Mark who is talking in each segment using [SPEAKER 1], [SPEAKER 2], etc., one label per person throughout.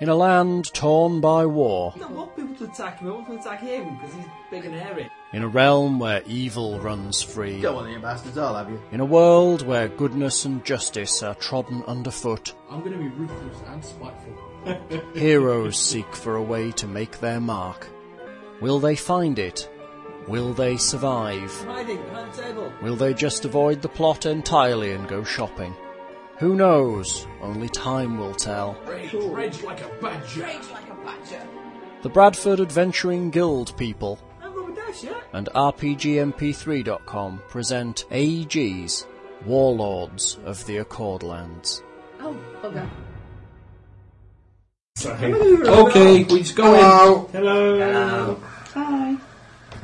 [SPEAKER 1] in a land torn by war,
[SPEAKER 2] He don't want people to attack him. I want them to attack him because he's big and hairy.
[SPEAKER 1] in a realm where evil runs free,
[SPEAKER 3] You don't want any bastards, all have you?
[SPEAKER 1] in a world where goodness and justice are trodden underfoot,
[SPEAKER 4] I'm going to be ruthless and spiteful.
[SPEAKER 1] heroes seek for a way to make their mark. Will they find it? Will they survive?
[SPEAKER 2] Hiding behind the table.
[SPEAKER 1] Will they just avoid the plot entirely and go shopping? Who knows? Only time will tell.
[SPEAKER 4] Rage, rage like a badger.
[SPEAKER 5] Rage like a badger.
[SPEAKER 1] The Bradford Adventuring Guild people
[SPEAKER 2] I'm Robert Dash, yeah?
[SPEAKER 1] and RPGMP3.com present AEG's Warlords of the Accordlands.
[SPEAKER 5] Oh, bugger.
[SPEAKER 4] Okay, we just go in. Um,
[SPEAKER 2] Hello.
[SPEAKER 5] Hi.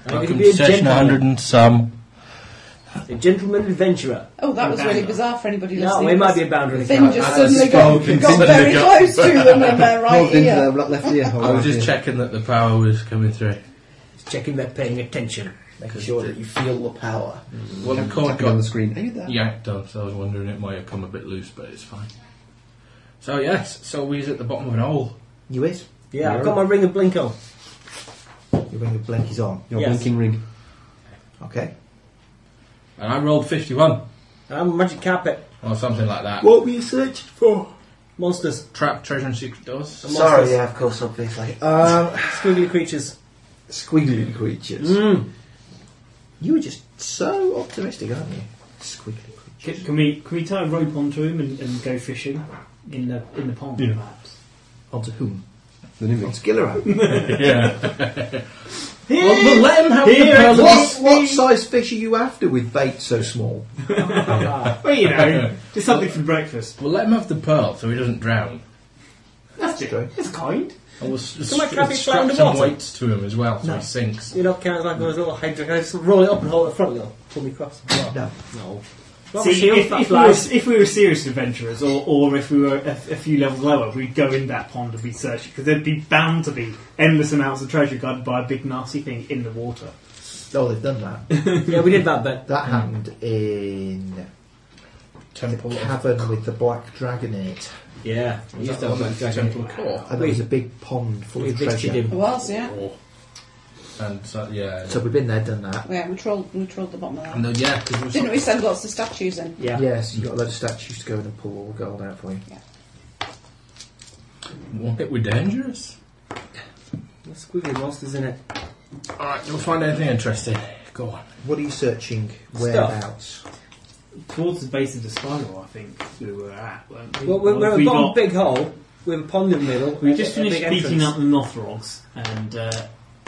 [SPEAKER 2] Welcome
[SPEAKER 6] to session 100 and some.
[SPEAKER 2] A gentleman adventurer.
[SPEAKER 5] Oh, that was really bizarre for anybody
[SPEAKER 2] No,
[SPEAKER 5] listening.
[SPEAKER 2] it might be a boundary.
[SPEAKER 5] Thing just suddenly got,
[SPEAKER 6] spoken,
[SPEAKER 5] got
[SPEAKER 6] suddenly
[SPEAKER 5] very
[SPEAKER 6] got-
[SPEAKER 5] close to them in their right
[SPEAKER 3] Moved into
[SPEAKER 5] ear.
[SPEAKER 3] them, not left ear.
[SPEAKER 6] I was just checking that the power was coming through.
[SPEAKER 2] Checking they're paying attention. Making sure that you
[SPEAKER 3] Feel the power.
[SPEAKER 6] Well, the
[SPEAKER 4] Oh
[SPEAKER 6] cord
[SPEAKER 3] Tapping on the
[SPEAKER 6] got
[SPEAKER 3] screen. Are you there?
[SPEAKER 6] yanked on, so I was wondering it might have come a bit loose, but it's fine. So, yes, so we're at the bottom of an hole.
[SPEAKER 3] You is?
[SPEAKER 2] Yeah, I've got my ring and blink on.
[SPEAKER 3] Your ring of blink is on. Your
[SPEAKER 2] Yes.
[SPEAKER 3] blinking ring. Okay.
[SPEAKER 6] And I rolled 51,
[SPEAKER 2] And I'm a magic carpet.
[SPEAKER 6] or something like that.
[SPEAKER 3] What were you searching for?
[SPEAKER 2] Oh. Monsters.
[SPEAKER 6] Trap, treasure, and secret doors.
[SPEAKER 2] Monsters.
[SPEAKER 3] Sorry, yeah, of course, obviously.
[SPEAKER 2] Uh.
[SPEAKER 3] Um,
[SPEAKER 2] Squiggly creatures.
[SPEAKER 3] squiggly creatures.
[SPEAKER 2] Mm.
[SPEAKER 3] You were just so optimistic, aren't you? Squiggly
[SPEAKER 7] Can,
[SPEAKER 3] creatures.
[SPEAKER 7] can we can we tie a rope onto him and, and go fishing in the in the pond, perhaps?
[SPEAKER 3] Onto whom? The new It's Gillerand.
[SPEAKER 6] yeah.
[SPEAKER 2] Well, well, let him have
[SPEAKER 7] Here
[SPEAKER 2] pearl.
[SPEAKER 7] it
[SPEAKER 3] what, what size fish are you after with bait so small?
[SPEAKER 7] Well, you know, just something for breakfast.
[SPEAKER 6] We'll let him have the pearl so he doesn't drown.
[SPEAKER 7] That's
[SPEAKER 3] true.
[SPEAKER 7] it. It's kind.
[SPEAKER 6] And we'll s-
[SPEAKER 2] my
[SPEAKER 6] s-
[SPEAKER 2] crabby fly
[SPEAKER 6] strap some
[SPEAKER 2] underwater?
[SPEAKER 6] weights to him as well so
[SPEAKER 3] No.
[SPEAKER 6] he sinks.
[SPEAKER 2] You know, kind of like those little hydra. Can I just roll it up and hold it in front of you? Pull me across.
[SPEAKER 3] No.
[SPEAKER 2] No. Not
[SPEAKER 7] See,
[SPEAKER 2] shield,
[SPEAKER 7] if,
[SPEAKER 2] fat
[SPEAKER 7] if, we
[SPEAKER 2] fly.
[SPEAKER 7] were, if we were serious adventurers, or, or if we were a, a few levels lower, we'd go in that pond and be searching because there'd be bound to be endless amounts of treasure guarded by a big nasty thing in the water.
[SPEAKER 3] Oh, they've done that.
[SPEAKER 2] yeah, we did that bit.
[SPEAKER 3] That happened in
[SPEAKER 6] Temple
[SPEAKER 3] the
[SPEAKER 6] of
[SPEAKER 3] cavern with the black dragonate.
[SPEAKER 2] Yeah, we used to have that
[SPEAKER 6] Temple
[SPEAKER 2] dragon.
[SPEAKER 6] of Core.
[SPEAKER 3] And there was a big pond full
[SPEAKER 2] We
[SPEAKER 3] of
[SPEAKER 2] victured
[SPEAKER 3] treasure.
[SPEAKER 5] It
[SPEAKER 2] him.
[SPEAKER 5] was, yeah.
[SPEAKER 6] And so, yeah.
[SPEAKER 3] So we've been there, done that.
[SPEAKER 5] Yeah, we trolled, we trolled the bottom of
[SPEAKER 6] and
[SPEAKER 5] that.
[SPEAKER 6] then, yeah, 'cause we're
[SPEAKER 5] Didn't we send lots of statues in?
[SPEAKER 2] Yeah.
[SPEAKER 3] Yes, you got a load of statues to go in and pull all the gold out for you.
[SPEAKER 6] What, we're dangerous.
[SPEAKER 2] There's squiggly monsters in it.
[SPEAKER 6] Alright, you'll find anything interesting. Go on.
[SPEAKER 3] What are you searching? Whereabouts?
[SPEAKER 7] Towards the base of the spiral, I think we were at. Weren't we?
[SPEAKER 2] Well, we're, we're
[SPEAKER 7] we
[SPEAKER 2] we got,
[SPEAKER 7] got-
[SPEAKER 2] a big hole with a pond in the middle.
[SPEAKER 7] we
[SPEAKER 2] and
[SPEAKER 7] just
[SPEAKER 2] a- a
[SPEAKER 7] finished
[SPEAKER 2] big
[SPEAKER 7] beating
[SPEAKER 2] entrance.
[SPEAKER 7] up the Nothrogs and uh,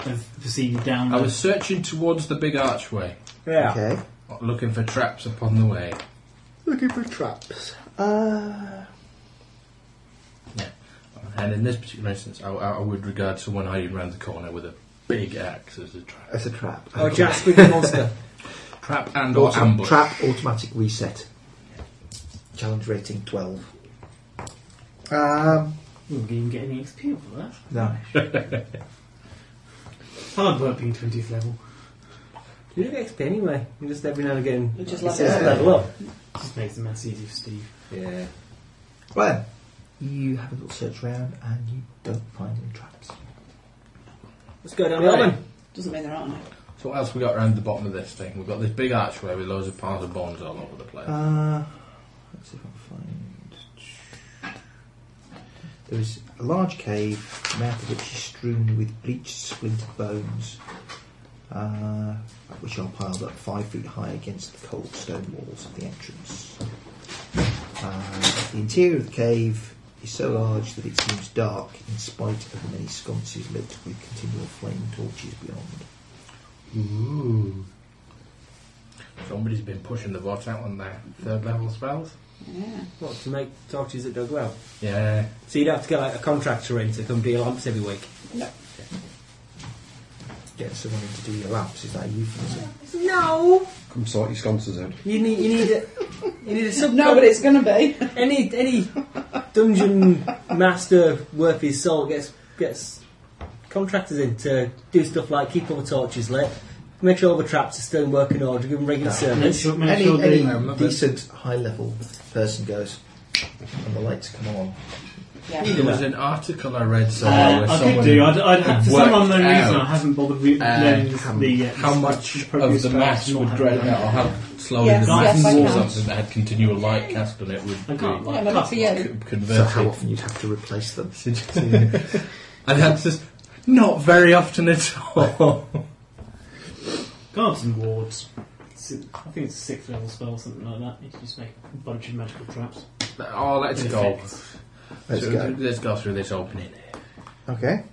[SPEAKER 7] have proceeded down.
[SPEAKER 6] I
[SPEAKER 7] the-
[SPEAKER 6] was searching towards the big archway,
[SPEAKER 2] Yeah.
[SPEAKER 3] Okay.
[SPEAKER 6] looking for traps upon the way.
[SPEAKER 3] Looking for traps. Uh,
[SPEAKER 6] And in this particular instance, I, I I would regard someone hiding around the corner with a big axe as a trap.
[SPEAKER 3] it's a trap.
[SPEAKER 2] Oh, Jack Squiggly Monster.
[SPEAKER 6] Trap and or
[SPEAKER 3] Autom-
[SPEAKER 6] ambush.
[SPEAKER 3] trap automatic reset. Challenge rating 12. Um,
[SPEAKER 7] We wouldn't even get any XP off of
[SPEAKER 3] no.
[SPEAKER 7] that. Hard work being 20th level.
[SPEAKER 2] you don't get XP anyway. You just every now and again.
[SPEAKER 5] We just
[SPEAKER 2] It's
[SPEAKER 5] level
[SPEAKER 2] just
[SPEAKER 3] up.
[SPEAKER 2] level up.
[SPEAKER 7] Just makes the maths easy for Steve.
[SPEAKER 3] Yeah. Well, you have a little search round and you don't find any traps.
[SPEAKER 2] Let's go down
[SPEAKER 6] Right.
[SPEAKER 2] the
[SPEAKER 5] Doesn't mean there aren't any.
[SPEAKER 6] So what else we got around the bottom of this thing? We've got this big archway with loads of piles of bones all over the place.
[SPEAKER 3] Uh, let's see if I can find. There is a large cave, the mouth of which is strewn with bleached, splintered bones, uh, which are piled up five feet high against the cold stone walls of the entrance. Uh, the interior of the cave is so large that it seems dark, in spite of the many sconces lit with continual flame torches beyond.
[SPEAKER 6] Ooh. Somebody's been pushing the bots out on their third level spells.
[SPEAKER 5] Yeah.
[SPEAKER 2] What, to make torches that don't go out?
[SPEAKER 6] Yeah.
[SPEAKER 2] So you'd have to get like a contractor in to come do your lamps every week.
[SPEAKER 3] Get someone in to do your lamps, is that a euphemism?
[SPEAKER 2] No!
[SPEAKER 8] Come sort your sconces out.
[SPEAKER 2] You need, you need a, you need a sub-
[SPEAKER 5] No, but it's going to be.
[SPEAKER 2] Any, any dungeon master worth his salt gets, gets contractors in to do stuff like keep all the torches lit, make sure all the traps are still in working order, give them regular
[SPEAKER 7] Make
[SPEAKER 2] service.
[SPEAKER 7] sure, make
[SPEAKER 3] any,
[SPEAKER 7] sure they-
[SPEAKER 3] any
[SPEAKER 6] I remember.
[SPEAKER 3] decent high level person goes and the lights come on
[SPEAKER 5] Yeah.
[SPEAKER 6] There was an article I read somewhere
[SPEAKER 7] Uh,
[SPEAKER 6] where
[SPEAKER 7] I could
[SPEAKER 6] someone
[SPEAKER 7] do. I'd, I'd have, for some
[SPEAKER 6] worked
[SPEAKER 7] unknown reason, I
[SPEAKER 6] out,
[SPEAKER 7] haven't bothered with
[SPEAKER 6] uh,
[SPEAKER 7] learning
[SPEAKER 6] how,
[SPEAKER 7] the uh,
[SPEAKER 6] how
[SPEAKER 7] the-
[SPEAKER 6] much
[SPEAKER 7] appropriate
[SPEAKER 6] of the
[SPEAKER 7] spells
[SPEAKER 6] mass
[SPEAKER 7] not
[SPEAKER 6] would
[SPEAKER 7] having
[SPEAKER 6] drain
[SPEAKER 7] done
[SPEAKER 6] out, or
[SPEAKER 7] it.
[SPEAKER 6] how slowly
[SPEAKER 5] Yes,
[SPEAKER 6] the
[SPEAKER 7] yes,
[SPEAKER 6] mass or
[SPEAKER 7] I
[SPEAKER 5] can.
[SPEAKER 6] something that had continual light cast on it would
[SPEAKER 7] I can't.
[SPEAKER 6] be
[SPEAKER 5] Yeah, maybe for you.
[SPEAKER 6] c-
[SPEAKER 3] So how
[SPEAKER 6] converted.
[SPEAKER 3] often you'd have to replace them?
[SPEAKER 6] and that's just not very often at all.
[SPEAKER 7] Guards and wards. It's a- I think it's a sixth level spell, something like that. You can just make a bunch of magical traps.
[SPEAKER 6] oh, let's
[SPEAKER 7] and
[SPEAKER 6] go.
[SPEAKER 7] effects.
[SPEAKER 3] Let's
[SPEAKER 6] So
[SPEAKER 3] go.
[SPEAKER 6] Let's go through this opening.
[SPEAKER 3] Okay.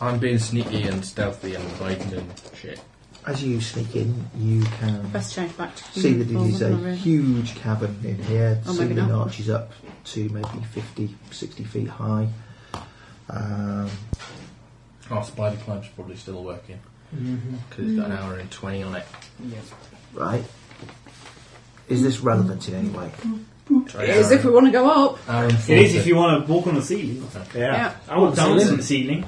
[SPEAKER 6] I'm being sneaky and stealthy and hiding and shit.
[SPEAKER 3] As you sneak in, you can
[SPEAKER 5] Best change back to
[SPEAKER 3] see that it is
[SPEAKER 5] Oh,
[SPEAKER 3] a
[SPEAKER 5] really?
[SPEAKER 3] huge cavern in here,
[SPEAKER 5] Oh, maybe
[SPEAKER 3] ceiling
[SPEAKER 5] not.
[SPEAKER 3] arches up to maybe 50, 60 feet high. Um,
[SPEAKER 6] Oh, spider climb's probably still working because it's got an hour and twenty on it.
[SPEAKER 7] Yeah.
[SPEAKER 3] right. Is this relevant in any way?
[SPEAKER 5] It is if we want to go up.
[SPEAKER 6] Hour and
[SPEAKER 7] It is
[SPEAKER 6] 40.
[SPEAKER 7] if you want to walk on the ceiling.
[SPEAKER 5] Yeah.
[SPEAKER 7] I want to dance on
[SPEAKER 2] ceiling.
[SPEAKER 7] the ceiling.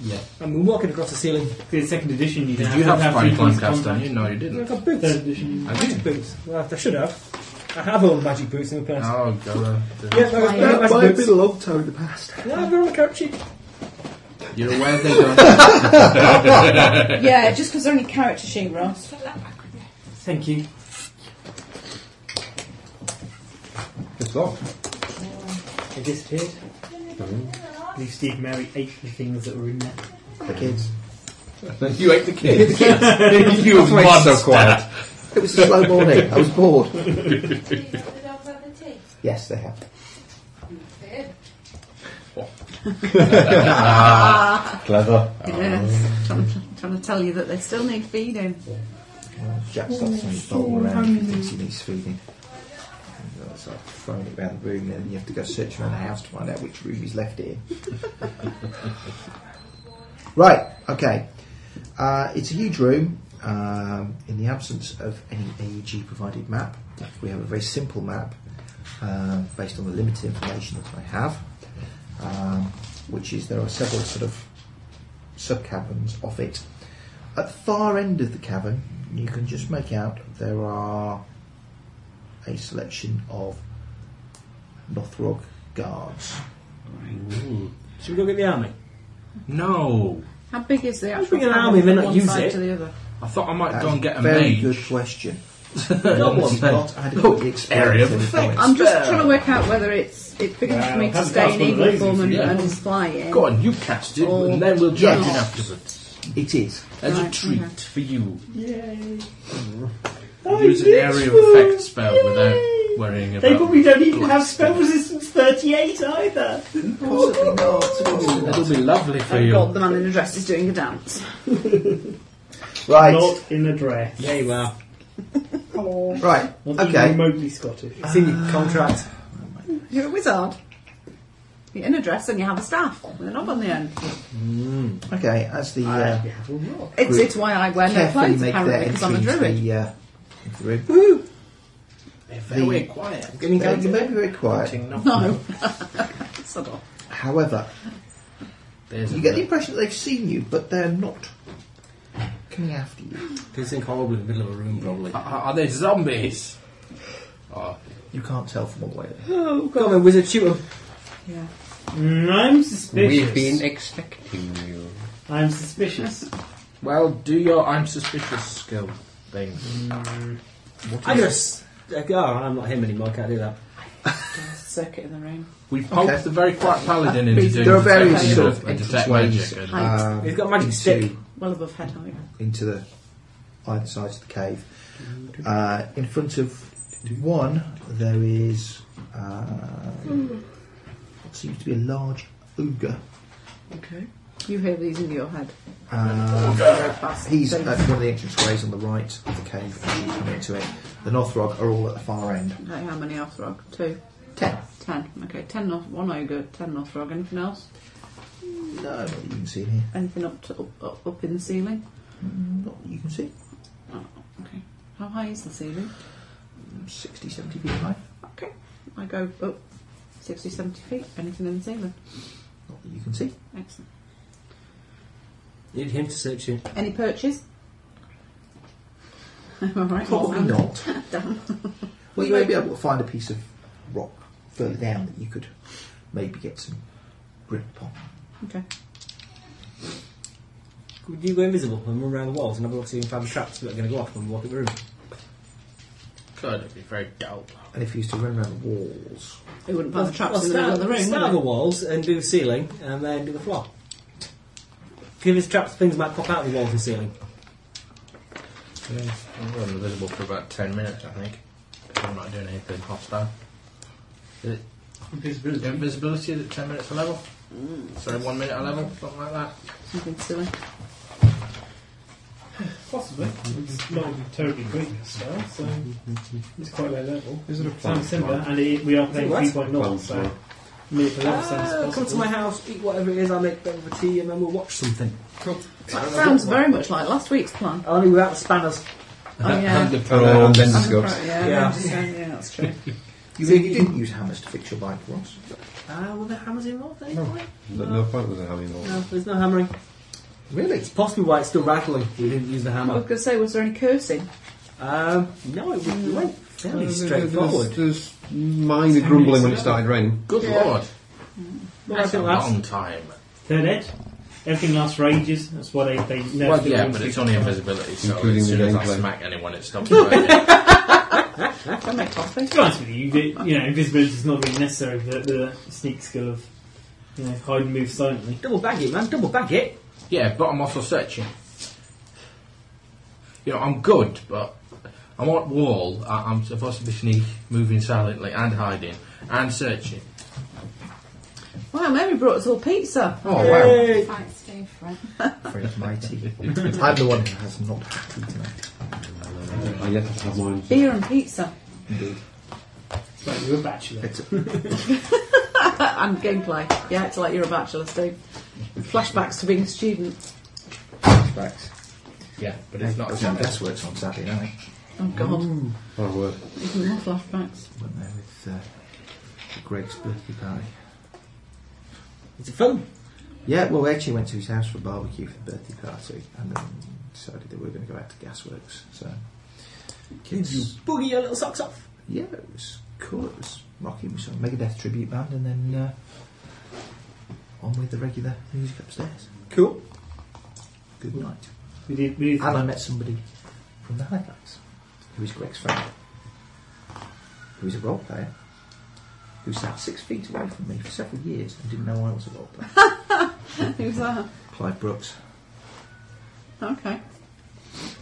[SPEAKER 6] Yeah.
[SPEAKER 2] I'm walking across the ceiling.
[SPEAKER 7] The second edition, you
[SPEAKER 6] Did
[SPEAKER 7] didn't
[SPEAKER 6] you have
[SPEAKER 7] to have three
[SPEAKER 6] spider climb
[SPEAKER 7] points of
[SPEAKER 6] cast on
[SPEAKER 7] contact.
[SPEAKER 6] you? No, you
[SPEAKER 2] I've
[SPEAKER 6] didn't.
[SPEAKER 2] got
[SPEAKER 7] Third
[SPEAKER 2] boots.
[SPEAKER 7] edition.
[SPEAKER 6] I
[SPEAKER 2] Magic
[SPEAKER 6] did.
[SPEAKER 2] boots. Well, I should have. I have owned magic boots in the past.
[SPEAKER 6] Oh god.
[SPEAKER 2] Yeah, no, I've got
[SPEAKER 3] might have
[SPEAKER 2] magic
[SPEAKER 3] been
[SPEAKER 2] boots.
[SPEAKER 3] a long time in the past.
[SPEAKER 2] No, I've got on the couch sheet.
[SPEAKER 6] You're aware they don't.
[SPEAKER 5] Yeah, just because they're only character sheet, Ross.
[SPEAKER 7] Thank you.
[SPEAKER 3] It's long.
[SPEAKER 7] It disappeared. Leave Steve Mary ate the things that were in there.
[SPEAKER 3] The kids.
[SPEAKER 6] you ate the kids. you
[SPEAKER 3] That's why it's so
[SPEAKER 6] monster.
[SPEAKER 3] quiet. It was a slow morning. I was bored. Yes, they have.
[SPEAKER 2] Oh.
[SPEAKER 8] Clever.
[SPEAKER 5] Yes. Trying, trying to tell you that they still need feeding.
[SPEAKER 3] Well, Jack starts throwing the bowl around because he thinks he needs feeding. And, uh, So I've thrown it around the room, and then you have to go search around the house to find out which room he's left it in. right, okay. Uh, it's a huge room. Um, in the absence of any AEG provided map, we have a very simple map um, based on the limited information that I have, um, which is there are several sort of sub caverns off it. At the far end of the cavern, you can just make out there are a selection of Northrog guards.
[SPEAKER 2] Should we go get the army?
[SPEAKER 6] No.
[SPEAKER 5] How big is the
[SPEAKER 2] Just
[SPEAKER 5] actual
[SPEAKER 2] bring an
[SPEAKER 5] panel
[SPEAKER 2] army,
[SPEAKER 5] from
[SPEAKER 2] then not
[SPEAKER 5] one
[SPEAKER 2] use
[SPEAKER 5] side
[SPEAKER 2] it.
[SPEAKER 5] to the other?
[SPEAKER 6] I thought I might
[SPEAKER 3] That's
[SPEAKER 6] go and get a
[SPEAKER 3] very
[SPEAKER 6] mage.
[SPEAKER 3] good question.
[SPEAKER 6] No
[SPEAKER 3] That was not
[SPEAKER 6] Oh,
[SPEAKER 3] adequately explained.
[SPEAKER 6] area
[SPEAKER 3] to the
[SPEAKER 6] of effect.
[SPEAKER 3] points.
[SPEAKER 5] I'm just trying to work out whether it's it's big enough for me
[SPEAKER 7] Well,
[SPEAKER 5] to
[SPEAKER 7] that's-
[SPEAKER 5] stay in
[SPEAKER 7] that's one
[SPEAKER 5] evil
[SPEAKER 7] of those,
[SPEAKER 5] form and,
[SPEAKER 6] yeah.
[SPEAKER 5] and flying.
[SPEAKER 6] Go on, you cast it,
[SPEAKER 5] Oh,
[SPEAKER 6] and then we'll judge
[SPEAKER 3] yes.
[SPEAKER 6] it afterwards.
[SPEAKER 3] It is.
[SPEAKER 6] As a
[SPEAKER 5] Right,
[SPEAKER 6] treat
[SPEAKER 5] okay.
[SPEAKER 6] for you.
[SPEAKER 7] Yay.
[SPEAKER 6] Use an area of effect spell without worrying about
[SPEAKER 7] They probably don't even
[SPEAKER 6] blast.
[SPEAKER 7] have spell resistance 38 either.
[SPEAKER 3] Possibly not. Possibly
[SPEAKER 6] It'll
[SPEAKER 3] not.
[SPEAKER 6] be lovely for
[SPEAKER 5] Thank God
[SPEAKER 6] you.
[SPEAKER 5] the man in a dress is doing a dance.
[SPEAKER 3] Right.
[SPEAKER 7] Not in a dress.
[SPEAKER 2] There you are.
[SPEAKER 3] Right.
[SPEAKER 7] Not
[SPEAKER 3] Okay.
[SPEAKER 7] even remotely Scottish.
[SPEAKER 2] It's in your contract.
[SPEAKER 5] You're a wizard. You're in a dress and you have a staff with a knob on the end.
[SPEAKER 3] Okay. As the
[SPEAKER 7] I
[SPEAKER 3] uh,
[SPEAKER 7] actually have a rock.
[SPEAKER 5] It's,
[SPEAKER 3] Good.
[SPEAKER 5] it's why I wear no
[SPEAKER 3] carefully
[SPEAKER 5] clothes
[SPEAKER 3] make their
[SPEAKER 5] apparently because I'm a
[SPEAKER 3] entry into
[SPEAKER 5] druid.
[SPEAKER 3] the, uh, into the room,
[SPEAKER 6] They're
[SPEAKER 3] very
[SPEAKER 6] quiet.
[SPEAKER 3] you
[SPEAKER 2] Uh,
[SPEAKER 3] may you may be very quiet.
[SPEAKER 5] No. Sod off.
[SPEAKER 3] However,
[SPEAKER 6] There's
[SPEAKER 3] you get the impression that they've seen you, but they're not coming after you.
[SPEAKER 2] Pissing horribly in the middle of a room, probably.
[SPEAKER 6] Are, are they zombies? Oh,
[SPEAKER 3] You can't tell from all the way there.
[SPEAKER 5] Oh,
[SPEAKER 2] Go on then, wizard, shoot 'em.
[SPEAKER 5] Yeah.
[SPEAKER 7] Mm, I'm suspicious.
[SPEAKER 8] We've been expecting you.
[SPEAKER 7] I'm suspicious.
[SPEAKER 6] well, do your I'm suspicious skill thing.
[SPEAKER 2] I guess. Uh, oh, I'm not him anymore, I can't do that.
[SPEAKER 5] Circuit in the room.
[SPEAKER 6] We poked the very quiet paladin into doing
[SPEAKER 3] There are
[SPEAKER 6] detect-
[SPEAKER 3] various
[SPEAKER 6] you know,
[SPEAKER 3] sort of
[SPEAKER 6] a detect
[SPEAKER 3] entranceways.
[SPEAKER 6] magic. and-
[SPEAKER 5] Height.
[SPEAKER 3] Um,
[SPEAKER 2] He's got a magic
[SPEAKER 3] into,
[SPEAKER 2] stick.
[SPEAKER 5] well above head height.
[SPEAKER 3] into the either sides of the cave. Uh, in front of one, there is uh, what seems to be a large ogre.
[SPEAKER 5] Okay. You hear these in your head.
[SPEAKER 3] Um,
[SPEAKER 5] Very fast.
[SPEAKER 3] He's
[SPEAKER 5] So-
[SPEAKER 3] at one of the entranceways on the right of the cave as you come into it. The Northrog are all at the far end.
[SPEAKER 5] Okay, how many Northrog? Two.
[SPEAKER 3] Ten.
[SPEAKER 5] Ten. Okay, ten North, one ogre, ten Northrog. Anything else?
[SPEAKER 3] No, not that you can see in here. Mm,
[SPEAKER 5] Anything up to up, up, up in the ceiling?
[SPEAKER 3] Not that you can see.
[SPEAKER 5] Okay. How high is the ceiling?
[SPEAKER 3] 60, 70 feet high.
[SPEAKER 5] Okay. I go up 60, 70 feet. Anything in the ceiling?
[SPEAKER 3] Not that you can see.
[SPEAKER 5] Excellent.
[SPEAKER 2] Need him to search you.
[SPEAKER 5] Any perches? All right.
[SPEAKER 3] Probably
[SPEAKER 5] well,
[SPEAKER 3] not.
[SPEAKER 5] Damn.
[SPEAKER 3] Well, you may be able to find a piece of rock further down that you could maybe get some grip on.
[SPEAKER 5] Okay.
[SPEAKER 2] Would you go invisible and run around the walls and have a look see if I'm trapped that are going to go off when we walk in the room?
[SPEAKER 6] Could it'd be very dope.
[SPEAKER 3] And if you used to run around the walls,
[SPEAKER 5] It wouldn't put the traps
[SPEAKER 2] start,
[SPEAKER 5] in the middle of the room,
[SPEAKER 2] Start
[SPEAKER 5] would
[SPEAKER 2] the
[SPEAKER 5] it?
[SPEAKER 2] walls and do the ceiling and then do the floor. Give us traps, things might pop out of the walls and ceiling.
[SPEAKER 6] Yeah, I'm going invisible for about 10 minutes, I think. I'm not doing anything hostile. Is it
[SPEAKER 7] Invisibility.
[SPEAKER 6] invisibility? Is it 10 minutes a level? Sorry, 1 minute a level? Something like that?
[SPEAKER 5] Something silly.
[SPEAKER 7] Possibly. It's not terribly good so, so it's quite low level.
[SPEAKER 8] Is it a
[SPEAKER 7] Sounds
[SPEAKER 8] plant
[SPEAKER 7] similar,
[SPEAKER 8] one?
[SPEAKER 7] and it, we are playing
[SPEAKER 2] What?
[SPEAKER 7] three by nought,
[SPEAKER 8] Plant
[SPEAKER 7] so
[SPEAKER 8] one.
[SPEAKER 7] make a level sense
[SPEAKER 2] Ah, come to
[SPEAKER 7] possible.
[SPEAKER 2] my house, eat whatever it is, I'll make a bit of a tea and then we'll watch something.
[SPEAKER 5] That sounds very much like last week's plan.
[SPEAKER 2] I'll leave without the spanners.
[SPEAKER 5] Oh, yeah.
[SPEAKER 8] And the pillow and then the
[SPEAKER 5] I'm
[SPEAKER 8] scopes.
[SPEAKER 5] pro- yeah,
[SPEAKER 2] Yeah.
[SPEAKER 5] I'm just saying, yeah, that's true.
[SPEAKER 3] you, really didn't use hammers to fix your bike, Ross.
[SPEAKER 2] Ah, were there hammers involved at any point?
[SPEAKER 8] But no point was it having all.
[SPEAKER 2] No, there's no hammering.
[SPEAKER 3] Really?
[SPEAKER 2] It's possibly why it's still rattling. We didn't use the
[SPEAKER 5] I was
[SPEAKER 2] hammer.
[SPEAKER 5] going to say, was there any cursing?
[SPEAKER 2] Um, no, it went, it went fairly
[SPEAKER 8] There's-
[SPEAKER 2] straightforward.
[SPEAKER 8] There's, there's minor grumbling when it started raining.
[SPEAKER 6] Good lord.
[SPEAKER 2] Well, I
[SPEAKER 6] That's a
[SPEAKER 2] think that's-
[SPEAKER 6] long time.
[SPEAKER 7] Third ed. Everything lasts for ages. That's why they, they
[SPEAKER 6] Well,
[SPEAKER 7] nerfed
[SPEAKER 6] yeah,
[SPEAKER 7] it.
[SPEAKER 6] but it's only invisibility, so
[SPEAKER 8] Including
[SPEAKER 6] as
[SPEAKER 8] the
[SPEAKER 6] soon as I
[SPEAKER 8] gameplay.
[SPEAKER 6] smack anyone, it stops working.
[SPEAKER 5] Can I make coffee?
[SPEAKER 7] To be honest with you, you, did- you know, invisibility is not really necessary for the, the sneak skill of you know, hide and move silently.
[SPEAKER 2] Double bag it, man. Double bag it.
[SPEAKER 6] yeah, but I'm also searching. You know, I'm good, but I'm on wall. I, I'm supposed to be sneak, moving silently, and hiding, and searching.
[SPEAKER 5] Wow, Mary brought us all pizza.
[SPEAKER 3] Oh, wow.
[SPEAKER 2] Yay.
[SPEAKER 9] Fight Steve, Fred.
[SPEAKER 3] Afraid mighty. I'm the one who has not had tea tonight.
[SPEAKER 8] I yet to have mine.
[SPEAKER 5] Beer and pizza.
[SPEAKER 3] Indeed.
[SPEAKER 7] It's like you're a bachelor.
[SPEAKER 3] It's a,
[SPEAKER 5] and gameplay. Yeah, it's like you're a bachelor, Steve. Flashbacks to being a student.
[SPEAKER 3] flashbacks.
[SPEAKER 6] Yeah, but it's not.
[SPEAKER 3] That's how Gus works on Saturday night.
[SPEAKER 5] Oh, God.
[SPEAKER 8] Oh, word.
[SPEAKER 5] Even more flashbacks.
[SPEAKER 3] Went there with uh, Greg's birthday party.
[SPEAKER 2] It's a film.
[SPEAKER 3] Yeah, well, we actually went to his house for a barbecue for the birthday party, and then decided that we were going to go out to Gasworks. So,
[SPEAKER 2] Did you
[SPEAKER 3] kids,
[SPEAKER 2] boogie your little socks off?
[SPEAKER 3] yeah, it was cool. It was rocky. We saw a Megadeth tribute band, and then uh, on with the regular music upstairs.
[SPEAKER 2] Cool.
[SPEAKER 3] Good night.
[SPEAKER 7] We did, we did
[SPEAKER 3] And I met somebody from the Highlights, who is Greg's friend, who is a role player, who sat six feet away from me for several years and didn't know I was a role player.
[SPEAKER 5] Who's that?
[SPEAKER 3] Clive Brooks,
[SPEAKER 5] uh, Okay.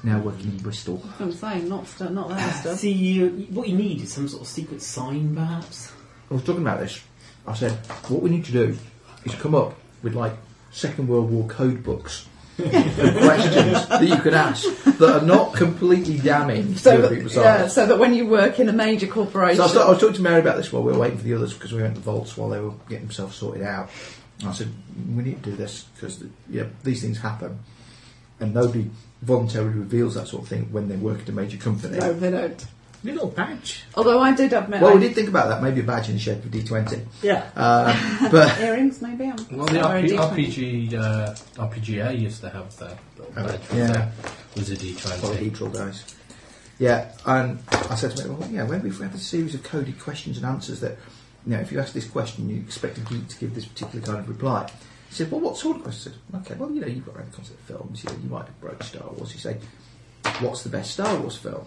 [SPEAKER 3] now working in Bristol.
[SPEAKER 5] I'm saying, not, st- not that stuff.
[SPEAKER 7] See, you, what you need is some sort of secret sign, perhaps.
[SPEAKER 3] I was talking about this. I said, what we need to do is come up with like Second World War code books and questions that you could ask that are not completely damning to
[SPEAKER 5] So,
[SPEAKER 3] the people's
[SPEAKER 5] yeah,
[SPEAKER 3] eyes.
[SPEAKER 5] so that when you work in a major corporation,
[SPEAKER 3] So I, started, I was talking to Mary about this while we were waiting for the others because we were in the vaults while they were getting themselves sorted out. And I said, we need to do this because yeah, these things happen. And nobody voluntarily reveals that sort of thing when they work at a major company.
[SPEAKER 5] no, they don't.
[SPEAKER 2] Your little badge.
[SPEAKER 5] Although I did admit,
[SPEAKER 3] Well,
[SPEAKER 5] I,
[SPEAKER 3] we did think about that, maybe a badge in the shape of D20.
[SPEAKER 2] Yeah.
[SPEAKER 3] Uh, but
[SPEAKER 5] earrings maybe. I'm
[SPEAKER 6] Well, the
[SPEAKER 5] or a
[SPEAKER 6] RP,
[SPEAKER 5] D20.
[SPEAKER 6] RPG uh, RPGA used to have the little
[SPEAKER 3] Oh,
[SPEAKER 6] badge
[SPEAKER 3] yeah.
[SPEAKER 6] with the with a D20.
[SPEAKER 3] polyhedral dice. Yeah, and I said to him, well, yeah, maybe if we have a series of coded questions and answers that, you know, if you ask this question, you expect a geek to give this particular kind of reply. He said, well, what sort of question? I said, okay, well, you know, you've got around the concept of films, you, know, you might have broke Star Wars. He said, what's the best Star Wars film?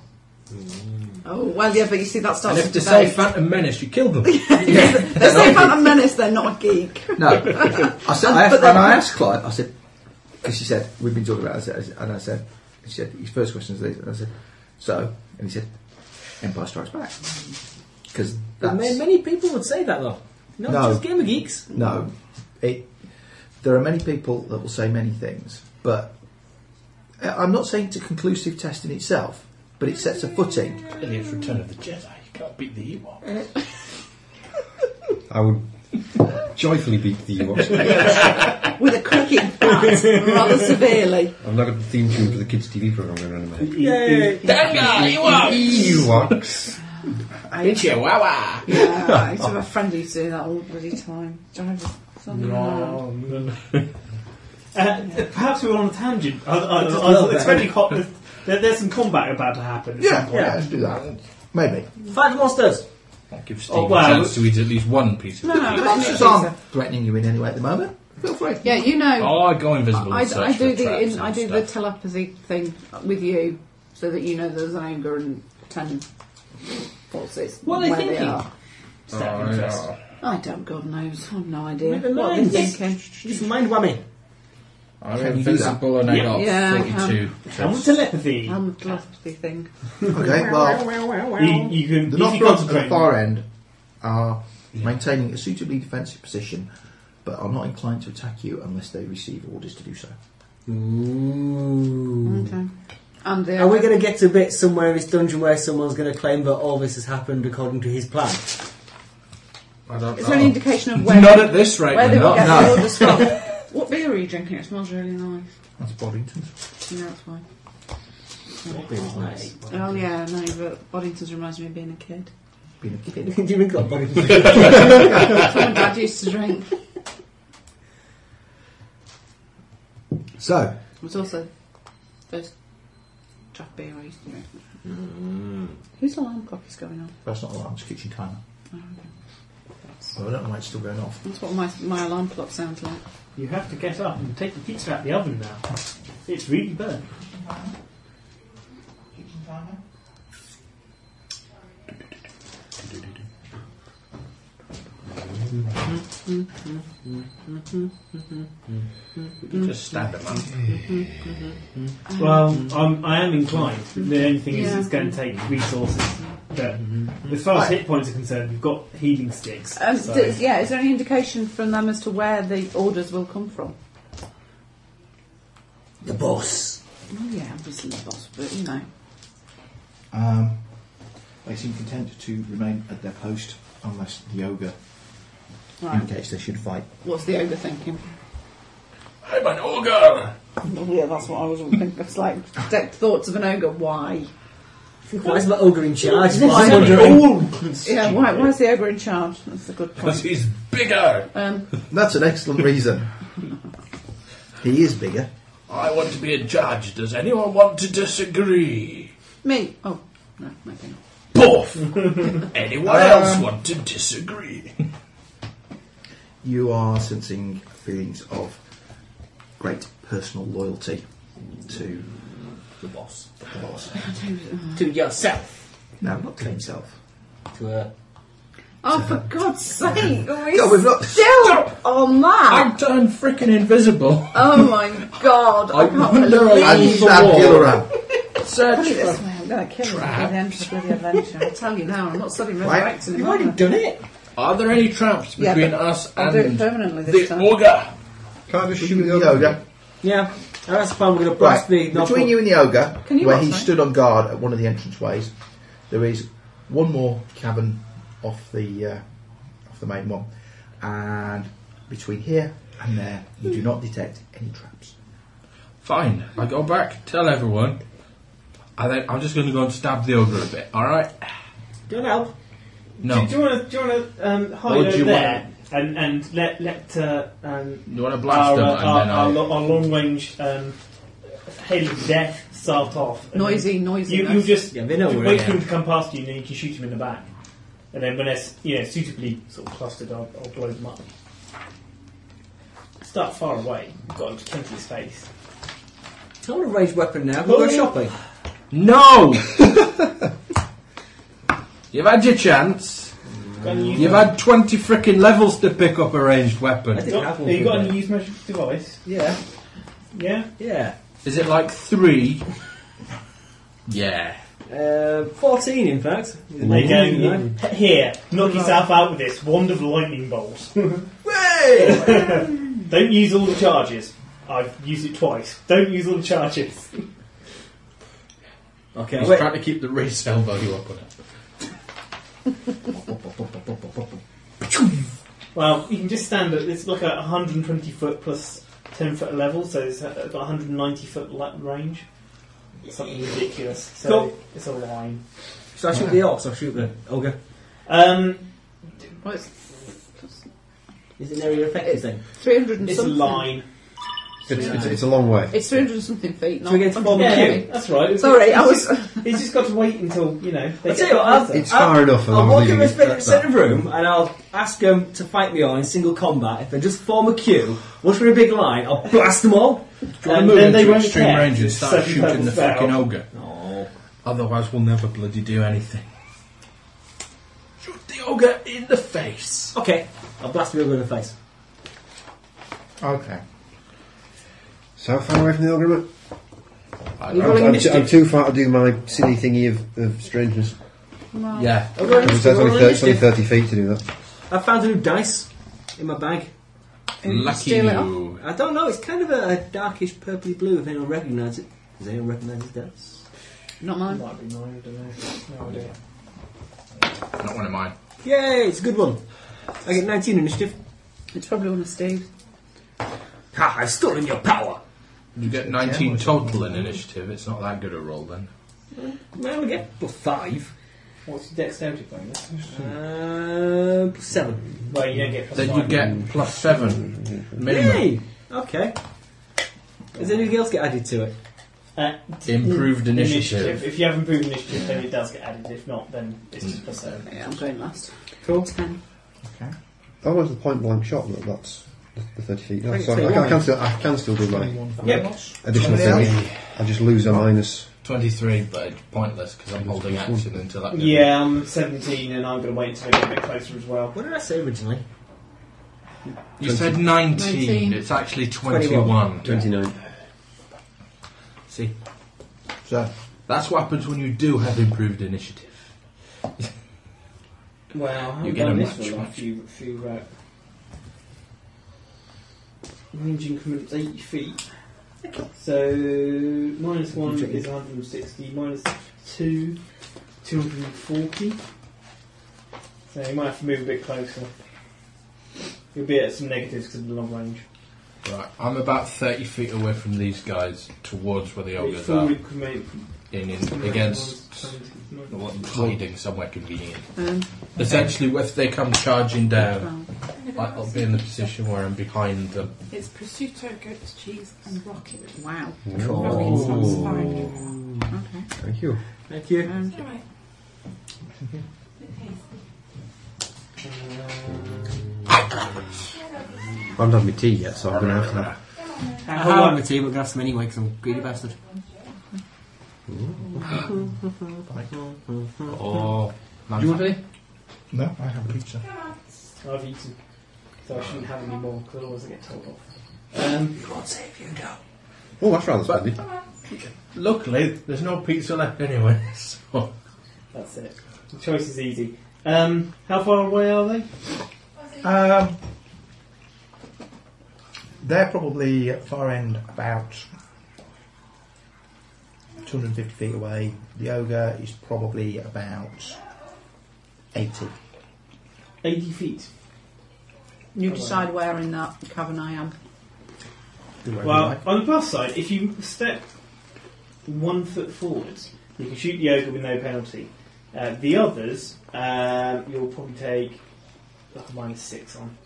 [SPEAKER 5] Oh well, yeah, but you see that
[SPEAKER 6] And
[SPEAKER 5] starts.
[SPEAKER 6] if
[SPEAKER 5] to
[SPEAKER 6] they say
[SPEAKER 5] debate.
[SPEAKER 6] Phantom Menace, you kill them.
[SPEAKER 5] they say Phantom Menace, they're not a geek.
[SPEAKER 3] No. I said, I asked, and I asked Clive, I said, because she said, we've been talking about it, I said, and I said, she said, his first question is this, and I said, so, and he said, Empire Strikes Back. Because
[SPEAKER 2] Ma- Many people would say that though. Not
[SPEAKER 3] No.
[SPEAKER 2] just gamer geeks.
[SPEAKER 3] No, it. There are many people that will say many things, but I- I'm not saying it's a conclusive test in itself. But it sets a footing.
[SPEAKER 6] Clearly, it's Return of the Jedi. You can't beat the Ewok.
[SPEAKER 8] I would joyfully beat the Ewoks.
[SPEAKER 5] With a cracking bat, rather severely.
[SPEAKER 8] I've now got the theme tune for the kids' TV program going on in my head.
[SPEAKER 2] Yay.
[SPEAKER 8] Ewoks.
[SPEAKER 5] I,
[SPEAKER 6] Chihuahua!
[SPEAKER 5] yeah, I used to have a friend who used to do that all the bloody time. Drive us- something around.
[SPEAKER 7] Uh, Perhaps we were on a tangent. I, I, I,
[SPEAKER 2] Just a
[SPEAKER 7] I,
[SPEAKER 2] little
[SPEAKER 7] it's
[SPEAKER 2] bit.
[SPEAKER 7] very hot. There, there's some combat about to happen at some
[SPEAKER 3] Yeah,
[SPEAKER 7] point.
[SPEAKER 3] yeah, let's do that. Maybe.
[SPEAKER 2] Fight the monsters.
[SPEAKER 6] That gives Steve
[SPEAKER 7] well,
[SPEAKER 6] a chance to eat at least one piece of
[SPEAKER 5] Oh, No, no,
[SPEAKER 6] cake.
[SPEAKER 5] that's
[SPEAKER 3] Monsters aren't threatening you in any way at the moment. Feel free.
[SPEAKER 5] Yeah, you know.
[SPEAKER 6] Oh, I go invisible
[SPEAKER 5] I,
[SPEAKER 6] and search
[SPEAKER 5] I do
[SPEAKER 6] for
[SPEAKER 5] the
[SPEAKER 6] traps
[SPEAKER 5] in,
[SPEAKER 6] and
[SPEAKER 5] I do the
[SPEAKER 6] stuff.
[SPEAKER 5] telepathy thing with you, so that you know there's an anger and ten forces.
[SPEAKER 7] What are they
[SPEAKER 5] where
[SPEAKER 7] thinking?
[SPEAKER 5] are.
[SPEAKER 6] Oh,
[SPEAKER 7] Is that interest?
[SPEAKER 5] I don't. God knows. I've no idea.
[SPEAKER 2] Never
[SPEAKER 5] What are
[SPEAKER 2] mind.
[SPEAKER 5] they thinking?
[SPEAKER 2] Just mind whammy.
[SPEAKER 6] I'm
[SPEAKER 3] Can you do
[SPEAKER 6] invisible and I
[SPEAKER 7] Yeah.
[SPEAKER 6] got
[SPEAKER 5] Yeah, I
[SPEAKER 6] 32
[SPEAKER 7] Come
[SPEAKER 6] traps.
[SPEAKER 7] on, telepathy.
[SPEAKER 5] I'm a telepathy thing.
[SPEAKER 3] Okay, well,
[SPEAKER 7] you, you can
[SPEAKER 3] The
[SPEAKER 7] if you
[SPEAKER 3] Nothrons at the
[SPEAKER 7] concentrate-
[SPEAKER 3] far end are maintaining a suitably defensive position, but are not inclined to attack you unless they receive orders to do so.
[SPEAKER 5] Okay. And uh, the
[SPEAKER 2] Are we going to get to a bit somewhere in this dungeon where someone's going to claim that all this has happened according to his plan?
[SPEAKER 6] I don't
[SPEAKER 5] Is there any
[SPEAKER 6] know.
[SPEAKER 5] indication of where?
[SPEAKER 6] Not at this rate,
[SPEAKER 5] Where
[SPEAKER 6] we're
[SPEAKER 5] they will
[SPEAKER 6] not.
[SPEAKER 5] get
[SPEAKER 6] No.
[SPEAKER 5] the orders from? What beer are you drinking? It smells really nice.
[SPEAKER 3] That's Boddington's.
[SPEAKER 5] Yeah, that's why.
[SPEAKER 3] Beer's nice.
[SPEAKER 5] Oh yeah, no, but Boddington's reminds me of being a kid.
[SPEAKER 3] Being a kid.
[SPEAKER 2] Do you think that body?
[SPEAKER 5] That's what my dad used to drink. It
[SPEAKER 3] So,
[SPEAKER 5] was also first draft beer I used to drink. Whose alarm clock is going on?
[SPEAKER 3] that's not alarm, it's kitchen timer.
[SPEAKER 5] Oh, okay. That's,
[SPEAKER 3] Well, I don't know why it's still going off.
[SPEAKER 5] that's what my my alarm clock sounds like.
[SPEAKER 7] You have to get up and take the pizza out the oven now. It's really burnt.
[SPEAKER 6] Just stab it, man.
[SPEAKER 7] Well, I'm, I am inclined. The only thing is,
[SPEAKER 5] Yeah.
[SPEAKER 7] it's going to take resources. But as far as hit points are concerned, we've got healing sticks.
[SPEAKER 5] Um,
[SPEAKER 7] so-
[SPEAKER 5] d- yeah, is there any indication from them as to where the orders will come from?
[SPEAKER 2] the boss.
[SPEAKER 5] Well, Oh, yeah, obviously the boss, but you know.
[SPEAKER 3] Um, they seem content to remain at their post unless the ogre
[SPEAKER 5] Right.
[SPEAKER 3] indicates they should fight.
[SPEAKER 5] What's the ogre thinking?
[SPEAKER 6] I'm an ogre!
[SPEAKER 5] Well, yeah, that's what I was thinking. It's like detect thoughts of an ogre. Why?
[SPEAKER 2] Why is the ogre in charge?
[SPEAKER 5] Why?
[SPEAKER 2] I'm wondering.
[SPEAKER 5] Yeah, why, why is the ogre in charge? That's a good
[SPEAKER 6] Because
[SPEAKER 5] point.
[SPEAKER 6] he's bigger!
[SPEAKER 5] Um,
[SPEAKER 3] That's an excellent reason. he is bigger.
[SPEAKER 6] I want to be a judge. Does anyone want to disagree?
[SPEAKER 5] me. Oh, no, maybe not.
[SPEAKER 6] Poof! anyone else want to disagree?
[SPEAKER 3] You are sensing feelings of great personal loyalty to
[SPEAKER 2] The boss.
[SPEAKER 3] the boss.
[SPEAKER 2] To yourself.
[SPEAKER 3] No, not to himself.
[SPEAKER 2] To her.
[SPEAKER 5] Oh, for God's sake! Are we
[SPEAKER 3] No, Oh, we've not-
[SPEAKER 5] still on that?
[SPEAKER 6] I've turned freaking invisible.
[SPEAKER 5] Oh my God! I,
[SPEAKER 6] I
[SPEAKER 5] can't
[SPEAKER 6] wonder
[SPEAKER 5] believe
[SPEAKER 6] I-
[SPEAKER 3] And
[SPEAKER 6] Evil
[SPEAKER 3] stab
[SPEAKER 6] war.
[SPEAKER 3] Gilliram.
[SPEAKER 5] Put it
[SPEAKER 6] Search
[SPEAKER 5] this way, I'm going to kill him by the end of the bloody adventure. I tell you now, I'm not suddenly resurrecting him.
[SPEAKER 2] You've already
[SPEAKER 5] am I?
[SPEAKER 2] done it.
[SPEAKER 6] Are there any traps
[SPEAKER 5] Yeah,
[SPEAKER 6] between
[SPEAKER 5] but
[SPEAKER 6] us
[SPEAKER 5] I'll do it
[SPEAKER 6] and
[SPEAKER 5] permanently
[SPEAKER 6] the
[SPEAKER 5] this time.
[SPEAKER 6] ogre?
[SPEAKER 8] Can I just shoot
[SPEAKER 3] Between
[SPEAKER 8] the
[SPEAKER 3] the
[SPEAKER 8] other
[SPEAKER 3] ogre.
[SPEAKER 2] Yeah. And that's the plan. We're going to
[SPEAKER 3] Right.
[SPEAKER 2] blast the knob
[SPEAKER 3] Between
[SPEAKER 2] up.
[SPEAKER 3] you and the ogre,
[SPEAKER 5] Can you
[SPEAKER 3] where
[SPEAKER 5] what,
[SPEAKER 3] he
[SPEAKER 5] sorry?
[SPEAKER 3] stood on guard at one of the entranceways, there is one more cabin off the uh, off the main one. And between here and there, you do not detect any traps.
[SPEAKER 6] Fine. I go back, tell everyone, and then I'm just going to go and stab the ogre a bit. All right?
[SPEAKER 2] Do you want help?
[SPEAKER 6] No.
[SPEAKER 7] Do you want to do you want to um, hide
[SPEAKER 6] Or do
[SPEAKER 7] over
[SPEAKER 6] you
[SPEAKER 7] there and and let let uh, um,
[SPEAKER 6] You want to blast
[SPEAKER 7] our,
[SPEAKER 6] them,
[SPEAKER 7] uh,
[SPEAKER 6] and
[SPEAKER 7] our,
[SPEAKER 6] then
[SPEAKER 7] our,
[SPEAKER 6] I'll.
[SPEAKER 7] lo- our long range um, hail of death start off. and
[SPEAKER 5] Noisy, noisy.
[SPEAKER 7] You, you
[SPEAKER 5] noisy.
[SPEAKER 7] just
[SPEAKER 2] Yeah, they know
[SPEAKER 7] you
[SPEAKER 2] where
[SPEAKER 7] wait
[SPEAKER 2] I
[SPEAKER 7] for him
[SPEAKER 2] am.
[SPEAKER 7] to come past you, and then you can shoot him in the back. And then when they're s- you know, suitably sort of clustered, I'll, I'll blow them up. Start far away. You've got plenty of space.
[SPEAKER 2] I want a ranged weapon now. We'll go
[SPEAKER 7] Oh.
[SPEAKER 2] shopping.
[SPEAKER 6] No! You've had your chance.
[SPEAKER 7] Got
[SPEAKER 2] Mm.
[SPEAKER 7] any use
[SPEAKER 6] You've had 20 freaking levels to pick up a ranged weapon.
[SPEAKER 2] didn't have
[SPEAKER 7] Got,
[SPEAKER 2] one
[SPEAKER 7] have you
[SPEAKER 2] for
[SPEAKER 7] got
[SPEAKER 2] that.
[SPEAKER 7] any use measure device?
[SPEAKER 2] Yeah.
[SPEAKER 7] Yeah.
[SPEAKER 2] Yeah.
[SPEAKER 6] Is it like three? Yeah.
[SPEAKER 2] Uh, 14, in fact.
[SPEAKER 7] There you go.
[SPEAKER 2] Yeah.
[SPEAKER 7] You- Here, knock yourself out with this wonderful lightning bolt.
[SPEAKER 2] Hey!
[SPEAKER 7] Don't use all the charges. I've used it twice. Don't use all the charges.
[SPEAKER 2] okay,
[SPEAKER 6] He's
[SPEAKER 2] wait.
[SPEAKER 6] trying to keep the resale value up on it.
[SPEAKER 7] Well, you can just stand at it's like a 120 foot plus 10 foot level, so it's uh, got 190 foot la- range. Something ridiculous. So
[SPEAKER 2] Cool.
[SPEAKER 7] it's a line.
[SPEAKER 2] Should I shoot the orcs or shoot the ogre?
[SPEAKER 7] Um,
[SPEAKER 5] Well, it's
[SPEAKER 2] Is it an area effective thing?
[SPEAKER 5] three hundred and
[SPEAKER 7] it's a
[SPEAKER 5] something.
[SPEAKER 7] line.
[SPEAKER 8] It's, it's,
[SPEAKER 5] it's,
[SPEAKER 8] it's a long way.
[SPEAKER 5] it's 300 and something feet.
[SPEAKER 2] Shall we get to bomb
[SPEAKER 5] Yeah.
[SPEAKER 2] queue?
[SPEAKER 5] Okay.
[SPEAKER 9] That's right.
[SPEAKER 5] Sorry, I
[SPEAKER 9] He's
[SPEAKER 5] was.
[SPEAKER 9] just- He's just got to wait until you know. They
[SPEAKER 2] I'll
[SPEAKER 9] get
[SPEAKER 2] tell you what,
[SPEAKER 9] the
[SPEAKER 2] I'll-
[SPEAKER 9] answer.
[SPEAKER 8] It's far enough. and
[SPEAKER 2] I'll
[SPEAKER 8] I'm
[SPEAKER 2] walk
[SPEAKER 8] leaving
[SPEAKER 2] in the
[SPEAKER 8] it at
[SPEAKER 2] spin-
[SPEAKER 8] that.
[SPEAKER 2] centre of room and I'll ask them to fight me on in single combat. If they just form a queue, rush me a big line, I'll blast them all.
[SPEAKER 9] And
[SPEAKER 4] And move
[SPEAKER 9] then they
[SPEAKER 4] into
[SPEAKER 9] won't
[SPEAKER 4] extreme
[SPEAKER 9] care.
[SPEAKER 4] range and
[SPEAKER 9] It's
[SPEAKER 4] start
[SPEAKER 9] seven
[SPEAKER 4] shooting
[SPEAKER 9] levels
[SPEAKER 4] the
[SPEAKER 9] down.
[SPEAKER 4] fucking ogre.
[SPEAKER 9] No.
[SPEAKER 6] Otherwise, we'll never bloody do anything.
[SPEAKER 4] Shoot the ogre in the face.
[SPEAKER 2] Okay, I'll blast them over in the face.
[SPEAKER 3] Okay.
[SPEAKER 8] So far away from the ogre. am
[SPEAKER 6] I
[SPEAKER 8] I?
[SPEAKER 5] You're
[SPEAKER 8] I'm,
[SPEAKER 5] rolling
[SPEAKER 8] I'm, too, I'm
[SPEAKER 5] initiative.
[SPEAKER 8] too far to do my silly thingy of, of strangeness.
[SPEAKER 5] No.
[SPEAKER 6] Yeah.
[SPEAKER 5] Are we on
[SPEAKER 8] That's
[SPEAKER 5] initiative?
[SPEAKER 8] only
[SPEAKER 5] We're on
[SPEAKER 8] 30, it's only
[SPEAKER 5] initiative.
[SPEAKER 8] 30 feet to do that.
[SPEAKER 2] I found a new dice in my bag.
[SPEAKER 6] Lucky
[SPEAKER 5] Steal it off.
[SPEAKER 6] you.
[SPEAKER 2] I don't know, it's kind of a, a darkish purpley blue if anyone recognises it. Does anyone recognise this dice?
[SPEAKER 5] Not mine.
[SPEAKER 9] Might be mine, I don't know. No idea.
[SPEAKER 6] Not one of mine.
[SPEAKER 2] Yay, it's a good one. I get 19 initiative.
[SPEAKER 5] It's probably one of Steve's.
[SPEAKER 2] Ha, I've stolen your power.
[SPEAKER 6] You get 19 total in initiative. It's not that good a roll then.
[SPEAKER 2] Now we get plus 5.
[SPEAKER 9] What's the dexterity bonus?
[SPEAKER 2] Uh, plus 7.
[SPEAKER 9] Well, you don't get plus
[SPEAKER 6] Then you
[SPEAKER 9] five.
[SPEAKER 6] get plus seven minimum.
[SPEAKER 2] Yay! Okay. Does anything else get added to it?
[SPEAKER 9] Uh,
[SPEAKER 6] Improved initiative.
[SPEAKER 9] If you have improved initiative, then it does get added. If not, then it's just plus seven.
[SPEAKER 5] Yeah, I'm going last.
[SPEAKER 2] Cool.
[SPEAKER 5] Ten.
[SPEAKER 8] Almost the point blank shot, but that's the- the 30 feet. No,
[SPEAKER 2] Right,
[SPEAKER 8] sorry,
[SPEAKER 2] so
[SPEAKER 8] I can, I,
[SPEAKER 2] why?
[SPEAKER 8] can still, I can still do my
[SPEAKER 9] Yeah.
[SPEAKER 8] additional
[SPEAKER 3] Somebody
[SPEAKER 8] thing. I just lose a minus.
[SPEAKER 6] 23, but it's pointless because I'm holding action until that.
[SPEAKER 9] Yeah, I'm 17 and I'm going to wait until I get a bit closer as well.
[SPEAKER 2] What did I say originally?
[SPEAKER 6] You said 19.
[SPEAKER 5] 19.
[SPEAKER 6] It's actually 21.
[SPEAKER 2] 21.
[SPEAKER 8] 29.
[SPEAKER 6] See,
[SPEAKER 3] So,
[SPEAKER 6] that's what happens when you do have improved initiative.
[SPEAKER 9] Well, I
[SPEAKER 6] You
[SPEAKER 9] haven't
[SPEAKER 6] get a
[SPEAKER 9] done this
[SPEAKER 6] match
[SPEAKER 9] for a
[SPEAKER 6] match.
[SPEAKER 9] few, few uh, ranging commands 80 feet. So, minus 1
[SPEAKER 2] Check it.
[SPEAKER 9] is 160, minus 2, 240. So you might have to move a bit closer. You'll be at some negatives because of the long range.
[SPEAKER 6] Right, I'm about 30 feet away from these guys towards where the
[SPEAKER 9] It's
[SPEAKER 6] ogres
[SPEAKER 9] full
[SPEAKER 6] are.
[SPEAKER 9] recommend-
[SPEAKER 6] In, in,
[SPEAKER 9] recommend-
[SPEAKER 6] against.
[SPEAKER 9] recommend-
[SPEAKER 6] Well, hiding somewhere convenient.
[SPEAKER 5] Um,
[SPEAKER 6] Essentially, if they come charging down,
[SPEAKER 5] well,
[SPEAKER 6] I- I'll be in the position where I'm behind them.
[SPEAKER 10] It's prosciutto, goat's cheese, and rocket.
[SPEAKER 5] wow.
[SPEAKER 10] Rocket sounds
[SPEAKER 2] Oh.
[SPEAKER 10] fine.
[SPEAKER 5] Okay.
[SPEAKER 8] Oh. Thank you.
[SPEAKER 2] Thank you.
[SPEAKER 5] Um,
[SPEAKER 10] Alright.
[SPEAKER 8] I haven't had my tea yet, so I'm going to have to have
[SPEAKER 2] I don't like my tea, but I'm gonna ask them anyway because I'm a greedy bastard.
[SPEAKER 6] Oh,
[SPEAKER 8] you want
[SPEAKER 6] any?
[SPEAKER 3] no, I have a pizza.
[SPEAKER 9] I've eaten, so I shouldn't have any more because otherwise I get told off. Um,
[SPEAKER 8] Oh, that's rather spendy.
[SPEAKER 6] Luckily, there's no pizza left anyway. So
[SPEAKER 9] that's it. The choice is easy. Um, how far away are they?
[SPEAKER 3] Um, they're probably at far end about 250 feet away. The ogre is probably about 80.
[SPEAKER 9] 80 feet.
[SPEAKER 5] you
[SPEAKER 9] Alright.
[SPEAKER 5] decide where in that cavern I am.
[SPEAKER 3] Do whatever you
[SPEAKER 9] Well,
[SPEAKER 3] like.
[SPEAKER 9] on the plus side, if you step one foot forwards, you can shoot the ogre with no penalty. Uh, the others, um, you'll probably take like a minus six on.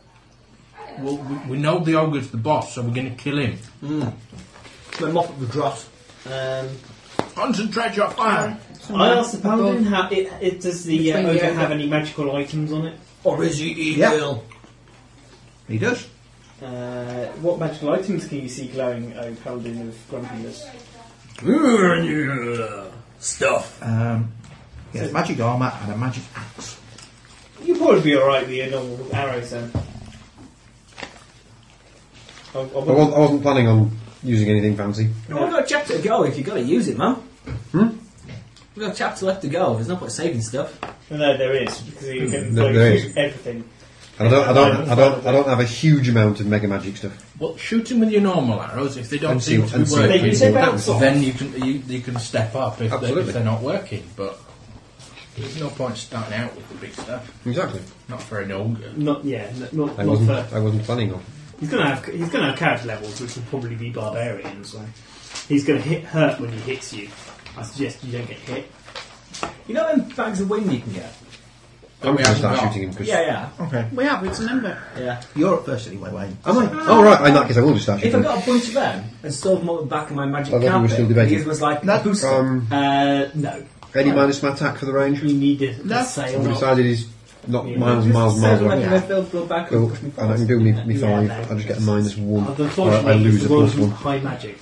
[SPEAKER 6] well, we, we know the ogre's the boss, so we're going to kill him.
[SPEAKER 2] My Moffat was dross.
[SPEAKER 9] Um,
[SPEAKER 6] Concentrate your fire.
[SPEAKER 9] I asked the paladin, how, it, it, does the uh,
[SPEAKER 5] Between the
[SPEAKER 9] ogre
[SPEAKER 5] ogre-
[SPEAKER 9] have any magical items on it?
[SPEAKER 2] Or is he
[SPEAKER 3] Yeah.
[SPEAKER 2] evil?
[SPEAKER 3] He does.
[SPEAKER 9] Uh, what magical items can you see glowing, O Paladin of Grumpiness?
[SPEAKER 2] Stuff.
[SPEAKER 3] Um, he has magic armour and a magic axe.
[SPEAKER 9] You'll probably be alright with your normal arrows then. Oh, I, I
[SPEAKER 8] I
[SPEAKER 9] wouldn't-
[SPEAKER 8] wasn't, I wasn't planning on using anything fancy.
[SPEAKER 2] We've got a chapter to go if you've got to use it, man.
[SPEAKER 8] Hmm?
[SPEAKER 2] We've got a chapter left to go. There's no point saving stuff.
[SPEAKER 9] No, there is, because you can
[SPEAKER 8] There-
[SPEAKER 9] blow
[SPEAKER 8] there
[SPEAKER 9] through
[SPEAKER 8] is.
[SPEAKER 9] everything.
[SPEAKER 8] And I don't, I don't, I don't, I don't have a huge amount of mega magic stuff.
[SPEAKER 6] Well, shoot him with your normal arrows if they don't
[SPEAKER 8] And see-
[SPEAKER 6] seem to
[SPEAKER 8] and
[SPEAKER 6] be
[SPEAKER 8] see
[SPEAKER 9] They-
[SPEAKER 8] what
[SPEAKER 6] working.
[SPEAKER 8] people
[SPEAKER 9] they
[SPEAKER 8] do.
[SPEAKER 9] bounce off.
[SPEAKER 6] Then you can you, you can step up if, they,
[SPEAKER 8] Absolutely.
[SPEAKER 6] if they're not working. But there's no point starting out with the big stuff.
[SPEAKER 8] Exactly.
[SPEAKER 6] Not for an ogre.
[SPEAKER 7] Not yeah, n- not,
[SPEAKER 8] I
[SPEAKER 7] not
[SPEAKER 8] wasn't,
[SPEAKER 7] for.
[SPEAKER 8] I wasn't planning on.
[SPEAKER 7] He's gonna have he's gonna have character levels, which will probably be barbarians. So he's gonna hit hurt when he hits you. I suggest you don't get hit.
[SPEAKER 2] You know them bags of wind you can get?
[SPEAKER 6] Oh, we have
[SPEAKER 8] start
[SPEAKER 6] not.
[SPEAKER 8] shooting him. 'cause-
[SPEAKER 7] Yeah, yeah.
[SPEAKER 8] Okay.
[SPEAKER 11] We have, it's a number.
[SPEAKER 7] Yeah.
[SPEAKER 3] You're up first anyway, Wayne.
[SPEAKER 8] Am I? Oh, right. In that case, I will just start
[SPEAKER 2] If I
[SPEAKER 8] shooting.
[SPEAKER 2] got a bunch of them and stole them all at the back of my magic
[SPEAKER 8] I thought we were
[SPEAKER 2] carpet,
[SPEAKER 8] still
[SPEAKER 2] and
[SPEAKER 8] debating.
[SPEAKER 2] he was like,
[SPEAKER 7] No.
[SPEAKER 2] boost
[SPEAKER 8] Um,
[SPEAKER 7] Uh, no.
[SPEAKER 8] any minus my attack for the range?
[SPEAKER 7] You need to
[SPEAKER 11] No.
[SPEAKER 7] say
[SPEAKER 8] I've
[SPEAKER 7] or not.
[SPEAKER 8] decided he's not
[SPEAKER 7] Yeah.
[SPEAKER 8] miles and miles and miles
[SPEAKER 2] Seven,
[SPEAKER 8] away.
[SPEAKER 2] like, Redfield, blow back
[SPEAKER 8] Cool.
[SPEAKER 2] and push me
[SPEAKER 8] And I can
[SPEAKER 2] forward.
[SPEAKER 8] do me, me
[SPEAKER 7] Yeah,
[SPEAKER 8] five.
[SPEAKER 7] no.
[SPEAKER 8] I just get a minus one.
[SPEAKER 7] Uh,
[SPEAKER 8] Or I,
[SPEAKER 7] Unfortunately,
[SPEAKER 8] I lose
[SPEAKER 7] the
[SPEAKER 8] a
[SPEAKER 7] world's
[SPEAKER 8] plus one.
[SPEAKER 7] high magic.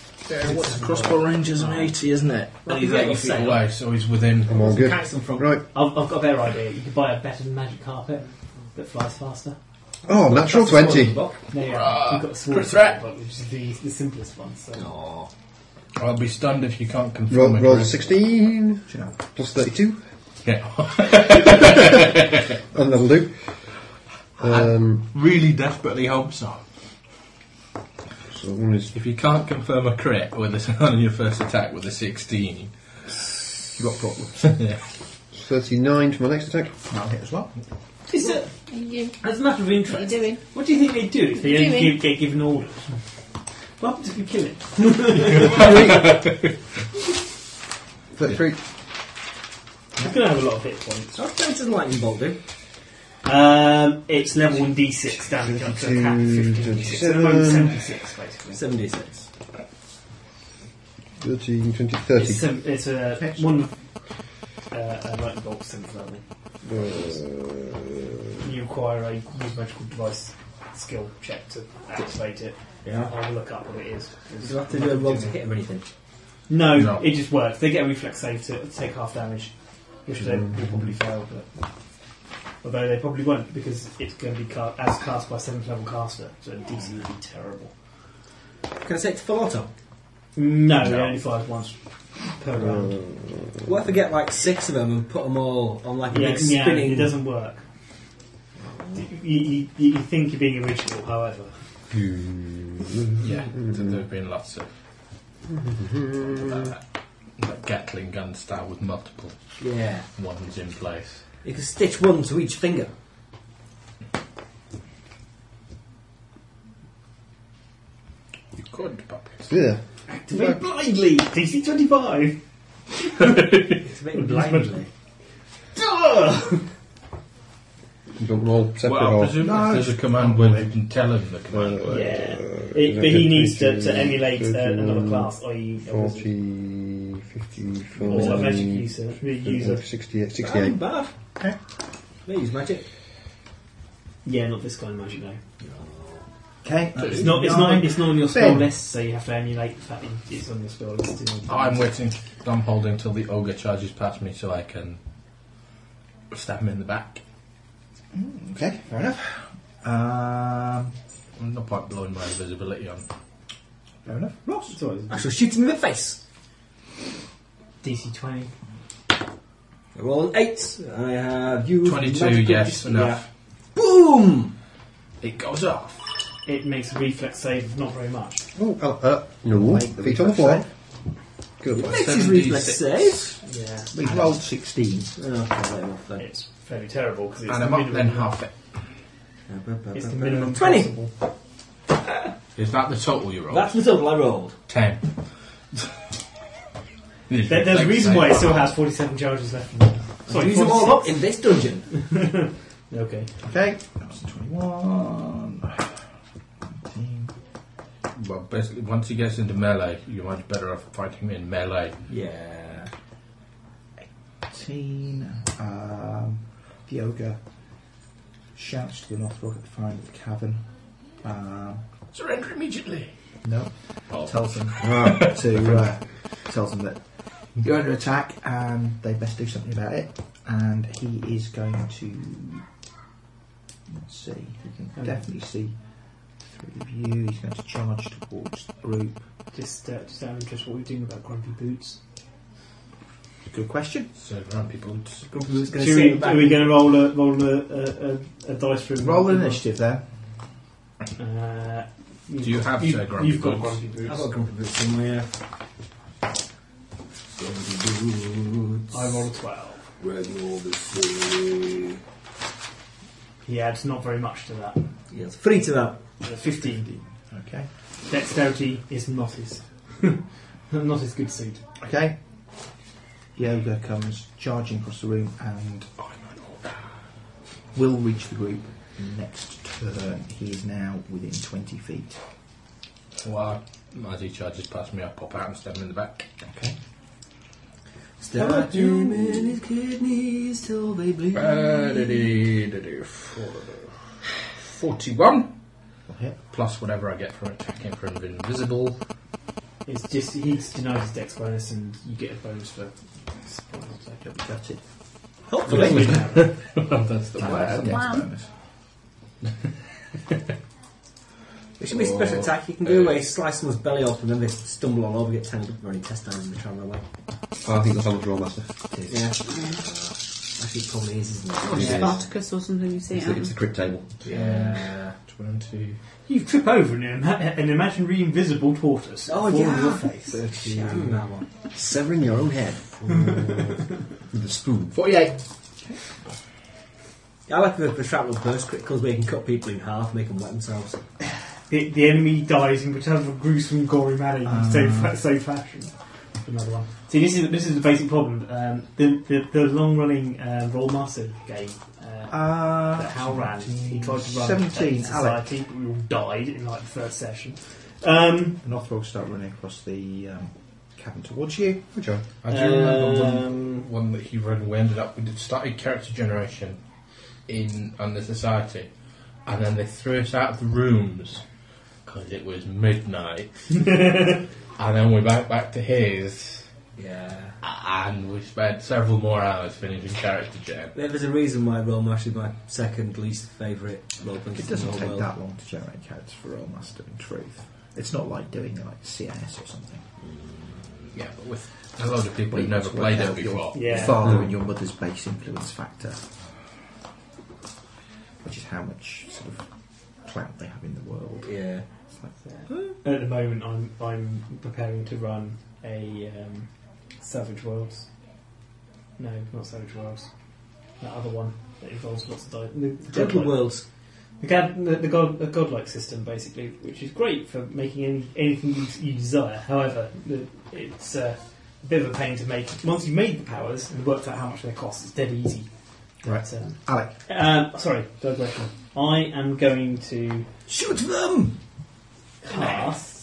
[SPEAKER 12] What's crossbow range is an 80, isn't it?
[SPEAKER 7] Well,
[SPEAKER 12] And he's
[SPEAKER 7] yeah,
[SPEAKER 12] 80
[SPEAKER 7] we'll
[SPEAKER 12] feet
[SPEAKER 7] say.
[SPEAKER 12] away, so he's within.
[SPEAKER 8] I'm all good.
[SPEAKER 7] Catch them from.
[SPEAKER 8] Right.
[SPEAKER 7] I've, I've got a better idea. You could buy a better magic carpet that flies faster.
[SPEAKER 8] Oh, natural
[SPEAKER 7] That's the smaller
[SPEAKER 8] 20.
[SPEAKER 7] block. No, yeah,
[SPEAKER 12] Hurrah.
[SPEAKER 7] we've got a smaller
[SPEAKER 12] Crit threat.
[SPEAKER 7] block, which is the, the simplest one. So.
[SPEAKER 12] Aw. I'll be stunned if you can't confirm
[SPEAKER 8] Roll,
[SPEAKER 12] it,
[SPEAKER 8] roll
[SPEAKER 12] Chris.
[SPEAKER 8] 16. Plus 32.
[SPEAKER 12] Yeah.
[SPEAKER 8] And that'll do. Um,
[SPEAKER 6] Really desperately hope so.
[SPEAKER 8] so one is
[SPEAKER 6] If you can't confirm a crit with a, on your first attack with a 16, you've got problems. yeah.
[SPEAKER 8] 39 for my next attack.
[SPEAKER 3] I'll hit as well.
[SPEAKER 7] Is it,
[SPEAKER 11] Are you?
[SPEAKER 7] as a matter
[SPEAKER 11] What
[SPEAKER 7] of
[SPEAKER 11] are you
[SPEAKER 7] interest,
[SPEAKER 11] doing?
[SPEAKER 7] what do you think they do if they only
[SPEAKER 11] Doing.
[SPEAKER 7] give, get given orders? What happens if you kill it?
[SPEAKER 8] 33.
[SPEAKER 7] It's going to have a lot of hit points.
[SPEAKER 2] I'll play to the lightning bolt, dude.
[SPEAKER 7] Um, it's level 1d6 damage up to attack 15d6. So
[SPEAKER 8] Seven.
[SPEAKER 7] 76, basically.
[SPEAKER 2] 76.
[SPEAKER 8] 13, 20,
[SPEAKER 7] It's,
[SPEAKER 8] 30.
[SPEAKER 7] sem- it's a one. Uh, a lightning bolt seventh level.
[SPEAKER 2] Uh,
[SPEAKER 7] You require a use magical device skill check to activate it.
[SPEAKER 2] Yeah.
[SPEAKER 7] I'll have a look up what it is.
[SPEAKER 2] Do you have to do a roll to hit or anything?
[SPEAKER 7] No,
[SPEAKER 6] No.
[SPEAKER 7] it just works. They get a reflex save to take half damage, which they will probably fail. But although they probably won't because it's going to be ca- as cast by seventh level caster, so DC would be terrible.
[SPEAKER 2] Can I set it to full auto?
[SPEAKER 7] No, it only fires once per round.
[SPEAKER 2] What if I get like six of them and put them all on like a
[SPEAKER 7] Yeah,
[SPEAKER 2] big
[SPEAKER 7] yeah,
[SPEAKER 2] spinning?
[SPEAKER 7] it doesn't work. You, you, you you think you're being original, however.
[SPEAKER 6] yeah. So there have been lots of. Uh, like Gatling gun style with multiple
[SPEAKER 2] Yeah.
[SPEAKER 6] ones in place.
[SPEAKER 2] You can stitch one to each finger.
[SPEAKER 6] You could, puppets.
[SPEAKER 8] Yeah.
[SPEAKER 7] Activate blindly! DC 25!
[SPEAKER 2] It's a bit blindly.
[SPEAKER 7] Duh!
[SPEAKER 8] You don't roll separate
[SPEAKER 6] Well, I
[SPEAKER 8] or.
[SPEAKER 6] presume
[SPEAKER 3] No,
[SPEAKER 6] if there's a
[SPEAKER 3] it's-
[SPEAKER 6] command word, you can tell him the command
[SPEAKER 8] Uh,
[SPEAKER 6] word.
[SPEAKER 7] Yeah.
[SPEAKER 8] uh,
[SPEAKER 7] It, but he needs to, to
[SPEAKER 8] 13,
[SPEAKER 7] emulate uh, another
[SPEAKER 8] 31,
[SPEAKER 7] class, i.e., a wizard.
[SPEAKER 8] 40, 50,
[SPEAKER 7] Or a magic user. a user.
[SPEAKER 8] 68,
[SPEAKER 2] That ain't
[SPEAKER 8] 68.
[SPEAKER 2] bad.
[SPEAKER 3] Okay.
[SPEAKER 2] They use magic.
[SPEAKER 7] Yeah, not this kind of magic, no.
[SPEAKER 3] Okay.
[SPEAKER 7] It's not, it's, not, it's not on your spell
[SPEAKER 3] Ben.
[SPEAKER 7] list, so you have to emulate the fact that it's on your spell list. in order to-
[SPEAKER 6] I'm waiting. I'm holding till the ogre charges past me so I can stab him in the back.
[SPEAKER 3] Okay, fair enough. Um,
[SPEAKER 6] I'm not quite blowing my invisibility on.
[SPEAKER 3] fair enough. Ross.
[SPEAKER 7] It's always
[SPEAKER 2] I shall shoot him in the face.
[SPEAKER 7] DC 20.
[SPEAKER 2] I roll an eight. I have you.
[SPEAKER 6] 22, yes, enough.
[SPEAKER 2] Boom!
[SPEAKER 6] It goes off.
[SPEAKER 7] It makes a reflex save of not very much.
[SPEAKER 8] Oh, uh, uh, no.
[SPEAKER 3] Make the
[SPEAKER 8] Feet on the floor.
[SPEAKER 3] reflex
[SPEAKER 8] Good.
[SPEAKER 2] Makes his reflex
[SPEAKER 6] 76.
[SPEAKER 2] save.
[SPEAKER 7] Yeah.
[SPEAKER 3] We've rolled 16.
[SPEAKER 2] Oh, I'll let him off then.
[SPEAKER 7] It's fairly terrible because it's,
[SPEAKER 6] And
[SPEAKER 7] the
[SPEAKER 6] I'm up
[SPEAKER 7] minimum-
[SPEAKER 6] then half it.
[SPEAKER 7] it's the minimum
[SPEAKER 2] 20.
[SPEAKER 7] possible.
[SPEAKER 6] Is that the total you rolled?
[SPEAKER 2] That's the double I rolled.
[SPEAKER 6] ten.
[SPEAKER 7] There, there's a reason why it still has 47 charges left. in it. Sorry,
[SPEAKER 2] Use them all
[SPEAKER 7] 46.
[SPEAKER 2] up in this dungeon.
[SPEAKER 7] Okay.
[SPEAKER 3] Okay. That was 21. 19.
[SPEAKER 6] Well, basically, once he gets into melee, you're much better off fighting him in melee.
[SPEAKER 2] Yeah.
[SPEAKER 3] 18. Um, the ogre shouts to the north rock at the far end of the cavern. Um,
[SPEAKER 6] Surrender immediately.
[SPEAKER 3] no.
[SPEAKER 6] Oh.
[SPEAKER 3] Tells them to uh, tells them that you're under attack and they best do something about it. And he is going to let's see. He can definitely see three of you. He's going to charge towards the group.
[SPEAKER 7] Just, uh, just out of interest, what are we doing about grumpy boots?
[SPEAKER 3] Good question.
[SPEAKER 6] So, grumpy boots.
[SPEAKER 7] Should we, are we going to roll a roll a, a, a, a dice for
[SPEAKER 3] Roll an initiative there.
[SPEAKER 7] Uh,
[SPEAKER 6] Do you have,
[SPEAKER 7] you,
[SPEAKER 6] uh, grumpy
[SPEAKER 7] you've got
[SPEAKER 6] boots?
[SPEAKER 7] grumpy boots?
[SPEAKER 2] I've got grumpy boots in my uh,
[SPEAKER 7] I rolled twelve. He adds not very much to that.
[SPEAKER 13] Uh,
[SPEAKER 2] yes, three to that.
[SPEAKER 7] Uh, Fifteen.
[SPEAKER 3] Okay.
[SPEAKER 7] Dexterity is not his not his good suit.
[SPEAKER 3] Okay. The ogre comes charging across the room and will reach the group next turn. He is now within 20 feet.
[SPEAKER 6] Well, I- as he charges past me, I pop out and stab him in the back.
[SPEAKER 3] Okay.
[SPEAKER 6] Stab him in
[SPEAKER 2] his kidneys till they bleed.
[SPEAKER 6] Ba-da-dee-da-dee, four- 41
[SPEAKER 3] Will hit.
[SPEAKER 6] plus whatever I get from it checking from invisible.
[SPEAKER 7] It's just he denies his dex bonus, and you get a bonus for.
[SPEAKER 3] Don't be gutted.
[SPEAKER 7] Hopefully,
[SPEAKER 6] well, that's the
[SPEAKER 3] Wow, that's a
[SPEAKER 6] plan.
[SPEAKER 3] dex
[SPEAKER 5] Wow.
[SPEAKER 3] bonus.
[SPEAKER 2] It should be a special attack. You can do where you slice someone's belly open, and then they stumble on over, get tangled up in their intestines, and they travel away.
[SPEAKER 8] Oh, I think that's how much roll master.
[SPEAKER 2] Yeah. Actually, it probably is, isn't
[SPEAKER 5] Or
[SPEAKER 2] it?
[SPEAKER 8] Yeah.
[SPEAKER 5] Spartacus or something you see.
[SPEAKER 8] It's the, it's the crypt table.
[SPEAKER 6] Yeah, 20,
[SPEAKER 13] You trip over an, ima- an imaginary invisible tortoise.
[SPEAKER 2] Oh,
[SPEAKER 13] Fall on
[SPEAKER 2] yeah.
[SPEAKER 13] your face.
[SPEAKER 2] Shame, that one.
[SPEAKER 8] Severing your own head. With a spoon.
[SPEAKER 6] 48.
[SPEAKER 2] I like the, the shrapnel burst criticals where you can cut people in half, make them wet themselves.
[SPEAKER 13] The, the enemy dies in whichever gruesome, gory manner you
[SPEAKER 3] Ah.
[SPEAKER 13] so, fa- so fashion. Another one. See, this is this is the basic problem. Um, the the, the long running uh, Roll Master game. Uh,
[SPEAKER 3] Uh,
[SPEAKER 13] that Hal ran. He tried to run a
[SPEAKER 3] 17, Alec.
[SPEAKER 13] society, but we all died in like the first session. Um,
[SPEAKER 3] The Northrog start running across the um, cabin towards you.
[SPEAKER 8] Good job.
[SPEAKER 6] I do remember
[SPEAKER 13] uh,
[SPEAKER 6] one,
[SPEAKER 7] um,
[SPEAKER 6] one that he read and we ended up, we did started character generation in on the society, and then they threw us out of the rooms because it was midnight, and then we back back to his,
[SPEAKER 2] Yeah.
[SPEAKER 6] and we spent several more hours finishing character gen.
[SPEAKER 2] There's a reason why Roll Mash is my second least favourite role playing
[SPEAKER 3] It doesn't take that long to generate characters for Roll Master in truth. It's not like doing like CIS or something.
[SPEAKER 6] Yeah, but with a lot of people
[SPEAKER 3] Wait,
[SPEAKER 6] who've never
[SPEAKER 3] it's
[SPEAKER 6] played
[SPEAKER 3] worked
[SPEAKER 6] it
[SPEAKER 3] out
[SPEAKER 6] before.
[SPEAKER 3] Your
[SPEAKER 13] yeah.
[SPEAKER 3] father and your mother's base influence factor, which is how much sort of clout they have in the world.
[SPEAKER 2] Yeah.
[SPEAKER 3] It's like,
[SPEAKER 7] At the moment, I'm I'm preparing to run a um, Savage Worlds. No, not Savage Worlds. That other one that involves lots of di- the, the
[SPEAKER 2] Gentle
[SPEAKER 7] godlike-
[SPEAKER 2] Worlds.
[SPEAKER 7] The, god, the, the god, the godlike system, basically, which is great for making any, anything you, you desire. However, the, it's uh, a bit of a pain to make. Once you've made the powers and worked out how much they cost, it's dead easy.
[SPEAKER 3] Right.
[SPEAKER 7] So,
[SPEAKER 3] Alec,
[SPEAKER 7] um, sorry, digression. I am going to
[SPEAKER 3] shoot them!
[SPEAKER 7] cast.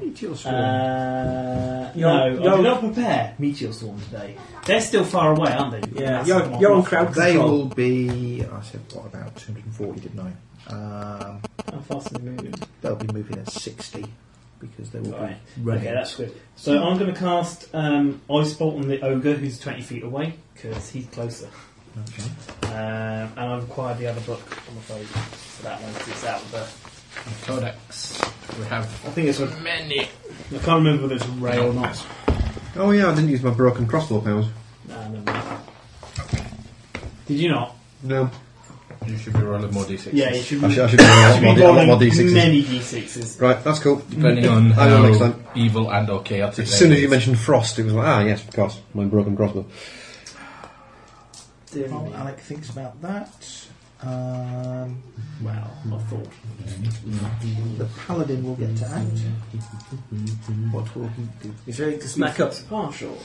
[SPEAKER 3] Meteor swarm.
[SPEAKER 7] Uh,
[SPEAKER 2] You're-
[SPEAKER 7] no, I
[SPEAKER 2] you're-
[SPEAKER 7] did not prepare Meteor Swarm today. They're still far away, aren't they?
[SPEAKER 2] Yeah,
[SPEAKER 7] That's
[SPEAKER 2] you're,
[SPEAKER 7] not-
[SPEAKER 2] you're on crowd
[SPEAKER 3] they
[SPEAKER 2] control.
[SPEAKER 3] will be. I said what about 240, didn't I? Um,
[SPEAKER 7] How fast are they moving?
[SPEAKER 3] they'll be moving at 60 because they will
[SPEAKER 7] Right.
[SPEAKER 3] be running.
[SPEAKER 7] Okay, that's good. So I'm going to cast um, Ice Bolt on the ogre who's 20 feet away because he's closer.
[SPEAKER 3] Okay.
[SPEAKER 7] Um, and I've acquired the other book, I'm afraid. So that one 'cause it's out of the.
[SPEAKER 6] Codex. We have
[SPEAKER 7] I think it's a.
[SPEAKER 6] many.
[SPEAKER 7] I can't remember whether it's a ray or not.
[SPEAKER 8] Oh yeah, I didn't use my broken crossbow powers.
[SPEAKER 7] Nah, never mind. Did you not?
[SPEAKER 8] No.
[SPEAKER 6] You should be rolling more d6s.
[SPEAKER 7] Yeah, you should
[SPEAKER 8] I should, I
[SPEAKER 7] be,
[SPEAKER 8] should roll
[SPEAKER 7] you
[SPEAKER 8] a
[SPEAKER 7] should
[SPEAKER 8] lot
[SPEAKER 7] be
[SPEAKER 8] more- a lot
[SPEAKER 7] rolling
[SPEAKER 8] more D6s.
[SPEAKER 7] many d6s.
[SPEAKER 8] Right, that's cool.
[SPEAKER 6] Depending on
[SPEAKER 8] I know next
[SPEAKER 6] how
[SPEAKER 8] time.
[SPEAKER 6] evil and or chaotic.
[SPEAKER 8] As soon
[SPEAKER 6] they
[SPEAKER 8] as you
[SPEAKER 6] is.
[SPEAKER 8] mentioned frost, it was like, ah, yes, of course, my broken crossbow.
[SPEAKER 7] Dear
[SPEAKER 3] While
[SPEAKER 7] me.
[SPEAKER 3] Alec thinks about that, um,
[SPEAKER 7] Well, I thought.
[SPEAKER 3] the paladin will get to act. What will he do?
[SPEAKER 2] He's ready to smack up.
[SPEAKER 7] It's partial.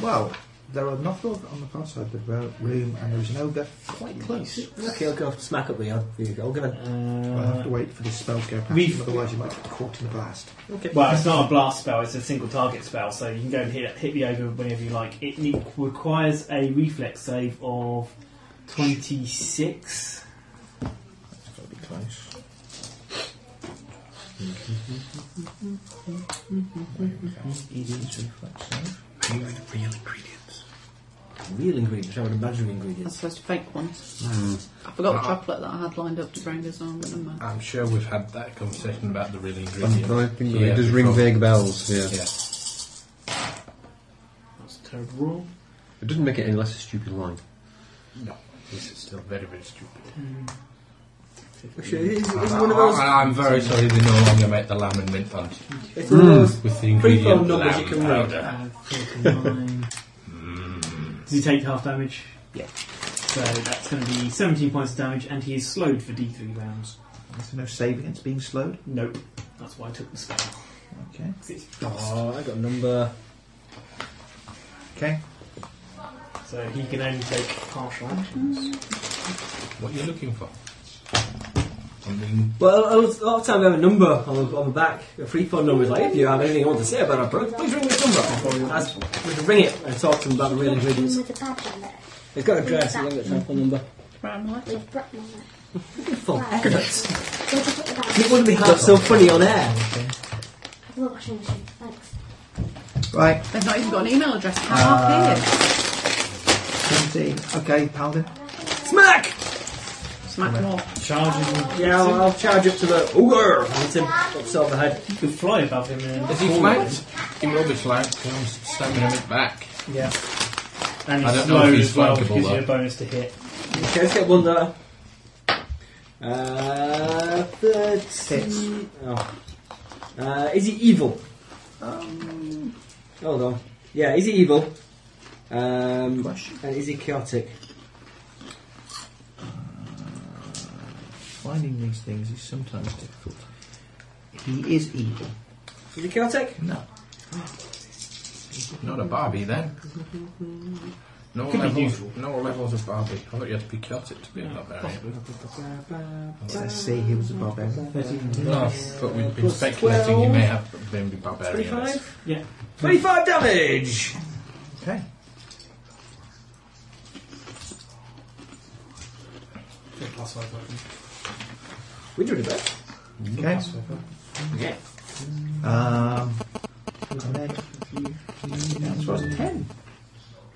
[SPEAKER 3] Well, there are Nothlog on the far side of the ro- room, and there is an ogre quite close.
[SPEAKER 2] Okay, I'll go smack up the yard. Here you go. Give it.
[SPEAKER 3] I'll have
[SPEAKER 7] Uh,
[SPEAKER 3] to wait for this spell to go past
[SPEAKER 7] We've-
[SPEAKER 3] him, otherwise you might get caught in the blast.
[SPEAKER 2] Okay.
[SPEAKER 7] well, it's not a blast spell; it's a single target spell, so you can go and hit hit the ogre whenever you like. It ne- requires a reflex save of twenty six.
[SPEAKER 3] It's got to be close. There we go. It is reflex save.
[SPEAKER 2] Real ingredients. I would imagine
[SPEAKER 5] I'm
[SPEAKER 2] ingredients.
[SPEAKER 5] supposed to fake ones. I forgot the chocolate that I had lined up to bring this on, but never mind.
[SPEAKER 6] I'm sure we've had that conversation about the real ingredients.
[SPEAKER 8] I think
[SPEAKER 6] Yeah,
[SPEAKER 8] it does ring
[SPEAKER 6] before.
[SPEAKER 8] vague bells, yeah.
[SPEAKER 6] Yeah.
[SPEAKER 7] That's a terrible rule.
[SPEAKER 8] It doesn't make it any less a stupid line.
[SPEAKER 6] No, this is still very, very stupid.
[SPEAKER 2] It's, it's
[SPEAKER 6] I,
[SPEAKER 2] one of those.
[SPEAKER 6] am ah, very sorry they no longer make the lamb and mint punch
[SPEAKER 2] It's one of those.
[SPEAKER 6] with the
[SPEAKER 2] Pre-phone
[SPEAKER 6] ingredient
[SPEAKER 2] numbers
[SPEAKER 6] lamb
[SPEAKER 2] you can read.
[SPEAKER 6] powder.
[SPEAKER 7] Uh, 49.
[SPEAKER 6] Hmm.
[SPEAKER 7] Does he take half damage?
[SPEAKER 3] Yeah.
[SPEAKER 7] So that's going to be seventeen points of damage, and he is slowed for D three rounds.
[SPEAKER 3] Is there no save against being slowed?
[SPEAKER 7] Nope. That's why I took the spell.
[SPEAKER 3] Okay.
[SPEAKER 7] 'Cause it's
[SPEAKER 2] Oh, I got a number.
[SPEAKER 3] Okay.
[SPEAKER 7] So he can only take partial actions.
[SPEAKER 6] What are you looking for? Something.
[SPEAKER 2] Well, a lot- a lot of times I have a number on the, on the back, a free phone number. It's like, if you have anything you want to say about our product, please ring this number. That's, we can ring it and talk to them about the real ingredients. It's got a address, I think it's a phone number. For goodness. It wouldn't be half so funny on air.
[SPEAKER 3] Right,
[SPEAKER 5] They've not even got an email address. How
[SPEAKER 3] Uh,
[SPEAKER 7] Ah.
[SPEAKER 5] up here?
[SPEAKER 3] 17. Okay, Paladin.
[SPEAKER 2] Smack!
[SPEAKER 5] Smack them all.
[SPEAKER 7] Charges and
[SPEAKER 2] Yeah, I'll, I'll charge up to the uh, ogre and hit him upside the head.
[SPEAKER 7] you could fly above him. And
[SPEAKER 6] Is he flanked? He will be flanked because I'm stabbing him in the back.
[SPEAKER 7] Yeah. And
[SPEAKER 6] I
[SPEAKER 7] he's
[SPEAKER 6] don't know if
[SPEAKER 7] slowed
[SPEAKER 6] he's
[SPEAKER 7] as well, which
[SPEAKER 6] flankable,
[SPEAKER 7] gives you a
[SPEAKER 6] though.
[SPEAKER 7] bonus to hit.
[SPEAKER 2] Okay, let's get one there. Uh, third six. Oh. Uh, is he evil?
[SPEAKER 3] Um.
[SPEAKER 2] Hold on. Yeah, is he evil? Um,
[SPEAKER 3] Question.
[SPEAKER 2] And is he chaotic?
[SPEAKER 3] Finding these things is sometimes difficult. He is evil.
[SPEAKER 2] Is he chaotic?
[SPEAKER 3] No.
[SPEAKER 6] Not a Barbie then. No
[SPEAKER 7] Could be
[SPEAKER 6] levels.
[SPEAKER 7] useful.
[SPEAKER 6] No levels of Barbie. I thought you had to be chaotic to be a barbarian.
[SPEAKER 3] Did I say he was a barbarian?
[SPEAKER 6] No, but we've been
[SPEAKER 2] Plus
[SPEAKER 6] speculating you may
[SPEAKER 2] 12.
[SPEAKER 6] have been a barbarian.
[SPEAKER 2] 25?
[SPEAKER 7] Yeah.
[SPEAKER 2] 25 damage!
[SPEAKER 3] Okay.
[SPEAKER 7] Plus five weapon.
[SPEAKER 2] We do it best.
[SPEAKER 3] Okay.
[SPEAKER 6] Yeah.
[SPEAKER 3] Um, and then that's was 10.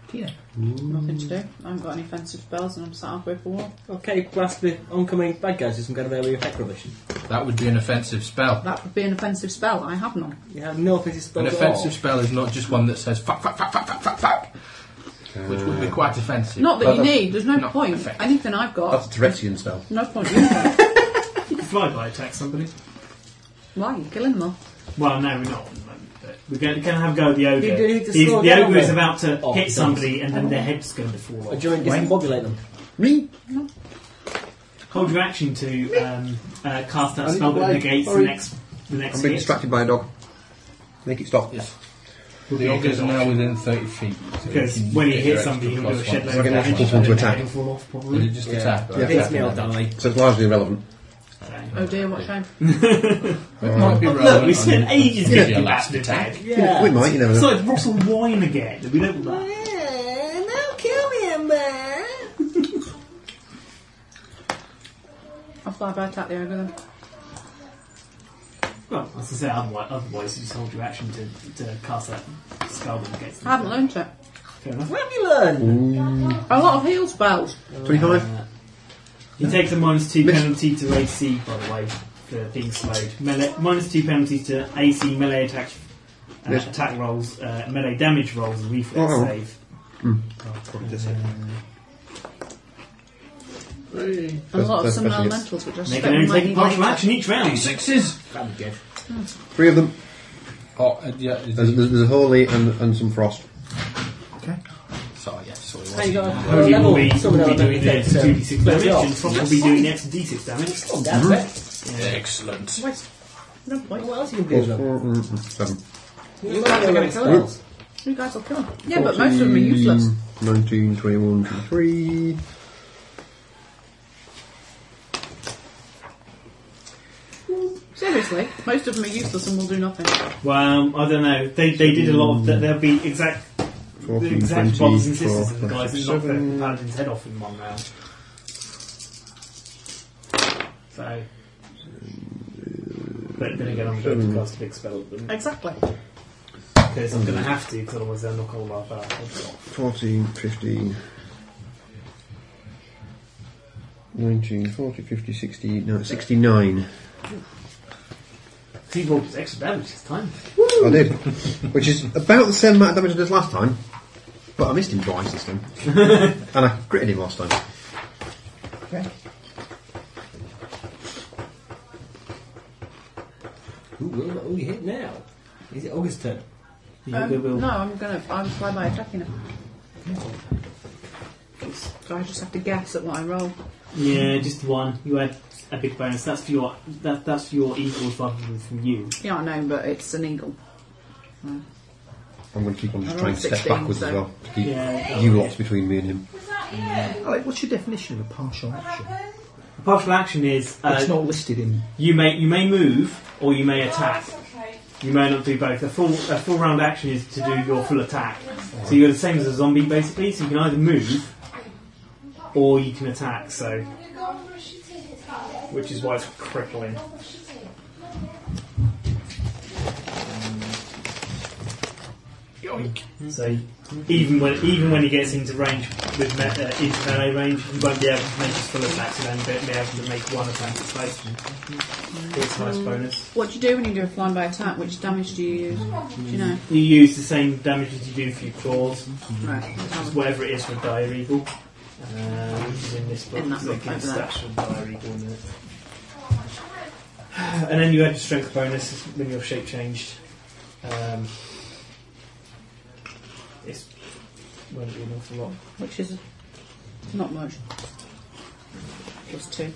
[SPEAKER 3] Tina.
[SPEAKER 5] Nothing to do. I haven't got any offensive spells and I'm sat halfway up a wall.
[SPEAKER 2] Okay, blast the oncoming bad guys with some kind of area effect rubbish.
[SPEAKER 6] That would be an offensive spell.
[SPEAKER 5] That would be an offensive spell. I have none.
[SPEAKER 2] You have no offensive spells at
[SPEAKER 6] An offensive spell is not just one that says fuck, fuck, fuck, fuck, fuck, fuck, fuck, which would be
[SPEAKER 14] Uh,
[SPEAKER 6] quite offensive.
[SPEAKER 5] Not that
[SPEAKER 6] But
[SPEAKER 5] you
[SPEAKER 7] uh,
[SPEAKER 5] need. There's no
[SPEAKER 6] not
[SPEAKER 5] point.
[SPEAKER 6] effective.
[SPEAKER 5] Anything I've got,
[SPEAKER 14] That's Dressian spell.
[SPEAKER 5] no point using it.
[SPEAKER 7] You could fly by attack somebody.
[SPEAKER 5] Why? You're killing them all.
[SPEAKER 7] Well, no, we're not. at the moment, but We're going to, going to have a go at the ogre.
[SPEAKER 2] You do need to
[SPEAKER 7] He's-
[SPEAKER 2] slow
[SPEAKER 7] the
[SPEAKER 2] down
[SPEAKER 7] ogre is
[SPEAKER 2] then.
[SPEAKER 7] about to
[SPEAKER 2] Oh,
[SPEAKER 7] hit
[SPEAKER 2] he
[SPEAKER 7] somebody, and then their head's going to fall
[SPEAKER 2] all. Or
[SPEAKER 7] off.
[SPEAKER 2] do you want to discombobulate them?
[SPEAKER 14] Me?
[SPEAKER 7] Hold your action to um, uh, cast that
[SPEAKER 8] I need
[SPEAKER 7] spell
[SPEAKER 8] to
[SPEAKER 7] that
[SPEAKER 8] play.
[SPEAKER 7] negates the
[SPEAKER 8] Sorry.
[SPEAKER 7] next the next
[SPEAKER 8] I'm being
[SPEAKER 7] hit.
[SPEAKER 8] distracted by a dog. Make it stop.
[SPEAKER 6] Yes.
[SPEAKER 7] Would be
[SPEAKER 6] The
[SPEAKER 7] a
[SPEAKER 6] ogres
[SPEAKER 7] good
[SPEAKER 6] are now
[SPEAKER 7] option.
[SPEAKER 6] within 30 feet. so
[SPEAKER 7] Because
[SPEAKER 6] you can
[SPEAKER 7] when he
[SPEAKER 6] get
[SPEAKER 7] hits
[SPEAKER 6] your
[SPEAKER 7] somebody,
[SPEAKER 6] extra
[SPEAKER 7] he'll do a
[SPEAKER 6] plus one.
[SPEAKER 7] shed load
[SPEAKER 8] Like an
[SPEAKER 7] of
[SPEAKER 8] actual
[SPEAKER 7] damage,
[SPEAKER 8] to
[SPEAKER 7] and then
[SPEAKER 8] attack.
[SPEAKER 7] he'll fall off, probably.
[SPEAKER 6] Will you just attack?
[SPEAKER 8] Yeah.
[SPEAKER 2] If it's me, I'll die.
[SPEAKER 8] So it's largely irrelevant.
[SPEAKER 5] Oh dear, what shame.
[SPEAKER 6] It might be
[SPEAKER 7] Look,
[SPEAKER 6] relevant
[SPEAKER 7] we
[SPEAKER 6] on
[SPEAKER 7] spent
[SPEAKER 6] your-
[SPEAKER 7] ages
[SPEAKER 6] your
[SPEAKER 7] thinking about
[SPEAKER 6] last
[SPEAKER 7] the attack.
[SPEAKER 2] Yeah.
[SPEAKER 8] We might, you never know.
[SPEAKER 7] So it's Russell Wine again. We don't want that.
[SPEAKER 2] Don't kill me, man!
[SPEAKER 5] I'll fly by attack the ogre then.
[SPEAKER 7] Well, as I say, otherwise, otherwise you just hold your action to, to cast that spell that negates
[SPEAKER 5] I
[SPEAKER 7] them.
[SPEAKER 5] haven't learnt it.
[SPEAKER 7] Fair enough.
[SPEAKER 2] What have you learned?
[SPEAKER 5] A lot of heal spells.
[SPEAKER 8] 25?
[SPEAKER 7] He takes a minus two
[SPEAKER 8] Miss-
[SPEAKER 7] penalty to AC, by the way, for being slowed. Melee, minus two penalties to AC melee attack, uh,
[SPEAKER 8] Miss-
[SPEAKER 7] attack rolls, uh, melee damage rolls, and reflex
[SPEAKER 8] Oh, oh.
[SPEAKER 7] save. Oh,
[SPEAKER 5] And a
[SPEAKER 8] That's-
[SPEAKER 5] lot of
[SPEAKER 8] that's
[SPEAKER 5] some
[SPEAKER 8] special, yes.
[SPEAKER 5] elementals, which I
[SPEAKER 7] And they
[SPEAKER 5] suspect
[SPEAKER 7] can
[SPEAKER 5] we
[SPEAKER 7] only
[SPEAKER 5] might
[SPEAKER 7] take a
[SPEAKER 5] need
[SPEAKER 7] partial
[SPEAKER 5] later.
[SPEAKER 7] action each round.
[SPEAKER 6] D6s!
[SPEAKER 2] I'm good.
[SPEAKER 8] Three of them.
[SPEAKER 6] Oh, uh, yeah. it
[SPEAKER 8] There's,
[SPEAKER 6] is-
[SPEAKER 8] there's, there's a holy and, and some frost.
[SPEAKER 6] Sorry, yeah, sorry.
[SPEAKER 2] There you
[SPEAKER 6] wasn't-
[SPEAKER 2] go.
[SPEAKER 7] Only
[SPEAKER 2] Level.
[SPEAKER 7] will be,
[SPEAKER 2] Some of
[SPEAKER 7] will be
[SPEAKER 2] them
[SPEAKER 7] doing the
[SPEAKER 2] take, uh, thirty
[SPEAKER 7] 2d6 damage,
[SPEAKER 2] off.
[SPEAKER 7] and Frost will be doing the extra d6 damage.
[SPEAKER 2] Come on, down, Beth.
[SPEAKER 6] Excellent.
[SPEAKER 5] Wait, no point.
[SPEAKER 2] What else you can do
[SPEAKER 8] Plus
[SPEAKER 2] with them?
[SPEAKER 8] four, mm, mm, seven.
[SPEAKER 2] You guys are going to kill us.
[SPEAKER 5] You guys will kill them. Yeah, but most of them are useless.
[SPEAKER 8] 19, 21, 23.
[SPEAKER 5] Seriously, most of them are useless and will do nothing.
[SPEAKER 7] Well, I don't know. They, they did a lot of that. There'll be exact, the
[SPEAKER 8] 14,
[SPEAKER 7] exact
[SPEAKER 8] 20,
[SPEAKER 7] brothers and sisters
[SPEAKER 8] 12,
[SPEAKER 7] of the guys that knocked the
[SPEAKER 8] 27.
[SPEAKER 7] paladin's head off in one round. So. But then again, I'm going to cast a big spell at them.
[SPEAKER 5] Exactly.
[SPEAKER 7] Because I'm going to have to, because otherwise they'll knock all our heads off.
[SPEAKER 8] 14, 15. 19, 40, 50, 60, no, 69.
[SPEAKER 7] He rolled extra damage this time.
[SPEAKER 8] I did. Which is about the same amount of damage I did last time, but I missed him twice this time. and I critted him last time.
[SPEAKER 3] Okay.
[SPEAKER 2] Who will who you hit now? Is it August turn?
[SPEAKER 7] You
[SPEAKER 5] Um,
[SPEAKER 7] they will-
[SPEAKER 5] no, I'm gonna. I'll just fly by attacking it. So I just have to guess at what I roll.
[SPEAKER 7] Yeah, just one. You had a big bonus. That's for your that that's for your equals rather than from you.
[SPEAKER 5] Yeah, I know, but it's an eagle.
[SPEAKER 8] I'm going to keep on just
[SPEAKER 5] I'm
[SPEAKER 8] trying
[SPEAKER 5] on
[SPEAKER 8] to step
[SPEAKER 5] 16,
[SPEAKER 8] backwards as
[SPEAKER 5] so-
[SPEAKER 8] well to keep
[SPEAKER 7] Yeah.
[SPEAKER 8] you lots between me and him.
[SPEAKER 3] Alec, what's your definition of a partial action?
[SPEAKER 7] Uh, A partial action is uh,
[SPEAKER 3] it's not listed in.
[SPEAKER 7] you may you may move or you may attack. You may not do both. A full a full round action is to do your full attack. So you're the same as a zombie basically. So you can either move or you can attack. So which is why it's crippling. Yoink. So even when even when he gets into range with me- uh, into melee range, he won't be able to make his full attack. So then won't be able to make one attack at space. It's a nice bonus.
[SPEAKER 5] What do you do when you do a flying by attack? Which damage do you use? Do you know?
[SPEAKER 7] You use the same damage as you do for your claws,
[SPEAKER 5] Right.
[SPEAKER 7] just whatever it is for a dire eagle, uh, which is in this book.
[SPEAKER 5] In that
[SPEAKER 7] so
[SPEAKER 5] book,
[SPEAKER 7] it gives
[SPEAKER 5] over there.
[SPEAKER 7] stats for dire eagle in it. And then you add your strength bonus when your shape changed. Um, it's won't be an awful lot.
[SPEAKER 5] Which is not much. Plus two.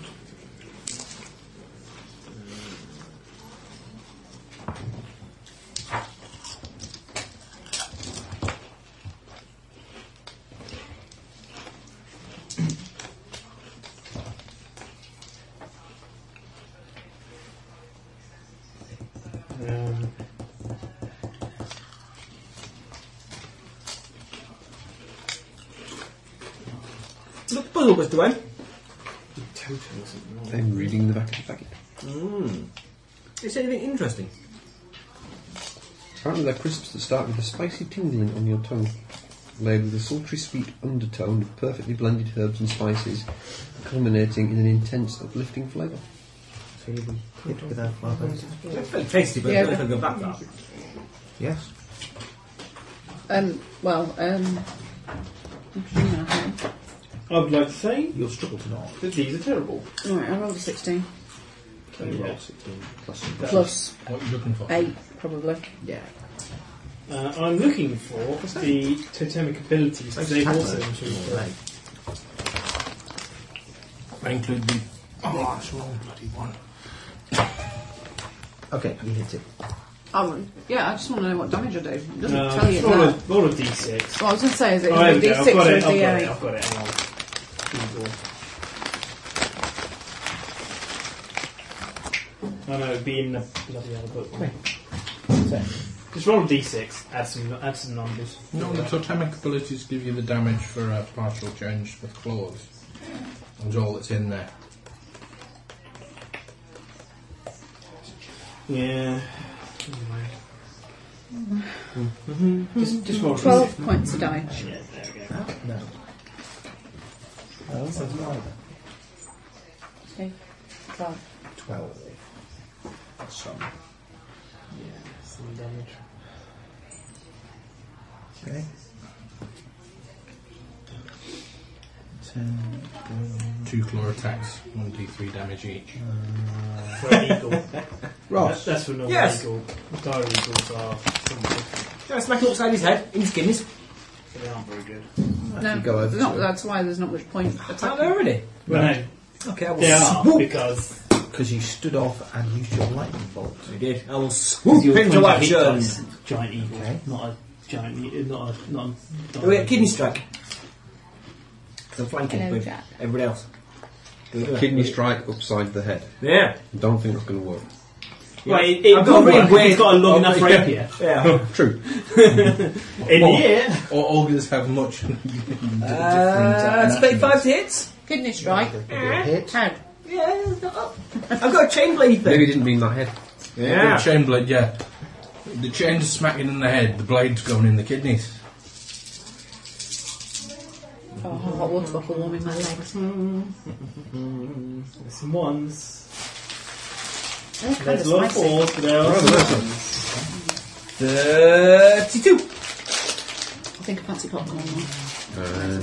[SPEAKER 7] Um,
[SPEAKER 2] Look, puzzle was the one.
[SPEAKER 8] I'm reading the back of the packet.
[SPEAKER 2] Is there anything interesting?
[SPEAKER 8] Apparently they're crisps that start with a spicy tingling on your tongue, laid with a sultry sweet undertone of perfectly blended herbs and spices, culminating in an intense uplifting flavour.
[SPEAKER 3] Hit with our flavours.
[SPEAKER 2] It's very tasty, but I don't know if I go back that.
[SPEAKER 3] Yes.
[SPEAKER 5] Um, well, um, I'm presuming I can.
[SPEAKER 7] I would like to say
[SPEAKER 3] You'll struggle to not.
[SPEAKER 7] that these are terrible.
[SPEAKER 5] Right, I rolled a 16.
[SPEAKER 3] Can you roll 16 plus?
[SPEAKER 5] Plus
[SPEAKER 6] What are you looking for?
[SPEAKER 5] 8, probably.
[SPEAKER 3] Yeah.
[SPEAKER 7] Uh, I'm looking for the totemic abilities.
[SPEAKER 3] Thanks,
[SPEAKER 7] They've
[SPEAKER 3] Chapman.
[SPEAKER 7] also improved.
[SPEAKER 3] Right.
[SPEAKER 6] I include the. Oh, that's the wrong bloody one.
[SPEAKER 3] Okay, you hit it.
[SPEAKER 5] Oh, yeah, I just want to know what damage I do. It doesn't
[SPEAKER 7] Uh,
[SPEAKER 5] tell you
[SPEAKER 7] roll, a,
[SPEAKER 5] that.
[SPEAKER 7] roll a d6.
[SPEAKER 5] Well, I was going to say, is it
[SPEAKER 7] Oh, there we go. I've
[SPEAKER 5] D6
[SPEAKER 7] got
[SPEAKER 5] or
[SPEAKER 7] it. I've got it.
[SPEAKER 5] D8?
[SPEAKER 7] I've got it. Hang on. Eagle. No, Oh, no, it'd be in the bloody other book. So, just roll a d6. Add some, add some numbers.
[SPEAKER 6] No, the totemic abilities give you the damage for a partial change with claws. That's all that's in there.
[SPEAKER 7] Yeah. Anyway. just, just roll a
[SPEAKER 5] 12 points of damage.
[SPEAKER 7] d6. Yeah, there we go.
[SPEAKER 3] No. No, that's neither.
[SPEAKER 5] Okay. 12.
[SPEAKER 3] 12. That's some.
[SPEAKER 7] Yeah, some damage.
[SPEAKER 3] Okay. Ten, twelve,
[SPEAKER 6] Two claw attacks, 1d3 damage each.
[SPEAKER 3] uh,
[SPEAKER 7] For an eagle. That-
[SPEAKER 3] Ross.
[SPEAKER 7] that's for normal
[SPEAKER 2] Yes.
[SPEAKER 7] eagle. Dire eagles are something.
[SPEAKER 2] Should I smack him upside his head? In his kidneys?
[SPEAKER 7] They aren't very good.
[SPEAKER 5] No,
[SPEAKER 3] go over
[SPEAKER 5] there's not,
[SPEAKER 3] to-
[SPEAKER 5] that's why there's not much point
[SPEAKER 2] Attack
[SPEAKER 5] attacking.
[SPEAKER 2] there already?
[SPEAKER 7] Well, no,
[SPEAKER 2] Okay, I will
[SPEAKER 7] they are
[SPEAKER 2] swoop.
[SPEAKER 7] because
[SPEAKER 3] Because you stood off and used your lightning bolt.
[SPEAKER 2] I did. I will
[SPEAKER 7] you're
[SPEAKER 2] swoop
[SPEAKER 7] trying
[SPEAKER 2] into
[SPEAKER 7] to hit
[SPEAKER 2] action.
[SPEAKER 7] dice. giant eagle,
[SPEAKER 3] Okay.
[SPEAKER 7] not a giant, e- not a not. a- not
[SPEAKER 2] Do we get
[SPEAKER 7] a-
[SPEAKER 2] kidney strike? Because I'm flanking
[SPEAKER 5] Hello,
[SPEAKER 2] with
[SPEAKER 5] Jack.
[SPEAKER 2] everybody else. Do we do it?
[SPEAKER 8] Kidney strike upside the head.
[SPEAKER 2] Yeah.
[SPEAKER 8] I don't think that's going to work.
[SPEAKER 7] Well, it, it
[SPEAKER 2] I've
[SPEAKER 7] I've
[SPEAKER 2] got
[SPEAKER 7] got
[SPEAKER 2] a really weird-
[SPEAKER 7] It's got a long
[SPEAKER 2] oh,
[SPEAKER 7] enough
[SPEAKER 2] yeah.
[SPEAKER 7] rapier.
[SPEAKER 2] Yeah.
[SPEAKER 8] True.
[SPEAKER 7] In
[SPEAKER 6] Well,
[SPEAKER 7] here,
[SPEAKER 6] Or augurs have much. different,
[SPEAKER 2] Uh, expect five to hit.
[SPEAKER 5] Kidney strike.
[SPEAKER 3] Hit.
[SPEAKER 5] Head.
[SPEAKER 2] Yeah, it's not up. I've got a chain blade thing.
[SPEAKER 8] Maybe he didn't mean that head.
[SPEAKER 6] The chain blade, yeah. The chain's smacking in the head, the blade's going in the kidneys.
[SPEAKER 5] Oh, I've got water bottle warm in my legs.
[SPEAKER 7] there's some ones.
[SPEAKER 5] They're kind of
[SPEAKER 7] There's a lot of
[SPEAKER 5] spicy.
[SPEAKER 7] fours, but there are some ones.
[SPEAKER 2] Thirty-two.
[SPEAKER 5] I think I fancy popcorn now.
[SPEAKER 8] Um,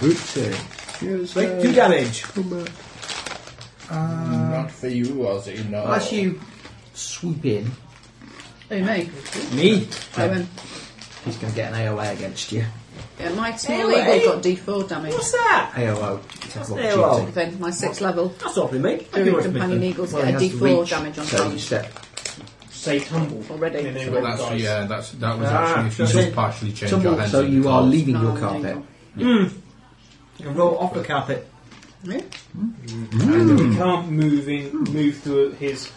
[SPEAKER 3] Group two.
[SPEAKER 2] Make two damage.
[SPEAKER 6] not for you, was it? No.
[SPEAKER 3] Unless you swoop in,
[SPEAKER 5] Who, me?
[SPEAKER 2] Me.
[SPEAKER 5] I went,
[SPEAKER 3] he's going to get an AOA against you.
[SPEAKER 5] yeah, my small
[SPEAKER 2] Anyway.
[SPEAKER 5] eagle got D4 damage.
[SPEAKER 2] What's that?
[SPEAKER 3] AOO. attack of
[SPEAKER 2] Yeah, well,
[SPEAKER 3] opportunity.
[SPEAKER 5] Depends my sixth level.
[SPEAKER 2] That's awfully mean.
[SPEAKER 5] Druid companion eagles
[SPEAKER 3] Well,
[SPEAKER 5] get a
[SPEAKER 3] he has to
[SPEAKER 5] d4
[SPEAKER 3] reach,
[SPEAKER 5] damage on
[SPEAKER 3] so you
[SPEAKER 5] challenge
[SPEAKER 3] step
[SPEAKER 7] Say tumble.
[SPEAKER 5] already.
[SPEAKER 7] And then
[SPEAKER 6] But
[SPEAKER 7] roll
[SPEAKER 6] that's,
[SPEAKER 7] dice.
[SPEAKER 6] yeah, that's, that was
[SPEAKER 2] Ah,
[SPEAKER 6] actually if you
[SPEAKER 2] that's
[SPEAKER 6] just
[SPEAKER 2] it.
[SPEAKER 6] partially change your
[SPEAKER 3] tumble,
[SPEAKER 6] hands.
[SPEAKER 3] so
[SPEAKER 6] and
[SPEAKER 3] you are
[SPEAKER 6] claws.
[SPEAKER 3] leaving
[SPEAKER 5] No,
[SPEAKER 3] your
[SPEAKER 5] no,
[SPEAKER 3] carpet.
[SPEAKER 2] And roll off the carpet.
[SPEAKER 7] And he can't move in, move to his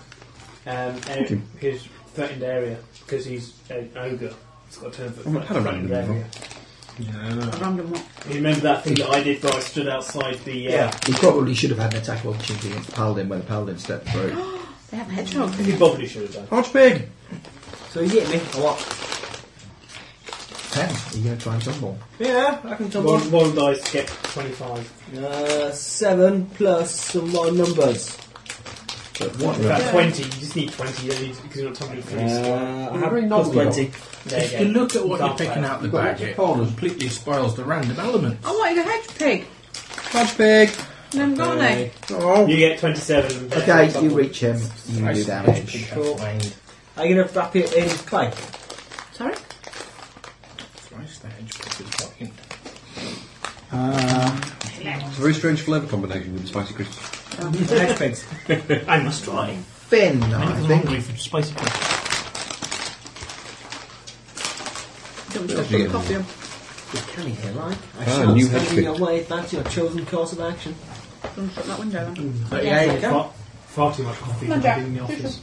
[SPEAKER 7] um, area,
[SPEAKER 8] you.
[SPEAKER 7] his threatened area because he's an ogre. He's got a turn for
[SPEAKER 8] I've not had a
[SPEAKER 7] threatened
[SPEAKER 8] random
[SPEAKER 7] area.
[SPEAKER 5] A random what?
[SPEAKER 7] You remember that thing that I did where I stood outside the uh,
[SPEAKER 3] You probably should have had an attack of opportunity against the paladin when the paladin stepped through.
[SPEAKER 5] They have a hedgehog.
[SPEAKER 7] You probably should have done.
[SPEAKER 8] Hodgepig!
[SPEAKER 2] So he's hit me a lot.
[SPEAKER 3] Ten. Are you going to try and tumble?
[SPEAKER 2] Yeah, I can tumble.
[SPEAKER 7] One, one dice to get 25.
[SPEAKER 2] Uh, seven plus some more numbers.
[SPEAKER 3] But what?
[SPEAKER 7] About 20, you just need 20, you don't need, because you're not tumbling through.
[SPEAKER 2] Uh, I have
[SPEAKER 8] Very
[SPEAKER 2] plus
[SPEAKER 8] novel.
[SPEAKER 2] twenty.
[SPEAKER 7] There
[SPEAKER 6] If you
[SPEAKER 7] you go.
[SPEAKER 6] look at what you're
[SPEAKER 7] Dark
[SPEAKER 6] picking
[SPEAKER 7] cloud.
[SPEAKER 6] out the Oh,
[SPEAKER 8] You've
[SPEAKER 6] bag,
[SPEAKER 8] got lots of
[SPEAKER 6] it
[SPEAKER 8] corners.
[SPEAKER 6] completely spoils the random elements.
[SPEAKER 5] I wanted Oh, a hedge pig. eh?
[SPEAKER 8] Hodgepig!
[SPEAKER 5] And I haven't got any.
[SPEAKER 8] Oh!
[SPEAKER 7] You get 27.
[SPEAKER 3] Okay, you reach him. You do damage.
[SPEAKER 6] Christ,
[SPEAKER 2] Are you going to wrap it in clay?
[SPEAKER 5] Sorry?
[SPEAKER 6] the hedgehog is fucking-
[SPEAKER 2] Uh,
[SPEAKER 8] It's a very strange flavour combination with the spicy crisps.
[SPEAKER 2] Hedge pigs.
[SPEAKER 7] I must try.
[SPEAKER 3] Finn,
[SPEAKER 7] I'm
[SPEAKER 3] I think.
[SPEAKER 7] hungry for spicy bread.
[SPEAKER 5] Don't touch the coffee. on.
[SPEAKER 2] You can hear like. I
[SPEAKER 8] Ah,
[SPEAKER 2] shall
[SPEAKER 8] new hedge
[SPEAKER 2] stand in
[SPEAKER 8] pig.
[SPEAKER 2] your way if that's your chosen course of action.
[SPEAKER 5] Don't shut that window. eh? then.
[SPEAKER 7] Mm.
[SPEAKER 2] Yeah, yeah.
[SPEAKER 7] Far, far too much coffee
[SPEAKER 5] Come on,
[SPEAKER 7] in
[SPEAKER 5] Jack.
[SPEAKER 7] the office.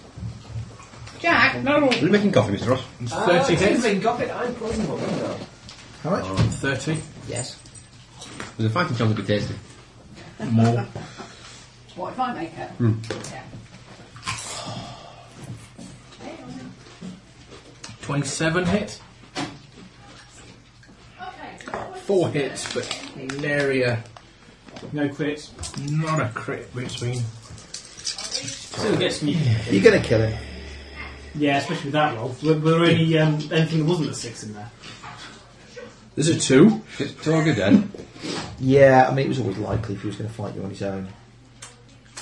[SPEAKER 5] Jack, no.
[SPEAKER 8] Are you making coffee, Mr. Ross?
[SPEAKER 6] It's 30 hits.
[SPEAKER 2] I'm closing one window.
[SPEAKER 3] How much?
[SPEAKER 8] Um,
[SPEAKER 6] 30.
[SPEAKER 2] Yes.
[SPEAKER 8] There's a fighting chance it could be tasty.
[SPEAKER 6] More.
[SPEAKER 5] What if I make it?
[SPEAKER 3] Mm.
[SPEAKER 5] Yeah.
[SPEAKER 6] 27 hits. Four hits, but Neria,
[SPEAKER 7] No crits.
[SPEAKER 6] not a crit between.
[SPEAKER 7] Still gets me.
[SPEAKER 3] You're going to kill him.
[SPEAKER 7] Yeah, especially with that roll. Were, were there any, um, anything that wasn't a 6 in there?
[SPEAKER 6] There's a two.
[SPEAKER 8] It's Toga then.
[SPEAKER 3] Yeah, I mean, it was always likely if he was going to fight you on his own.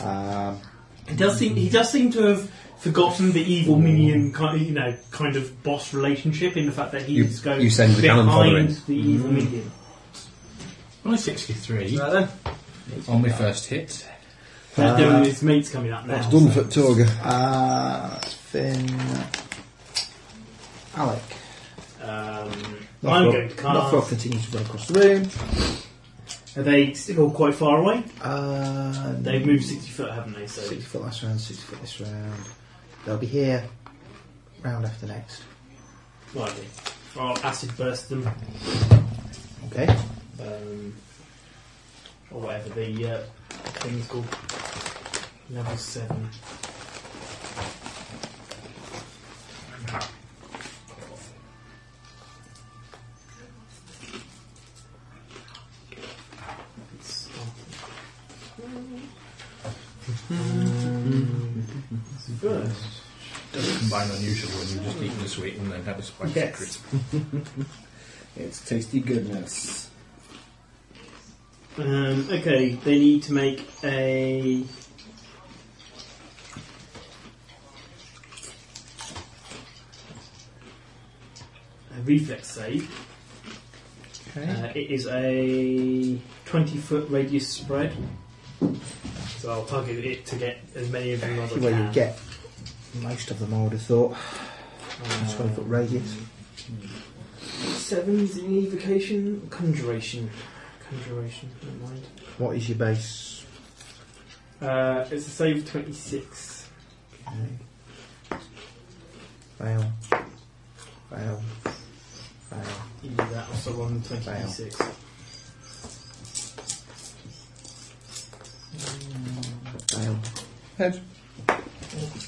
[SPEAKER 3] Um,
[SPEAKER 7] He does seem he does seem to have forgotten the evil minion kind you know kind of boss relationship in the fact that
[SPEAKER 8] You-
[SPEAKER 7] he's going
[SPEAKER 8] you send the cannon fodder
[SPEAKER 7] behind
[SPEAKER 8] in.
[SPEAKER 7] the evil
[SPEAKER 8] Mm.
[SPEAKER 7] minion.
[SPEAKER 6] Only 63
[SPEAKER 2] Right then.
[SPEAKER 6] on my first hit.
[SPEAKER 7] Uh, there are his mates coming up now. um,
[SPEAKER 8] It's Ah. done for Toga.
[SPEAKER 3] uh, Finn. Alec.
[SPEAKER 7] Um, I'm going to
[SPEAKER 3] Knockrock
[SPEAKER 7] cast.
[SPEAKER 3] continues to run across the room.
[SPEAKER 7] Are they still quite far away?
[SPEAKER 3] Uh,
[SPEAKER 7] They've moved sixty foot, haven't they? So
[SPEAKER 3] 60 foot last round, 60 foot this round. They'll be here round after next.
[SPEAKER 7] likely. I'll acid burst them,
[SPEAKER 3] Okay?
[SPEAKER 7] um, or whatever the uh, thing's called. Level seven. It's-
[SPEAKER 6] Doesn't combine unusual when you just eat the sweet and then have a spicy
[SPEAKER 2] Yes.
[SPEAKER 6] crisp.
[SPEAKER 2] It's tasty goodness.
[SPEAKER 7] Um, okay, they need to make a. A reflex save. Uh, it is a 20 foot radius spread. So I'll target it to get as many of them as I
[SPEAKER 3] Where
[SPEAKER 7] can.
[SPEAKER 3] you get most of them, I would have thought.
[SPEAKER 7] Uh,
[SPEAKER 3] 20 foot radius.
[SPEAKER 7] Seven's in evocation? Conjuration. Conjuration, don't mind.
[SPEAKER 3] What is your base?
[SPEAKER 7] Uh, it's a save of 26.
[SPEAKER 3] Fail. Fail. Fail.
[SPEAKER 7] Either that or someone 26.
[SPEAKER 3] Fail.
[SPEAKER 8] Head.
[SPEAKER 3] Fail.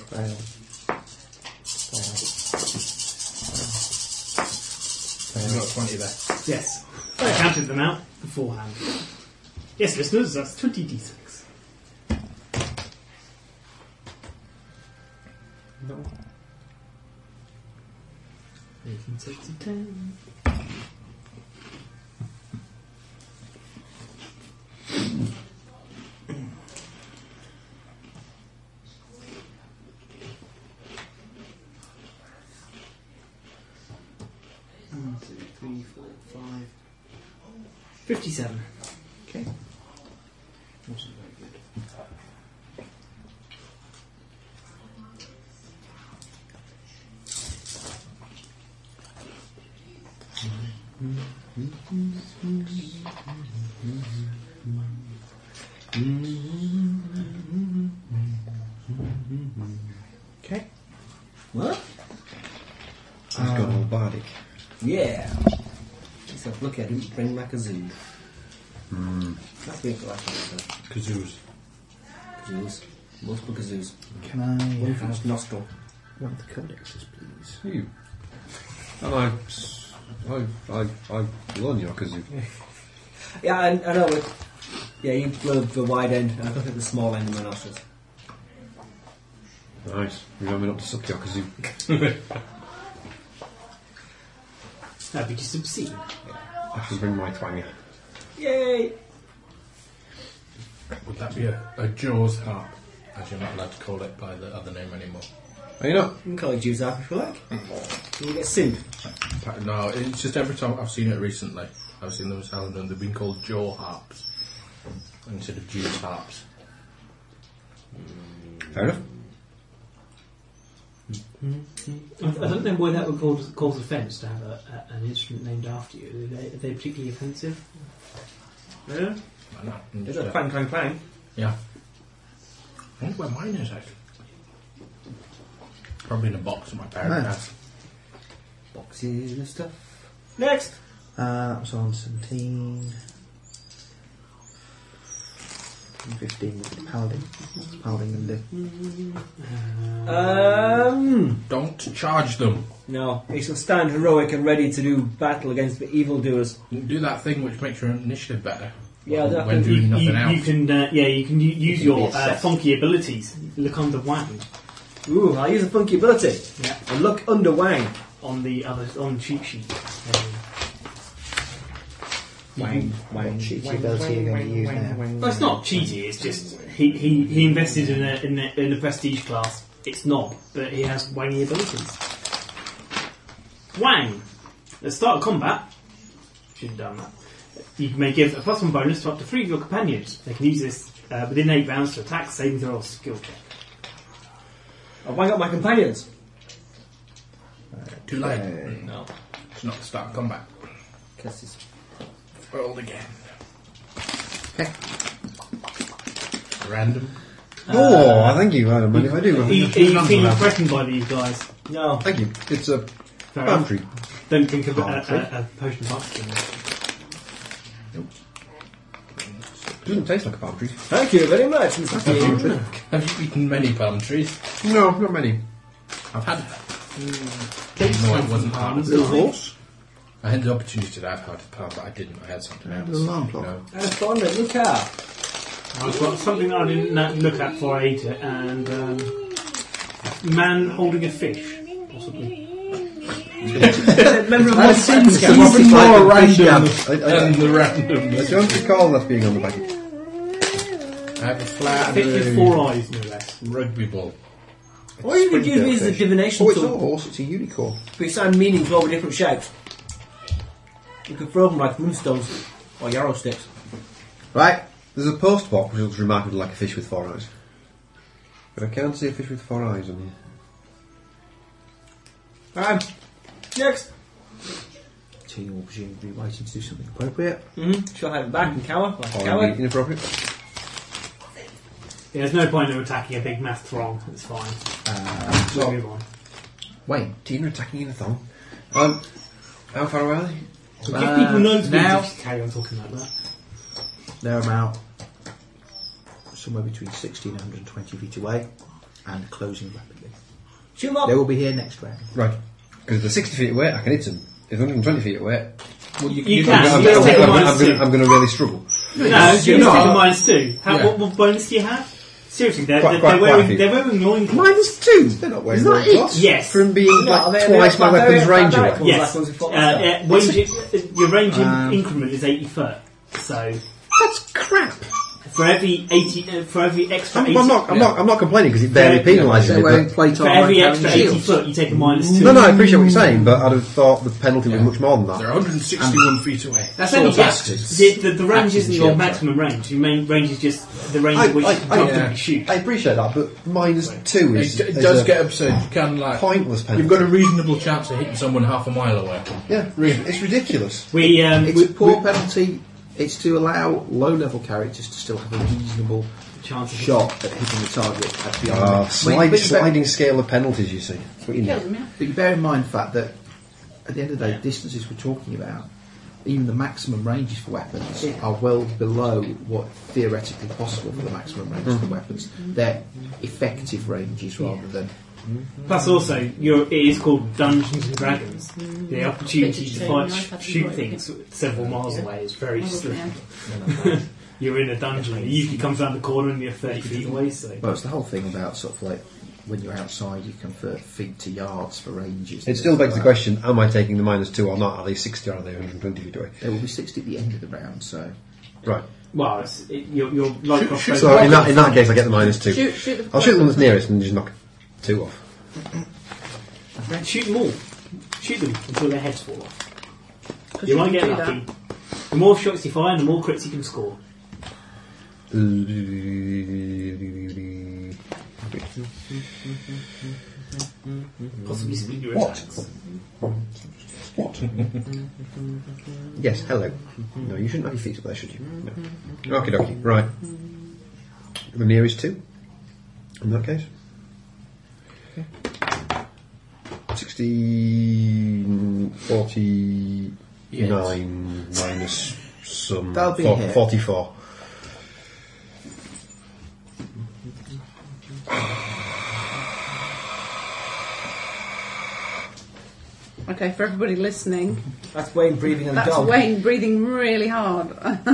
[SPEAKER 3] Fail.
[SPEAKER 6] You've got 20 there.
[SPEAKER 7] Yes. I counted them out beforehand. Yes, listeners, that's 20d6. No. Making six of ten. One, two, three, four, five. Fifty-seven.
[SPEAKER 3] Okay.
[SPEAKER 6] Wasn't very good.
[SPEAKER 3] Okay.
[SPEAKER 2] What?
[SPEAKER 3] I've
[SPEAKER 8] Oh.
[SPEAKER 3] got all bardic.
[SPEAKER 2] Yeah. Let's have a look at him. Bring back a zoo.
[SPEAKER 1] Hmm.
[SPEAKER 2] That's been for last episode.
[SPEAKER 6] Kazoos.
[SPEAKER 2] Kazoos. Multiple kazoos.
[SPEAKER 3] Can I
[SPEAKER 7] Mm-hmm.
[SPEAKER 2] One from
[SPEAKER 3] have
[SPEAKER 2] each nostril.
[SPEAKER 3] one of the codexes, please?
[SPEAKER 8] You. And I, I, I, I learn your kazoo.
[SPEAKER 2] Yeah, I, I know. It. Yeah, you blow the wide end. I look at the small end of my nostrils.
[SPEAKER 8] Nice. Remember not to suck your kazoo.
[SPEAKER 7] That'd be just obscene.
[SPEAKER 8] I should bring my twanger.
[SPEAKER 2] Yay!
[SPEAKER 6] Would that be a, a Jaws harp? As you're not allowed to call it by the other name anymore.
[SPEAKER 8] Are you not?
[SPEAKER 2] You can call it Jews if you like. You will get sued.
[SPEAKER 6] No, it's just every time I've seen it recently, I've seen those held and they've been called jaw harps instead of Jew's harps.
[SPEAKER 8] Fair enough.
[SPEAKER 7] I, I don't know why that would cause, cause offence to have a, a, Uh, an instrument named after you. Are they, are they particularly offensive?
[SPEAKER 2] Yeah.
[SPEAKER 6] Why not? And
[SPEAKER 2] It's
[SPEAKER 6] just,
[SPEAKER 2] a
[SPEAKER 6] uh,
[SPEAKER 2] clang, clang, clang.
[SPEAKER 6] yeah. I wonder where mine is actually. Probably in a box at my
[SPEAKER 3] Nice.
[SPEAKER 6] parents' house.
[SPEAKER 2] Boxes and stuff. Next!
[SPEAKER 3] Uh, that was on 17. And 15 with the paladin. That's paladin and the
[SPEAKER 2] Um.
[SPEAKER 6] Don't charge them.
[SPEAKER 2] No. He shall stand heroic and ready to do battle against the evildoers.
[SPEAKER 6] Do that thing which makes your initiative better.
[SPEAKER 2] Yeah, that-
[SPEAKER 6] when doing nothing
[SPEAKER 7] you,
[SPEAKER 6] else.
[SPEAKER 7] you can, uh, yeah, you can u- use
[SPEAKER 3] can
[SPEAKER 7] your
[SPEAKER 3] be
[SPEAKER 7] uh,
[SPEAKER 3] assessed.
[SPEAKER 7] funky abilities. Look under Wang
[SPEAKER 2] Ooh, I use a funky ability.
[SPEAKER 7] Yeah.
[SPEAKER 2] I look under Wang.
[SPEAKER 7] on the other on the cheat sheet. Um,
[SPEAKER 3] wang, wang, cheaty ability you're going to use now.
[SPEAKER 7] well, it's not cheaty. It's just he, he, he invested in a, in a in a prestige class. It's not, but he has Wangy abilities. Wang. Let's start of combat. Should have done that. You may give a plus one bonus to up to three of your companions. They can use this uh, within eight rounds to attack, saving throw, or skill check.
[SPEAKER 2] I wang up my companions.
[SPEAKER 6] Too late.
[SPEAKER 3] Okay.
[SPEAKER 6] No. It's not the start of combat.
[SPEAKER 2] Because it's
[SPEAKER 6] Rolled again.
[SPEAKER 3] Okay.
[SPEAKER 6] Random.
[SPEAKER 8] oh, thank you. I don't mind if I do.
[SPEAKER 7] Are you, are you feeling threatened by these guys?
[SPEAKER 2] No.
[SPEAKER 8] Thank you. It's a
[SPEAKER 7] Fair enough.
[SPEAKER 8] boundary.
[SPEAKER 7] Don't think of a, a,
[SPEAKER 8] Paltry.
[SPEAKER 7] a, a potion of oxygen.
[SPEAKER 8] Doesn't taste like a boundary.
[SPEAKER 2] Thank you very much, Mr. Dean.
[SPEAKER 6] Have you eaten many palm trees?
[SPEAKER 8] No, not many.
[SPEAKER 6] I've had. no, it wasn't palm.
[SPEAKER 3] Little horse.
[SPEAKER 6] I had the opportunity to have had palm, but I didn't. I had something else.
[SPEAKER 3] Little alarm clock.
[SPEAKER 6] No.
[SPEAKER 2] I found it. Look out.
[SPEAKER 7] I've got something that I didn't na- look at before I ate it, and um, man holding a fish. Possibly.
[SPEAKER 2] Remember my sins
[SPEAKER 8] Even more
[SPEAKER 3] random.
[SPEAKER 8] I, I,
[SPEAKER 6] And the random.
[SPEAKER 8] I don't recall that being on the package.
[SPEAKER 6] I have a flat
[SPEAKER 7] Fish with four eyes, no less.
[SPEAKER 6] rugby ball.
[SPEAKER 2] Or you could use me as a
[SPEAKER 3] Fish.
[SPEAKER 2] divination
[SPEAKER 3] Oh, it's not a
[SPEAKER 2] tool.
[SPEAKER 3] horse, it's a unicorn.
[SPEAKER 2] We sound meaning to all the different shapes. You could throw them like moonstones or yarrow sticks.
[SPEAKER 8] Right, there's a post box which looks remarkably like a fish with four eyes. But I can't see a fish with four eyes on here.
[SPEAKER 2] Right. Next.
[SPEAKER 3] So you're presumably waiting to do something appropriate.
[SPEAKER 2] Mm-hmm. She'll have it back and cower. Like a
[SPEAKER 3] Oh,
[SPEAKER 8] Or
[SPEAKER 2] coward.
[SPEAKER 8] indeed inappropriate.
[SPEAKER 7] Yeah, there's no point in attacking a big mass throng. It's fine.
[SPEAKER 3] Uh,
[SPEAKER 7] We'll move on.
[SPEAKER 8] Wait, Tina attacking in a thong. Um, how far away are they?
[SPEAKER 7] So give people notes
[SPEAKER 6] now-
[SPEAKER 7] now. Carry on talking like that.
[SPEAKER 3] they're about somewhere between 60 and 120 feet away and closing rapidly.
[SPEAKER 2] Shoot 'em up.
[SPEAKER 3] They will be here next round.
[SPEAKER 8] Right, because if they're 60 feet away, I can hit them. If they're 120 feet away,
[SPEAKER 7] you,
[SPEAKER 8] I'm,
[SPEAKER 7] can.
[SPEAKER 8] I'm,
[SPEAKER 7] You
[SPEAKER 8] I'm,
[SPEAKER 7] can take a
[SPEAKER 8] I'm, I'm
[SPEAKER 7] minus
[SPEAKER 8] gonna-
[SPEAKER 7] two.
[SPEAKER 8] I'm going to really struggle.
[SPEAKER 7] No, you can
[SPEAKER 8] No.
[SPEAKER 7] take a minus two. How,
[SPEAKER 8] Yeah.
[SPEAKER 7] what, what bonus do you have? Seriously, they're,
[SPEAKER 8] Quite-
[SPEAKER 7] they're,
[SPEAKER 8] quite-
[SPEAKER 7] they're
[SPEAKER 8] quite a
[SPEAKER 7] wearing
[SPEAKER 8] few.
[SPEAKER 7] they're wearing loincloths.
[SPEAKER 8] Minus two? They're not wearing
[SPEAKER 3] that
[SPEAKER 8] loincloths.
[SPEAKER 7] Yes.
[SPEAKER 8] From being
[SPEAKER 2] No,
[SPEAKER 8] like
[SPEAKER 2] they're-
[SPEAKER 8] twice
[SPEAKER 2] they're
[SPEAKER 8] my weapon's
[SPEAKER 2] barbaric-
[SPEAKER 8] range
[SPEAKER 2] barbaric
[SPEAKER 8] away.
[SPEAKER 2] ones, like
[SPEAKER 7] Yes.
[SPEAKER 2] ones we fought last time.
[SPEAKER 7] Uh, uh, range, uh, your range in
[SPEAKER 3] Um,
[SPEAKER 7] increment is 80 foot, so
[SPEAKER 3] That's crap.
[SPEAKER 7] For every eighty, uh, for every extra.
[SPEAKER 8] I'm,
[SPEAKER 7] 80,
[SPEAKER 8] I'm not. I'm not. I'm not complaining because it barely
[SPEAKER 7] Yeah.
[SPEAKER 8] penalises
[SPEAKER 7] They're wearing
[SPEAKER 8] it. but-
[SPEAKER 7] For every extra eighty foot, you take a minus two.
[SPEAKER 8] No, no, I appreciate what you're saying, but I'd have thought the penalty was much more than that.
[SPEAKER 7] They're
[SPEAKER 6] 161 feet away.
[SPEAKER 7] That's
[SPEAKER 8] Sort
[SPEAKER 7] only
[SPEAKER 8] of bastards.
[SPEAKER 7] the, the, the range
[SPEAKER 8] Bastards
[SPEAKER 7] isn't
[SPEAKER 8] and
[SPEAKER 7] your
[SPEAKER 8] shields,
[SPEAKER 7] maximum range. Your main range is just the range at which you can comfortably shoot.
[SPEAKER 8] I appreciate that, but minus two is.
[SPEAKER 6] It, d-
[SPEAKER 8] is
[SPEAKER 6] does
[SPEAKER 8] a-
[SPEAKER 6] get absurd. You can like
[SPEAKER 8] pointless penalty.
[SPEAKER 6] You've got a reasonable chance of hitting someone half a mile away.
[SPEAKER 8] Yeah, it's ridiculous.
[SPEAKER 7] We, um,
[SPEAKER 3] it's a poor penalty. It's to allow low-level characters to still have a reasonable
[SPEAKER 7] chance
[SPEAKER 3] shot at hitting the target at the
[SPEAKER 8] Ah,
[SPEAKER 3] arm.
[SPEAKER 8] slide, sliding scale of penalties, you see. That's what you need.
[SPEAKER 3] But you bear in mind the fact that at the end of the day, distances we're talking about, even the maximum ranges for weapons are well below what theoretically possible for the maximum range
[SPEAKER 8] Hmm.
[SPEAKER 3] for weapons. They're effective ranges rather than.
[SPEAKER 7] Plus, also, you're, it is called Dungeons and Dragons. The opportunity to fight, sh- shoot things several miles away is very slim. you're in a dungeon. It usually comes around the corner and you're thirty feet away. So
[SPEAKER 3] Well, it's the whole thing about sort of like when you're outside, you convert feet to yards for ranges.
[SPEAKER 8] It still begs the question: Am I taking the minus two or not? Are they sixty or are they one hundred twenty feet away?
[SPEAKER 3] There will be 60 at the end of the round, so.
[SPEAKER 8] Right.
[SPEAKER 7] well, it's, it, you're, you're like crossbow.
[SPEAKER 8] So in that in that case, I get the minus two.
[SPEAKER 5] Shoot- shoot the-
[SPEAKER 8] I'll shoot the one that's nearest and just knock two off.
[SPEAKER 7] Shoot them all. Shoot them until their heads fall off. You
[SPEAKER 5] you
[SPEAKER 7] might
[SPEAKER 5] can
[SPEAKER 7] get
[SPEAKER 5] do that.
[SPEAKER 7] lucky. The more shots you fire, the more crits you can score. Possibly split your
[SPEAKER 8] What?
[SPEAKER 7] attacks.
[SPEAKER 8] What? yes. Hello.
[SPEAKER 3] Mm-hmm.
[SPEAKER 8] No, you shouldn't have your feet up there, should you? No. Okay, dokie. Right. The nearest two. In that case. Sixty forty nine minus some
[SPEAKER 3] That'll be a
[SPEAKER 8] four-
[SPEAKER 3] hit.
[SPEAKER 8] forty-four.
[SPEAKER 5] Okay, for everybody listening,
[SPEAKER 2] That's Wayne breathing on a
[SPEAKER 5] that's
[SPEAKER 2] dog.
[SPEAKER 5] Wayne breathing really hard at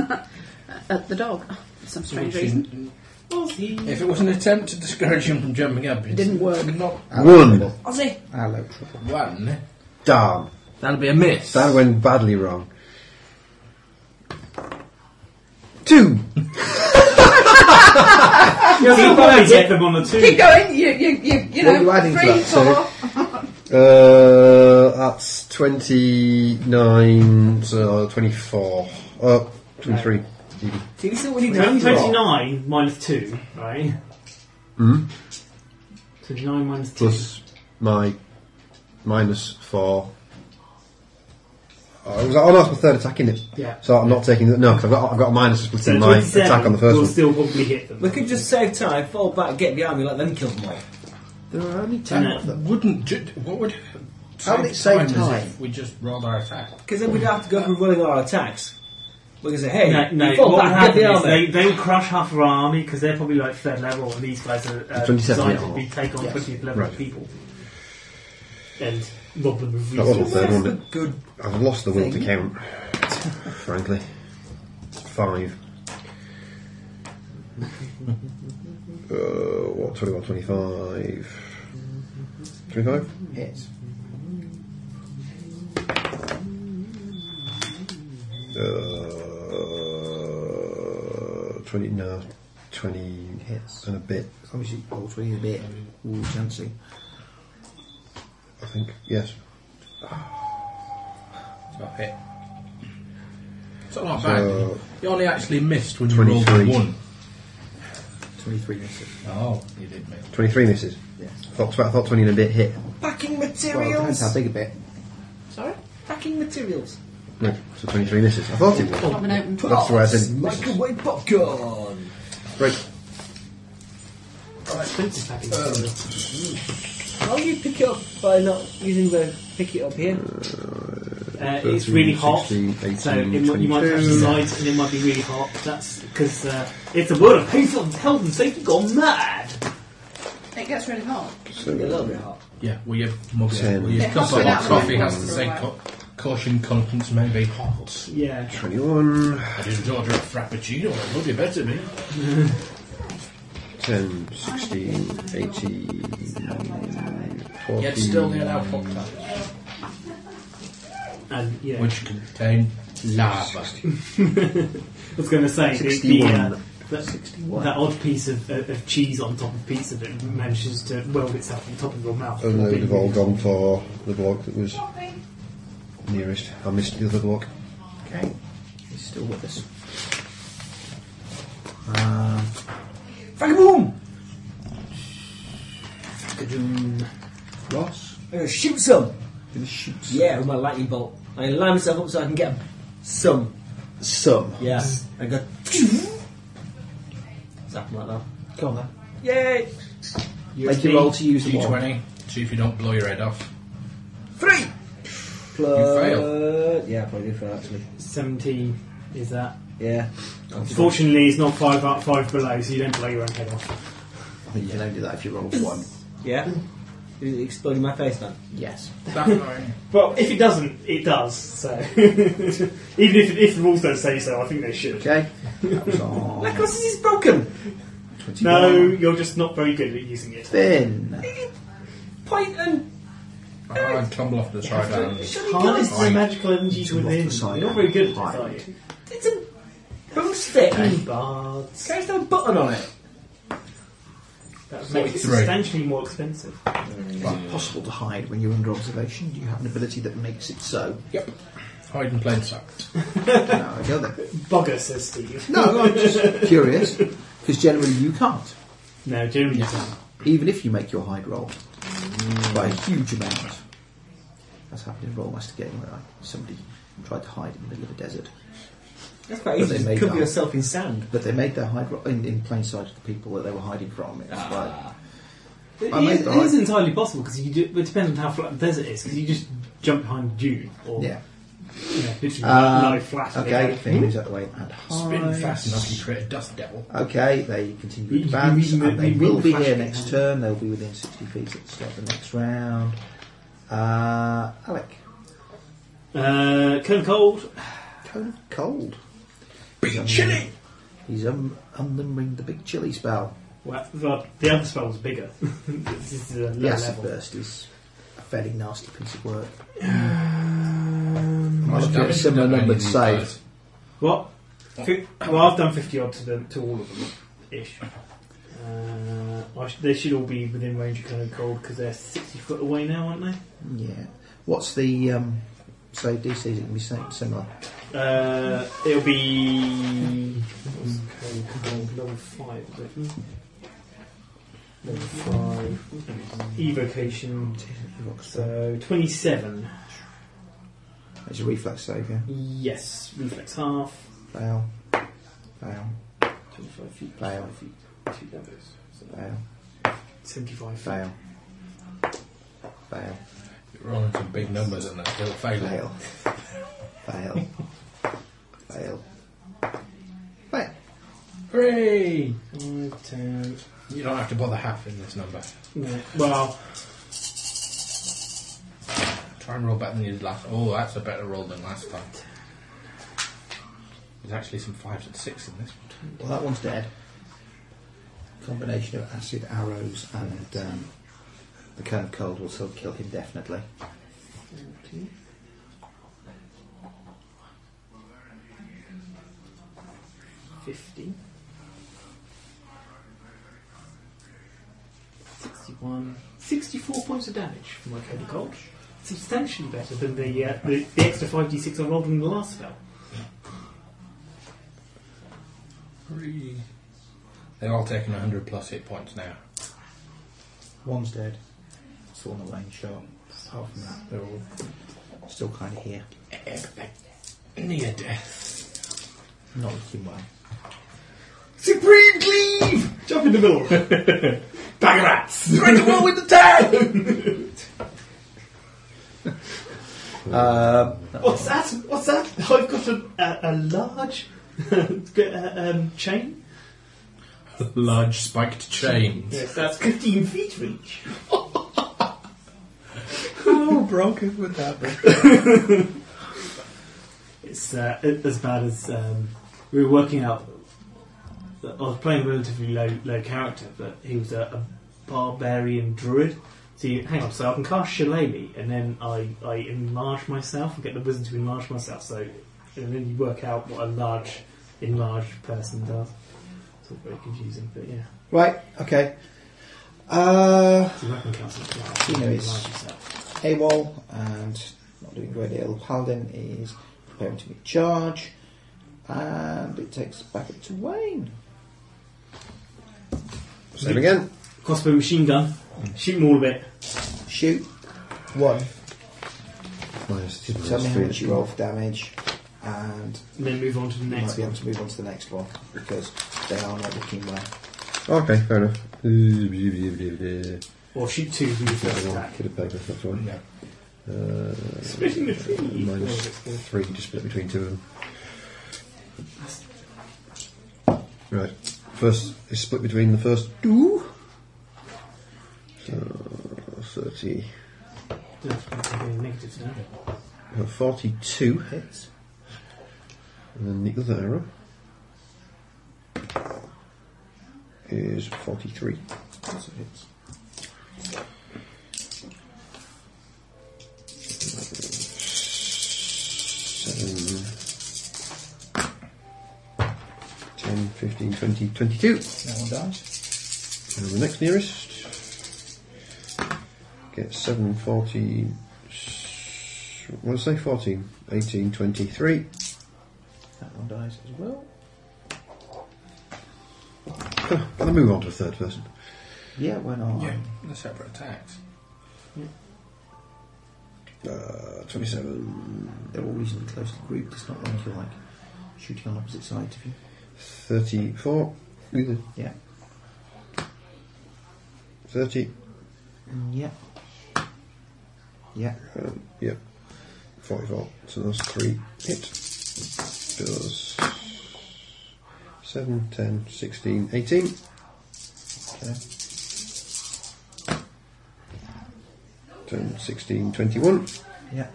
[SPEAKER 5] the dog for some strange reason.
[SPEAKER 6] If it was an attempt to discourage him from jumping up, it
[SPEAKER 5] Didn't work.
[SPEAKER 6] Not
[SPEAKER 8] Ah. One.
[SPEAKER 5] Ozzy!
[SPEAKER 3] Hello, trouble.
[SPEAKER 6] one.
[SPEAKER 8] Damn.
[SPEAKER 6] That'll be a miss.
[SPEAKER 8] That went badly wrong. Two.
[SPEAKER 7] You'll probably get them on the two.
[SPEAKER 5] Keep going, you, you, you, you
[SPEAKER 3] What are
[SPEAKER 5] know,
[SPEAKER 3] you adding to
[SPEAKER 5] three,
[SPEAKER 3] that, sir?
[SPEAKER 5] four.
[SPEAKER 8] Uh, that's 29, so 24. Uh, 23.
[SPEAKER 2] See, this is what we need to
[SPEAKER 7] Twenty-
[SPEAKER 2] have to do.
[SPEAKER 7] 29 minus 2, right?
[SPEAKER 8] Hmm?
[SPEAKER 7] 29 minus 2.
[SPEAKER 8] Plus my minus 4. Oh, it was, oh no, it's my third attack, is it?
[SPEAKER 7] Yeah.
[SPEAKER 8] So I'm not taking that. No, because I've got, I've got a minus split
[SPEAKER 7] So
[SPEAKER 8] in my
[SPEAKER 7] 27
[SPEAKER 8] attack on the first
[SPEAKER 7] will
[SPEAKER 8] one.
[SPEAKER 7] still probably hit them.
[SPEAKER 2] We could just save time, fall back, get the army, let them kill them all.
[SPEAKER 3] There are only 10
[SPEAKER 7] No.
[SPEAKER 3] of them.
[SPEAKER 6] Wouldn't. Ju- what would.
[SPEAKER 3] How would it save
[SPEAKER 6] is
[SPEAKER 3] time?
[SPEAKER 6] if We just rolled our attack.
[SPEAKER 2] Because then we'd have to go through rolling all our attacks. We can say, hey,
[SPEAKER 7] No,
[SPEAKER 2] you
[SPEAKER 7] no
[SPEAKER 2] fall
[SPEAKER 7] what
[SPEAKER 2] back, get the
[SPEAKER 7] happened is
[SPEAKER 2] army.
[SPEAKER 7] they, they would crush half our army because they're probably like third level and these guys are uh,
[SPEAKER 8] 27
[SPEAKER 7] designed to
[SPEAKER 8] level.
[SPEAKER 7] be take on
[SPEAKER 3] Yes.
[SPEAKER 7] 20th level
[SPEAKER 8] Right.
[SPEAKER 7] people. And rob them of
[SPEAKER 8] That wasn't the
[SPEAKER 7] resources.
[SPEAKER 8] third one, but
[SPEAKER 2] Good.
[SPEAKER 8] I've lost the will to count, frankly. Five. Uh, what, 21, 25? 25?
[SPEAKER 3] Hits.
[SPEAKER 8] Uh, 20, no, 20
[SPEAKER 3] Hits.
[SPEAKER 8] and a bit,
[SPEAKER 3] Obviously, all three of it. All chancy.
[SPEAKER 8] I think. Yes.
[SPEAKER 6] It's not hit. It's not like
[SPEAKER 8] So-
[SPEAKER 6] bad. You only actually missed when you
[SPEAKER 8] 23.
[SPEAKER 6] rolled a one.
[SPEAKER 3] 23 misses.
[SPEAKER 6] Oh, you did miss.
[SPEAKER 8] 23 misses.
[SPEAKER 3] Yes.
[SPEAKER 8] I thought, I thought 20 and a bit hit.
[SPEAKER 2] Backing
[SPEAKER 3] Well, it depends how
[SPEAKER 2] materials.
[SPEAKER 3] big a bit.
[SPEAKER 5] Sorry?
[SPEAKER 2] Backing materials.
[SPEAKER 8] No, so 23 misses. I thought it would.
[SPEAKER 5] I'm an open
[SPEAKER 8] That's the way I said misses.
[SPEAKER 2] Microwave popcorn.
[SPEAKER 8] Right.
[SPEAKER 2] How do you pick it up by not using the pick it up here?
[SPEAKER 7] Uh, it's really hot,
[SPEAKER 8] 13, 18,
[SPEAKER 7] so it, mu- you might touch the
[SPEAKER 8] 22.
[SPEAKER 7] sides and it might be really hot. That's because uh, it's a world of peace and health and safety gone mad.
[SPEAKER 5] It gets really hot.
[SPEAKER 2] A little bit hot.
[SPEAKER 6] Yeah, well, you mug
[SPEAKER 8] Ten.
[SPEAKER 6] it. Well, you
[SPEAKER 5] It
[SPEAKER 6] cup
[SPEAKER 5] has been
[SPEAKER 6] of
[SPEAKER 5] out of the
[SPEAKER 6] coffee has to
[SPEAKER 5] microwave
[SPEAKER 6] say
[SPEAKER 5] for a
[SPEAKER 6] co- caution contents may be hot.
[SPEAKER 7] Yeah.
[SPEAKER 8] 21,
[SPEAKER 6] I didn't order a frappuccino. It would be better, me.
[SPEAKER 8] 10, 16, 18, 40.
[SPEAKER 6] Yet still they allow cocktails,
[SPEAKER 7] And yeah,
[SPEAKER 6] which contain lava.
[SPEAKER 7] I was going to say the, the, uh, That, 61. that odd piece of, of, of cheese on top of pizza that manages to weld itself on top of your mouth.
[SPEAKER 8] And they would have Oh, all gone for the block that was nearest. I missed the other block.
[SPEAKER 3] Okay. He's still with us. Um, Vagaboom! Vagaboom. Ross?
[SPEAKER 2] I'm going to shoot some.
[SPEAKER 3] Gonna shoot some.
[SPEAKER 2] Yeah, with my lightning bolt. I can line myself up so I can get some.
[SPEAKER 3] Some.
[SPEAKER 2] Yeah. I go. Something like that.
[SPEAKER 7] Go on then.
[SPEAKER 2] Yay!
[SPEAKER 3] Make your roll to use the wand.
[SPEAKER 6] D20. See if you don't blow your head off.
[SPEAKER 2] Three! Plus.
[SPEAKER 6] fail.
[SPEAKER 2] Yeah, I probably do fail actually.
[SPEAKER 7] 17 is that.
[SPEAKER 2] Yeah.
[SPEAKER 7] Fortunately, it's not five up, five below, so you don't blow your own head off.
[SPEAKER 3] I think you can only do that if you roll one.
[SPEAKER 2] Yeah? Did it explode in my face then?
[SPEAKER 3] Yes.
[SPEAKER 7] Well, if it doesn't, it does. So even if, if the rules don't say so, I think they should.
[SPEAKER 3] Okay. That was on.
[SPEAKER 2] My glasses is broken!
[SPEAKER 3] 21.
[SPEAKER 7] No, you're just not very good at using it.
[SPEAKER 3] Finn.
[SPEAKER 2] Point and.
[SPEAKER 6] I'd tumble off the side and
[SPEAKER 2] Shut your
[SPEAKER 7] Harness
[SPEAKER 2] guys!
[SPEAKER 7] the magical energies
[SPEAKER 3] Too off
[SPEAKER 7] within.
[SPEAKER 3] the side
[SPEAKER 7] You're not very good at this,
[SPEAKER 3] and
[SPEAKER 7] are
[SPEAKER 3] hide.
[SPEAKER 7] you?
[SPEAKER 2] It's a broomstick!
[SPEAKER 7] Bards.
[SPEAKER 2] There's no button on it!
[SPEAKER 7] That would make
[SPEAKER 6] 43.
[SPEAKER 7] it substantially more expensive.
[SPEAKER 3] Is it possible to hide when you're under observation? Do you have an ability that makes it so?
[SPEAKER 6] hide in plain sight.
[SPEAKER 3] Now I go there.
[SPEAKER 7] Bugger, says Steve.
[SPEAKER 3] No, I'm just curious. Because generally you can't,
[SPEAKER 7] No, generally not.
[SPEAKER 3] even if you make your hide roll by a huge amount. That's happened in Rollmaster Game where I, somebody tried to hide in the middle of a desert.
[SPEAKER 2] That's quite
[SPEAKER 3] But
[SPEAKER 2] easy.
[SPEAKER 3] they
[SPEAKER 2] Just
[SPEAKER 3] made
[SPEAKER 2] cover
[SPEAKER 3] that.
[SPEAKER 2] yourself in sand.
[SPEAKER 3] But they made their hide roll in, in plain sight of the people that they were hiding from. It's
[SPEAKER 6] Ah.
[SPEAKER 3] like,
[SPEAKER 7] It
[SPEAKER 3] I made
[SPEAKER 7] is,
[SPEAKER 3] the
[SPEAKER 7] it is
[SPEAKER 3] hide.
[SPEAKER 7] entirely possible because you do. It depends on how flat the desert is because you just jump behind a dune or
[SPEAKER 3] yeah.
[SPEAKER 7] you know, literally
[SPEAKER 3] Um,
[SPEAKER 7] lie flat. and
[SPEAKER 3] okay,
[SPEAKER 7] go,
[SPEAKER 3] Finn moves out of the way and
[SPEAKER 6] Spin
[SPEAKER 3] hides.
[SPEAKER 6] fast enough, you create a dust devil.
[SPEAKER 3] Okay, they continue
[SPEAKER 7] You-
[SPEAKER 3] to advance,
[SPEAKER 7] you mean the-
[SPEAKER 3] and they
[SPEAKER 7] you mean
[SPEAKER 3] will
[SPEAKER 7] the
[SPEAKER 3] be
[SPEAKER 7] flash
[SPEAKER 3] here
[SPEAKER 7] behind
[SPEAKER 3] next
[SPEAKER 7] you?
[SPEAKER 3] turn. They'll be within 60 feet at the start of the next round. Uh, Alec,
[SPEAKER 7] Uh, Cone cold.
[SPEAKER 3] cone of cold.
[SPEAKER 6] Big chili!
[SPEAKER 3] He's um, unlimbering the big chilly spell.
[SPEAKER 7] Well, the the other spell was bigger. this is a
[SPEAKER 3] The
[SPEAKER 7] lower
[SPEAKER 3] acid
[SPEAKER 7] level.
[SPEAKER 3] burst is a fairly nasty piece of work.
[SPEAKER 6] How
[SPEAKER 3] I'm
[SPEAKER 6] much
[SPEAKER 3] looking at a
[SPEAKER 6] damage
[SPEAKER 3] similar
[SPEAKER 6] did that
[SPEAKER 3] number
[SPEAKER 6] make
[SPEAKER 3] to
[SPEAKER 6] you
[SPEAKER 3] save.
[SPEAKER 6] guys?
[SPEAKER 7] Um, What? Fi- Well, I've done fifty odd to them, to all of them, ish. Uh, I sh- they should all be within range of Cone cold because they're sixty foot away now, aren't they?
[SPEAKER 3] Yeah. What's the um, save DC? It can be same, similar.
[SPEAKER 7] Uh, it'll be what's Cone cold level five, is it? Level five evocation. So twenty-seven.
[SPEAKER 3] It's a reflex save, yeah.
[SPEAKER 7] Yes, reflex half.
[SPEAKER 3] Fail. Fail.
[SPEAKER 7] Twenty-five feet.
[SPEAKER 3] Fail.
[SPEAKER 7] five feet. Two levels. So
[SPEAKER 3] Fail.
[SPEAKER 7] Seventy-five. feet.
[SPEAKER 3] Fail. Fail.
[SPEAKER 6] You're rolling some big numbers and they're still failing.
[SPEAKER 3] Fail. Fail. Fail. Fail.
[SPEAKER 6] Hooray!
[SPEAKER 7] Five, ten.
[SPEAKER 6] You don't have to bother half in this number.
[SPEAKER 7] No. Well,
[SPEAKER 6] Try and roll better than you did last. Oh, that's a better roll than last time. There's actually some fives and six in this one.
[SPEAKER 3] Well, that one's dead. Combination of acid arrows and um, the cone of cold will still kill him definitely.
[SPEAKER 7] fifty. Sixty-one. Sixty-four points of damage from my Cody Colt. Substantially better than the uh, the, the extra five d six I rolled in the last spell.
[SPEAKER 6] They've all taken 100 plus hit points now.
[SPEAKER 3] One's dead. It's all in the lane shot. Apart from that, they're all still kind of here.
[SPEAKER 6] Near death.
[SPEAKER 3] Not looking well.
[SPEAKER 6] Supreme Cleave!
[SPEAKER 7] Jump in the middle. Bag of rats.
[SPEAKER 6] Right to war with the town!
[SPEAKER 3] Um,
[SPEAKER 7] What's that? What's that? I've got a a, a large uh, um, chain.
[SPEAKER 6] Large spiked chains.
[SPEAKER 7] Yes, that's fifteen feet reach.
[SPEAKER 6] How broken would that be?
[SPEAKER 7] It's uh, it- as bad as um, we were working out. that I was playing a relatively low low character, but he was a, a barbarian druid. So you, hang on, so I can cast Shillelagh, and then I, I enlarge myself and get the wizard to enlarge myself. So and then you work out what a large enlarged person does. It's all very confusing, but yeah.
[SPEAKER 3] Right, okay. Uh,
[SPEAKER 7] It's a weapon class as well.
[SPEAKER 3] He
[SPEAKER 7] Very
[SPEAKER 3] knows.
[SPEAKER 7] large itself.
[SPEAKER 3] AWOL and not doing great ill. Paladin is preparing to meet charge. And it takes back up to Wayne.
[SPEAKER 8] Same again.
[SPEAKER 7] Crossbow machine gun.
[SPEAKER 3] Mm.
[SPEAKER 7] Shoot them all a bit.
[SPEAKER 3] Shoot. One.
[SPEAKER 8] Minus two,
[SPEAKER 3] Tell
[SPEAKER 8] minus
[SPEAKER 3] me how
[SPEAKER 8] three.
[SPEAKER 3] much you roll for damage. And
[SPEAKER 7] And then move on to the
[SPEAKER 3] you might
[SPEAKER 7] next
[SPEAKER 3] be
[SPEAKER 7] one.
[SPEAKER 3] able to move on to the next one because they are not looking well.
[SPEAKER 8] Okay, fair enough. Could
[SPEAKER 7] Or shoot two with your first attack.
[SPEAKER 8] have begged us not to one.
[SPEAKER 7] Yeah.
[SPEAKER 8] Uh,
[SPEAKER 7] Splitting the tree.
[SPEAKER 8] minus three, just split between two of them. Right. First is split between the first two. So, 30.
[SPEAKER 7] Negatives now.
[SPEAKER 8] uh, 42 hits. And then the other arrow is 43.
[SPEAKER 3] Also hits.
[SPEAKER 8] Seven, 10, 15, 20, 22.
[SPEAKER 3] No one dies.
[SPEAKER 8] And the next nearest gets 740. What did I say? 14, 18, 23.
[SPEAKER 3] That one dies as well.
[SPEAKER 8] Huh, Can I move on to a third person?
[SPEAKER 3] Yeah, it went on.
[SPEAKER 6] Yeah, the separate attacks.
[SPEAKER 8] Uh, 27,
[SPEAKER 3] They're all reasonably closely grouped. It's not like you're like shooting on opposite sides of you.
[SPEAKER 8] 34. Either
[SPEAKER 3] Yeah.
[SPEAKER 8] 30.
[SPEAKER 3] Mm, Yeah. Yeah.
[SPEAKER 8] Um, yep. 44. So that's 3 hit. Does 7, 10, 16, 18.
[SPEAKER 3] Okay.
[SPEAKER 8] 10, 16, 21.
[SPEAKER 3] Yeah.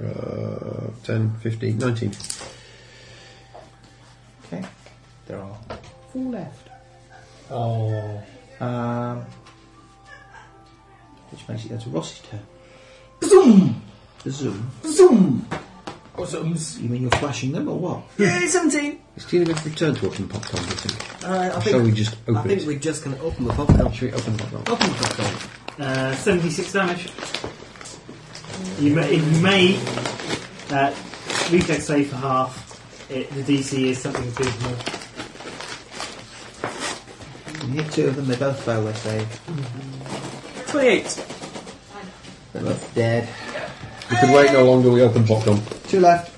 [SPEAKER 8] Uh, 10, 15, 19.
[SPEAKER 3] Okay. There are four left.
[SPEAKER 7] Oh.
[SPEAKER 3] Um, which makes it go to Ross's turn. Zoom.
[SPEAKER 6] What's up? Ms-
[SPEAKER 3] You mean you're flashing them or what?
[SPEAKER 2] Yay, 17!
[SPEAKER 8] Is Tina going to return to open popcorn, do you think?
[SPEAKER 2] Uh, I
[SPEAKER 8] Or
[SPEAKER 2] think,
[SPEAKER 8] shall we just open
[SPEAKER 2] I think
[SPEAKER 8] it?
[SPEAKER 2] we're just going to open the popcorn.
[SPEAKER 8] Shall we open the popcorn?
[SPEAKER 2] Open the popcorn.
[SPEAKER 7] Uh, 76 damage. You may, if you may uh, reflex save for half, it, the DC is something abysmal.
[SPEAKER 3] You hit two of them, they both fail their save.
[SPEAKER 2] 28.
[SPEAKER 3] They're both dead.
[SPEAKER 8] We could wait no longer, we open popcorn.
[SPEAKER 3] Two left.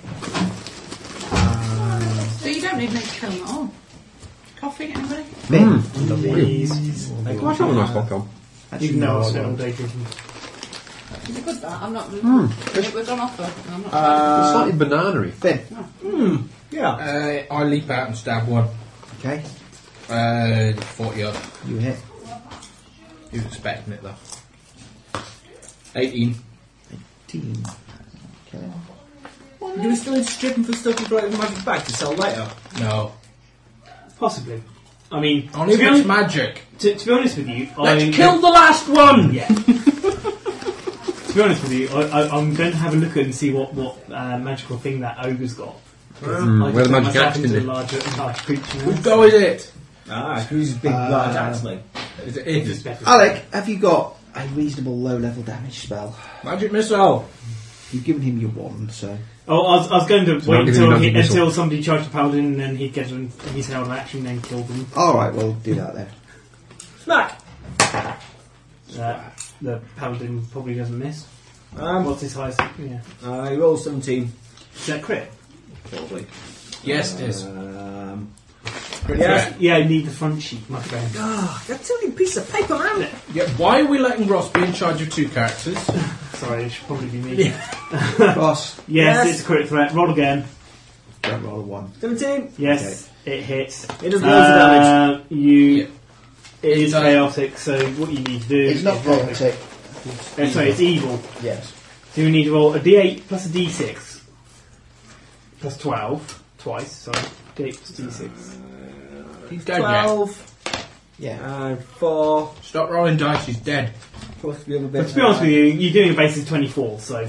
[SPEAKER 5] So you don't need an egg kiln at all. Coffee, anybody?
[SPEAKER 2] Hmm.
[SPEAKER 3] Ben.
[SPEAKER 7] Please.
[SPEAKER 8] Come on, have a nice popcorn.
[SPEAKER 3] Actually,
[SPEAKER 7] Even though I
[SPEAKER 3] no, I
[SPEAKER 7] spent all
[SPEAKER 3] won't.
[SPEAKER 7] day drinking.
[SPEAKER 5] Is it good that? I'm not. It was on offer. and I'm not
[SPEAKER 3] Hmm.
[SPEAKER 8] It's
[SPEAKER 3] Uh,
[SPEAKER 8] slightly banana
[SPEAKER 3] ben.
[SPEAKER 2] Yeah.
[SPEAKER 6] Uh, I leap out and stab one.
[SPEAKER 3] Okay.
[SPEAKER 6] Uh, 40 odd.
[SPEAKER 3] You hit.
[SPEAKER 6] He was expecting it though. 18.
[SPEAKER 3] Team. Okay.
[SPEAKER 2] Do we still need to strip him for stuff we brought in the magic bag to sell later?
[SPEAKER 6] No.
[SPEAKER 7] Possibly. I mean, to
[SPEAKER 6] Only if
[SPEAKER 7] be,
[SPEAKER 6] it's
[SPEAKER 7] hon-
[SPEAKER 6] magic.
[SPEAKER 7] to, to be honest with you, I
[SPEAKER 6] Let's kill the last one!
[SPEAKER 7] Yeah. to be honest with you, I, I, I'm going to have a look at and see what what uh, magical thing that ogre's got. I
[SPEAKER 8] Hmm, where the
[SPEAKER 7] turn
[SPEAKER 8] magic
[SPEAKER 7] myself
[SPEAKER 8] axe
[SPEAKER 7] into
[SPEAKER 8] can
[SPEAKER 7] a
[SPEAKER 8] do.
[SPEAKER 7] larger, large creature. now.
[SPEAKER 6] Who go is it?
[SPEAKER 2] Ah, who's big
[SPEAKER 6] Uh,
[SPEAKER 2] large axeman?
[SPEAKER 6] Is it
[SPEAKER 7] It's
[SPEAKER 6] it?
[SPEAKER 7] better.
[SPEAKER 3] Alec, have you got a reasonable low level damage spell?
[SPEAKER 6] Magic missile.
[SPEAKER 3] You've given him your wand, so.
[SPEAKER 7] Oh, I was, I was going to
[SPEAKER 8] So I'll
[SPEAKER 7] wait
[SPEAKER 8] give you
[SPEAKER 7] until,
[SPEAKER 8] another
[SPEAKER 7] he,
[SPEAKER 8] missile.
[SPEAKER 7] until somebody charged the paladin and then he'd get an, his held action and then kill them.
[SPEAKER 3] Alright, well, do that then.
[SPEAKER 2] Smack!
[SPEAKER 7] Uh, the paladin probably doesn't miss.
[SPEAKER 2] Um,
[SPEAKER 7] What's his highest? Yeah.
[SPEAKER 2] uh, he rolls 17.
[SPEAKER 7] Is that crit?
[SPEAKER 2] Probably.
[SPEAKER 6] Yes, it is.
[SPEAKER 2] Um,
[SPEAKER 6] Yeah.
[SPEAKER 7] Yeah, I need the front sheet, my friend.
[SPEAKER 2] ah, that tiny piece of paper, man!
[SPEAKER 6] yeah. Why are we letting Ross be in charge of two characters?
[SPEAKER 7] Sorry, it should probably be me. yes,
[SPEAKER 3] Ross,
[SPEAKER 2] Yes.
[SPEAKER 7] it's a crit threat. Roll again.
[SPEAKER 3] don't roll a one.
[SPEAKER 2] 17.
[SPEAKER 7] Yes, it hits.
[SPEAKER 2] It does loads of damage.
[SPEAKER 7] Uh, You.
[SPEAKER 6] Yeah.
[SPEAKER 7] It is
[SPEAKER 6] It's, uh,
[SPEAKER 7] chaotic, so what you need to do.
[SPEAKER 3] It's not
[SPEAKER 7] is roll-
[SPEAKER 3] chaotic.
[SPEAKER 7] Uh, sorry, it's evil.
[SPEAKER 3] Yes.
[SPEAKER 7] So you need to roll a d8 plus a d6 plus 12 twice. Sorry, d8 plus d6.
[SPEAKER 6] He's dead yet.
[SPEAKER 2] 12.
[SPEAKER 3] Yeah.
[SPEAKER 2] And 4.
[SPEAKER 6] Stop rolling dice, he's dead.
[SPEAKER 2] Plus the other bit.
[SPEAKER 7] But to be honest with you, you're doing a basis 24, so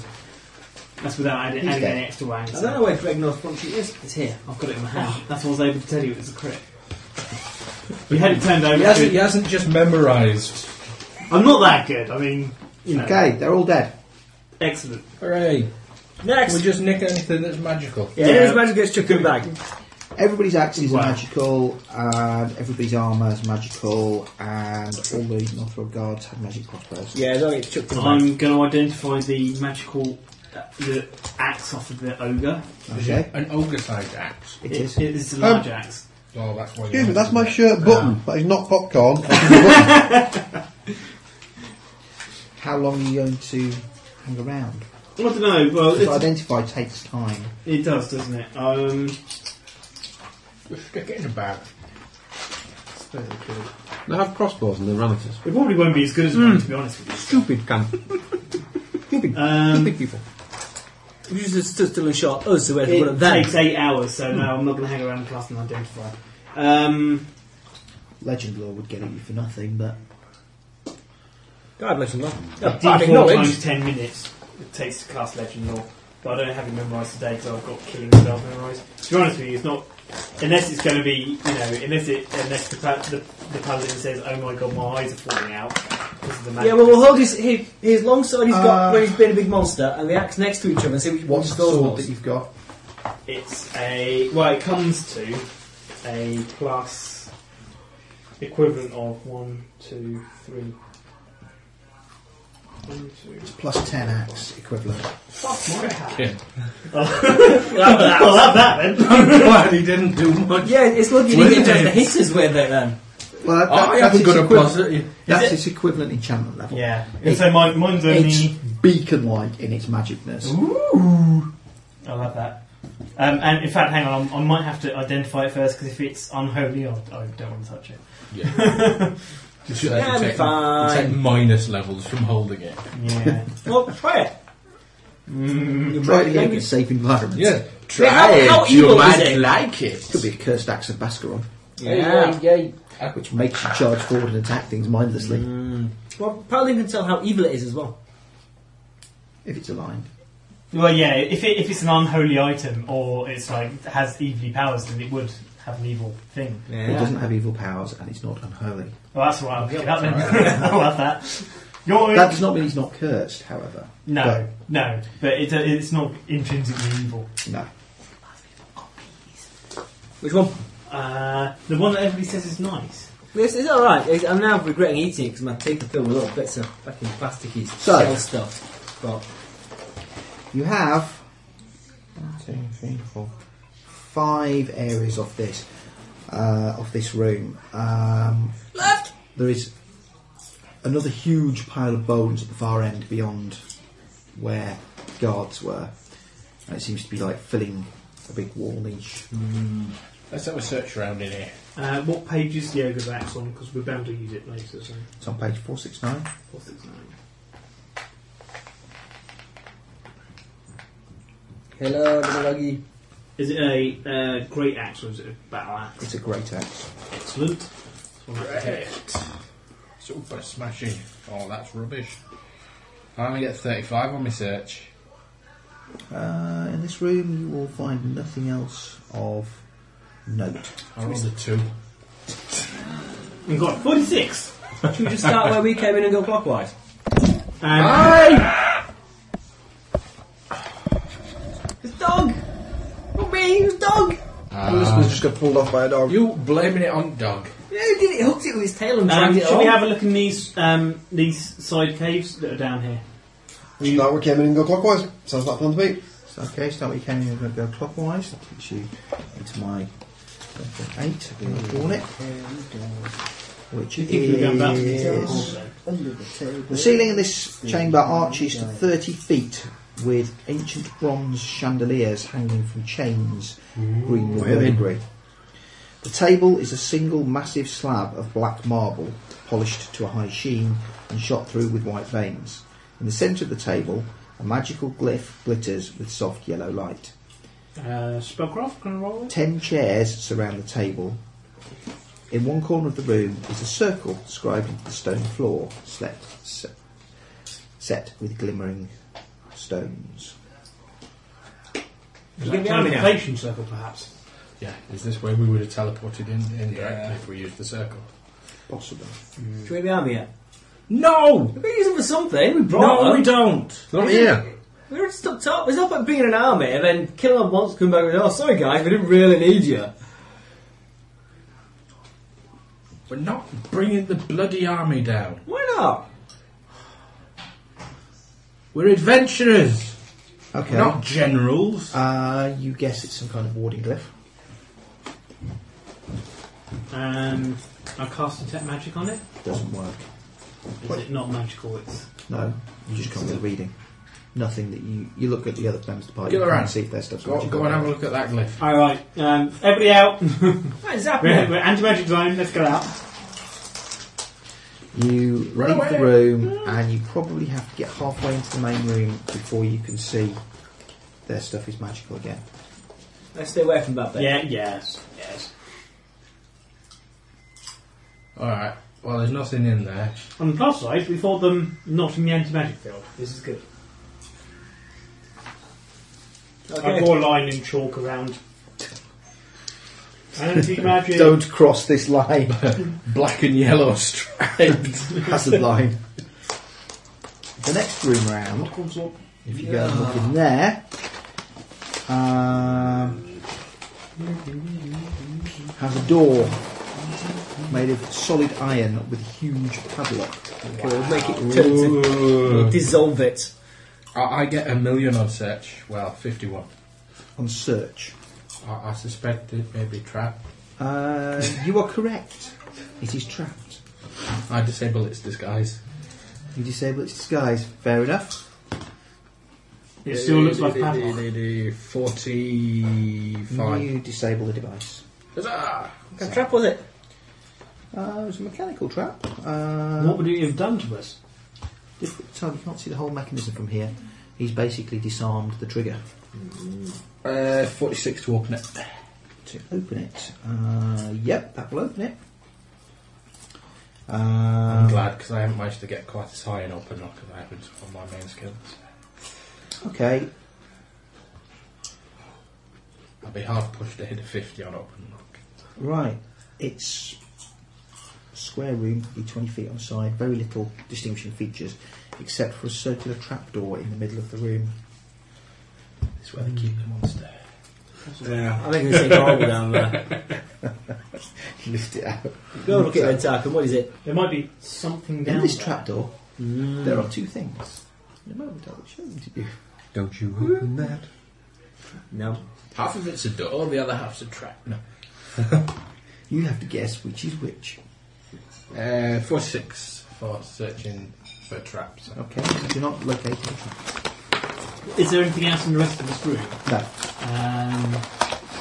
[SPEAKER 7] That's without adding,
[SPEAKER 2] He's
[SPEAKER 7] adding
[SPEAKER 2] dead.
[SPEAKER 7] any extra
[SPEAKER 2] I
[SPEAKER 7] wangs.
[SPEAKER 2] don't know where Dreadnought's front sheet is.
[SPEAKER 7] It's here. I've got it in my hand. That's what I was able to tell you. It was a crit. You had it turned over.
[SPEAKER 6] He hasn't,
[SPEAKER 7] to-
[SPEAKER 6] he hasn't just memorised.
[SPEAKER 7] I'm not that good. I mean, you know.
[SPEAKER 3] Okay, they're all dead.
[SPEAKER 7] Excellent.
[SPEAKER 6] Hooray.
[SPEAKER 2] Next!
[SPEAKER 6] We just nick anything that's magical.
[SPEAKER 2] Yeah,
[SPEAKER 7] Yeah.
[SPEAKER 2] magic gets chucked in the bag.
[SPEAKER 3] Everybody's axes
[SPEAKER 7] Wow.
[SPEAKER 3] are magical, and everybody's armour is magical, and all the Northrop guards have magic crossbows.
[SPEAKER 2] Yeah, they'll get chucked in the bag.
[SPEAKER 7] I'm going to identify the magical uh, the axe off of the ogre.
[SPEAKER 3] Okay,
[SPEAKER 6] An ogre sized axe.
[SPEAKER 3] it is.
[SPEAKER 7] It is a large axe.
[SPEAKER 6] Oh, that's why you
[SPEAKER 8] Excuse me,
[SPEAKER 6] want
[SPEAKER 8] that's
[SPEAKER 6] to-
[SPEAKER 8] my shirt button. That is not popcorn. That is
[SPEAKER 3] How long are you going to hang around?
[SPEAKER 7] Well, I don't know. Well,
[SPEAKER 3] To
[SPEAKER 7] it's,
[SPEAKER 3] identify takes time.
[SPEAKER 7] it does, doesn't it? Um,
[SPEAKER 6] Just stick it in a bag.
[SPEAKER 8] very good. They have crossbows and they're runners.
[SPEAKER 7] it probably won't be as good as mine, to be honest with you.
[SPEAKER 8] Stupid can. Stupid.
[SPEAKER 7] Um,
[SPEAKER 8] Stupid people.
[SPEAKER 2] You just stood still and shot us, so we had to run
[SPEAKER 7] it
[SPEAKER 2] at them.
[SPEAKER 7] takes eight hours, so no, I'm not going to hang around the class and identify. Um,
[SPEAKER 3] Legend lore would get it you for nothing, but
[SPEAKER 2] God bless them, man.
[SPEAKER 7] it did
[SPEAKER 2] Bad
[SPEAKER 7] four
[SPEAKER 2] knowledge.
[SPEAKER 7] times ten minutes it takes to cast Legend Law, but I don't have it memorised today, so I've got Killing Spell memorised. To be honest with you, it's not... Unless it's going to be, you know, unless it, unless the, pa- the, the paladin says, "Oh my god, my eyes are falling out," because of the magic.
[SPEAKER 2] Yeah, well, we'll hold his, his, his long sword he's got
[SPEAKER 3] Uh,
[SPEAKER 2] when he's been a big monster, and the axe next to each other, and see which one's
[SPEAKER 3] what's the sword that you've got?
[SPEAKER 7] It's a well, it comes to a plus equivalent of one, two, three. One, two.
[SPEAKER 3] Plus ten axe equivalent.
[SPEAKER 7] Fuck my hat.
[SPEAKER 6] Yeah.
[SPEAKER 7] I'll have that then.
[SPEAKER 6] I'm glad he didn't do much.
[SPEAKER 2] Yeah, it's lucky you didn't get just the hitters with it then.
[SPEAKER 3] Well, that,
[SPEAKER 6] I
[SPEAKER 3] that's,
[SPEAKER 6] haven't
[SPEAKER 3] its
[SPEAKER 6] got a
[SPEAKER 3] equivalent,
[SPEAKER 6] positive.
[SPEAKER 3] that's its equivalent enchantment level.
[SPEAKER 7] Yeah. And so mine, mine's
[SPEAKER 3] It's
[SPEAKER 7] only.
[SPEAKER 3] beacon-like in its magicness.
[SPEAKER 7] I'll have that. Um, and in fact, hang on, I might have to identify it first because if it's unholy, I'll, I don't want to touch it.
[SPEAKER 6] Yeah. Just let
[SPEAKER 2] Yeah,
[SPEAKER 6] you take,
[SPEAKER 2] I'm
[SPEAKER 6] you take
[SPEAKER 2] fine.
[SPEAKER 6] minus levels from holding it.
[SPEAKER 7] Yeah.
[SPEAKER 2] Well, try it.
[SPEAKER 7] Mm.
[SPEAKER 3] Try it again
[SPEAKER 2] Thank
[SPEAKER 3] in
[SPEAKER 2] you.
[SPEAKER 3] a safe environment.
[SPEAKER 2] Try how- it, how you evil might is it?
[SPEAKER 6] like it.
[SPEAKER 3] Could be a cursed axe of Bascaron,
[SPEAKER 2] Yeah.
[SPEAKER 3] which makes you charge forward and attack things mindlessly
[SPEAKER 7] Mm.
[SPEAKER 2] Well, Paladin can tell how evil it is as well.
[SPEAKER 3] if it's aligned.
[SPEAKER 7] Well, yeah. If it, if it's an unholy item or it's like has evilly powers, then it would have an evil thing.
[SPEAKER 3] It doesn't have evil powers and it's not unholy.
[SPEAKER 7] Well, that's all right. I'll pick it up then. I'll have that. You're,
[SPEAKER 3] That does not mean he's not cursed, however.
[SPEAKER 7] no, no, but it, it's not intrinsically evil.
[SPEAKER 3] No.
[SPEAKER 2] Which one?
[SPEAKER 7] Uh, the one that everybody says is nice.
[SPEAKER 2] This is alright. It's- I'm now regretting eating it because my teeth are filled with little bits of fucking plasticky
[SPEAKER 3] So-
[SPEAKER 2] shell stuff. But
[SPEAKER 3] You have one, two, three, four, five areas of this uh, of this room. Um,
[SPEAKER 2] Left!
[SPEAKER 3] There is another huge pile of bones at the far end beyond where guards were, and it seems to be like filling a big wall niche.
[SPEAKER 6] Let's have a search around in here.
[SPEAKER 9] Uh, what page is the ogre's axe on? Because we're bound to use it later, so.
[SPEAKER 3] It's on page four six nine.
[SPEAKER 9] Four, six, nine.
[SPEAKER 2] Hello, little doggy.
[SPEAKER 9] Is it a uh, great axe or is it a battle axe?
[SPEAKER 3] It's a great axe.
[SPEAKER 9] Excellent. That's one I have to
[SPEAKER 6] Great.
[SPEAKER 9] pick.
[SPEAKER 6] Super smashing. Oh, that's rubbish. I only get 35 on my search.
[SPEAKER 3] Uh, in this room, you will find nothing else of note.
[SPEAKER 6] I rolled a 2.
[SPEAKER 7] We've got 46!
[SPEAKER 2] Should we just start where we came in and go clockwise?
[SPEAKER 7] And
[SPEAKER 2] It's dog! Not me, it was dog!
[SPEAKER 8] this was just got pulled off by a
[SPEAKER 6] Um,
[SPEAKER 8] dog.
[SPEAKER 6] You blaming it on dog.
[SPEAKER 2] Yeah, he did it. He hooked it with his tail and
[SPEAKER 7] um,
[SPEAKER 2] dragged it
[SPEAKER 7] should we
[SPEAKER 2] on.
[SPEAKER 7] have a look in these um, these side caves that are down here?
[SPEAKER 8] No, we came in and go clockwise. Sounds like fun to me.
[SPEAKER 3] So, okay, start with you came in, we're going to go clockwise. That takes you into my level 8, I'm going to draw it. Which
[SPEAKER 7] Do Mm. you think we're going back to these
[SPEAKER 3] is...
[SPEAKER 7] then?
[SPEAKER 3] The ceiling in this chamber arches to 30 feet with ancient bronze chandeliers hanging from chains, green with
[SPEAKER 8] Really?
[SPEAKER 3] verdigris. The table is a single massive slab of black marble, polished to a high sheen and shot through with white veins. In the centre of the table, a magical glyph glitters with soft yellow light.
[SPEAKER 7] Uh, spellcraft, can I roll it?
[SPEAKER 3] Ten chairs surround the table. In one corner of the room is a circle scribed into the stone floor, set, set, set with glimmering stones.
[SPEAKER 7] Is
[SPEAKER 6] that
[SPEAKER 7] that
[SPEAKER 6] time
[SPEAKER 7] an
[SPEAKER 6] now?
[SPEAKER 7] inflation circle, perhaps?
[SPEAKER 6] Yeah, is this where we would have teleported in indirectly if we used the circle?
[SPEAKER 3] Possibly.
[SPEAKER 2] Should we be army yet?
[SPEAKER 6] No!
[SPEAKER 2] We've been using for something. We brought
[SPEAKER 6] No,
[SPEAKER 2] them.
[SPEAKER 6] we don't!
[SPEAKER 8] Not here.
[SPEAKER 2] We were just up top. There's no point being an army and then killing them once, come back with, oh, sorry guys, we didn't really need you.
[SPEAKER 6] We're not bringing the bloody army down.
[SPEAKER 2] Why not?
[SPEAKER 6] We're adventurers,
[SPEAKER 3] Okay.
[SPEAKER 6] not generals.
[SPEAKER 3] Uh, you guess it's some kind of warding glyph.
[SPEAKER 7] And Um, I cast detect magic on it.
[SPEAKER 3] Doesn't work.
[SPEAKER 7] Is
[SPEAKER 3] What?
[SPEAKER 7] it not magical? It's
[SPEAKER 3] No, you just can't be reading. Nothing that you you look at the other members of the party
[SPEAKER 6] Get
[SPEAKER 3] you
[SPEAKER 6] around.
[SPEAKER 3] can't see if their stuff's
[SPEAKER 6] Go,
[SPEAKER 3] magic
[SPEAKER 6] go
[SPEAKER 3] or
[SPEAKER 6] and have
[SPEAKER 3] not.
[SPEAKER 6] a look at that glyph.
[SPEAKER 7] all right. Um, everybody out.
[SPEAKER 2] What is
[SPEAKER 7] we're
[SPEAKER 2] happening?
[SPEAKER 7] we're anti magic zone. Let's get out.
[SPEAKER 3] You run into the room and you probably have to get halfway into the main room before you can see their stuff is magical again.
[SPEAKER 2] Let's stay away from that bit.
[SPEAKER 7] Yeah. Yes. Yes.
[SPEAKER 6] Alright, well, there's nothing in there.
[SPEAKER 7] On the plus side, we fought them not in the anti magic field.
[SPEAKER 2] This is good.
[SPEAKER 7] I
[SPEAKER 2] Okay.
[SPEAKER 7] draw a line in chalk around. Anti magic.
[SPEAKER 3] Don't cross this line,
[SPEAKER 6] Black and yellow striped.
[SPEAKER 3] hazard line. The next room round, if you go and look in there, um, has a door made of solid iron with a huge padlock.
[SPEAKER 2] Okay, we'll make it tilt it. We'll dissolve it.
[SPEAKER 6] I, I get a million on search. Well, 51.
[SPEAKER 3] on search.
[SPEAKER 6] I, I suspect it may be trapped.
[SPEAKER 3] Uh, you are correct. It is trapped.
[SPEAKER 6] I disable its disguise.
[SPEAKER 3] You disable its disguise. Fair enough.
[SPEAKER 7] It still looks like padlock.
[SPEAKER 6] 45.
[SPEAKER 3] You disable the device.
[SPEAKER 6] Huzzah!
[SPEAKER 2] What trap was it?
[SPEAKER 3] Uh, it was a mechanical trap. Uh,
[SPEAKER 7] What would it have done to us?
[SPEAKER 3] difficult to tell. You can't see the whole mechanism from here. He's basically disarmed the trigger
[SPEAKER 6] Uh, 46 to open it.
[SPEAKER 3] to open it. Uh, yep, that will open it. Uh, Um,
[SPEAKER 6] I'm glad because I haven't managed to get quite as high an open lock as I have on my main skills.
[SPEAKER 3] Okay.
[SPEAKER 6] I'd be hard pushed to hit a 50 on open lock.
[SPEAKER 3] Right. It's a square room, be 20 feet on side, very little distinguishing features, except for a circular trapdoor in the middle of the room.
[SPEAKER 6] It's where
[SPEAKER 8] Hmm.
[SPEAKER 6] they keep the monster.
[SPEAKER 2] Yeah. I think it's a gargle down there.
[SPEAKER 3] Lift it out.
[SPEAKER 2] Go look at it, Tarkin. What is it?
[SPEAKER 7] There might be something down
[SPEAKER 3] In this
[SPEAKER 7] there.
[SPEAKER 3] trapdoor,
[SPEAKER 8] Hmm.
[SPEAKER 3] there are two things. In a moment, I'll show them to you.
[SPEAKER 8] Don't you open that.
[SPEAKER 2] No.
[SPEAKER 6] Half of it's a door, the other half's a trap. No.
[SPEAKER 3] You have to guess which is which.
[SPEAKER 6] Uh, 46 for searching for traps.
[SPEAKER 3] Okay, you do not locate the trap.
[SPEAKER 7] Is there anything else in the rest of this room?
[SPEAKER 3] No.
[SPEAKER 7] Um,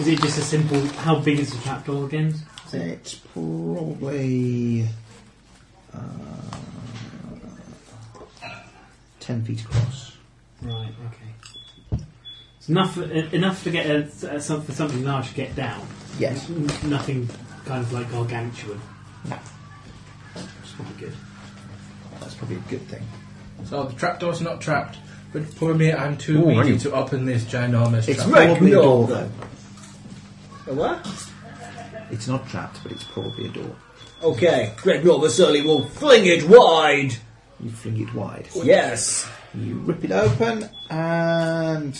[SPEAKER 7] is it just a simple? How big is the trapdoor again?
[SPEAKER 3] It's probably uh, 10 feet across.
[SPEAKER 7] Right. Okay. It's enough e- enough to get a, a, some- for something large to get down.
[SPEAKER 3] Yes.
[SPEAKER 7] N- Nothing kind of like gargantuan.
[SPEAKER 3] That's probably good. That's probably a good thing.
[SPEAKER 6] So the trapdoor's not trapped, but poor me, I'm too
[SPEAKER 8] Ooh,
[SPEAKER 6] weak
[SPEAKER 8] hang on.
[SPEAKER 6] to open this ginormous
[SPEAKER 3] It's
[SPEAKER 6] trap.
[SPEAKER 3] probably a
[SPEAKER 2] no.
[SPEAKER 3] door, though.
[SPEAKER 2] A what?
[SPEAKER 3] It's not trapped, but it's probably a door.
[SPEAKER 2] Okay. Greg Norman certainly will fling it wide.
[SPEAKER 3] You fling it wide.
[SPEAKER 2] Yes.
[SPEAKER 3] You rip it open, and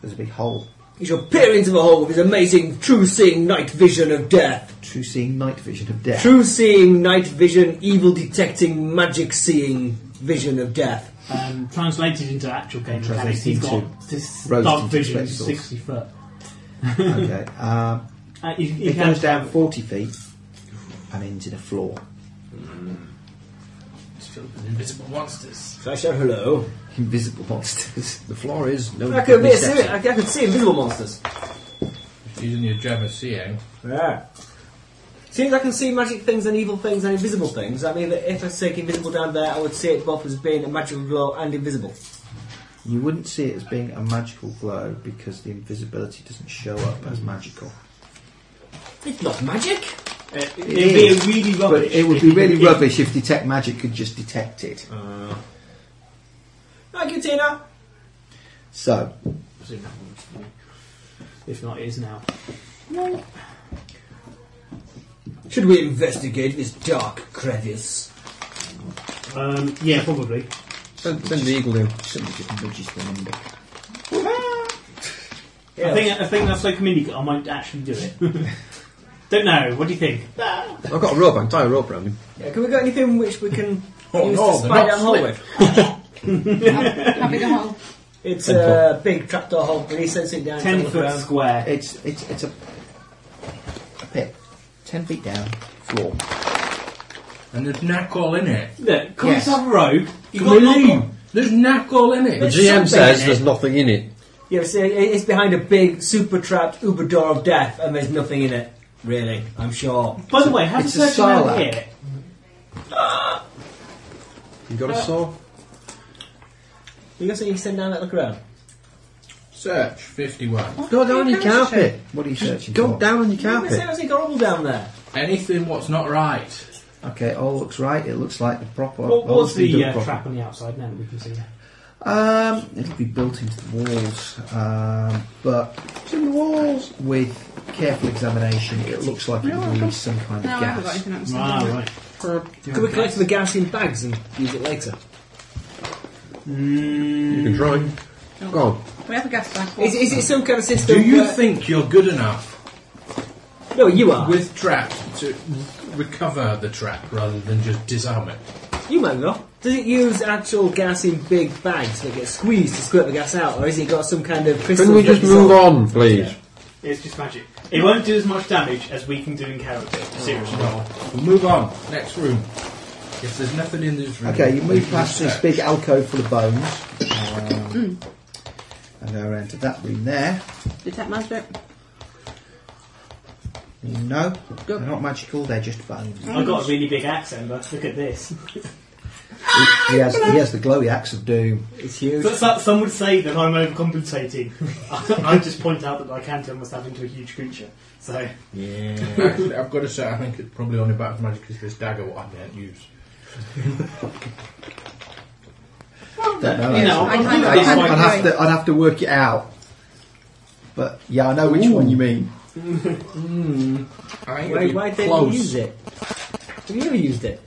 [SPEAKER 3] there's a big hole.
[SPEAKER 2] He shall peer into the hole with his amazing true seeing night vision of death.
[SPEAKER 3] True seeing night vision of death.
[SPEAKER 2] True seeing night vision, evil detecting, magic seeing vision of death.
[SPEAKER 7] Um, translated into actual game mechanics,
[SPEAKER 3] Translated
[SPEAKER 7] he's got
[SPEAKER 3] into
[SPEAKER 7] this
[SPEAKER 3] roast
[SPEAKER 7] dark
[SPEAKER 3] into
[SPEAKER 7] vision,
[SPEAKER 3] spectacles.
[SPEAKER 7] sixty foot.
[SPEAKER 3] okay. Um,
[SPEAKER 7] Uh, he, he
[SPEAKER 3] it
[SPEAKER 7] can-
[SPEAKER 3] goes down 40 feet and into the floor.
[SPEAKER 6] It's filled with invisible monsters.
[SPEAKER 2] So I shout hello.
[SPEAKER 3] Invisible monsters.
[SPEAKER 8] The floor is no.
[SPEAKER 2] I could, be a
[SPEAKER 8] steps.
[SPEAKER 2] seri- I, I could see invisible monsters.
[SPEAKER 6] Using your gem of seeing.
[SPEAKER 2] Yeah. Seems I can see magic things and evil things and invisible things. I mean, that if I take invisible down there, I would see it both as being a magical glow and invisible.
[SPEAKER 3] You wouldn't see it as being a magical glow because the invisibility doesn't show up as magical.
[SPEAKER 2] It's not magic.
[SPEAKER 7] Uh, it, would
[SPEAKER 3] is,
[SPEAKER 7] be really
[SPEAKER 3] But
[SPEAKER 7] rubbish.
[SPEAKER 3] it would
[SPEAKER 7] if
[SPEAKER 3] be
[SPEAKER 7] he-
[SPEAKER 3] really
[SPEAKER 7] if-
[SPEAKER 3] rubbish if Detect Magic could just
[SPEAKER 7] Oh.
[SPEAKER 3] detect it.
[SPEAKER 2] Thank you, Tina.
[SPEAKER 3] So,
[SPEAKER 7] Presumably. If not, it is now.
[SPEAKER 2] Should we investigate this dark crevice?
[SPEAKER 7] Um, yeah, probably.
[SPEAKER 8] Send, send the eagle in. Somebody just nudges the number.
[SPEAKER 7] I think I think that's so communicate. I might actually do it. Don't know. What do you think?
[SPEAKER 8] I've got a rope. I can tie a rope around him.
[SPEAKER 2] Yeah, can we got anything which we can
[SPEAKER 6] Oh,
[SPEAKER 2] use
[SPEAKER 6] no,
[SPEAKER 2] to
[SPEAKER 6] they're
[SPEAKER 2] spy
[SPEAKER 6] not
[SPEAKER 2] down the hole with?
[SPEAKER 5] Having a hole.
[SPEAKER 2] It's a Uh, big trapdoor hole. Can he sends it down? to
[SPEAKER 7] Ten
[SPEAKER 2] look
[SPEAKER 7] foot
[SPEAKER 2] around?
[SPEAKER 7] square.
[SPEAKER 3] It's it's it's a, a pit, ten feet down, floor.
[SPEAKER 6] And there's knack all in it.
[SPEAKER 7] Look, come
[SPEAKER 3] Yes.
[SPEAKER 7] on, rogue. You
[SPEAKER 6] Come
[SPEAKER 7] got
[SPEAKER 6] on.
[SPEAKER 7] no-
[SPEAKER 6] There's knack all in
[SPEAKER 8] The
[SPEAKER 6] it.
[SPEAKER 8] GM says
[SPEAKER 2] in it.
[SPEAKER 8] there's nothing in it.
[SPEAKER 2] Yeah, see, it- it's behind a big, super trapped Uber door of death, and there's nothing in it. Really, I'm sure.
[SPEAKER 7] By the way, have a
[SPEAKER 3] It's a
[SPEAKER 7] search around
[SPEAKER 3] sarlacc.
[SPEAKER 7] here.
[SPEAKER 8] You got a saw?
[SPEAKER 2] You got something you send down that look around?
[SPEAKER 6] Search 51.
[SPEAKER 8] Go down on your carpet.
[SPEAKER 3] What are you searching
[SPEAKER 8] Go
[SPEAKER 3] for?
[SPEAKER 8] down on your
[SPEAKER 2] It's
[SPEAKER 8] carpet.
[SPEAKER 2] absolutely horrible down there.
[SPEAKER 6] Anything what's not right.
[SPEAKER 3] Okay, it all looks right. It looks like the proper.
[SPEAKER 7] What,
[SPEAKER 3] all's
[SPEAKER 7] what's
[SPEAKER 3] been
[SPEAKER 7] the
[SPEAKER 3] done
[SPEAKER 7] uh,
[SPEAKER 3] properly.
[SPEAKER 7] trap on the outside now that we can see?
[SPEAKER 3] Um, it'll be built into the walls, um, but it's in the walls with careful examination. It looks like it will release some kind of
[SPEAKER 5] No, I haven't got
[SPEAKER 3] gas.
[SPEAKER 5] anything else.
[SPEAKER 7] Ah, right.
[SPEAKER 2] Could we collect the gas in bags and use it later?
[SPEAKER 8] You can try. Go on.
[SPEAKER 5] We have a gas bag.
[SPEAKER 2] Is, is it some kind of system?
[SPEAKER 6] Do you
[SPEAKER 2] where-
[SPEAKER 6] think you're good enough
[SPEAKER 2] No, you are.
[SPEAKER 6] with trap to r- recover the trap rather than just disarm it?
[SPEAKER 2] You might not. Does it use actual gas in big bags that get squeezed to squirt the gas out, or has it got some kind of crystal?
[SPEAKER 8] Can we
[SPEAKER 2] that
[SPEAKER 8] just
[SPEAKER 2] dissolve-
[SPEAKER 8] move on, please?
[SPEAKER 7] It's just magic. It won't do as much damage as we can do in character. Seriously.
[SPEAKER 2] Oh.
[SPEAKER 6] We'll move on. Next room. If there's nothing in this room.
[SPEAKER 3] Okay, you
[SPEAKER 6] we
[SPEAKER 3] move
[SPEAKER 6] can
[SPEAKER 3] past this
[SPEAKER 6] search.
[SPEAKER 3] big alcove full of bones, um, and go around to that room there.
[SPEAKER 5] Detect magic.
[SPEAKER 3] No,
[SPEAKER 5] Go.
[SPEAKER 3] they're not magical. They're just bones.
[SPEAKER 7] I've got a really big axe, Ember. Look at this.
[SPEAKER 3] He, he has he has the glowy axe of doom.
[SPEAKER 2] It's huge.
[SPEAKER 7] But so- some would say that I'm overcompensating. I just point out that I can turn myself into a huge creature. So
[SPEAKER 6] Yeah. Actually, I've got to say, I think it's probably only about as magic as this dagger what I can't use.
[SPEAKER 3] Don't know.
[SPEAKER 7] you know,
[SPEAKER 3] actually.
[SPEAKER 5] I- I-
[SPEAKER 7] I'm good
[SPEAKER 5] I-
[SPEAKER 7] at this
[SPEAKER 5] I-
[SPEAKER 7] one.
[SPEAKER 3] I'd have to I'd have to work it out. But yeah, I know which one you mean.
[SPEAKER 6] I ain't
[SPEAKER 2] Why,
[SPEAKER 6] even
[SPEAKER 2] why didn't
[SPEAKER 6] close.
[SPEAKER 2] you use it? Have you ever used it?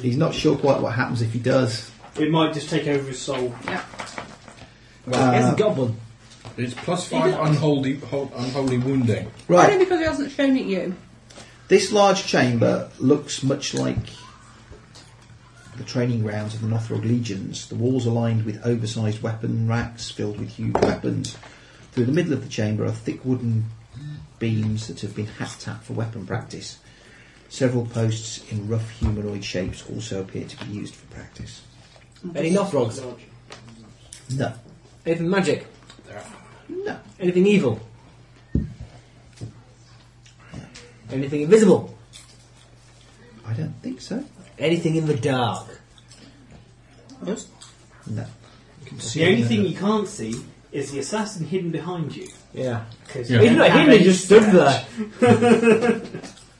[SPEAKER 3] He's not sure quite what happens if he does.
[SPEAKER 7] It might just take over his soul.
[SPEAKER 2] he
[SPEAKER 3] Uh,
[SPEAKER 2] hasn't got one.
[SPEAKER 6] It's plus five unholy, hol- unholy wounding.
[SPEAKER 3] Right,
[SPEAKER 5] Only because he hasn't shown it you.
[SPEAKER 3] this large chamber looks much like the training grounds of the Nothrog legions. The walls are lined with oversized weapon racks filled with huge weapons. Through the middle of the chamber are thick wooden beams that have been hacked at for weapon practice. Several posts in rough humanoid shapes also appear to be used for practice.
[SPEAKER 2] Any Nothrogs?
[SPEAKER 3] No,
[SPEAKER 2] Anything magic?
[SPEAKER 3] no,
[SPEAKER 2] Anything evil? Anything invisible?
[SPEAKER 3] I don't think so.
[SPEAKER 2] Anything in the dark?
[SPEAKER 3] No.
[SPEAKER 7] The only thing you can't see is the assassin hidden behind you.
[SPEAKER 2] Yeah.
[SPEAKER 7] Because
[SPEAKER 6] Yeah.
[SPEAKER 2] He's not him, he just stood there.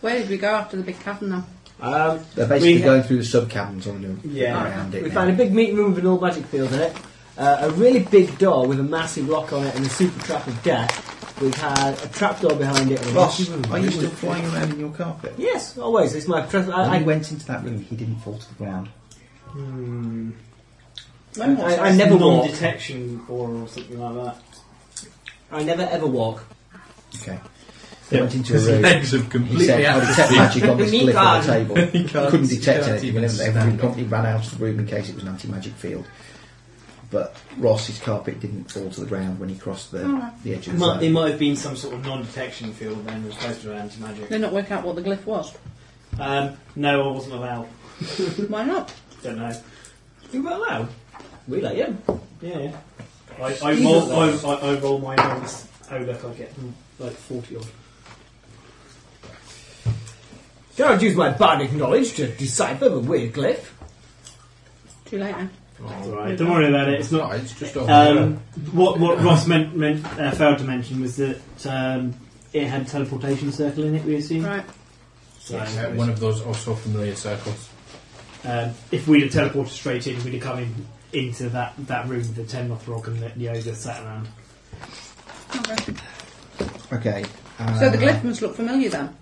[SPEAKER 5] Where did we go after the big cavern then?
[SPEAKER 2] Um,
[SPEAKER 3] They're basically
[SPEAKER 7] We-
[SPEAKER 3] going through the sub cabins on the
[SPEAKER 7] Yeah.
[SPEAKER 3] around it.
[SPEAKER 2] we
[SPEAKER 3] now.
[SPEAKER 2] found a big meeting room with an old magic field in it, uh, a really big door with a massive lock on it and a super trap of death. We've had a trap door behind it. And a
[SPEAKER 3] Ross,
[SPEAKER 2] magic room.
[SPEAKER 3] are you still flying around in your carpet?
[SPEAKER 2] Yes, always. It's my preference.
[SPEAKER 3] When
[SPEAKER 2] I,
[SPEAKER 3] he
[SPEAKER 2] I,
[SPEAKER 3] went into that room, he didn't fall to the ground.
[SPEAKER 7] Hmm.
[SPEAKER 2] I, I never walk.
[SPEAKER 7] non-detection or, or something like that.
[SPEAKER 2] I never ever walk.
[SPEAKER 3] Okay. He went into a
[SPEAKER 6] His
[SPEAKER 3] room.
[SPEAKER 6] legs have
[SPEAKER 3] He
[SPEAKER 6] completely
[SPEAKER 3] said, I detect
[SPEAKER 6] atrophied.
[SPEAKER 3] magic on this
[SPEAKER 2] Me
[SPEAKER 3] glyph on
[SPEAKER 2] can't.
[SPEAKER 3] the table.
[SPEAKER 6] He can't-
[SPEAKER 3] Couldn't
[SPEAKER 6] he
[SPEAKER 3] detect
[SPEAKER 6] can't
[SPEAKER 3] anything.
[SPEAKER 6] even
[SPEAKER 3] and
[SPEAKER 6] stand
[SPEAKER 3] Everyone
[SPEAKER 6] up.
[SPEAKER 3] promptly ran out of the room in case it was an anti-magic field. But Ross's carpet didn't fall to the ground when he crossed the, the edge of
[SPEAKER 7] It
[SPEAKER 3] the
[SPEAKER 7] might, it
[SPEAKER 3] zone.
[SPEAKER 7] might have been some sort of non-detection field then, as opposed to anti-magic.
[SPEAKER 5] They not work out what the glyph was.
[SPEAKER 7] Um, no, I wasn't allowed.
[SPEAKER 5] Why not?
[SPEAKER 7] Don't know.
[SPEAKER 2] You were allowed. We let you.
[SPEAKER 7] Yeah, yeah. I, I, roll, I, I, I roll my numbers. Oh look, I get mm, like forty odd.
[SPEAKER 2] Can I use my bardic knowledge to decipher the weird glyph?
[SPEAKER 5] Too late now.
[SPEAKER 7] Right, don't worry about it. It's not.
[SPEAKER 6] No, it's just over
[SPEAKER 7] Um, what what Ross meant, meant uh, failed to mention was that um, it had teleportation circle in it. We
[SPEAKER 2] Mm.
[SPEAKER 7] assume.
[SPEAKER 5] Right.
[SPEAKER 6] there. It's, uh, one of those also familiar circles.
[SPEAKER 7] Um, if we'd have teleported straight in, we'd have come in into that, that room with the ten Rock and the, the ogre sat around.
[SPEAKER 5] Okay.
[SPEAKER 3] Okay. Uh,
[SPEAKER 5] So the glyph must look familiar then.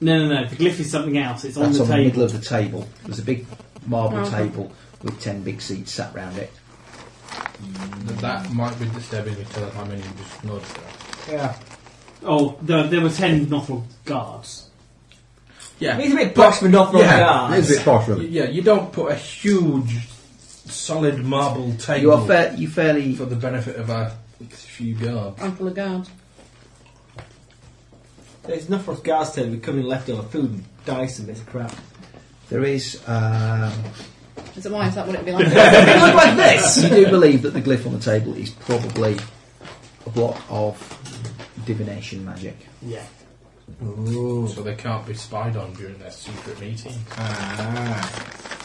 [SPEAKER 7] No, no, no. The glyph is something else. It's on
[SPEAKER 3] That's
[SPEAKER 7] the
[SPEAKER 3] on the
[SPEAKER 7] table.
[SPEAKER 3] middle of the table. There's a big marble
[SPEAKER 2] Uh-huh.
[SPEAKER 5] Oh, okay.
[SPEAKER 3] table with ten big seats sat round it.
[SPEAKER 6] That, that might be disturbing me to how many you just noticed that.
[SPEAKER 3] Yeah.
[SPEAKER 7] Oh, there, there were ten Nothal guards.
[SPEAKER 6] Yeah.
[SPEAKER 2] He's a bit posh, but not from
[SPEAKER 8] yeah,
[SPEAKER 2] the
[SPEAKER 8] it's a bit posh, really.
[SPEAKER 6] Yeah, you don't put a huge, solid marble table
[SPEAKER 3] You are fair, you fairly
[SPEAKER 6] for the benefit of a few guards.
[SPEAKER 5] Handful of guards.
[SPEAKER 2] There's enough for us guards to be coming left on the food and dice and bits of crap.
[SPEAKER 3] there is. Um,
[SPEAKER 5] Is it why? Is that what it'd be like?
[SPEAKER 2] It look like this!
[SPEAKER 3] you do believe that the glyph on the table is probably a block of divination magic.
[SPEAKER 7] Yeah.
[SPEAKER 6] So they can't be spied on during their secret meeting.
[SPEAKER 3] Ah.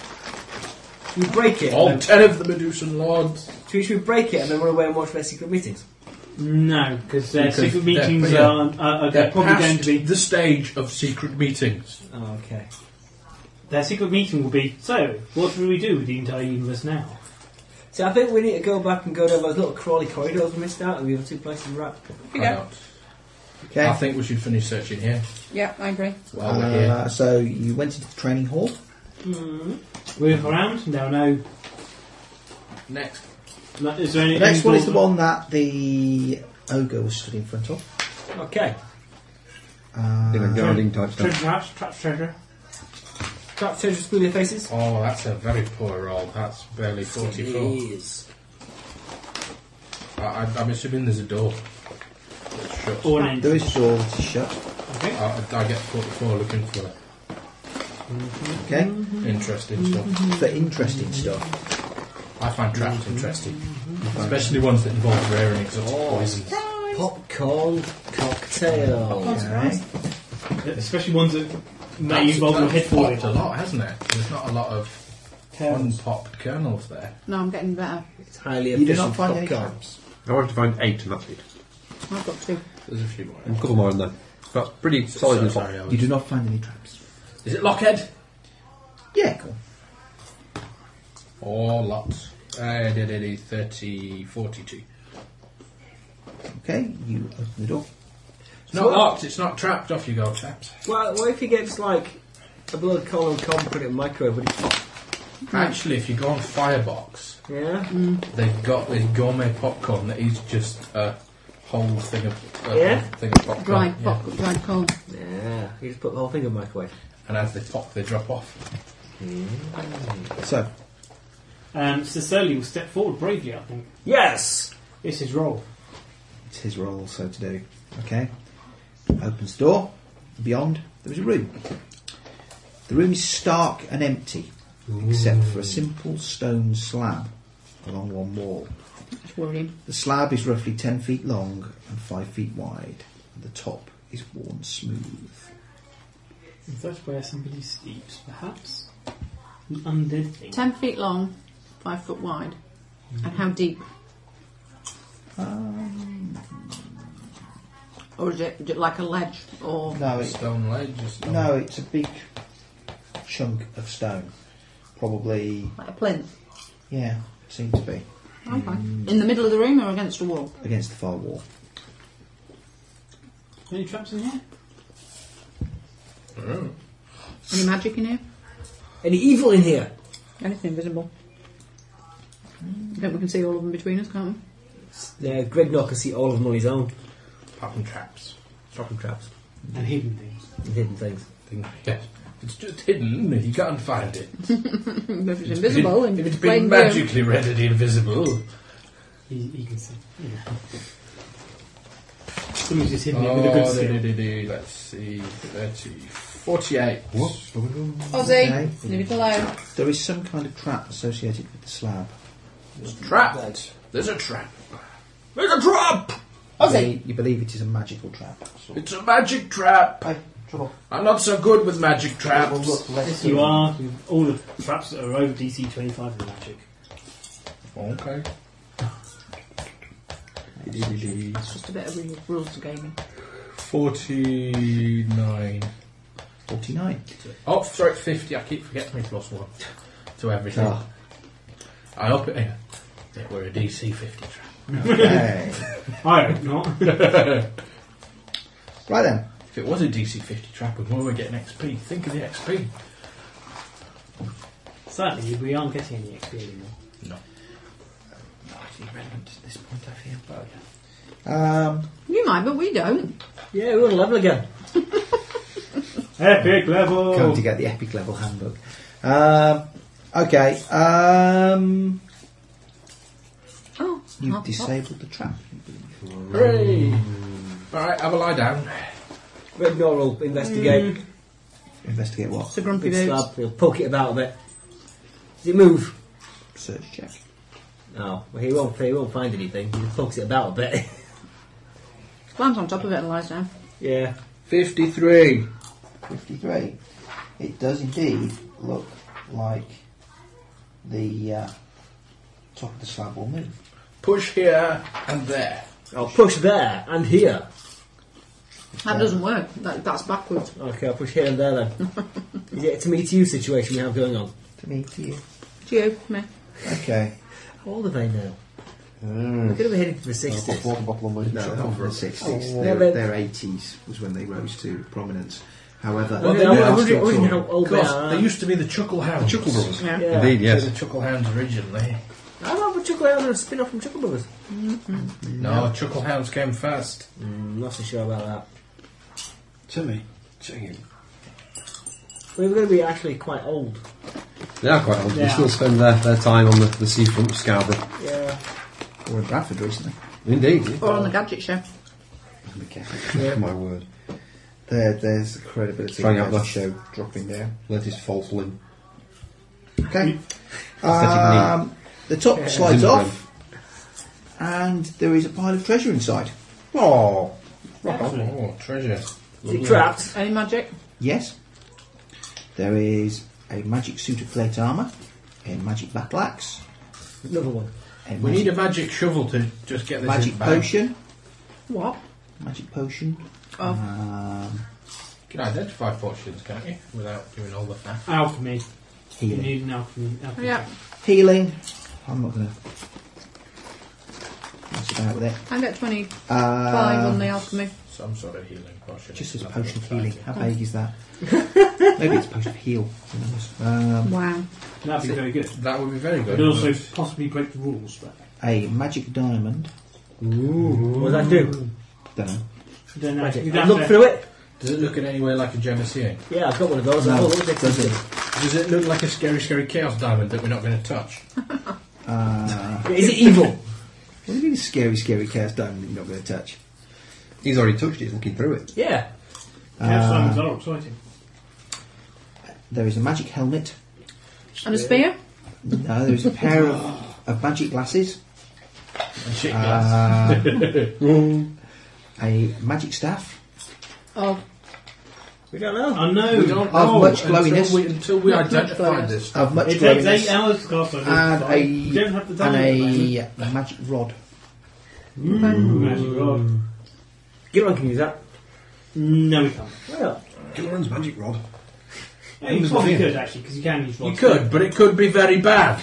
[SPEAKER 2] You break it.
[SPEAKER 6] All
[SPEAKER 2] and
[SPEAKER 6] ten of the Medusan lords.
[SPEAKER 2] then- Should we- should we break it and then run away and watch their secret meetings?
[SPEAKER 7] No, because their
[SPEAKER 6] Because
[SPEAKER 7] secret
[SPEAKER 6] they're-
[SPEAKER 7] meetings
[SPEAKER 6] yeah.
[SPEAKER 7] are, are, are they're probably going to be.
[SPEAKER 6] the stage of secret meetings.
[SPEAKER 2] Oh, okay.
[SPEAKER 7] Their secret meeting will be. So, what do we do with the entire universe now?
[SPEAKER 2] So I think we need to go back and go down those little crawly corridors we missed out and the other two places we're at.
[SPEAKER 5] you
[SPEAKER 6] I
[SPEAKER 5] go.
[SPEAKER 6] don't-
[SPEAKER 3] Okay.
[SPEAKER 6] I think we should finish searching here
[SPEAKER 5] yeah, I agree.
[SPEAKER 6] while we're here.
[SPEAKER 3] Uh, so you went into the training hall.
[SPEAKER 7] We look around. There are no.
[SPEAKER 6] Next.
[SPEAKER 7] no- Is there any
[SPEAKER 3] The next one is the one that the ogre was stood in front of.
[SPEAKER 2] Okay.
[SPEAKER 8] You know,
[SPEAKER 3] Uh,
[SPEAKER 8] guarding type
[SPEAKER 7] Treasure
[SPEAKER 8] stuff.
[SPEAKER 7] traps, traps, treasure.
[SPEAKER 2] Trap treasure spoon your faces.
[SPEAKER 6] Oh, that's a very poor roll. That's barely 44.
[SPEAKER 2] Jeez.
[SPEAKER 6] I, I, I'm assuming there's a door. It's shut.
[SPEAKER 7] Or an end.
[SPEAKER 3] Uh, there is a door that is shut.
[SPEAKER 7] Okay.
[SPEAKER 6] I, I get 44 looking for
[SPEAKER 3] Okay.
[SPEAKER 6] interesting stuff.
[SPEAKER 3] For interesting stuff.
[SPEAKER 6] I find traps interesting, especially ones that involve rare and exotic poisons.
[SPEAKER 2] Popcorn cocktail.
[SPEAKER 5] Popcorn's right.
[SPEAKER 7] Especially ones that may
[SPEAKER 6] That's-
[SPEAKER 7] involve your
[SPEAKER 6] that's
[SPEAKER 7] head falling.
[SPEAKER 6] popped a lot, hasn't it? There's not a lot of unpopped kernels there.
[SPEAKER 5] No, I'm getting better.
[SPEAKER 2] It's highly
[SPEAKER 3] You
[SPEAKER 2] efficient.
[SPEAKER 3] do not find any
[SPEAKER 2] popcorn.
[SPEAKER 3] cards.
[SPEAKER 8] I wanted to find eight, and that's it.
[SPEAKER 5] I've got two.
[SPEAKER 6] There's a few more.
[SPEAKER 8] A couple more in there. But pretty solid in
[SPEAKER 6] So
[SPEAKER 8] the
[SPEAKER 6] sorry, I
[SPEAKER 8] top.
[SPEAKER 6] was-
[SPEAKER 3] You do not find any traps.
[SPEAKER 6] Is it Lockhead?
[SPEAKER 3] Yeah, cool.
[SPEAKER 6] Or lots. Uh, I did it 30, 42.
[SPEAKER 3] Okay, you open the door.
[SPEAKER 6] It's not locked, it's not trapped. Off you go, chaps.
[SPEAKER 2] Well, what if he gets like a blood column cob and put it in the microwave? Would it
[SPEAKER 6] Actually, if you go on Firebox,
[SPEAKER 2] yeah?
[SPEAKER 6] they've got this gourmet popcorn that is just a whole thing of, a
[SPEAKER 2] Yeah?
[SPEAKER 6] whole thing of popcorn.
[SPEAKER 5] Dried
[SPEAKER 6] yeah.
[SPEAKER 5] pop, dried corn.
[SPEAKER 2] Yeah. You just put the whole thing in the microwave.
[SPEAKER 6] And as they pop, they drop off.
[SPEAKER 3] So,
[SPEAKER 7] Um, Cecilia will step forward bravely, I think.
[SPEAKER 2] Yes!
[SPEAKER 7] It's his role.
[SPEAKER 3] It's his role so to do. Okay. Opens the door. Beyond, there is a room. The room is stark and empty, except for a simple stone slab along one wall.
[SPEAKER 5] That's worrying.
[SPEAKER 3] The slab is roughly 10 feet long and 5 feet wide, and the top is worn smooth.
[SPEAKER 7] Is that where somebody sleeps, perhaps? An undead thing.
[SPEAKER 5] Ten feet long, five foot wide.
[SPEAKER 3] Mm.
[SPEAKER 5] And how deep?
[SPEAKER 3] Um,
[SPEAKER 5] Or is it, is it like a ledge? Or
[SPEAKER 3] No, it,
[SPEAKER 6] Stone ledge, a stone
[SPEAKER 3] no, it's a big chunk of stone. Probably,
[SPEAKER 5] like a plinth?
[SPEAKER 3] yeah, seems to be
[SPEAKER 5] Okay. In the middle of the room or against a wall?
[SPEAKER 3] against the far wall.
[SPEAKER 7] Any traps in here?
[SPEAKER 5] Any magic in here?
[SPEAKER 2] Any evil in here?
[SPEAKER 5] Anything visible? I think we can see all of them between us, can't we?
[SPEAKER 2] Yeah, Greg Knock can see all of them on his own.
[SPEAKER 6] popping traps.
[SPEAKER 2] Shopping traps.
[SPEAKER 7] And hidden things.
[SPEAKER 2] and Hidden things.
[SPEAKER 6] Thing. Yes. It's just hidden, you can't find it.
[SPEAKER 5] If it's invisible and
[SPEAKER 6] if Hmm, it's
[SPEAKER 5] plain
[SPEAKER 6] been
[SPEAKER 5] view.
[SPEAKER 6] magically rendered invisible.
[SPEAKER 7] He, he can see. Yeah. Somebody's just hidden it with a good
[SPEAKER 6] Oh, do,
[SPEAKER 7] skill.
[SPEAKER 6] do, do, let's see, 30, 48.
[SPEAKER 8] Oh,
[SPEAKER 5] Ozzy,
[SPEAKER 3] Okay.
[SPEAKER 5] leave it alone.
[SPEAKER 3] There is some kind of trap associated with the slab.
[SPEAKER 6] Trapped! There's a trap. There's a trap!
[SPEAKER 5] Ozzy!
[SPEAKER 3] You believe it is a magical trap.
[SPEAKER 6] It's a magic trap!
[SPEAKER 3] Hey, trouble.
[SPEAKER 6] I'm not so good with magic traps.
[SPEAKER 3] less
[SPEAKER 7] You are all the traps that are over DC 25 in magic.
[SPEAKER 6] Okay.
[SPEAKER 5] It's just a bit of real rules to gaming.
[SPEAKER 6] 49.
[SPEAKER 3] 49.
[SPEAKER 6] Oh, sorry, it's 50. I keep forgetting my plus one to everything.
[SPEAKER 3] Ah.
[SPEAKER 6] I hope it, it were a DC 50 trap.
[SPEAKER 8] Okay.
[SPEAKER 7] I hope not.
[SPEAKER 8] right then.
[SPEAKER 6] If it was a DC 50 trap, we'd already get an XP. Think of the XP.
[SPEAKER 7] Sadly, we aren't getting any XP anymore.
[SPEAKER 6] Not actually relevant at this point, I feel. But
[SPEAKER 8] Um,
[SPEAKER 5] You might, but we don't.
[SPEAKER 2] Yeah, we're on level again.
[SPEAKER 7] Epic level!
[SPEAKER 8] Going to get the epic level handbook. Um, okay. Um,
[SPEAKER 5] Oh,
[SPEAKER 8] you
[SPEAKER 5] oh,
[SPEAKER 8] disabled the trap.
[SPEAKER 6] Hooray!
[SPEAKER 3] Mm.
[SPEAKER 6] Alright, have a lie down.
[SPEAKER 2] Red Norrell, investigate.
[SPEAKER 8] Investigate
[SPEAKER 5] oh.
[SPEAKER 8] what?
[SPEAKER 5] So grumpy
[SPEAKER 2] Big
[SPEAKER 5] boots.
[SPEAKER 2] slab, he'll poke it about a bit. Does it move?
[SPEAKER 8] Search check.
[SPEAKER 2] No, Oh, well, he won't. He won't find anything. He just pokes it about a bit.
[SPEAKER 5] Climbs on top of it and lies down.
[SPEAKER 2] yeah.
[SPEAKER 8] 53.
[SPEAKER 3] 53. It does indeed look like the uh, top of the slab will move.
[SPEAKER 6] Push here and there.
[SPEAKER 2] I'll push there and here.
[SPEAKER 5] That doesn't work. That, that's backwards.
[SPEAKER 2] Okay, I'll push here and there then. Is it a to me to you situation we have going on?
[SPEAKER 3] To me, to you.
[SPEAKER 5] Do you? Me.
[SPEAKER 3] Okay.
[SPEAKER 2] How old are they now?
[SPEAKER 8] Mm.
[SPEAKER 2] They could have been heading for the sixties.
[SPEAKER 8] Water bottle on
[SPEAKER 3] No,
[SPEAKER 8] no,
[SPEAKER 3] not
[SPEAKER 8] over
[SPEAKER 3] from
[SPEAKER 8] the
[SPEAKER 3] the
[SPEAKER 8] 60s.
[SPEAKER 2] Oh. Yeah,
[SPEAKER 8] their,
[SPEAKER 2] but-
[SPEAKER 8] their 80s was when they rose to prominence. However,
[SPEAKER 2] Well,
[SPEAKER 8] they
[SPEAKER 2] they are-
[SPEAKER 8] are
[SPEAKER 2] I'm wondering-
[SPEAKER 8] still
[SPEAKER 2] wondering
[SPEAKER 8] touring.
[SPEAKER 2] how old
[SPEAKER 6] Of
[SPEAKER 2] they
[SPEAKER 6] course,
[SPEAKER 2] are.
[SPEAKER 6] they used to be the Chuckle Hounds.
[SPEAKER 8] Chuckle Brothers.
[SPEAKER 5] Yeah.
[SPEAKER 2] Yeah.
[SPEAKER 8] Indeed,
[SPEAKER 6] They were
[SPEAKER 8] yes.
[SPEAKER 6] the Chuckle Hounds originally.
[SPEAKER 2] I remember Chuckle Island and spin off from Chuckle Brothers.
[SPEAKER 6] No, Chuckle Hounds came first.
[SPEAKER 2] Mm, not so sure about that.
[SPEAKER 15] To me. To you.
[SPEAKER 2] We were going to be actually quite old.
[SPEAKER 15] They are quite old. They
[SPEAKER 2] Yeah.
[SPEAKER 15] still spend their, their time on the, the seafront of Scarborough.
[SPEAKER 2] Yeah.
[SPEAKER 3] Or in Bradford recently.
[SPEAKER 15] Indeed.
[SPEAKER 5] Or on the gadget show.
[SPEAKER 3] Be careful.
[SPEAKER 15] My word.
[SPEAKER 3] There, there's the credibility
[SPEAKER 15] Trying
[SPEAKER 3] of
[SPEAKER 15] out
[SPEAKER 3] the
[SPEAKER 15] that.
[SPEAKER 3] show dropping down.
[SPEAKER 15] Latest false limb.
[SPEAKER 3] Okay.
[SPEAKER 15] Aesthetic
[SPEAKER 3] Um, the top slides
[SPEAKER 15] Zinfren.
[SPEAKER 3] off, and there is a pile of treasure inside.
[SPEAKER 15] Oh.
[SPEAKER 6] Oh, treasure.
[SPEAKER 2] Is it trapped?
[SPEAKER 5] Any magic?
[SPEAKER 3] Yes. There is a magic suit of plate armour, a magic battle axe,
[SPEAKER 2] Another one.
[SPEAKER 3] a
[SPEAKER 6] We
[SPEAKER 3] magic,
[SPEAKER 6] need a magic shovel to just get this
[SPEAKER 3] magic
[SPEAKER 6] in the bag.
[SPEAKER 3] potion,
[SPEAKER 5] What?
[SPEAKER 3] magic potion.
[SPEAKER 5] Oh.
[SPEAKER 3] Um,
[SPEAKER 6] You can identify fortunes, can't you? Without doing all the faff.
[SPEAKER 7] Alchemy. You
[SPEAKER 3] healing.
[SPEAKER 7] need an alchemy. alchemy.
[SPEAKER 5] Yeah,
[SPEAKER 3] Healing. I'm not going to mess about with it.
[SPEAKER 5] I get 25 on
[SPEAKER 3] Um,
[SPEAKER 5] the alchemy.
[SPEAKER 6] Some sort of healing potion.
[SPEAKER 3] just as
[SPEAKER 6] It's not
[SPEAKER 3] potion of
[SPEAKER 6] that
[SPEAKER 3] healing. How vague is that? Maybe it's potion of heal. Who knows? Um,
[SPEAKER 5] Wow.
[SPEAKER 7] That'd be very good.
[SPEAKER 6] exciting. That would be very good.
[SPEAKER 7] But also possibly break the rules, but
[SPEAKER 3] a magic diamond.
[SPEAKER 2] What does that do?
[SPEAKER 3] Don't know.
[SPEAKER 7] you don't know.
[SPEAKER 2] Magic.
[SPEAKER 7] You'd
[SPEAKER 2] I
[SPEAKER 7] have
[SPEAKER 2] look
[SPEAKER 7] to-
[SPEAKER 2] through it.
[SPEAKER 6] Does it look in any way like a gem of seeing?
[SPEAKER 2] Yeah, I've got one of those.
[SPEAKER 3] No,
[SPEAKER 2] oh, look, it's
[SPEAKER 3] doesn't.
[SPEAKER 2] it.
[SPEAKER 6] Does it look like a scary, scary chaos diamond that we're not going to touch?
[SPEAKER 3] Uh,
[SPEAKER 2] Is it evil?
[SPEAKER 3] what do you mean a scary, scary chaos diamond that you're not going to touch?
[SPEAKER 8] He's already touched it. He's looking through it.
[SPEAKER 2] yeah.
[SPEAKER 7] Chaos diamonds are exciting.
[SPEAKER 3] There is a magic helmet.
[SPEAKER 5] And a spear?
[SPEAKER 3] No, there is a pair of, of magic glasses.
[SPEAKER 6] And shit glass.
[SPEAKER 3] Uh, a magic staff.
[SPEAKER 5] Oh,
[SPEAKER 2] We don't know.
[SPEAKER 7] I know.
[SPEAKER 6] we don't
[SPEAKER 3] Of
[SPEAKER 6] know
[SPEAKER 3] much glowiness.
[SPEAKER 6] until we, until we
[SPEAKER 5] Not much
[SPEAKER 6] identify
[SPEAKER 5] glowiness.
[SPEAKER 6] this.
[SPEAKER 3] Of much
[SPEAKER 7] It takes
[SPEAKER 3] glowiness,
[SPEAKER 7] eight hours to cast on
[SPEAKER 3] And a,
[SPEAKER 7] this side. You don't have the time.
[SPEAKER 3] and
[SPEAKER 7] at the moment.
[SPEAKER 3] a magic rod.
[SPEAKER 5] okay.
[SPEAKER 7] Magic rod.
[SPEAKER 2] Giron can use that.
[SPEAKER 7] No, we can't.
[SPEAKER 2] Why not?
[SPEAKER 15] Gilran's magic rod.
[SPEAKER 7] Yeah, you
[SPEAKER 15] was
[SPEAKER 7] probably
[SPEAKER 15] here.
[SPEAKER 7] could actually, because you can use rods.
[SPEAKER 6] You could, but it could be very bad.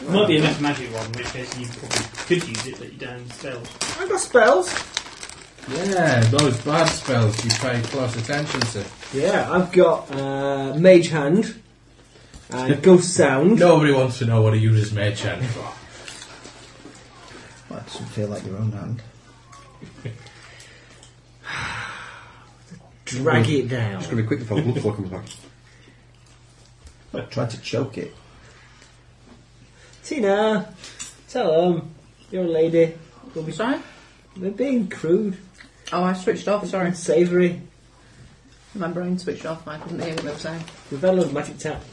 [SPEAKER 7] It might be a less magic one, in which case you probably could use it, but you don't spell.
[SPEAKER 2] I've got spells.
[SPEAKER 6] Yeah, those bad spells you pay close attention to.
[SPEAKER 2] Yeah, I've got uh, Mage Hand and Ghost Sound.
[SPEAKER 6] Nobody wants to know what a user's mage hand for.
[SPEAKER 3] Well, it doesn't feel like your own hand.
[SPEAKER 2] Drag it down.
[SPEAKER 8] It's going to be quick before the blood flow comes back.
[SPEAKER 3] I tried to choke it.
[SPEAKER 2] Tina, tell them you're a lady.
[SPEAKER 5] Sorry?
[SPEAKER 2] They're being crude
[SPEAKER 5] Oh, I switched off, sorry.
[SPEAKER 2] and savoury.
[SPEAKER 5] My brain switched off, I couldn't hear what they were saying.
[SPEAKER 2] We've had a lot of magic tap.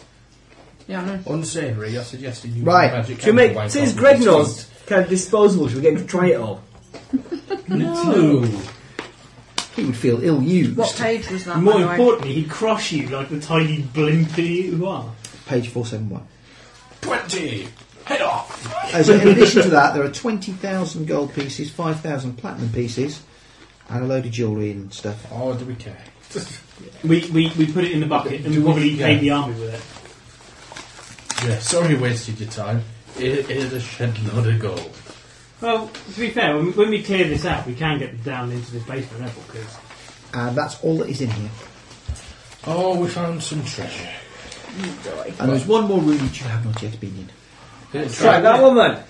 [SPEAKER 5] Yeah, I know.
[SPEAKER 6] Unsavoury, you're suggesting you
[SPEAKER 3] Right,
[SPEAKER 6] magic
[SPEAKER 2] Should we
[SPEAKER 6] hand
[SPEAKER 2] make
[SPEAKER 6] wank
[SPEAKER 2] since
[SPEAKER 6] on
[SPEAKER 2] Greg
[SPEAKER 6] the
[SPEAKER 2] knows kind of disposable? Should we get him to try it all?
[SPEAKER 6] No.
[SPEAKER 3] He would feel ill used.
[SPEAKER 5] What page was that? by
[SPEAKER 7] More
[SPEAKER 5] the way?
[SPEAKER 7] importantly, he'd crush you like the tiny blimp that you are.
[SPEAKER 3] Page 471.
[SPEAKER 6] 20! Head off!
[SPEAKER 3] Uh, so in addition to that, there are 20,000 gold pieces, 5,000 platinum pieces, and a load of jewellery and stuff.
[SPEAKER 6] Oh, do we care?
[SPEAKER 7] We, we, we put it in the bucket and
[SPEAKER 6] Do
[SPEAKER 7] we probably
[SPEAKER 6] what-
[SPEAKER 7] paid
[SPEAKER 6] yeah.
[SPEAKER 7] the army with it.
[SPEAKER 6] Yeah, sorry you wasted your time. Here- Here's a shed load of gold.
[SPEAKER 7] Well, to be fair, when we, when we clear this out, we can get down into this basement level because
[SPEAKER 3] And that's all that is in here.
[SPEAKER 6] Oh, we found some treasure.
[SPEAKER 3] And there's one more room which you have not yet been in.
[SPEAKER 2] Try that one then.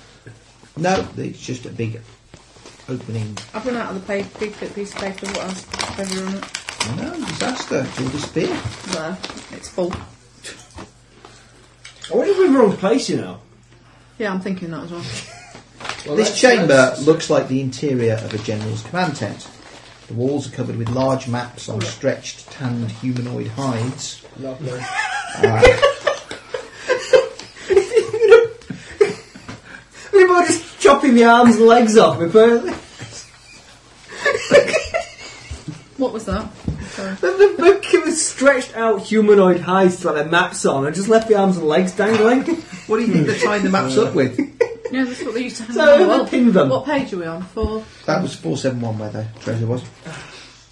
[SPEAKER 3] No, it's just a big opening.
[SPEAKER 5] I've run out of the play, big bit piece of paper. What else? Have you run it?
[SPEAKER 3] No, disaster. It's all disappeared.
[SPEAKER 5] No, it's full.
[SPEAKER 2] I wonder if we're in the wrong place, you know.
[SPEAKER 5] Yeah, I'm thinking that as well.
[SPEAKER 3] this chamber looks like the interior of a general's command tent. The walls are covered with large maps on stretched, tanned humanoid hides.
[SPEAKER 2] Lovely. Everybody just chopping the arms and legs off. me, but
[SPEAKER 5] What was that? Sorry.
[SPEAKER 2] The book was stretched out humanoid hides to have their maps on and just left the arms and legs dangling.
[SPEAKER 3] What do you think they're tying the maps up with?
[SPEAKER 5] Yeah, that's what they used to hang
[SPEAKER 2] So,
[SPEAKER 5] on the
[SPEAKER 2] who
[SPEAKER 5] wall.
[SPEAKER 2] pinned them?
[SPEAKER 5] What page are we on? Four.
[SPEAKER 3] That was 471 where the treasure was.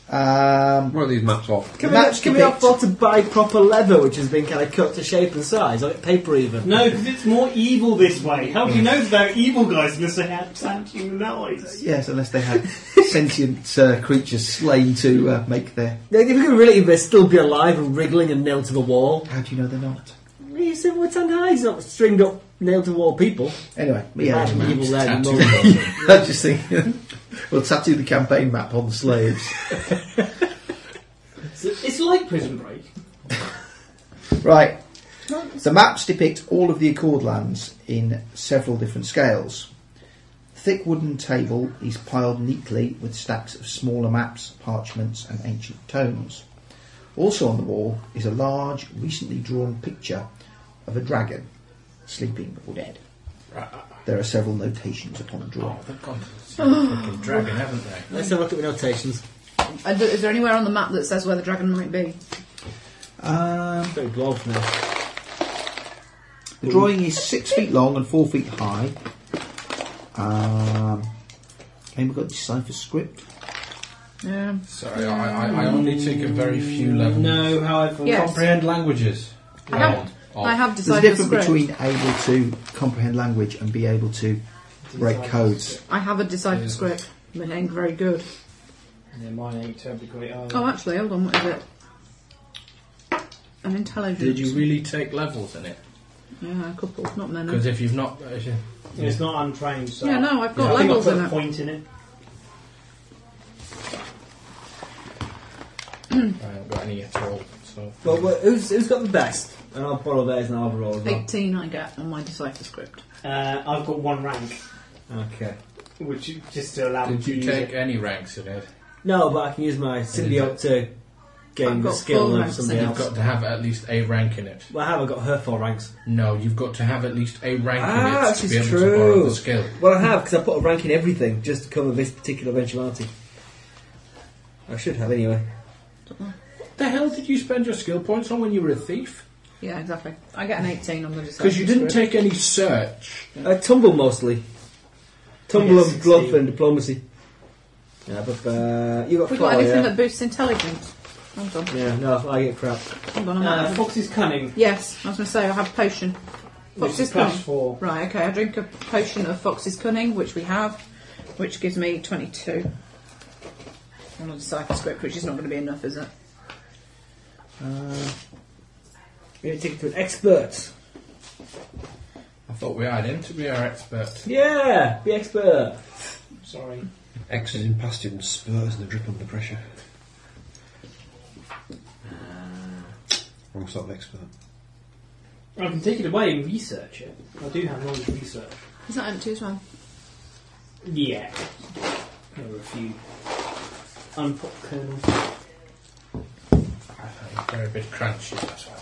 [SPEAKER 3] Um,
[SPEAKER 8] What are these maps off?
[SPEAKER 2] Can
[SPEAKER 3] The
[SPEAKER 2] we,
[SPEAKER 3] maps
[SPEAKER 2] can we
[SPEAKER 3] depict-
[SPEAKER 2] afford to buy proper leather, which has been kind of cut to shape and size, or paper even?
[SPEAKER 7] no, because it's more evil this way. How do you know that evil guys are going to say how sound humanoids?
[SPEAKER 3] yes, unless they had sentient uh, creatures slain to uh, make their.
[SPEAKER 2] Like, if we could really, they'd still be alive and wriggling and nailed to the wall.
[SPEAKER 3] How do you know they're not?
[SPEAKER 2] You said we're ten hides, not stringed up, nailed to the wall people.
[SPEAKER 3] Anyway, yeah,
[SPEAKER 2] Imagine evil there,
[SPEAKER 6] Tattoo
[SPEAKER 2] mum.
[SPEAKER 6] them.
[SPEAKER 3] I just think we'll tattoo the campaign map on the slaves.
[SPEAKER 7] It's, it's like Prison Break.
[SPEAKER 3] Right. The maps depict all of the Accord lands in several different scales. Thick wooden table is piled neatly with stacks of smaller maps, parchments, and ancient tomes. Also on the wall is a large, recently drawn picture of a dragon, sleeping or dead. There are several notations upon the drawing.
[SPEAKER 6] Oh, they've gone to the same freaking dragon, haven't they?
[SPEAKER 2] Let's have a look at the notations.
[SPEAKER 5] And is there anywhere on the map that says where the dragon might be?
[SPEAKER 3] Um,
[SPEAKER 2] Very dwarf now.
[SPEAKER 3] the drawing is six feet long and four feet high. Um, okay, we've got decipher script.
[SPEAKER 5] Yeah.
[SPEAKER 6] Sorry, I, I, I only take a very few levels.
[SPEAKER 7] No, however,
[SPEAKER 5] Yes.
[SPEAKER 6] Comprehend languages.
[SPEAKER 5] I have-
[SPEAKER 6] Round of-
[SPEAKER 5] I have
[SPEAKER 3] There's a
[SPEAKER 5] decided
[SPEAKER 3] difference
[SPEAKER 5] script.
[SPEAKER 3] between able to comprehend language and be able to break codes.
[SPEAKER 5] I have a decipher script. It ain't very good.
[SPEAKER 9] Yeah, mine ain't terribly great either.
[SPEAKER 5] Oh, actually, hold on. What is it? An intelligence.
[SPEAKER 6] Did you really take levels in it?
[SPEAKER 5] Yeah, a couple, not many.
[SPEAKER 6] Because if you've not, uh, if you-
[SPEAKER 7] it's not untrained. So
[SPEAKER 5] Yeah, no, I've got
[SPEAKER 7] I think
[SPEAKER 5] levels
[SPEAKER 7] I put
[SPEAKER 5] in
[SPEAKER 7] a
[SPEAKER 5] it.
[SPEAKER 7] point in it.
[SPEAKER 6] I haven't got any at all. So
[SPEAKER 2] But wh- who's, who's got the best? And I'll borrow theirs and I'll borrow as well.
[SPEAKER 5] 18 I get on my decipher script.
[SPEAKER 7] Uh, I've got one rank,
[SPEAKER 2] Okay.
[SPEAKER 7] which is just to allow me
[SPEAKER 6] did
[SPEAKER 7] to
[SPEAKER 6] you
[SPEAKER 7] use
[SPEAKER 6] take
[SPEAKER 7] it.
[SPEAKER 6] any ranks in it?
[SPEAKER 2] No, but I can use my symbiote to gain
[SPEAKER 5] I've
[SPEAKER 2] the
[SPEAKER 5] got
[SPEAKER 2] skill
[SPEAKER 5] four
[SPEAKER 2] of
[SPEAKER 5] ranks
[SPEAKER 2] somebody
[SPEAKER 5] in
[SPEAKER 6] You've
[SPEAKER 2] else.
[SPEAKER 6] got to have at least a rank in it.
[SPEAKER 2] Well, I have. I got her four ranks.
[SPEAKER 6] No, you've got to have at least a rank
[SPEAKER 2] Ah,
[SPEAKER 6] in it to
[SPEAKER 2] this
[SPEAKER 6] be
[SPEAKER 2] is
[SPEAKER 6] able to borrow
[SPEAKER 2] true.
[SPEAKER 6] the skill.
[SPEAKER 2] Well, I have because I put a rank in everything just to cover this particular eventuality. I should have anyway.
[SPEAKER 6] What the hell did you spend your skill points on when you were a thief?
[SPEAKER 5] Yeah, exactly. I get an 18 on the decipher
[SPEAKER 6] Because you didn't
[SPEAKER 5] script.
[SPEAKER 6] take any search.
[SPEAKER 2] I tumble mostly. Tumble
[SPEAKER 7] I get
[SPEAKER 2] and bluff
[SPEAKER 7] 16.
[SPEAKER 2] and diplomacy. Yeah, but uh, you got
[SPEAKER 5] Have we
[SPEAKER 2] four.
[SPEAKER 5] got anything
[SPEAKER 2] yeah.
[SPEAKER 5] that boosts intelligence? Hold on.
[SPEAKER 2] yeah, no, I get crap.
[SPEAKER 5] Hold on, I'm out
[SPEAKER 7] Uh,
[SPEAKER 5] of them.
[SPEAKER 7] Fox's cunning,
[SPEAKER 5] Yes, I was going to say I have potion.
[SPEAKER 7] which
[SPEAKER 5] Fox's
[SPEAKER 7] is plus
[SPEAKER 5] cunning.
[SPEAKER 7] four.
[SPEAKER 5] Right, okay, I drink a potion of Fox's Cunning, which we have, which gives me 22 on a decipher script, which is not going to be enough, is it?
[SPEAKER 2] You're gonna take it Uh, to an expert.
[SPEAKER 6] I thought we hired him to be our expert.
[SPEAKER 2] Yeah, be expert.
[SPEAKER 7] Sorry.
[SPEAKER 15] X's in past him, spurs and the drip under pressure.
[SPEAKER 3] Uh,
[SPEAKER 15] Wrong sort of expert.
[SPEAKER 7] I can take it away and research it. I do have knowledge of research.
[SPEAKER 5] Is that empty as well?
[SPEAKER 7] Yeah. There were a few unpopped kernels.
[SPEAKER 6] They're a bit crunchy, that's why.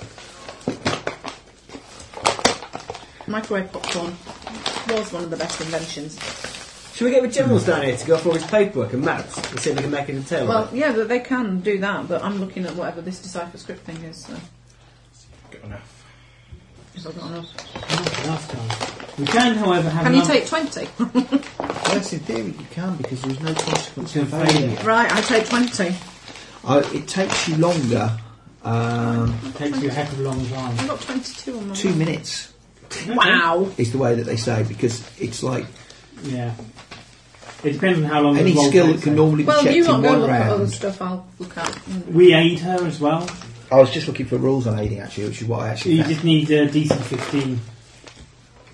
[SPEAKER 5] Microwave popcorn was one of the best inventions.
[SPEAKER 2] Should we get the generals down here to go through all his paperwork and maps and see if we can make it a tale?
[SPEAKER 5] Well,
[SPEAKER 2] of it?
[SPEAKER 5] yeah, but they can do that, but I'm looking at whatever this decipher script thing is. So.
[SPEAKER 6] Good enough.
[SPEAKER 5] Is that not enough?
[SPEAKER 7] Last time. We can, however, have
[SPEAKER 5] Can you
[SPEAKER 7] another...
[SPEAKER 5] take 20?
[SPEAKER 3] Yes, in theory you can because there's no consequence for
[SPEAKER 7] failure.
[SPEAKER 3] failure.
[SPEAKER 5] right, I take 20.
[SPEAKER 3] Uh, it takes you longer, um,
[SPEAKER 7] takes you a heck of a long time.
[SPEAKER 5] I got 22 on my.
[SPEAKER 3] two minutes
[SPEAKER 5] Wow!
[SPEAKER 3] is the way that they say because it's like
[SPEAKER 7] Yeah. It depends on how long. the
[SPEAKER 3] Any
[SPEAKER 7] roll
[SPEAKER 3] skill
[SPEAKER 7] takes,
[SPEAKER 3] that can
[SPEAKER 7] eh?
[SPEAKER 3] normally be
[SPEAKER 5] Well,
[SPEAKER 3] checked
[SPEAKER 5] you
[SPEAKER 3] in
[SPEAKER 5] lot go
[SPEAKER 3] one
[SPEAKER 5] look at other
[SPEAKER 3] round.
[SPEAKER 5] stuff. I'll look at. Mm.
[SPEAKER 7] We aid her as well.
[SPEAKER 3] I was just looking for rules on aiding actually, which is what I actually
[SPEAKER 7] You
[SPEAKER 3] found.
[SPEAKER 7] just need a DC 15.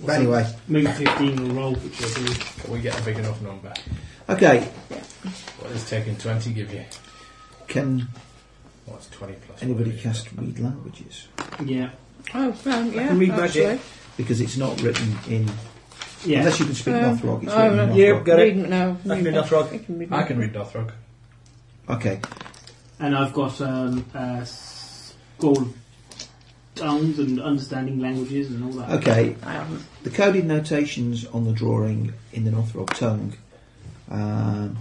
[SPEAKER 3] But anyway,
[SPEAKER 7] Move 15 will roll, which will be.
[SPEAKER 6] We get a big enough number.
[SPEAKER 3] okay.
[SPEAKER 6] What does taking 20 give you?
[SPEAKER 3] Can
[SPEAKER 6] What's 20 plus?
[SPEAKER 3] anybody
[SPEAKER 6] what is it?
[SPEAKER 3] cast read languages?
[SPEAKER 7] Yeah.
[SPEAKER 5] Oh, um, yeah.
[SPEAKER 7] can read
[SPEAKER 5] actually.
[SPEAKER 7] magic.
[SPEAKER 3] Because it's not written in.
[SPEAKER 7] Yeah.
[SPEAKER 3] Unless you can speak
[SPEAKER 5] Um,
[SPEAKER 3] Northrog, it's
[SPEAKER 5] oh,
[SPEAKER 3] written in
[SPEAKER 5] no.
[SPEAKER 3] Northrog.
[SPEAKER 2] Yeah, got it.
[SPEAKER 5] Read, no,
[SPEAKER 2] I can read
[SPEAKER 5] magic.
[SPEAKER 2] Northrog.
[SPEAKER 5] I can read
[SPEAKER 6] I can
[SPEAKER 5] magic.
[SPEAKER 6] read Dothrog.
[SPEAKER 3] Okay.
[SPEAKER 7] And I've got um, uh, gold tongues and understanding languages and all that.
[SPEAKER 3] Okay.
[SPEAKER 5] I haven't.
[SPEAKER 3] The coded notations on the drawing in the Northrop tongue um,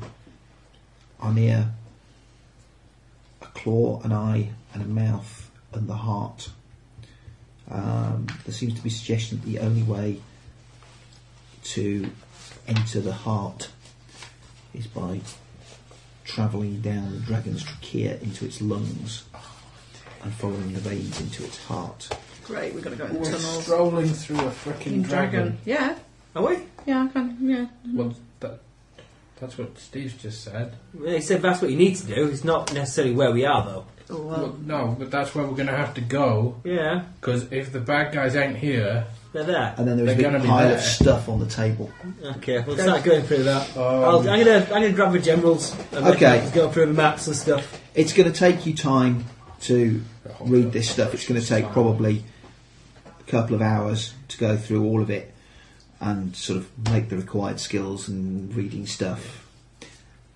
[SPEAKER 3] are near a claw, an eye, and a mouth, and the heart. Um, there seems to be suggestion that the only way to enter the heart is by travelling down the dragon's trachea into its lungs and following the veins into its heart.
[SPEAKER 5] Great, we're going to go in
[SPEAKER 6] We're
[SPEAKER 5] tunnels.
[SPEAKER 6] strolling through a freaking
[SPEAKER 5] In dragon. Yeah,
[SPEAKER 2] Are we?
[SPEAKER 5] yeah, I can. Yeah.
[SPEAKER 6] Well, that, that's what Steve's just said.
[SPEAKER 2] They said that's what you need to do. It's not necessarily where we are, though.
[SPEAKER 5] Oh, well.
[SPEAKER 6] Well, no, but that's where we're going to have to go.
[SPEAKER 2] Yeah,
[SPEAKER 6] Because if the bad guys ain't here,
[SPEAKER 2] they're there.
[SPEAKER 3] And then there was a
[SPEAKER 6] They're
[SPEAKER 3] big
[SPEAKER 6] gonna be
[SPEAKER 3] pile of
[SPEAKER 6] there.
[SPEAKER 3] stuff on the table.
[SPEAKER 2] Okay, we'll start going through that.
[SPEAKER 6] um,
[SPEAKER 2] I'll, I'm gonna, I'm gonna grab the generals. And
[SPEAKER 3] Okay.
[SPEAKER 2] okay. Go through the maps and stuff.
[SPEAKER 3] It's going to take you time to read this stuff. It's going to take probably a couple of hours to go through all of it and sort of make the required skills and reading stuff.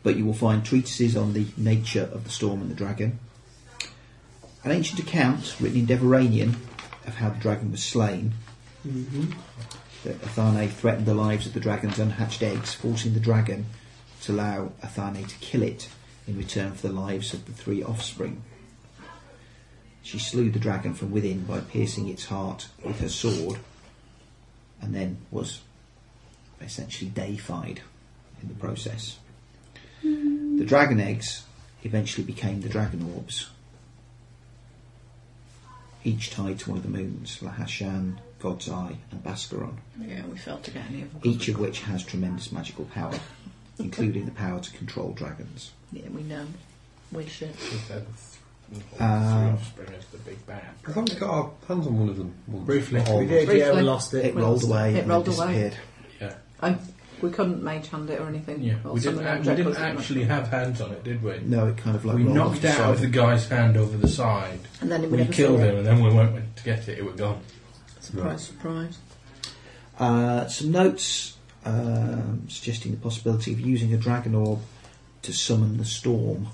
[SPEAKER 3] But you will find treatises on the nature of the storm and the dragon, an ancient account written in Deveranian of how the dragon was slain. That Athane threatened the lives of the dragon's unhatched eggs, forcing the dragon to allow Athane to kill it in return for the lives of the three offspring. She slew the dragon from within by piercing its heart with her sword, and then was essentially deified in the process. The dragon eggs eventually became the dragon orbs, each tied to one of the moons Lahashan, God's Eye, and Bascaron
[SPEAKER 5] Yeah, we failed to get any of them.
[SPEAKER 3] each of which has tremendous magical power, including the power to control dragons.
[SPEAKER 5] Yeah, we know. We should.
[SPEAKER 6] he said th-
[SPEAKER 3] Uh,
[SPEAKER 6] three offspring is the big bad.
[SPEAKER 15] I thought we got our hands on one of them. once.
[SPEAKER 6] Briefly.
[SPEAKER 3] Oh,
[SPEAKER 15] Not all
[SPEAKER 2] We
[SPEAKER 15] of them.
[SPEAKER 2] did, yeah, we
[SPEAKER 5] Briefly.
[SPEAKER 2] lost it.
[SPEAKER 3] It rolled away
[SPEAKER 5] It
[SPEAKER 3] and
[SPEAKER 5] rolled
[SPEAKER 3] then
[SPEAKER 5] away.
[SPEAKER 3] disappeared.
[SPEAKER 6] Yeah.
[SPEAKER 5] I, we couldn't mage hand it or anything.
[SPEAKER 6] Yeah,
[SPEAKER 5] Or
[SPEAKER 6] we didn't,
[SPEAKER 5] something
[SPEAKER 6] act-
[SPEAKER 5] like
[SPEAKER 6] we
[SPEAKER 5] that,
[SPEAKER 6] didn't
[SPEAKER 5] wasn't it?
[SPEAKER 6] actually have hands on it, did we?
[SPEAKER 3] No, it kind of like
[SPEAKER 6] we
[SPEAKER 3] rolled off
[SPEAKER 6] knocked
[SPEAKER 3] the
[SPEAKER 6] out of the
[SPEAKER 3] side.
[SPEAKER 6] guy's hand over the side.
[SPEAKER 5] And then we,
[SPEAKER 6] We
[SPEAKER 5] never
[SPEAKER 6] killed
[SPEAKER 5] saw
[SPEAKER 6] him, and then we went to get it. It was gone.
[SPEAKER 5] Surprise, surprise.
[SPEAKER 3] Uh, some notes um, suggesting the possibility of using a dragon orb to summon the storm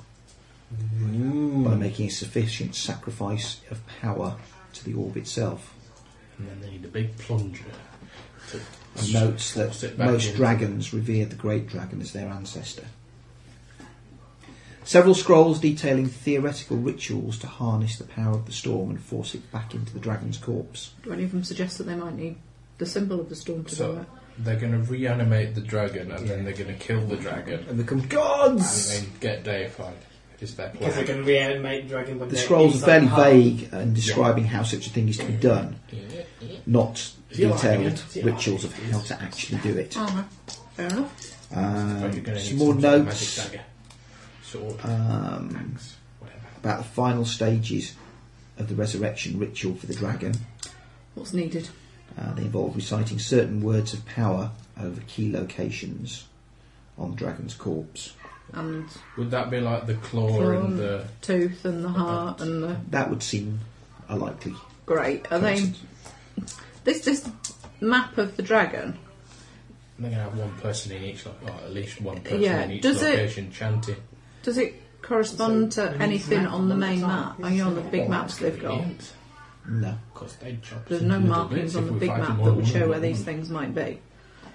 [SPEAKER 3] by making a sufficient sacrifice of power to the orb itself.
[SPEAKER 6] And then they need a big plunger. to-
[SPEAKER 3] And notes
[SPEAKER 6] Force
[SPEAKER 3] that
[SPEAKER 6] it back
[SPEAKER 3] most
[SPEAKER 6] in.
[SPEAKER 3] dragons revered the great dragon as their ancestor. Several scrolls detailing theoretical rituals to harness the power of the storm and force it back into the dragon's corpse.
[SPEAKER 5] Do any of them suggest that they might need the symbol of the storm to
[SPEAKER 6] So-
[SPEAKER 5] do that?
[SPEAKER 6] They're going to reanimate the dragon, and then they're going to kill the dragon,
[SPEAKER 2] And become
[SPEAKER 6] and
[SPEAKER 2] gods!
[SPEAKER 6] then get deified. Is their
[SPEAKER 7] Because they're
[SPEAKER 6] plan?
[SPEAKER 7] going to reanimate the dragon when
[SPEAKER 3] The
[SPEAKER 7] they're
[SPEAKER 3] scrolls are
[SPEAKER 7] inside
[SPEAKER 3] fairly
[SPEAKER 7] the heart.
[SPEAKER 3] vague in describing how such a thing is to be done, not detailed rituals of how to actually do it.
[SPEAKER 5] Armour. Oh, Fair enough.
[SPEAKER 6] But
[SPEAKER 3] Um,
[SPEAKER 6] you're gonna need
[SPEAKER 3] some more
[SPEAKER 6] sort of
[SPEAKER 3] notes
[SPEAKER 6] Magic dagger. Sword,
[SPEAKER 3] um,
[SPEAKER 6] axe, whatever.
[SPEAKER 3] about the final stages of the resurrection ritual for the dragon.
[SPEAKER 5] What's needed?
[SPEAKER 3] Uh, they involve reciting certain words of power over key locations on the dragon's corpse.
[SPEAKER 5] And
[SPEAKER 6] Would that be like the claw,
[SPEAKER 5] Claw.
[SPEAKER 6] and the
[SPEAKER 5] tooth and the heart
[SPEAKER 6] Uh-huh.
[SPEAKER 5] and the
[SPEAKER 3] That would seem a likely.
[SPEAKER 5] great. Are they? This this map of the dragon.
[SPEAKER 6] They're going to have one person in each, lo- or at least one person
[SPEAKER 5] Yeah,
[SPEAKER 6] in each
[SPEAKER 5] does it-
[SPEAKER 6] location chanting.
[SPEAKER 5] Does it correspond to anything on the main map? Are you on the
[SPEAKER 6] Oh,
[SPEAKER 5] big maps they've got?
[SPEAKER 3] No.
[SPEAKER 6] Because they chop.
[SPEAKER 5] There's
[SPEAKER 6] us
[SPEAKER 5] no
[SPEAKER 6] into little
[SPEAKER 5] markings
[SPEAKER 6] bits
[SPEAKER 5] on
[SPEAKER 6] if
[SPEAKER 5] the
[SPEAKER 6] we
[SPEAKER 5] big
[SPEAKER 6] fight
[SPEAKER 5] map
[SPEAKER 6] them all
[SPEAKER 5] that
[SPEAKER 6] at
[SPEAKER 5] would
[SPEAKER 6] once.
[SPEAKER 5] show where these things might be,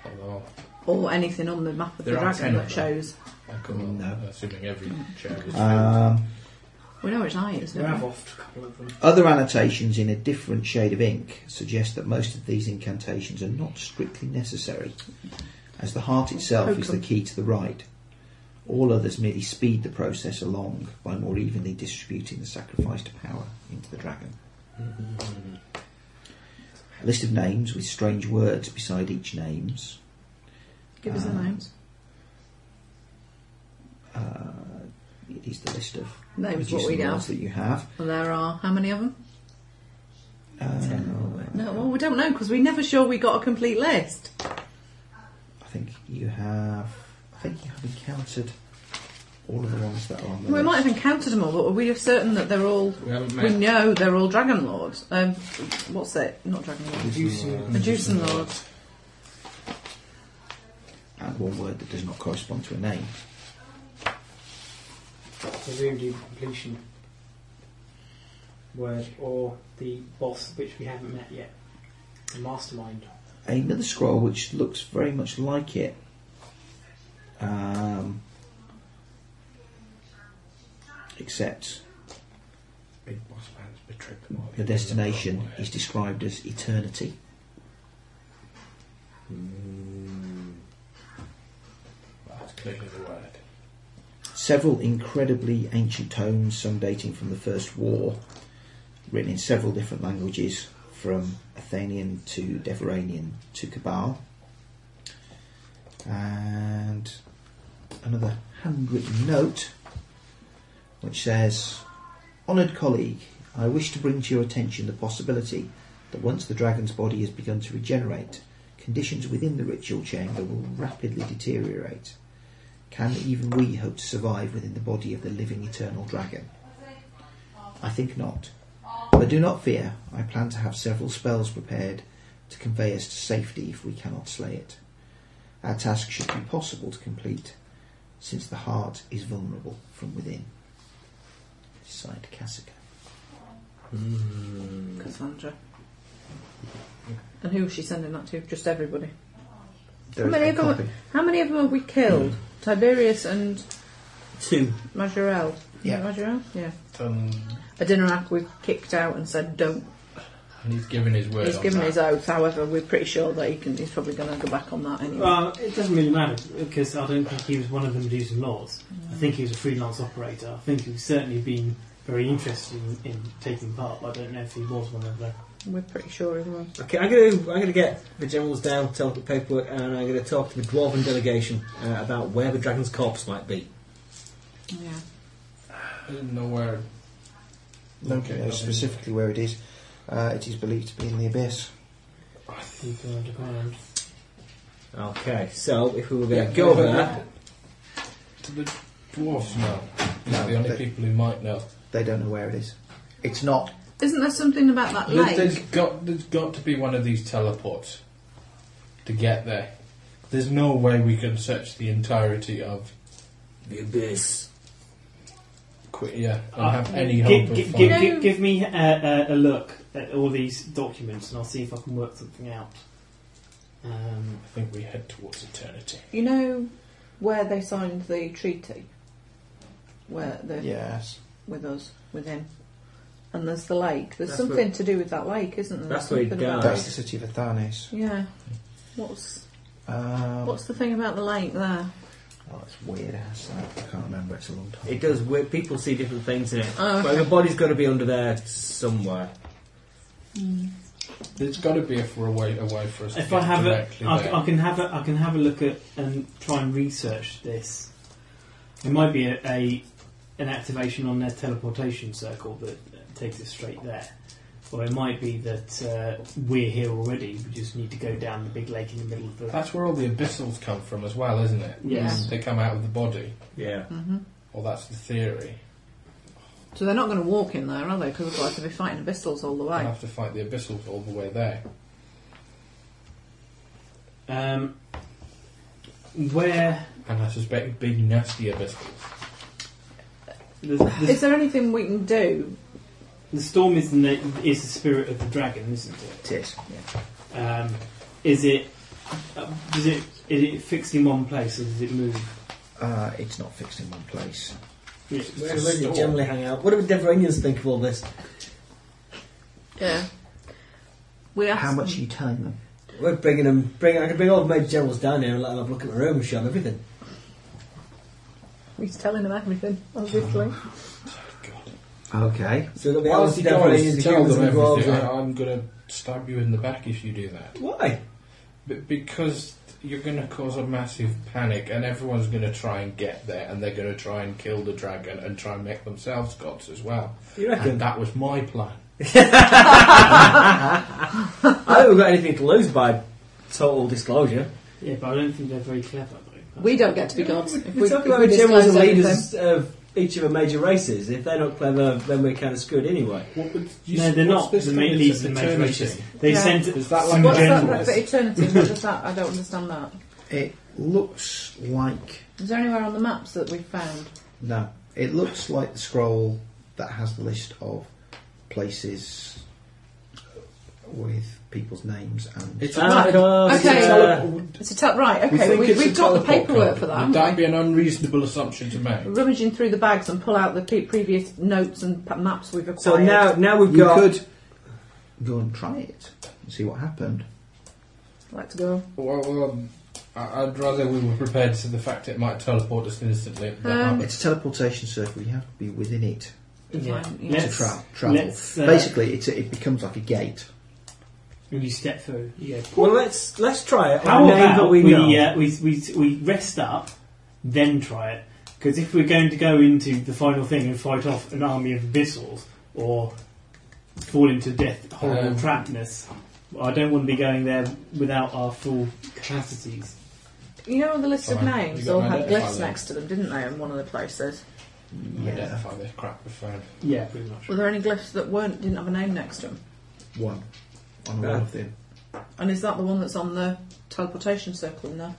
[SPEAKER 6] Although,
[SPEAKER 5] or anything on the map of the
[SPEAKER 6] There are
[SPEAKER 5] dragon
[SPEAKER 6] 10 of
[SPEAKER 5] that
[SPEAKER 6] them.
[SPEAKER 5] shows.
[SPEAKER 6] I could-
[SPEAKER 3] No.
[SPEAKER 6] Assuming every chair is
[SPEAKER 3] Um,
[SPEAKER 5] We know which eye it is,
[SPEAKER 7] We have
[SPEAKER 5] don't we?
[SPEAKER 7] offed a couple of them.
[SPEAKER 3] other annotations in a different shade of ink suggest that most of these incantations are not strictly necessary, as the heart itself is the key to the rite. All others merely speed the process along by more evenly distributing the sacrificed power into the dragon. A list of names with strange words beside each names.
[SPEAKER 5] Give us the
[SPEAKER 3] Um,
[SPEAKER 5] names.
[SPEAKER 3] Uh, it is the list of
[SPEAKER 5] Names what
[SPEAKER 3] magician
[SPEAKER 5] we
[SPEAKER 3] lords
[SPEAKER 5] have.
[SPEAKER 3] that you have.
[SPEAKER 5] Well, there are how many of them?
[SPEAKER 3] Um,
[SPEAKER 5] No, well, we don't know because we're never sure we got a complete list.
[SPEAKER 3] I think you have. I think you have encountered all of the ones that are on the
[SPEAKER 5] We
[SPEAKER 3] list.
[SPEAKER 5] might have encountered them all, but are we certain that they're all?
[SPEAKER 6] We haven't
[SPEAKER 5] We
[SPEAKER 6] met.
[SPEAKER 5] know they're all dragon lords. Um, what's it? Not dragon lords. Medusan lords.
[SPEAKER 3] And one word that does not correspond to a name.
[SPEAKER 7] Presumably the completion word or the boss, which we haven't met yet. The mastermind.
[SPEAKER 3] Another scroll which looks very much like it. Um, except
[SPEAKER 6] Big boss man's betrayed the
[SPEAKER 3] the destination is described as eternity.
[SPEAKER 6] Hmm. That's clearly the word.
[SPEAKER 3] Several incredibly ancient tomes, some dating from the First War, written in several different languages, from Athenian to Deveranian to Cabal. And another handwritten note which says Honoured colleague, I wish to bring to your attention the possibility that once the dragon's body has begun to regenerate, conditions within the ritual chamber will rapidly deteriorate. Can even we hope to survive within the body of the living eternal dragon? I think not. But do not fear, I plan to have several spells prepared to convey us to safety if we cannot slay it. Our task should be possible to complete, since the heart is vulnerable from within. Signed Cassica. Hmm.
[SPEAKER 5] Cassandra. And who is she sending that to? Just everybody.
[SPEAKER 8] There is
[SPEAKER 5] many
[SPEAKER 8] a
[SPEAKER 5] of 'em-
[SPEAKER 8] copy.
[SPEAKER 5] How many of them have we killed? Tiberius and
[SPEAKER 2] Two.
[SPEAKER 5] Majorel.
[SPEAKER 3] Yeah.
[SPEAKER 5] Majorel? Yeah.
[SPEAKER 6] Um,
[SPEAKER 5] A Adinarak we've kicked out and said don't.
[SPEAKER 6] and he's given his word.
[SPEAKER 5] he's
[SPEAKER 6] on
[SPEAKER 5] given
[SPEAKER 6] that.
[SPEAKER 5] his oath, however, we're pretty sure that he can, he's probably going to go back on that anyway.
[SPEAKER 7] Well, it doesn't really matter because I don't think he was one of the Medusan lords. I think he was a freelance operator. I think he's certainly been very interested in, in taking part, but I don't know if he was one of the.
[SPEAKER 5] we're pretty sure he will.
[SPEAKER 2] Okay, I'm gonna I'm gonna get the generals down, tell them the paperwork, and I'm gonna talk to the dwarven delegation uh, about where the dragon's corpse might be.
[SPEAKER 5] Yeah.
[SPEAKER 6] I didn't know where.
[SPEAKER 3] No,
[SPEAKER 6] Okay,
[SPEAKER 3] no
[SPEAKER 6] okay.
[SPEAKER 3] specifically where it is. Uh, it is believed to be in the abyss.
[SPEAKER 7] Deep underground.
[SPEAKER 2] Okay, so if we were gonna
[SPEAKER 6] Yeah,
[SPEAKER 2] go
[SPEAKER 6] go
[SPEAKER 2] there,
[SPEAKER 6] To the dwarfs know. These
[SPEAKER 3] No,
[SPEAKER 6] are the only
[SPEAKER 3] but-
[SPEAKER 6] people who might know.
[SPEAKER 3] They don't know where it is. It's not.
[SPEAKER 5] Isn't there something about that
[SPEAKER 6] There-
[SPEAKER 5] lake?
[SPEAKER 6] There's got there's got to be one of these teleports to get there. There's no way we can search the entirety of
[SPEAKER 2] the abyss.
[SPEAKER 6] Qu- yeah and
[SPEAKER 7] Uh,
[SPEAKER 6] have any hope
[SPEAKER 7] give,
[SPEAKER 6] of
[SPEAKER 7] give,
[SPEAKER 6] finding.
[SPEAKER 7] give, give, give me a, a, a look at all these documents and I'll see if I can work something out. Um,
[SPEAKER 6] I think we head towards eternity.
[SPEAKER 5] You know where they signed the treaty? Where the
[SPEAKER 3] Yes.
[SPEAKER 5] with us, with him. And there's the lake. There's
[SPEAKER 2] That's
[SPEAKER 5] something to do with that lake, isn't there?
[SPEAKER 2] that's where he
[SPEAKER 5] Something about-
[SPEAKER 2] died.
[SPEAKER 3] That's the city of Athanes.
[SPEAKER 5] Yeah. What's
[SPEAKER 2] Oh.
[SPEAKER 3] Um,
[SPEAKER 5] what's the thing about the lake there?
[SPEAKER 3] Oh, it's weird ass. that. I can't remember. It's a long time.
[SPEAKER 2] It does. Weird, people see different things in it.
[SPEAKER 5] Oh,
[SPEAKER 2] Well, the body's got to be under there somewhere.
[SPEAKER 5] Mm.
[SPEAKER 6] There's got to be if we're away away for us.
[SPEAKER 7] if
[SPEAKER 6] to
[SPEAKER 7] I
[SPEAKER 6] get
[SPEAKER 7] have a,
[SPEAKER 6] directly
[SPEAKER 7] I,
[SPEAKER 6] there.
[SPEAKER 7] I can have a, I can have a look at and try and research this. There might be a, a an activation on their teleportation circle that takes us straight there, or it might be that uh, we're here already. We just need to go down the big lake in the middle of the.
[SPEAKER 6] That's where all the abyssals come from as well, isn't it?
[SPEAKER 7] Mm.
[SPEAKER 5] Yes.
[SPEAKER 6] They come out of the body.
[SPEAKER 2] Yeah.
[SPEAKER 5] hmm
[SPEAKER 6] Well, that's the theory.
[SPEAKER 5] So they're not going to walk in there, are they? Because otherwise they'll be fighting abyssals all the
[SPEAKER 6] We'll
[SPEAKER 5] way.
[SPEAKER 6] have to fight the abyssals all the way there.
[SPEAKER 7] Um, where
[SPEAKER 6] And I suspect big, nasty abyssals.
[SPEAKER 7] the,
[SPEAKER 2] Oh.
[SPEAKER 7] the,
[SPEAKER 5] Is there anything we can do?
[SPEAKER 7] the storm is the, na- is the spirit of the dragon, isn't it?
[SPEAKER 3] It is.
[SPEAKER 7] Um, is it? Uh, does it? Is it fixed in one place, or does it move?
[SPEAKER 3] Uh, it's not fixed in one place.
[SPEAKER 2] Where,
[SPEAKER 6] It's a
[SPEAKER 2] where do you
[SPEAKER 6] store.
[SPEAKER 2] generally hang out? What do the Deveranians think of all this?
[SPEAKER 5] Yeah. We asked
[SPEAKER 3] How much are you telling them?
[SPEAKER 2] We're bringing them. Bring, I can bring all the maid generals down here and let them have a look at my room and show them everything.
[SPEAKER 5] He's telling them everything, obviously.
[SPEAKER 3] Okay.
[SPEAKER 2] So there'll be
[SPEAKER 6] Well,
[SPEAKER 2] all
[SPEAKER 6] if
[SPEAKER 2] the
[SPEAKER 6] you go and
[SPEAKER 2] Deveranians,
[SPEAKER 6] tell
[SPEAKER 2] humans,
[SPEAKER 6] them
[SPEAKER 2] and dwarves.
[SPEAKER 6] everything,
[SPEAKER 2] around.
[SPEAKER 6] I, I'm going to stab you in the back if you do that.
[SPEAKER 2] Why?
[SPEAKER 6] B- because you're going to cause a massive panic, and everyone's going to try and get there, and they're going to try and kill the dragon and try and make themselves gods as well.
[SPEAKER 2] You reckon?
[SPEAKER 6] And that was my plan.
[SPEAKER 2] I haven't got anything to lose by total disclosure.
[SPEAKER 7] Yeah, but I don't think they're very clever.
[SPEAKER 5] We don't get to be gods. If
[SPEAKER 2] We're
[SPEAKER 5] we,
[SPEAKER 2] talking
[SPEAKER 5] if
[SPEAKER 2] about
[SPEAKER 5] we
[SPEAKER 2] generals and
[SPEAKER 5] disclose
[SPEAKER 2] leaders of each of the major races. If they're not clever, then we're kind of screwed anyway.
[SPEAKER 7] No, they're not the main leaders of the major races. They
[SPEAKER 5] Yeah.
[SPEAKER 7] sent
[SPEAKER 6] Is that like-
[SPEAKER 7] some
[SPEAKER 5] What's that
[SPEAKER 7] generals.
[SPEAKER 5] for eternity? What does that? I don't understand that.
[SPEAKER 8] It looks like
[SPEAKER 5] Is there anywhere on the maps that we've found?
[SPEAKER 8] no. It looks like the scroll that has the list of places with people's names and
[SPEAKER 6] It's
[SPEAKER 2] Ah,
[SPEAKER 6] not.
[SPEAKER 2] of course,
[SPEAKER 5] Okay.
[SPEAKER 2] yeah.
[SPEAKER 5] It's a tell right.
[SPEAKER 6] we
[SPEAKER 5] Okay,
[SPEAKER 6] think
[SPEAKER 5] we,
[SPEAKER 6] it's a
[SPEAKER 5] we've got the
[SPEAKER 6] teleport
[SPEAKER 5] paperwork
[SPEAKER 6] card.
[SPEAKER 5] for that.
[SPEAKER 6] Would
[SPEAKER 5] haven't
[SPEAKER 6] that
[SPEAKER 5] we?
[SPEAKER 6] be an unreasonable assumption to make?
[SPEAKER 5] Rummaging through the bags and pull out the pe- previous notes and pa- maps we've acquired.
[SPEAKER 2] So now, now we've
[SPEAKER 8] you
[SPEAKER 2] got.
[SPEAKER 8] could go and try it and see what happened.
[SPEAKER 5] I'd like to go.
[SPEAKER 6] Well, um, I- I'd rather we were prepared to the fact it might teleport us instantly. if that
[SPEAKER 5] Um,
[SPEAKER 6] happens.
[SPEAKER 8] Uh, It's a teleportation circle. You have to be within it
[SPEAKER 7] Yeah.
[SPEAKER 5] Fine, yeah.
[SPEAKER 8] to
[SPEAKER 7] Let's-
[SPEAKER 8] tra- travel.
[SPEAKER 7] let's, uh,
[SPEAKER 8] Basically, it's a, it becomes like a gate.
[SPEAKER 7] When you step through, you go.
[SPEAKER 2] Well, let's let's try it.
[SPEAKER 7] How
[SPEAKER 2] on a name that
[SPEAKER 7] about
[SPEAKER 2] we
[SPEAKER 7] we,
[SPEAKER 2] know?
[SPEAKER 7] uh, we, we, we rest up, then try it? Because if we're going to go into the final thing and fight off an army of missiles or fall into death, horrible
[SPEAKER 6] Um,
[SPEAKER 7] trapness, I don't want to be going there without our full capacities.
[SPEAKER 5] You know, the list of
[SPEAKER 6] Fine.
[SPEAKER 5] names
[SPEAKER 6] You got
[SPEAKER 5] all
[SPEAKER 6] an
[SPEAKER 5] had
[SPEAKER 6] identifier
[SPEAKER 5] glyphs
[SPEAKER 6] then?
[SPEAKER 5] next to them, didn't they? In one of the places.
[SPEAKER 8] Yeah,
[SPEAKER 6] Identify this crap we found.
[SPEAKER 7] Yeah, pretty much.
[SPEAKER 5] Were there any glyphs that weren't didn't have a name next to them?
[SPEAKER 8] one on
[SPEAKER 2] Ah.
[SPEAKER 7] Uh,
[SPEAKER 8] one of them.
[SPEAKER 5] And is that the one that's on the teleportation circle in there?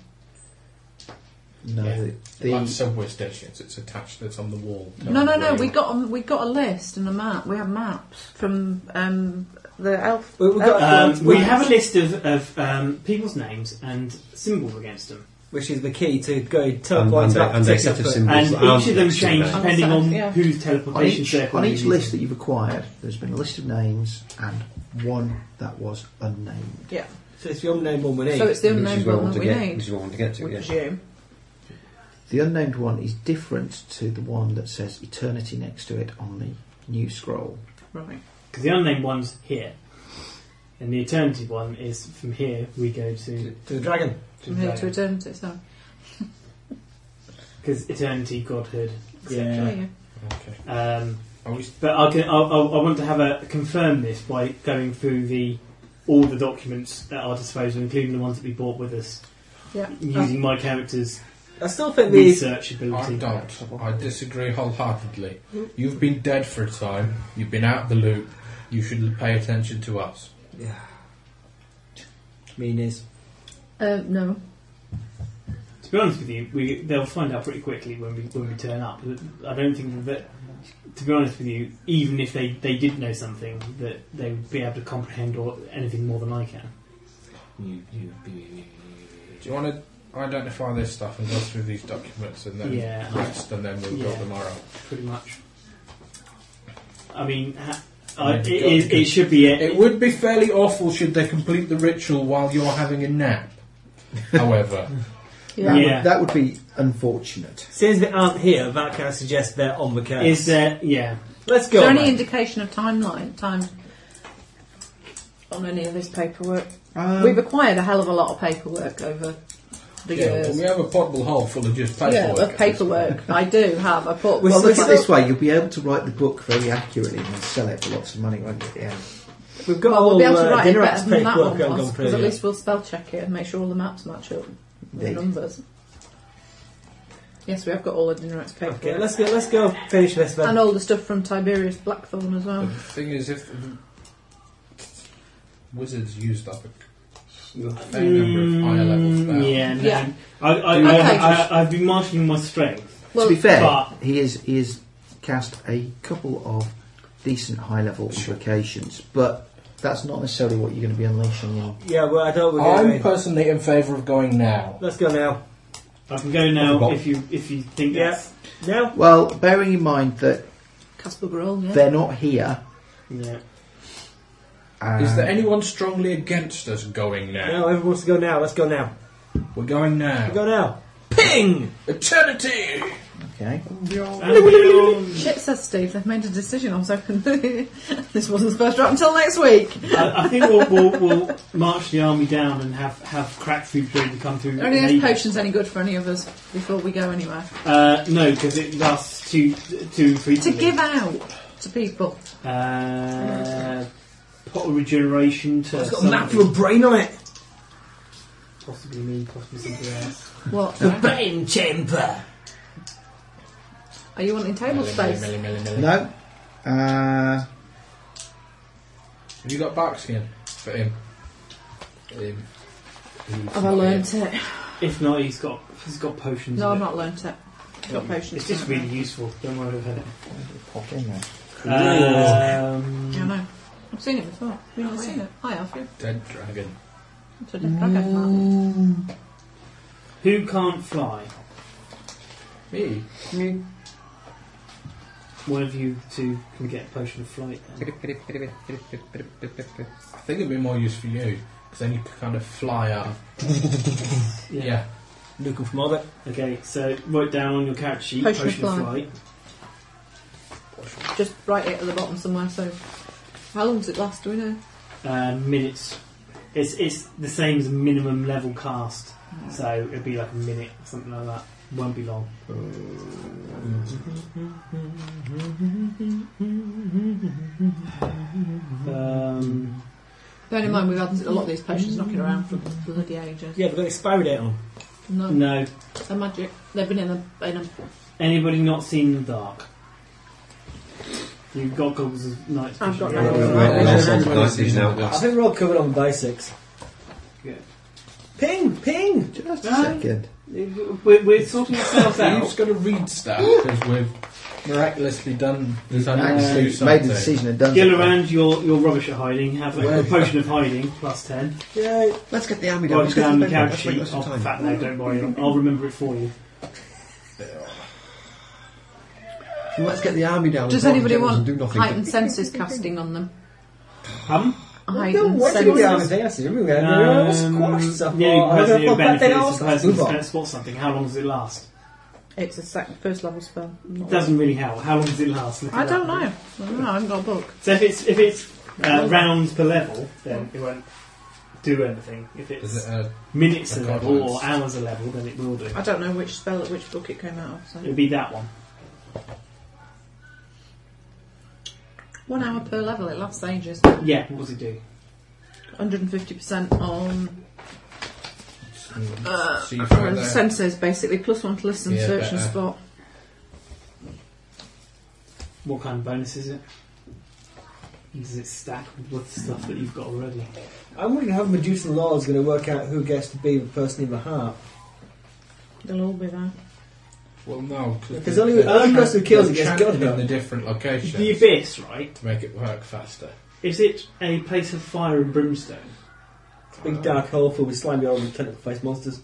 [SPEAKER 8] No,
[SPEAKER 6] Yeah.
[SPEAKER 8] the,
[SPEAKER 6] like
[SPEAKER 8] the,
[SPEAKER 6] subway stations, it's attached. It's on the wall.
[SPEAKER 5] No, no, no. We got a, we got a list and a map. We have maps from um, the elf.
[SPEAKER 2] We- we've got-
[SPEAKER 7] Um, we
[SPEAKER 2] Right.
[SPEAKER 7] have a list of, of um, people's names and symbols against them.
[SPEAKER 2] which is the key to going
[SPEAKER 15] And,
[SPEAKER 2] teleport
[SPEAKER 15] and,
[SPEAKER 2] back
[SPEAKER 15] and
[SPEAKER 2] to
[SPEAKER 15] decorative
[SPEAKER 2] separate-
[SPEAKER 15] symbols.
[SPEAKER 7] And
[SPEAKER 15] that aren't
[SPEAKER 7] each of them
[SPEAKER 15] actually
[SPEAKER 7] change
[SPEAKER 15] there.
[SPEAKER 7] depending on
[SPEAKER 5] Yeah.
[SPEAKER 7] whose
[SPEAKER 8] on
[SPEAKER 7] teleportation
[SPEAKER 8] each,
[SPEAKER 7] circle
[SPEAKER 8] on
[SPEAKER 7] they're
[SPEAKER 8] each
[SPEAKER 7] using.
[SPEAKER 8] list that you've acquired, there's been a list of names and one that was unnamed.
[SPEAKER 5] Yeah.
[SPEAKER 2] So it's the unnamed one we need.
[SPEAKER 5] So it's the
[SPEAKER 15] Which is
[SPEAKER 5] unnamed
[SPEAKER 15] where I
[SPEAKER 5] one
[SPEAKER 15] want
[SPEAKER 5] that
[SPEAKER 15] to
[SPEAKER 5] we
[SPEAKER 15] get. Which
[SPEAKER 5] need.
[SPEAKER 15] is where I want to get to.
[SPEAKER 5] We
[SPEAKER 15] Yeah.
[SPEAKER 5] presume.
[SPEAKER 8] The unnamed one is different to the one that says eternity next to it on the new scroll.
[SPEAKER 5] Right.
[SPEAKER 7] Because the unnamed one's here, and the eternity one is from here we go to.
[SPEAKER 2] to the dragon.
[SPEAKER 5] From here to eternity. So
[SPEAKER 7] Because eternity, godhood, etc.
[SPEAKER 5] yeah.
[SPEAKER 6] Okay.
[SPEAKER 7] Um,
[SPEAKER 6] Are we s-
[SPEAKER 7] but I, can, I, I, I want to have a confirm this by going through the all the documents at our disposal, including the ones that we brought with us,
[SPEAKER 5] Yeah.
[SPEAKER 7] using my character's
[SPEAKER 2] I still think the
[SPEAKER 7] research
[SPEAKER 6] I
[SPEAKER 7] ability.
[SPEAKER 6] don't. I disagree wholeheartedly. You've been dead for a time. You've been out the loop. You should pay attention to us.
[SPEAKER 2] yeah. mean is
[SPEAKER 5] Uh, no.
[SPEAKER 7] To be honest with you, we, they'll find out pretty quickly when we when we turn up. I don't think that. To be honest with you, even if they, they did know something, that they would be able to comprehend or anything more than I can.
[SPEAKER 6] You, you, you- Do you want to identify this stuff and go through these documents and then
[SPEAKER 7] Yeah.
[SPEAKER 6] rest, and then we'll go
[SPEAKER 7] Yeah.
[SPEAKER 6] tomorrow.
[SPEAKER 7] Pretty much. I mean, ha- I,
[SPEAKER 6] Yeah,
[SPEAKER 7] it,
[SPEAKER 6] go-
[SPEAKER 7] it,
[SPEAKER 6] go.
[SPEAKER 7] it should be it.
[SPEAKER 6] It would be fairly awful should they complete the ritual while you're having a nap. However,
[SPEAKER 5] Yeah.
[SPEAKER 8] That,
[SPEAKER 7] Yeah.
[SPEAKER 8] would, that would be unfortunate.
[SPEAKER 2] since they aren't here, that kind of suggests they're on the case.
[SPEAKER 7] Is there? Yeah.
[SPEAKER 2] Let's
[SPEAKER 5] Is
[SPEAKER 2] go.
[SPEAKER 5] there any
[SPEAKER 2] then.
[SPEAKER 5] indication of timeline time on any of this paperwork?
[SPEAKER 8] Um,
[SPEAKER 5] We've acquired a hell of a lot of paperwork over the
[SPEAKER 6] yeah,
[SPEAKER 5] years.
[SPEAKER 6] we have a potable hole full of just
[SPEAKER 5] Yeah,
[SPEAKER 6] paperwork.
[SPEAKER 5] of paperwork. I do have. I put.
[SPEAKER 8] well,
[SPEAKER 5] well,
[SPEAKER 8] look at
[SPEAKER 5] we've-
[SPEAKER 8] it this way: you'll be able to write the book very accurately and sell it for lots of money, won't you? Yeah.
[SPEAKER 2] We've got
[SPEAKER 5] Well,
[SPEAKER 2] all
[SPEAKER 5] we'll be able to
[SPEAKER 2] uh,
[SPEAKER 5] write it
[SPEAKER 2] dinner acts
[SPEAKER 5] better than that
[SPEAKER 2] paperwork
[SPEAKER 5] one
[SPEAKER 2] going
[SPEAKER 5] was,
[SPEAKER 2] on
[SPEAKER 5] because
[SPEAKER 2] pretty.
[SPEAKER 5] at least we'll spell check it and make sure all the maps match up with the
[SPEAKER 8] Indeed.
[SPEAKER 5] numbers. Yes, we have got all the dinner acts paperwork.
[SPEAKER 2] Okay, let's uh, go. Let's go finish this then.
[SPEAKER 5] and all the stuff from Tiberius Blackthorn as
[SPEAKER 6] The
[SPEAKER 5] well.
[SPEAKER 6] thing is, if the wizards used up a fair number of higher level spells,
[SPEAKER 7] Mm, yeah. No.
[SPEAKER 5] Yeah.
[SPEAKER 7] I, I,
[SPEAKER 5] Okay.
[SPEAKER 7] I, I, I've been marshalling my strength.
[SPEAKER 5] Well,
[SPEAKER 8] to be fair,
[SPEAKER 7] but-
[SPEAKER 8] he is he has cast a couple of decent high level implications, but that's not necessarily what you're going to be unleashing. In.
[SPEAKER 2] Yeah, well, I don't.
[SPEAKER 6] I'm
[SPEAKER 2] We're going.
[SPEAKER 6] personally in favour of going now.
[SPEAKER 2] Let's go now.
[SPEAKER 7] I can go now
[SPEAKER 6] Bob.
[SPEAKER 7] if you if you think
[SPEAKER 2] Yeah.
[SPEAKER 7] that's
[SPEAKER 2] Now.
[SPEAKER 8] Well, bearing in mind that
[SPEAKER 5] Casper Grol, yeah.
[SPEAKER 8] they're not here,
[SPEAKER 7] yeah.
[SPEAKER 8] and
[SPEAKER 6] Is there anyone strongly against us going now?
[SPEAKER 2] No, everyone wants to go now. Let's go now.
[SPEAKER 6] We're going now.
[SPEAKER 2] Go now. Ping.
[SPEAKER 6] Eternity!
[SPEAKER 3] Okay.
[SPEAKER 5] Shit, says Steve, they've made a decision. I was hoping this wasn't supposed to happen until next week.
[SPEAKER 7] I, I think we'll, we'll, we'll march the army down and have, have crack food to come through.
[SPEAKER 5] Are any of
[SPEAKER 7] and
[SPEAKER 5] those
[SPEAKER 7] aid us.
[SPEAKER 5] potions any good for any of us before we go anywhere?
[SPEAKER 7] Uh, no, because it lasts two, two, three.
[SPEAKER 5] To give out to people.
[SPEAKER 7] Uh, pot of regeneration to.
[SPEAKER 2] It's got a
[SPEAKER 7] something.
[SPEAKER 2] map with a brain on it.
[SPEAKER 7] Possibly me, possibly something else.
[SPEAKER 5] What?
[SPEAKER 2] The brain chamber.
[SPEAKER 5] Are you wanting table space?
[SPEAKER 3] No. Uh,
[SPEAKER 6] Have you got bark skin for him? Him.
[SPEAKER 5] Have I learnt it?
[SPEAKER 7] If not, he's got he's got potions.
[SPEAKER 5] No,
[SPEAKER 7] in
[SPEAKER 5] I've
[SPEAKER 7] it.
[SPEAKER 5] not learnt it. I've got potions.
[SPEAKER 7] It's just
[SPEAKER 5] don't I?
[SPEAKER 7] really useful. Don't worry about it.
[SPEAKER 3] pop in there.
[SPEAKER 7] Um,
[SPEAKER 5] Yeah, I know. I've seen it before. You've not seen it? I have, yeah.
[SPEAKER 6] Dead dragon.
[SPEAKER 5] It's a
[SPEAKER 7] Mm.
[SPEAKER 5] different dragon.
[SPEAKER 7] who can't fly?
[SPEAKER 6] Me.
[SPEAKER 7] One of you two can get a potion of flight. Then.
[SPEAKER 6] I think it'd be more use for you because then you could kind of fly out. Yeah.
[SPEAKER 2] Looking for mother.
[SPEAKER 7] Okay, so write down on your character sheet
[SPEAKER 5] Potion
[SPEAKER 7] potion,
[SPEAKER 5] of
[SPEAKER 7] of
[SPEAKER 5] fly.
[SPEAKER 7] flight.
[SPEAKER 5] Just write it at the bottom somewhere, so... How long does it last, do we know?
[SPEAKER 7] Uh, minutes. It's it's the same as minimum level cast, so it'd be like a minute or something like that. Won't be long.
[SPEAKER 2] Mm-hmm.
[SPEAKER 7] Um,
[SPEAKER 5] Bear in mind, we've had a lot of these potions knocking around for bloody ages.
[SPEAKER 2] Yeah, we've got an expiry date on.
[SPEAKER 5] No,
[SPEAKER 7] no.
[SPEAKER 5] they're magic. They've been in a... In a
[SPEAKER 7] Anybody not seen the dark? You've got goggles of night vision.
[SPEAKER 5] I've got
[SPEAKER 7] right?
[SPEAKER 5] goggles of
[SPEAKER 2] night vision. I
[SPEAKER 8] Nice
[SPEAKER 2] think we're all covered on basics.
[SPEAKER 7] Good.
[SPEAKER 2] Ping, ping.
[SPEAKER 8] Just a
[SPEAKER 7] Right.
[SPEAKER 8] second.
[SPEAKER 7] We're, we're sorting ourselves
[SPEAKER 6] So you
[SPEAKER 7] out.
[SPEAKER 6] just got to read stuff because we've miraculously done decided to do
[SPEAKER 3] Actually, made
[SPEAKER 6] something.
[SPEAKER 3] the decision and done something.
[SPEAKER 7] Gilliland, your your rubbish at hiding. Have a, a potion of hiding plus ten.
[SPEAKER 2] Yeah.
[SPEAKER 8] Let's get the army down.
[SPEAKER 7] Write
[SPEAKER 8] Let's get
[SPEAKER 7] down the
[SPEAKER 8] the
[SPEAKER 7] couch
[SPEAKER 8] let's
[SPEAKER 7] sheet.
[SPEAKER 8] make us
[SPEAKER 7] Oh,
[SPEAKER 8] some
[SPEAKER 7] in
[SPEAKER 8] time.
[SPEAKER 7] fact, no, don't worry. I'll remember it for you.
[SPEAKER 8] Let's get the army down.
[SPEAKER 5] Does
[SPEAKER 8] and
[SPEAKER 5] anybody
[SPEAKER 8] do
[SPEAKER 5] want
[SPEAKER 8] nothing.
[SPEAKER 5] heightened senses casting on them?
[SPEAKER 7] Hum?
[SPEAKER 5] Heightened
[SPEAKER 2] What's the other
[SPEAKER 5] senses.
[SPEAKER 2] thing I see everywhere? They're all squashed stuff.
[SPEAKER 7] Um, yeah,
[SPEAKER 2] I
[SPEAKER 7] person
[SPEAKER 2] don't know
[SPEAKER 7] who
[SPEAKER 2] what that thing
[SPEAKER 7] benefits is the
[SPEAKER 2] else.
[SPEAKER 7] person who
[SPEAKER 2] Move on.
[SPEAKER 7] spe- spots something. How long does it last?
[SPEAKER 5] It's a sec- first level spell.
[SPEAKER 7] It doesn't really help. How long does it last? Look it
[SPEAKER 5] I
[SPEAKER 7] up.
[SPEAKER 5] don't know. I don't know. I haven't got a book.
[SPEAKER 7] So if it's if it's uh, rounds per level, then it won't do anything. If
[SPEAKER 6] Is
[SPEAKER 7] it's
[SPEAKER 6] it a
[SPEAKER 7] minutes
[SPEAKER 6] a
[SPEAKER 7] a level or
[SPEAKER 6] guidelines?
[SPEAKER 7] hours a level, then it will do.
[SPEAKER 5] I don't know which spell, which book it came out of. So.
[SPEAKER 7] It'll be that one.
[SPEAKER 5] One hour per level. It lasts ages.
[SPEAKER 7] Yeah. What does it do?
[SPEAKER 5] 150% on
[SPEAKER 6] see
[SPEAKER 5] uh,
[SPEAKER 6] further?
[SPEAKER 5] senses, basically. Plus one to listen,
[SPEAKER 6] Yeah,
[SPEAKER 5] search and
[SPEAKER 6] better.
[SPEAKER 5] spot.
[SPEAKER 7] What kind of bonus is it? Does it stack with stuff that you've got already?
[SPEAKER 2] I'm wondering how Medusa Law is going to work out who gets to be the person in the heart.
[SPEAKER 5] They'll all be there.
[SPEAKER 6] Well, no,
[SPEAKER 2] Because only- only person who kills it gets
[SPEAKER 6] trapped
[SPEAKER 2] gun
[SPEAKER 6] in
[SPEAKER 2] done.
[SPEAKER 6] the different location
[SPEAKER 7] The abyss, right?
[SPEAKER 6] to make it work faster.
[SPEAKER 7] Is it a place of fire and brimstone?
[SPEAKER 2] Big dark hole full with slimy old tentacle faced monsters.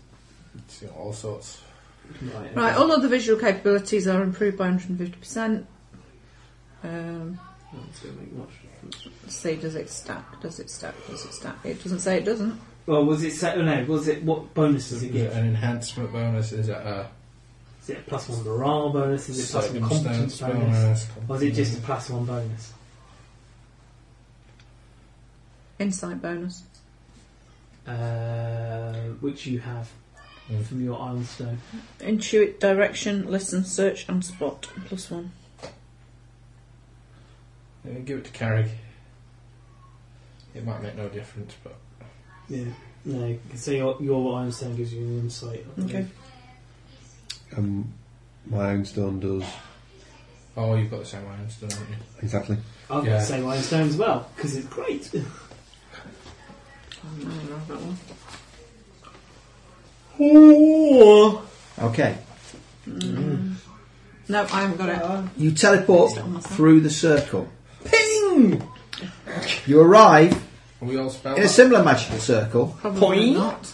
[SPEAKER 6] It's got all sorts.
[SPEAKER 7] Right.
[SPEAKER 5] Right, all other visual capabilities are improved by 150%. Um,
[SPEAKER 7] That's gonna make much difference.
[SPEAKER 5] let's see, does it stack? Does it stack? Does it stack? It doesn't say it doesn't.
[SPEAKER 7] Well, was it set? No, was it what bonus does
[SPEAKER 6] Is
[SPEAKER 7] it
[SPEAKER 6] it
[SPEAKER 7] give?
[SPEAKER 6] an enhancement bonus? Is it uh, a
[SPEAKER 7] Is it a plus one morale bonus? Is it plus one
[SPEAKER 6] circumstance
[SPEAKER 7] competence bonus?
[SPEAKER 6] bonus?
[SPEAKER 7] Or is it just a plus one bonus?
[SPEAKER 5] Insight bonus.
[SPEAKER 7] Uh, which you have
[SPEAKER 6] Mm.
[SPEAKER 7] from your Isle Stone.
[SPEAKER 5] Intuit direction, listen, search, and spot. Plus one.
[SPEAKER 6] Let me give it to Carrig. It might make no difference, but
[SPEAKER 7] Yeah. No, so your, your Iron Stone gives you an insight. I believe.
[SPEAKER 5] Okay.
[SPEAKER 15] Um, my own stone does.
[SPEAKER 6] oh, you've got the same iron still, haven't you?
[SPEAKER 15] Exactly.
[SPEAKER 7] I've got
[SPEAKER 6] Yeah.
[SPEAKER 7] the same Iron Stone as well, because it's great.
[SPEAKER 5] Oh, no, no, I've got one.
[SPEAKER 3] Okay.
[SPEAKER 5] No, I haven't got it.
[SPEAKER 3] You
[SPEAKER 5] Based
[SPEAKER 3] teleport
[SPEAKER 5] on myself.
[SPEAKER 3] through the circle. Ping! You arrive
[SPEAKER 6] Are we all spelled
[SPEAKER 3] in a similar magical circle,
[SPEAKER 5] Probably
[SPEAKER 2] Point.
[SPEAKER 5] not.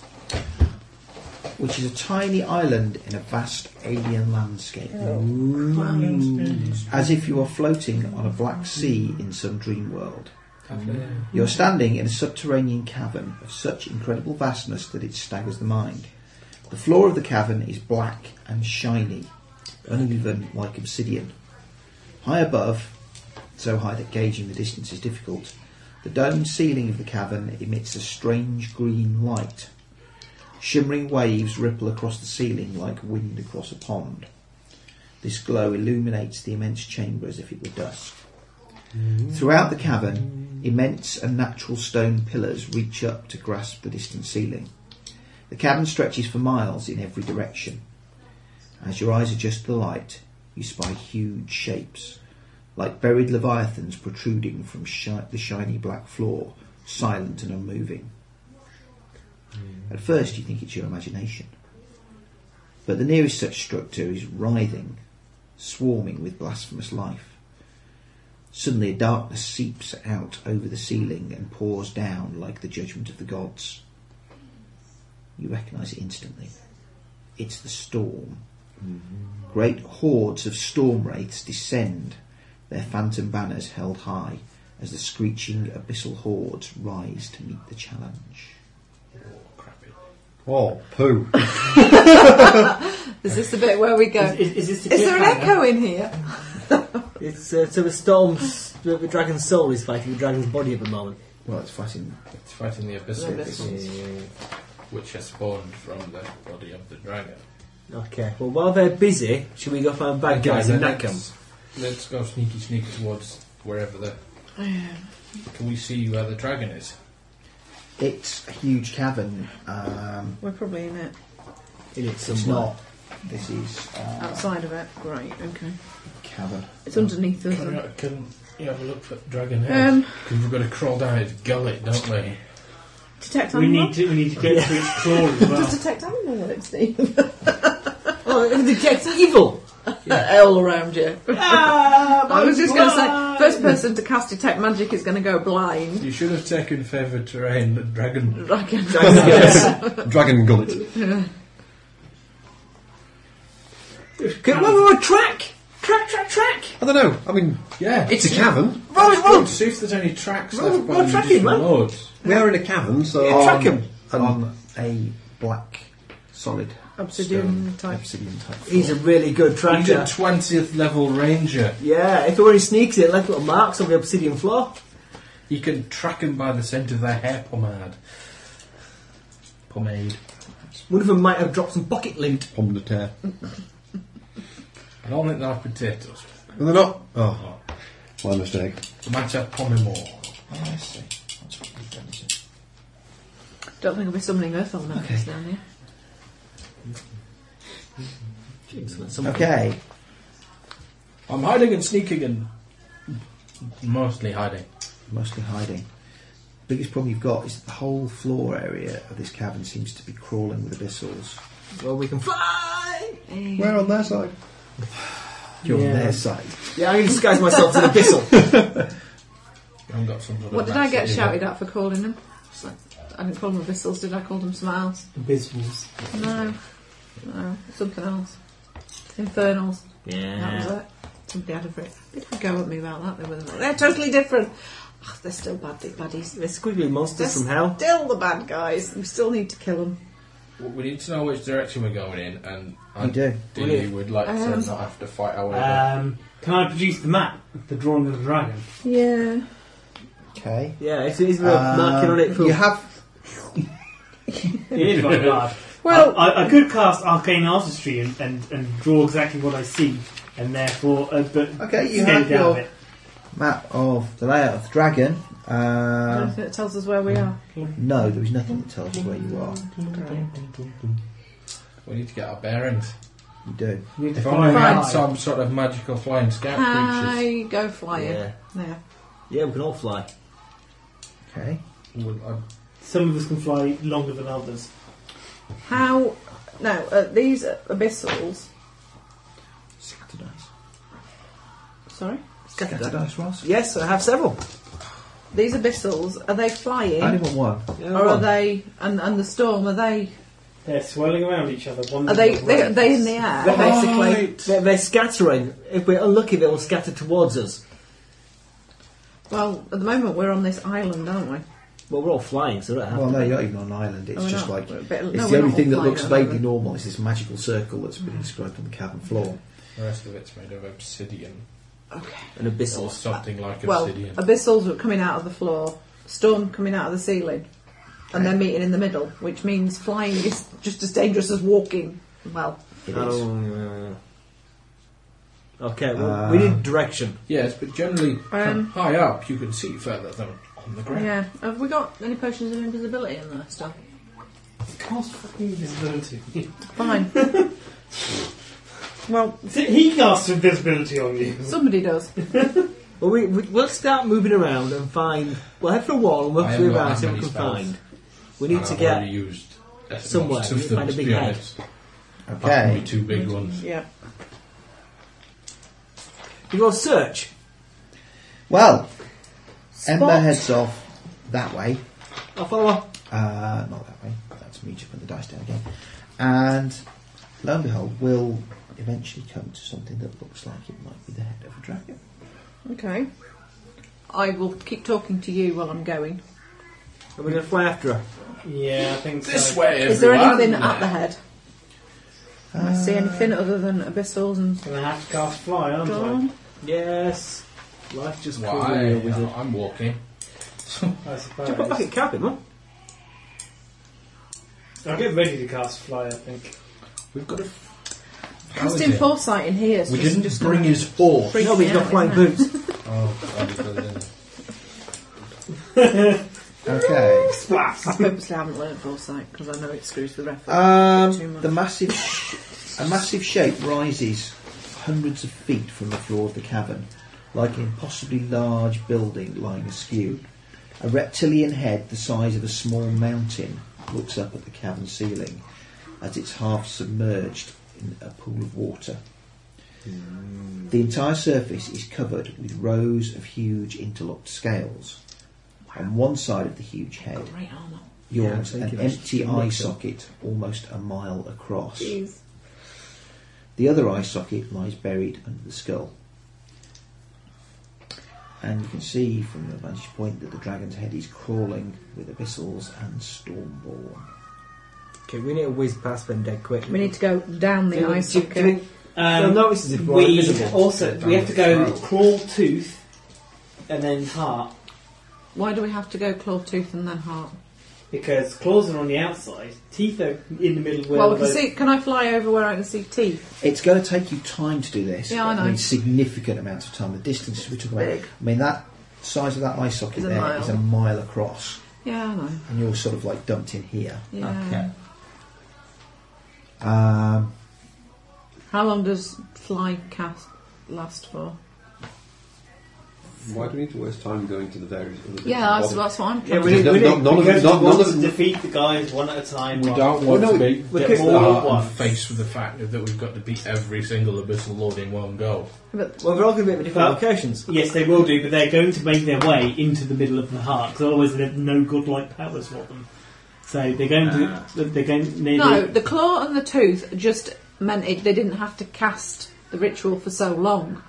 [SPEAKER 3] which is a tiny island in a vast alien landscape. As if you are floating on a black sea in some dream world.
[SPEAKER 2] Mm.
[SPEAKER 3] You're standing in a subterranean cavern of such incredible vastness that it staggers the mind. The floor of the cavern is black and shiny. an event like obsidian. High above, so high that gauging the distance is difficult, the domed ceiling of the cavern emits a strange green light. Shimmering waves ripple across the ceiling like wind across a pond. This glow illuminates the immense chamber as if it were dusk. Throughout the cavern, immense and natural stone pillars reach up to grasp the distant ceiling. The cavern stretches for miles in every direction. As your eyes adjust to the light, you spy huge shapes, like buried leviathans protruding from shi- the shiny black floor, silent and unmoving. At first, you think it's your imagination. But the nearest such structure is writhing, swarming with blasphemous life. Suddenly, a darkness seeps out over the ceiling and pours down like the judgment of the gods. You recognise it instantly. It's the storm. Great hordes of storm wraiths descend, their phantom banners held high, as the screeching abyssal hordes rise to meet the challenge.
[SPEAKER 8] Oh, poo.
[SPEAKER 5] Is this the bit where we go?
[SPEAKER 2] Is- is- is this the
[SPEAKER 5] there an
[SPEAKER 2] cliffhanger?
[SPEAKER 5] echo in here?
[SPEAKER 2] It's uh, so the storm's the, the dragon's soul is fighting the dragon's body at the moment.
[SPEAKER 3] Well, it's fighting.
[SPEAKER 6] It's fighting the abyssal,
[SPEAKER 2] The abyssals.
[SPEAKER 6] which has spawned from the body of the dragon.
[SPEAKER 2] Okay. Well, while they're busy, should we go find bad guys and
[SPEAKER 6] then
[SPEAKER 2] neck 'em?
[SPEAKER 6] let's- Let's go sneaky sneaky towards wherever the.
[SPEAKER 5] Yeah.
[SPEAKER 6] Can we see where the dragon is?
[SPEAKER 3] It's a huge cavern. Um,
[SPEAKER 5] We're probably in it.
[SPEAKER 2] in it
[SPEAKER 8] Mm-hmm.
[SPEAKER 3] it's
[SPEAKER 2] somewhere.
[SPEAKER 3] not. This is uh,
[SPEAKER 5] Outside of it. Right, okay.
[SPEAKER 3] cavern.
[SPEAKER 5] It's underneath us.
[SPEAKER 6] Can, we- can you have a look at dragon head?
[SPEAKER 5] Mm-hmm. Um,
[SPEAKER 6] Because we've got to crawl down its gullet, don't we?
[SPEAKER 5] detect
[SPEAKER 7] We
[SPEAKER 5] animal?
[SPEAKER 7] need to we need to get through its claw as well.
[SPEAKER 5] Does detect animal work, Steve?
[SPEAKER 2] Oh, the jet's evil.
[SPEAKER 5] All around you.
[SPEAKER 2] Ah,
[SPEAKER 5] I was just going to say, first person to cast detect magic is going to go blind.
[SPEAKER 6] You should have taken favoured terrain, the dragon.
[SPEAKER 5] Dragon.
[SPEAKER 8] Dragon gullet.
[SPEAKER 2] Can, whoa, whoa, whoa, track, track, track, track.
[SPEAKER 8] I don't know. I mean,
[SPEAKER 6] Yeah,
[SPEAKER 8] it's a cavern.
[SPEAKER 2] Roll it, roll. it.
[SPEAKER 6] See if there's any tracks
[SPEAKER 2] Roll-
[SPEAKER 6] left by
[SPEAKER 2] roll
[SPEAKER 6] the
[SPEAKER 2] tracking,
[SPEAKER 6] additional
[SPEAKER 2] man.
[SPEAKER 6] loads.
[SPEAKER 8] We are in a cavern, so
[SPEAKER 2] Yeah, track 'em.
[SPEAKER 3] on a black solid
[SPEAKER 5] Obsidian type.
[SPEAKER 3] obsidian type. floor.
[SPEAKER 2] He's a really good
[SPEAKER 6] He's a
[SPEAKER 2] tracker.
[SPEAKER 6] twentieth level ranger.
[SPEAKER 2] Yeah, if it were in sneaks, it left little marks on the obsidian floor.
[SPEAKER 6] You can track them by the scent of their hair pomade. Pomade.
[SPEAKER 2] One of them might have dropped some pocket lint.
[SPEAKER 8] Pomme de terre.
[SPEAKER 6] I don't think they are potatoes.
[SPEAKER 8] And they're not. Oh, my mistake.
[SPEAKER 6] They might have pomimore.
[SPEAKER 3] Oh, I see. That's what we've done, is it?
[SPEAKER 5] Don't think I'll be summoning Earth on that okay. down here.
[SPEAKER 3] Okay.
[SPEAKER 6] I'm hiding and sneaking and mostly hiding.
[SPEAKER 3] mostly hiding. Biggest problem you've got is that the whole floor area of this cavern seems to be crawling with abyssals.
[SPEAKER 2] Well, we can fly.
[SPEAKER 8] We're on their side.
[SPEAKER 3] You're
[SPEAKER 2] Yeah.
[SPEAKER 3] on their side.
[SPEAKER 2] Yeah, I'm going to disguise myself as an abyssal.
[SPEAKER 6] I've got some sort
[SPEAKER 5] What
[SPEAKER 6] of
[SPEAKER 5] did I
[SPEAKER 6] massive-
[SPEAKER 5] get shouted at for calling them? I didn't call them abyssals, did I call them smiles?
[SPEAKER 7] Abysmals.
[SPEAKER 5] No. No, something else. Infernals. That was it. Somebody had a bit, bit of a go at me about that. They were like, they're totally different. Ugh, they're still bad the baddies.
[SPEAKER 2] They're squiggly monsters
[SPEAKER 5] That's-
[SPEAKER 2] somehow.
[SPEAKER 5] Still the bad guys. We still need to kill them.
[SPEAKER 6] Well, We need to know which direction we're going in, and
[SPEAKER 3] You do.
[SPEAKER 6] Dilly would like to
[SPEAKER 5] Um,
[SPEAKER 6] not have to fight our way. back.
[SPEAKER 7] Um, can I produce the map, of the drawing of the dragon?
[SPEAKER 5] Yeah.
[SPEAKER 3] Okay. Um,
[SPEAKER 2] Yeah, if it is worth marking on it for
[SPEAKER 3] Uh, You have
[SPEAKER 7] It is rather hard.
[SPEAKER 5] Well,
[SPEAKER 7] I, I could cast arcane artistry and, and, and draw exactly what I see, and therefore, uh, but
[SPEAKER 3] Okay, you
[SPEAKER 7] scale
[SPEAKER 3] have
[SPEAKER 7] it down a
[SPEAKER 3] your-
[SPEAKER 7] bit.
[SPEAKER 3] map of the layout of the dragon.
[SPEAKER 5] I don't
[SPEAKER 3] Uh,
[SPEAKER 5] think it tells us where we are.
[SPEAKER 3] no, there is nothing that tells you where you are.
[SPEAKER 6] we need to get our bearings.
[SPEAKER 3] You do.
[SPEAKER 7] You need to
[SPEAKER 6] If only
[SPEAKER 7] find
[SPEAKER 6] we had
[SPEAKER 7] out.
[SPEAKER 6] some sort of magical flying scout creatures.
[SPEAKER 5] I go flying.
[SPEAKER 2] yeah,
[SPEAKER 5] Yeah.
[SPEAKER 2] yeah, we can all fly.
[SPEAKER 3] Okay.
[SPEAKER 6] Would- uh,
[SPEAKER 7] Some of us can fly longer than others.
[SPEAKER 5] How? Now uh, these abyssals.
[SPEAKER 3] Scatter dice.
[SPEAKER 5] Sorry.
[SPEAKER 3] Scatter dice, Ross.
[SPEAKER 2] Yes, I have several.
[SPEAKER 5] These abyssals are they flying,
[SPEAKER 3] I only want one.
[SPEAKER 2] Yeah,
[SPEAKER 5] or are
[SPEAKER 2] one.
[SPEAKER 5] they? And, and the storm are they?
[SPEAKER 7] They're swirling around each other. One
[SPEAKER 5] Are they? They are they in the air basically?
[SPEAKER 2] They're, they're scattering. If we're unlucky, they will scatter towards us.
[SPEAKER 5] Well, at the moment we're on this island, aren't we?
[SPEAKER 2] Well, we're all flying, so that
[SPEAKER 3] Well,
[SPEAKER 2] happens.
[SPEAKER 3] no, you're not even on an island.
[SPEAKER 5] Are
[SPEAKER 3] It's
[SPEAKER 5] we
[SPEAKER 3] just like
[SPEAKER 5] not? Oh, We're a bit-
[SPEAKER 3] it's
[SPEAKER 5] no,
[SPEAKER 3] the
[SPEAKER 5] we're
[SPEAKER 3] only
[SPEAKER 5] not
[SPEAKER 3] thing that
[SPEAKER 5] flying
[SPEAKER 3] looks
[SPEAKER 5] at the
[SPEAKER 3] vaguely
[SPEAKER 5] moment.
[SPEAKER 3] normal. It's this magical circle that's been inscribed on the cavern floor.
[SPEAKER 6] The rest of it's made of obsidian.
[SPEAKER 5] Okay.
[SPEAKER 6] An abyssal. Or something like
[SPEAKER 5] well, um,
[SPEAKER 6] obsidian.
[SPEAKER 5] abyssals were coming out of the floor, storm coming out of the ceiling, and they're meeting in the middle, which means flying is just as dangerous as walking. Well,
[SPEAKER 16] Oh,
[SPEAKER 17] uh,
[SPEAKER 2] Okay,
[SPEAKER 16] well,
[SPEAKER 2] we need direction.
[SPEAKER 6] Yes, but generally from
[SPEAKER 5] Um,
[SPEAKER 6] high up you can see further than on the ground.
[SPEAKER 5] yeah. Have we got any potions of invisibility in there still?
[SPEAKER 17] Cast fucking invisibility.
[SPEAKER 5] Fine. well,
[SPEAKER 17] he casts invisibility on you.
[SPEAKER 5] somebody does.
[SPEAKER 2] Well, we, we, we'll start moving around and find. We'll head for a wall and work
[SPEAKER 6] I
[SPEAKER 2] through
[SPEAKER 6] haven't got
[SPEAKER 2] around
[SPEAKER 6] that
[SPEAKER 2] see what we
[SPEAKER 6] many
[SPEAKER 2] can
[SPEAKER 6] spells. Uh,
[SPEAKER 2] find. We need
[SPEAKER 6] And
[SPEAKER 2] to
[SPEAKER 6] I've
[SPEAKER 2] get.
[SPEAKER 6] already used as
[SPEAKER 2] somewhere. We
[SPEAKER 6] much of
[SPEAKER 2] need to
[SPEAKER 6] them,
[SPEAKER 2] find a
[SPEAKER 6] to
[SPEAKER 2] big
[SPEAKER 6] be
[SPEAKER 2] head.
[SPEAKER 6] honest. Apart from the two big ones.
[SPEAKER 5] Yeah.
[SPEAKER 2] You go search.
[SPEAKER 3] Well, Ember
[SPEAKER 5] Spot.
[SPEAKER 3] heads off that way.
[SPEAKER 2] I'll follow.
[SPEAKER 3] Uh, not that way. That's me just put the dice down again. And lo and behold, we'll eventually come to something that looks like it might be the head of a dragon.
[SPEAKER 5] Okay. I will keep talking to you while I'm going.
[SPEAKER 2] And we're going to fly after her.
[SPEAKER 17] Yeah, I think
[SPEAKER 6] This
[SPEAKER 17] so.
[SPEAKER 6] way,
[SPEAKER 5] Is there
[SPEAKER 6] everyone.
[SPEAKER 5] anything at the head? Can I see anything other than abyssals and
[SPEAKER 17] Gonna have to cast fly, aren't
[SPEAKER 5] storm?
[SPEAKER 2] Yes. Life just comes
[SPEAKER 6] Why?
[SPEAKER 2] when you're a wizard.
[SPEAKER 6] I'm walking.
[SPEAKER 17] I? I
[SPEAKER 2] Should I put back
[SPEAKER 17] suppose.
[SPEAKER 2] in cabin, man.
[SPEAKER 17] I'll get ready to cast fly. I think.
[SPEAKER 6] We've got a.
[SPEAKER 5] Casting foresight in here. is
[SPEAKER 6] We
[SPEAKER 5] just-
[SPEAKER 6] didn't
[SPEAKER 5] just
[SPEAKER 6] bring his force.
[SPEAKER 5] freaking
[SPEAKER 2] No, but he's
[SPEAKER 5] out,
[SPEAKER 2] got flying
[SPEAKER 5] isn't it?
[SPEAKER 2] boots.
[SPEAKER 6] Oh, God, it doesn't.
[SPEAKER 3] Okay.
[SPEAKER 5] I purposely haven't learned foresight because I know it screws the ref. up. Too
[SPEAKER 3] Um,
[SPEAKER 5] much.
[SPEAKER 3] the massive, sh- a massive shape rises hundreds of feet from the floor of the cavern, like an impossibly large building lying askew. A reptilian head the size of a small mountain looks up at the cavern ceiling as it's half submerged in a pool of water. The entire surface is covered with rows of huge interlocked scales. On one side of the huge head
[SPEAKER 5] Great armour.
[SPEAKER 3] yawns
[SPEAKER 2] Yeah, I think
[SPEAKER 3] an
[SPEAKER 2] that's
[SPEAKER 3] empty
[SPEAKER 2] pretty much
[SPEAKER 3] eye
[SPEAKER 2] it.
[SPEAKER 3] socket almost a mile across. The other eye socket lies buried under the skull. And you can see from your vantage point that the dragon's head is crawling with abyssals and stormborn.
[SPEAKER 2] Okay, we need to whiz past them dead quick.
[SPEAKER 5] We need to go down the
[SPEAKER 2] Do you-
[SPEAKER 5] ice
[SPEAKER 2] do you- do you
[SPEAKER 5] socket.
[SPEAKER 2] think-
[SPEAKER 7] Um,
[SPEAKER 2] They'll notice if we're
[SPEAKER 7] we
[SPEAKER 2] invisible.
[SPEAKER 7] also we have to go
[SPEAKER 6] Throw.
[SPEAKER 7] crawl tooth and then heart
[SPEAKER 5] Why do we have to go claw tooth and then heart?
[SPEAKER 7] because claws are on the outside, teeth are in the middle. Where
[SPEAKER 5] Well, we
[SPEAKER 7] the-
[SPEAKER 5] can see. Can I fly over where I can see teeth?
[SPEAKER 3] It's going to take you time to do this.
[SPEAKER 5] Yeah, I know.
[SPEAKER 3] mean, significant amounts of time. The distance we talk about.
[SPEAKER 5] Big.
[SPEAKER 3] I mean, that size of that eye socket
[SPEAKER 5] Is a
[SPEAKER 3] there is
[SPEAKER 5] mile.
[SPEAKER 3] a mile across,
[SPEAKER 5] Yeah, I know.
[SPEAKER 3] and you're sort of like dumped in here.
[SPEAKER 5] Yeah.
[SPEAKER 3] Okay. Um,
[SPEAKER 5] How long does fly cast last for?
[SPEAKER 8] Why do we need to waste time going to the various other bits
[SPEAKER 5] Yeah,
[SPEAKER 8] of
[SPEAKER 5] that's,
[SPEAKER 8] the
[SPEAKER 5] that's what I'm
[SPEAKER 2] Yeah,
[SPEAKER 5] trying
[SPEAKER 2] we
[SPEAKER 8] body?
[SPEAKER 2] need,
[SPEAKER 8] No,
[SPEAKER 2] we
[SPEAKER 8] no,
[SPEAKER 2] need,
[SPEAKER 8] none
[SPEAKER 7] we go to
[SPEAKER 8] of them.
[SPEAKER 7] the
[SPEAKER 8] None,
[SPEAKER 7] wall
[SPEAKER 8] none
[SPEAKER 7] to
[SPEAKER 8] of them.
[SPEAKER 7] defeat the guys one at a time.
[SPEAKER 6] We
[SPEAKER 7] while-
[SPEAKER 6] don't want
[SPEAKER 8] no,
[SPEAKER 6] to be
[SPEAKER 8] we
[SPEAKER 6] get
[SPEAKER 8] get
[SPEAKER 7] more
[SPEAKER 6] more
[SPEAKER 7] at once.
[SPEAKER 6] faced with the fact that we've got to beat every single Abyssal Lord in one go.
[SPEAKER 5] But
[SPEAKER 2] well, we're all going to be at different
[SPEAKER 7] Well-
[SPEAKER 2] locations.
[SPEAKER 7] Yes, they will do, but they're going to make their way into the middle of the heart because otherwise they have no godlike powers for them. So they're going to they're going they,
[SPEAKER 5] no,
[SPEAKER 7] they-
[SPEAKER 5] the claw and the tooth just meant it, they didn't have to cast the ritual for so long.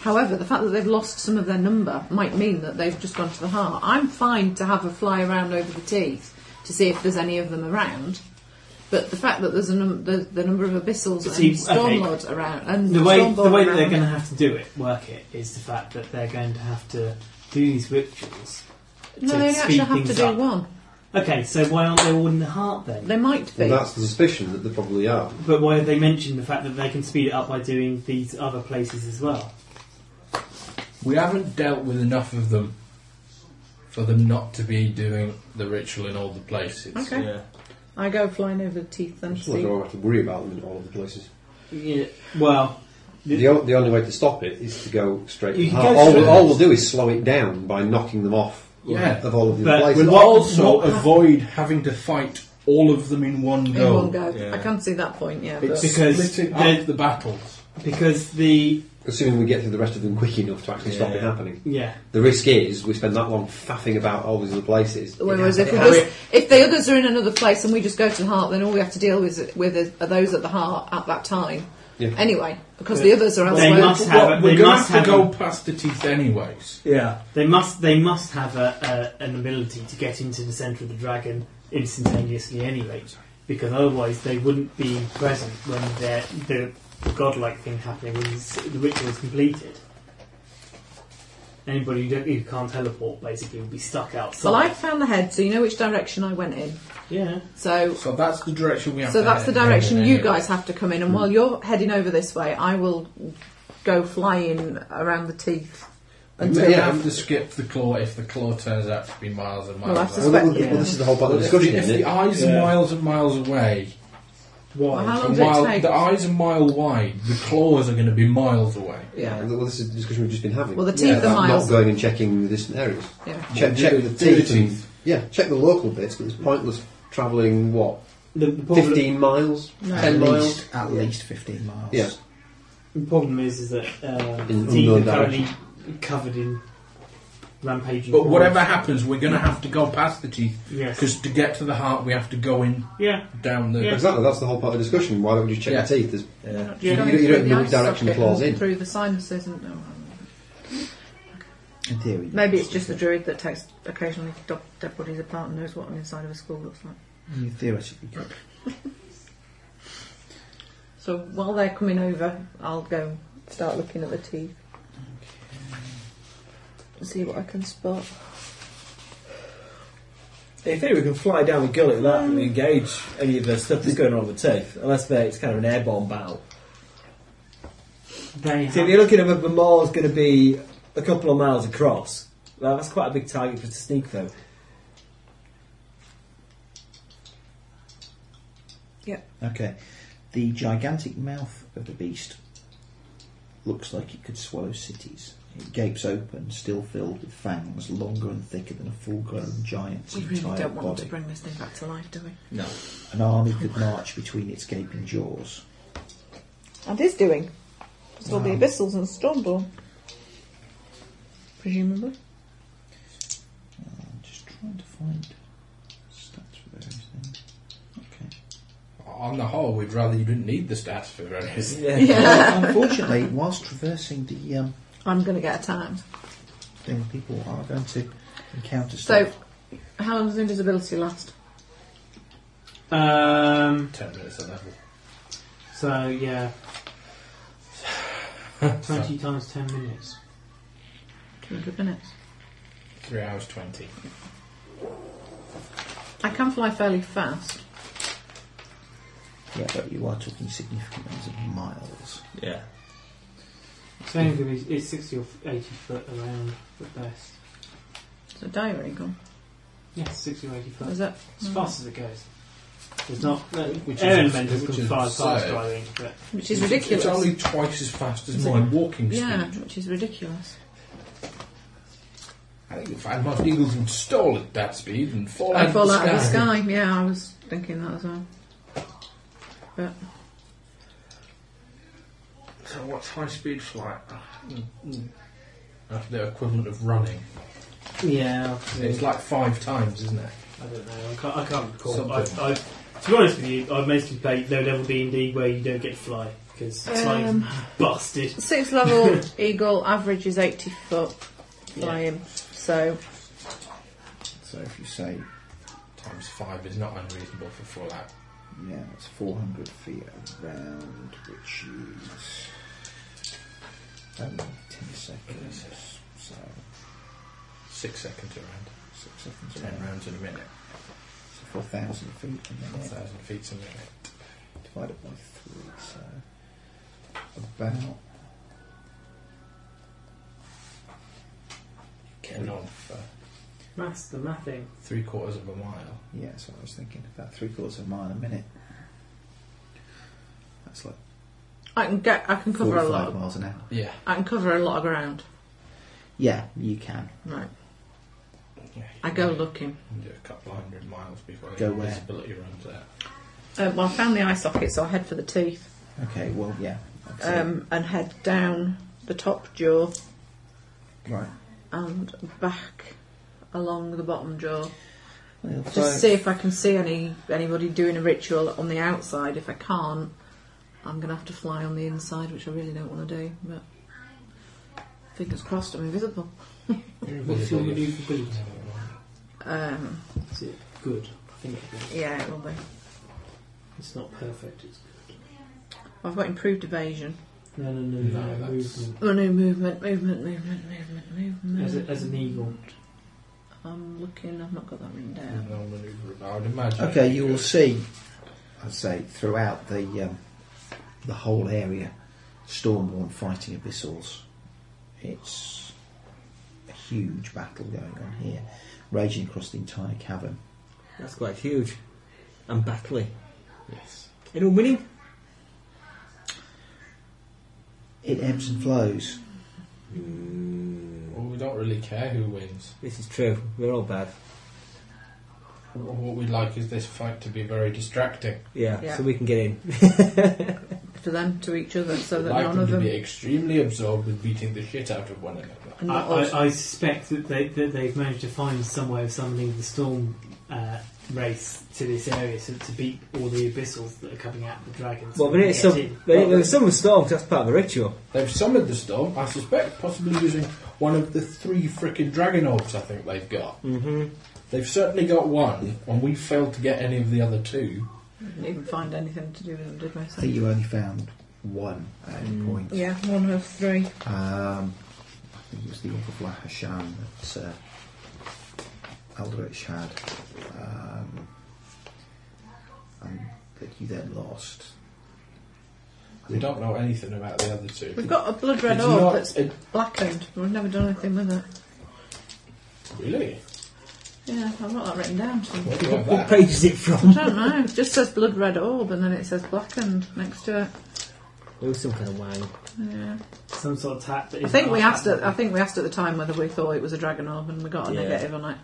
[SPEAKER 5] However, the fact that they've lost some of their number might mean that they've just gone to the heart. I'm fine to have a fly around over the teeth to see if there's any of them around. But the fact that there's a num- the, the number of abyssals
[SPEAKER 7] See,
[SPEAKER 5] and
[SPEAKER 7] okay.
[SPEAKER 5] stormlords around and
[SPEAKER 7] the way
[SPEAKER 5] Stormborn
[SPEAKER 7] the way that
[SPEAKER 5] around,
[SPEAKER 7] they're going to have to do it, work it, is the fact that they're going to have to do these rituals.
[SPEAKER 5] no,
[SPEAKER 7] to
[SPEAKER 5] they actually
[SPEAKER 7] speed
[SPEAKER 5] have to
[SPEAKER 7] things
[SPEAKER 5] do
[SPEAKER 7] up.
[SPEAKER 5] one.
[SPEAKER 7] Okay, so why aren't they all in the heart then?
[SPEAKER 5] They might be.
[SPEAKER 8] Well, that's the suspicion that they probably are.
[SPEAKER 7] But why have they mentioned the fact that they can speed it up by doing these other places as well?
[SPEAKER 6] We haven't dealt with enough of them for them not to be doing the ritual in all the places.
[SPEAKER 5] Okay. I go flying over the teeth then.
[SPEAKER 8] I'm
[SPEAKER 5] to
[SPEAKER 8] just not
[SPEAKER 5] see.
[SPEAKER 8] sure I have to worry about them in all of the places.
[SPEAKER 7] Yeah. Well,
[SPEAKER 8] The, o- the only way to stop it is to go straight.
[SPEAKER 7] You
[SPEAKER 8] to the
[SPEAKER 7] can
[SPEAKER 8] heart.
[SPEAKER 7] go
[SPEAKER 8] all,
[SPEAKER 7] straight-
[SPEAKER 8] all we'll do is slow it down by knocking them off
[SPEAKER 6] Yeah.
[SPEAKER 8] of all of the
[SPEAKER 7] But
[SPEAKER 8] other places.
[SPEAKER 6] We'll
[SPEAKER 7] What-
[SPEAKER 6] also
[SPEAKER 7] what-
[SPEAKER 6] avoid having to fight all of them in one
[SPEAKER 5] In
[SPEAKER 6] go.
[SPEAKER 5] one
[SPEAKER 7] Oh,
[SPEAKER 5] go. I can see that point. Yeah.
[SPEAKER 6] It's
[SPEAKER 5] but-
[SPEAKER 7] Because
[SPEAKER 6] splitting
[SPEAKER 7] they're-
[SPEAKER 6] up the battles.
[SPEAKER 7] because the
[SPEAKER 8] Assuming we get through the rest of them quick enough to actually stop it happening.
[SPEAKER 7] yeah,
[SPEAKER 8] The risk is we spend that long faffing about all these other places.
[SPEAKER 5] Whereas if, we
[SPEAKER 7] Yeah.
[SPEAKER 5] just, if the others are in another place and we just go to the heart, then all we have to deal with, with is, are those at the heart at that time.
[SPEAKER 8] Yeah.
[SPEAKER 5] Anyway, because
[SPEAKER 7] But
[SPEAKER 5] the others are
[SPEAKER 7] they
[SPEAKER 5] elsewhere.
[SPEAKER 7] must have a,
[SPEAKER 6] We're
[SPEAKER 7] they
[SPEAKER 6] going to
[SPEAKER 7] must
[SPEAKER 6] have
[SPEAKER 7] have
[SPEAKER 6] to go
[SPEAKER 7] a,
[SPEAKER 6] past the teeth anyways.
[SPEAKER 2] Yeah.
[SPEAKER 7] they must they must have a, a, an ability to get into the center of the dragon instantaneously anyway. because otherwise they wouldn't be present when they're- the the godlike thing happening when s- the ritual is completed. Anybody who, don't, who can't teleport basically will be stuck outside.
[SPEAKER 5] Well, I found the head, so you know which direction I went in.
[SPEAKER 7] Yeah.
[SPEAKER 5] So,
[SPEAKER 6] So that's the direction we have
[SPEAKER 5] so
[SPEAKER 6] to
[SPEAKER 5] that's the
[SPEAKER 6] head
[SPEAKER 5] direction
[SPEAKER 6] in
[SPEAKER 5] you
[SPEAKER 6] anyway.
[SPEAKER 5] guys have to come in. And while you're heading over this way, I will go flying around the teeth
[SPEAKER 6] We
[SPEAKER 5] until
[SPEAKER 6] may
[SPEAKER 5] I've-
[SPEAKER 6] have to skip the claw if the claw turns out to be miles and miles
[SPEAKER 5] Well, I
[SPEAKER 6] away.
[SPEAKER 5] suspect- Well, well,
[SPEAKER 8] this is the whole part of the
[SPEAKER 6] If
[SPEAKER 8] discussion,
[SPEAKER 6] If
[SPEAKER 8] isn't
[SPEAKER 6] the
[SPEAKER 8] it?
[SPEAKER 6] eyes are
[SPEAKER 8] Yeah.
[SPEAKER 6] miles and miles away,
[SPEAKER 7] wide,
[SPEAKER 5] how long
[SPEAKER 6] a
[SPEAKER 5] does it
[SPEAKER 6] mile-
[SPEAKER 5] take?
[SPEAKER 6] the eyes are mile wide, the claws are going to be miles away.
[SPEAKER 8] Yeah, and well, this is the discussion we've just been having.
[SPEAKER 5] Well, the teeth are
[SPEAKER 8] about
[SPEAKER 5] miles-
[SPEAKER 8] Not going and checking the distant areas.
[SPEAKER 5] Yeah.
[SPEAKER 8] Check,
[SPEAKER 6] Do
[SPEAKER 8] check
[SPEAKER 6] the-
[SPEAKER 8] the
[SPEAKER 6] do the
[SPEAKER 8] teeth. and-
[SPEAKER 6] teeth.
[SPEAKER 8] yeah, check the local bits, but it's pointless travelling, what,
[SPEAKER 7] The, the problem,
[SPEAKER 8] 15 miles?
[SPEAKER 5] No.
[SPEAKER 8] 10
[SPEAKER 3] at
[SPEAKER 8] miles?
[SPEAKER 3] least, at least 15 miles.
[SPEAKER 8] Yeah.
[SPEAKER 7] the problem is is that uh,
[SPEAKER 8] In
[SPEAKER 7] teeth are
[SPEAKER 8] unknown
[SPEAKER 7] currently covered in rampaging.
[SPEAKER 6] But whatever
[SPEAKER 7] wolves.
[SPEAKER 6] happens, we're going to have to go past the teeth
[SPEAKER 7] Yes.
[SPEAKER 6] because to get to the heart, we have to go in
[SPEAKER 7] Yeah.
[SPEAKER 6] down the.
[SPEAKER 7] Yeah.
[SPEAKER 8] Exactly, that's the whole part of the discussion. Why don't we just check
[SPEAKER 6] Yeah.
[SPEAKER 8] the teeth? There's-
[SPEAKER 6] Yeah.
[SPEAKER 8] You,
[SPEAKER 5] going
[SPEAKER 8] you, you
[SPEAKER 5] through
[SPEAKER 8] don't
[SPEAKER 5] the
[SPEAKER 8] know
[SPEAKER 5] eye
[SPEAKER 8] which direction the
[SPEAKER 5] socket
[SPEAKER 8] claw's
[SPEAKER 5] and
[SPEAKER 8] in.
[SPEAKER 5] Through the sinuses and no,
[SPEAKER 3] In theory.
[SPEAKER 5] maybe it's just the druid that takes occasionally dog, dead bodies apart and knows what an inside of a skull looks like.
[SPEAKER 3] You theoretically could.
[SPEAKER 5] So while they're coming over, I'll go and start looking at the teeth. See what I can spot.
[SPEAKER 2] In theory, we can fly down the gullet without having to engage any of the stuff that's going on with the teeth, unless they, it's kind of an airborne battle.
[SPEAKER 7] They
[SPEAKER 2] So if
[SPEAKER 7] have-
[SPEAKER 2] you're looking at the mall's going to be a couple of miles across, well, that's quite a big target for us to sneak though.
[SPEAKER 3] Okay. The gigantic mouth of the beast looks like it could swallow cities. It gapes open, still filled with fangs, longer and thicker than a full grown giant's
[SPEAKER 5] We really
[SPEAKER 3] entire
[SPEAKER 5] don't want to
[SPEAKER 3] body.
[SPEAKER 5] bring this thing back to life, do we?
[SPEAKER 3] An army could march between its gaping jaws.
[SPEAKER 5] And is doing. It's all the abyssals and stormborn. Presumably.
[SPEAKER 3] I'm just trying to find stats for those things. Okay.
[SPEAKER 6] On the whole, we'd rather you didn't need the stats for various.
[SPEAKER 3] Well, unfortunately, whilst traversing the um,
[SPEAKER 5] I'm going to get attacked.
[SPEAKER 3] thing, people are going to encounter
[SPEAKER 5] So,
[SPEAKER 3] stuff.
[SPEAKER 5] how long does invisibility last?
[SPEAKER 7] Um,
[SPEAKER 6] Ten minutes a level.
[SPEAKER 7] so yeah, twenty times ten minutes.
[SPEAKER 5] 200 minutes.
[SPEAKER 6] Three hours twenty.
[SPEAKER 5] I can fly fairly fast.
[SPEAKER 3] yeah, but you are talking significant numbers of miles.
[SPEAKER 2] Yeah.
[SPEAKER 7] So only gonna be- it's sixty or eighty foot around at best.
[SPEAKER 5] Is the diary gone?
[SPEAKER 7] Yes, sixty or eighty foot.
[SPEAKER 5] Is that?
[SPEAKER 7] As fast as it goes. It's not.
[SPEAKER 6] Which
[SPEAKER 7] Air
[SPEAKER 6] is-
[SPEAKER 7] elementals
[SPEAKER 6] which
[SPEAKER 7] can
[SPEAKER 6] is
[SPEAKER 7] fly as fast
[SPEAKER 6] absurd.
[SPEAKER 7] driving, but
[SPEAKER 5] Which is
[SPEAKER 6] It's
[SPEAKER 5] ridiculous.
[SPEAKER 6] only twice as fast as
[SPEAKER 5] Is it-
[SPEAKER 6] my walking speed.
[SPEAKER 5] Yeah, which is ridiculous.
[SPEAKER 6] I think you'll find most eagles would stall at that speed and fall,
[SPEAKER 5] I fall out of the sky. Yeah, I was thinking that as well. But
[SPEAKER 6] So what's high speed flight? Ah, mm, That's the equivalent of running.
[SPEAKER 7] yeah,
[SPEAKER 6] It's like five times, isn't it?
[SPEAKER 7] I don't know. I can't, I can't recall. I,
[SPEAKER 6] Something.
[SPEAKER 7] I, to be honest with you, I've mostly played low level D and D where you don't get to fly because flying's
[SPEAKER 5] Um.
[SPEAKER 7] busted.
[SPEAKER 5] sixth level eagle average is 80 foot flying. So
[SPEAKER 3] So if you say,
[SPEAKER 6] Times five is not unreasonable for fallout.
[SPEAKER 3] yeah, it's 400 feet around, which is um, 10 seconds. So
[SPEAKER 6] Six seconds around,
[SPEAKER 3] 6 seconds
[SPEAKER 6] ten
[SPEAKER 3] around.
[SPEAKER 6] rounds in a minute,
[SPEAKER 3] So 4,000 feet and
[SPEAKER 6] a
[SPEAKER 3] then
[SPEAKER 6] thousand feet a minute.
[SPEAKER 3] divided by 3. So about.
[SPEAKER 6] Getting on for
[SPEAKER 7] Maths, the mathing.
[SPEAKER 6] three quarters of a mile.
[SPEAKER 3] Yeah, that's what I was thinking. About three quarters of a mile a minute. That's like
[SPEAKER 5] I can get. I can cover a
[SPEAKER 3] 45
[SPEAKER 5] lot.
[SPEAKER 3] miles an hour.
[SPEAKER 6] Yeah.
[SPEAKER 5] I can cover a lot of ground.
[SPEAKER 3] Yeah, you can.
[SPEAKER 5] Right.
[SPEAKER 6] yeah
[SPEAKER 5] I go looking.
[SPEAKER 6] You can do a couple of hundred miles before
[SPEAKER 3] Go
[SPEAKER 6] your
[SPEAKER 3] where?
[SPEAKER 6] visibility runs out.
[SPEAKER 5] Uh, well, I found the eye socket, so I head for the teeth
[SPEAKER 3] Okay, well, yeah. Okay.
[SPEAKER 5] um, and head down the top jaw
[SPEAKER 3] right.
[SPEAKER 5] and back along the bottom jaw.
[SPEAKER 3] Well,
[SPEAKER 5] Just see if I can see any anybody doing a ritual on the outside. If I can't, I'm going to have to fly on the inside, which I really don't want to do. But fingers crossed, I'm invisible.
[SPEAKER 7] What's your manoeuvre ability?
[SPEAKER 5] Um,
[SPEAKER 7] Is it good? I think it's good.
[SPEAKER 5] yeah, it will be.
[SPEAKER 7] It's not perfect. It's
[SPEAKER 5] I've got improved evasion.
[SPEAKER 7] no, no, no, no.
[SPEAKER 6] No, that's-
[SPEAKER 7] movement.
[SPEAKER 5] Oh no, movement, movement, movement, movement, movement.
[SPEAKER 7] As, a, as an eagle.
[SPEAKER 5] I'm looking, I've not got that written down.
[SPEAKER 6] No manoeuvre, I would imagine.
[SPEAKER 3] Okay, you will see, I'd say, throughout the um, the whole area, Stormborn fighting Abyssals. It's a huge battle going on here, raging across the entire cavern.
[SPEAKER 2] That's quite huge. And battly.
[SPEAKER 6] Yes.
[SPEAKER 2] Anyone winning?
[SPEAKER 3] It ebbs and flows.
[SPEAKER 6] Well, we don't really care who wins.
[SPEAKER 2] This is true. We're all bad.
[SPEAKER 6] Wh- What we'd like is this fight to be very distracting.
[SPEAKER 2] Yeah,
[SPEAKER 5] Yeah.
[SPEAKER 2] so we can get in.
[SPEAKER 5] To them, to each other, so
[SPEAKER 6] We'd
[SPEAKER 5] that
[SPEAKER 6] like
[SPEAKER 5] none
[SPEAKER 6] them
[SPEAKER 5] of
[SPEAKER 6] to
[SPEAKER 5] them.
[SPEAKER 6] be extremely absorbed with beating the shit out of one another.
[SPEAKER 5] And
[SPEAKER 7] I,
[SPEAKER 5] not us.
[SPEAKER 7] I, I suspect that, they, that they've managed to find some way of summoning the storm uh, race to this area so to beat all the abyssals that are coming out of the dragons.
[SPEAKER 2] well,
[SPEAKER 7] and
[SPEAKER 2] we need
[SPEAKER 7] get
[SPEAKER 2] some.
[SPEAKER 7] in.
[SPEAKER 2] They, there was some storms. That's part of the ritual.
[SPEAKER 6] They've summoned the storm, I suspect, possibly using one of the three frickin' dragon orbs I think they've got.
[SPEAKER 2] Mm-hmm.
[SPEAKER 6] They've certainly got one, and we failed to get any of the other two.
[SPEAKER 5] Didn't even find anything to do with them, did
[SPEAKER 3] I think
[SPEAKER 5] myself.
[SPEAKER 3] you only found one at any
[SPEAKER 8] Mm.
[SPEAKER 3] point.
[SPEAKER 5] Yeah, one of three.
[SPEAKER 3] Um, I think it was the Upper Hashan that uh, Aldrich had, um, and that you then lost.
[SPEAKER 6] We don't know anything about the other two.
[SPEAKER 5] We've got a blood red
[SPEAKER 6] It's
[SPEAKER 5] orb
[SPEAKER 6] not-
[SPEAKER 5] that's
[SPEAKER 6] it-
[SPEAKER 5] blackened. We've never done anything with it.
[SPEAKER 6] really?
[SPEAKER 5] Yeah, I've got that written down. So
[SPEAKER 6] What do you have
[SPEAKER 2] What, what
[SPEAKER 6] that?
[SPEAKER 2] page is it
[SPEAKER 5] I
[SPEAKER 2] from?
[SPEAKER 5] don't know. It just says blood red orb and then it says blackened next to it.
[SPEAKER 2] It was some kind of wang.
[SPEAKER 5] Yeah.
[SPEAKER 7] some sort of tap. That
[SPEAKER 5] I
[SPEAKER 7] is
[SPEAKER 5] think we
[SPEAKER 7] not-
[SPEAKER 5] asked at I think we asked at the time whether we thought it was a dragon orb and we got a
[SPEAKER 2] Yeah.
[SPEAKER 5] negative on it.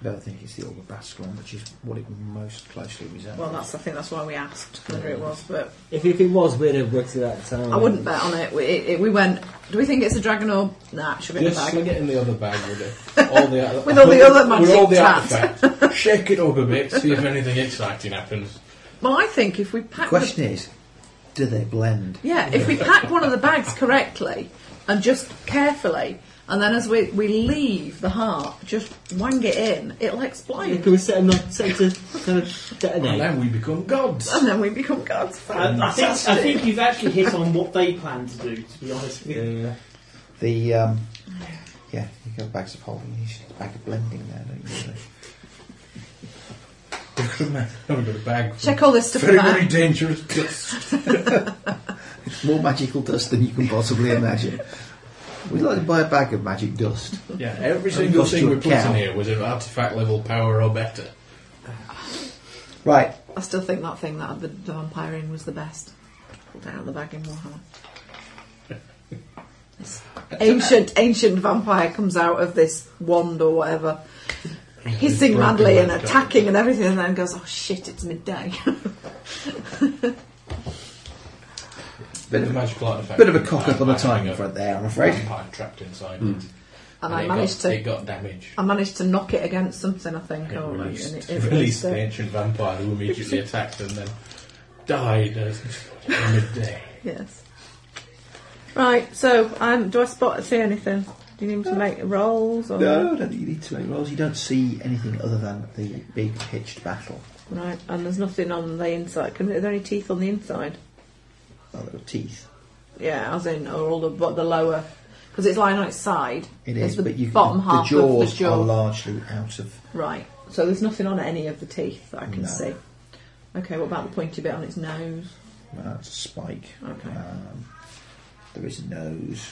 [SPEAKER 3] I don't think it's the Upper Bascron, which is what it most closely resembles.
[SPEAKER 5] Well, that's I think that's why we asked whether it was, but
[SPEAKER 2] If, if it was, we'd have worked it out at the time.
[SPEAKER 5] I wouldn't bet on it. We, it, it- we went. Do we think it's a dragon orb? Nah, it should be in the
[SPEAKER 6] Just
[SPEAKER 5] bag.
[SPEAKER 6] sling it in the other bag with it. All the other,
[SPEAKER 5] With all the other
[SPEAKER 6] with all the
[SPEAKER 5] magic
[SPEAKER 6] artifacts. Shake it up a bit, see if anything exciting happens.
[SPEAKER 5] Well, I think if we pack the
[SPEAKER 3] Question is, do they blend?
[SPEAKER 5] Yeah, if we pack one of the bags correctly and just carefully, and then as we, we leave the heart, just wang it in, it'll explode.
[SPEAKER 2] Can we set him on set to kind of
[SPEAKER 6] And
[SPEAKER 2] detonate?
[SPEAKER 6] then we become gods.
[SPEAKER 5] And then we become gods.
[SPEAKER 7] I, I think, I
[SPEAKER 5] Fantastic.
[SPEAKER 7] think you've actually hit on what they plan to do, to be honest with you.
[SPEAKER 2] Yeah.
[SPEAKER 3] The um, yeah, you got bags of holding, you should bag of blending there, don't you? really?
[SPEAKER 6] I've got a bag full
[SPEAKER 5] Check all this
[SPEAKER 6] of
[SPEAKER 5] stuff
[SPEAKER 6] very, very
[SPEAKER 5] out.
[SPEAKER 6] dangerous dust.
[SPEAKER 3] More magical dust than you can possibly imagine. We'd like to buy a bag of magic dust.
[SPEAKER 6] Yeah, every single
[SPEAKER 3] cost
[SPEAKER 6] thing
[SPEAKER 3] you
[SPEAKER 6] we
[SPEAKER 3] a
[SPEAKER 6] put
[SPEAKER 3] cow.
[SPEAKER 6] in here was an artifact level power or better.
[SPEAKER 3] Right,
[SPEAKER 5] I still think that thing that the, the vampire in was the best. Pulled it out of the bag in Warhammer. This ancient, ancient vampire comes out of this wand or whatever, hissing
[SPEAKER 6] broken
[SPEAKER 5] madly and
[SPEAKER 6] wand,
[SPEAKER 5] attacking and everything, and then goes, oh shit, it's midday.
[SPEAKER 3] Bit
[SPEAKER 6] the
[SPEAKER 3] of-
[SPEAKER 6] magical artifact.
[SPEAKER 3] bit of a cock up on the
[SPEAKER 6] Vampire
[SPEAKER 3] timing
[SPEAKER 6] having
[SPEAKER 3] front there, I'm
[SPEAKER 6] a
[SPEAKER 3] afraid. Hmm.
[SPEAKER 6] Vampire trapped inside it.
[SPEAKER 5] and
[SPEAKER 6] it
[SPEAKER 5] I managed
[SPEAKER 6] got,
[SPEAKER 5] to
[SPEAKER 6] It got damaged.
[SPEAKER 5] I managed to knock it against something, I think.
[SPEAKER 6] It
[SPEAKER 5] or
[SPEAKER 6] released,
[SPEAKER 5] and
[SPEAKER 6] it
[SPEAKER 5] it, it
[SPEAKER 6] released
[SPEAKER 5] released
[SPEAKER 6] the
[SPEAKER 5] it.
[SPEAKER 6] ancient vampire who immediately attacked and then died as midday.
[SPEAKER 5] Yes. Right. So, um, do I spot see anything? Do you need
[SPEAKER 6] Uh,
[SPEAKER 5] me to make rolls? Or?
[SPEAKER 3] No, I don't think you need to make rolls. You don't see anything other than the big pitched battle.
[SPEAKER 5] Right. And there's nothing on the inside. Can, are there any teeth on the inside?
[SPEAKER 3] Oh, there were teeth.
[SPEAKER 5] Yeah, as in, or all the but the lower, because it's lying on its side.
[SPEAKER 3] It
[SPEAKER 5] It's
[SPEAKER 3] is,
[SPEAKER 5] the
[SPEAKER 3] but you
[SPEAKER 5] bottom
[SPEAKER 3] the,
[SPEAKER 5] half
[SPEAKER 3] jaws
[SPEAKER 5] of the jaw.
[SPEAKER 3] are largely out of.
[SPEAKER 5] Right. So there's nothing on any of the teeth that I can
[SPEAKER 3] No.
[SPEAKER 5] see. Okay. What about the pointy bit on its nose?
[SPEAKER 3] Well, it's a uh, spike.
[SPEAKER 5] Okay.
[SPEAKER 3] Um, there is a nose,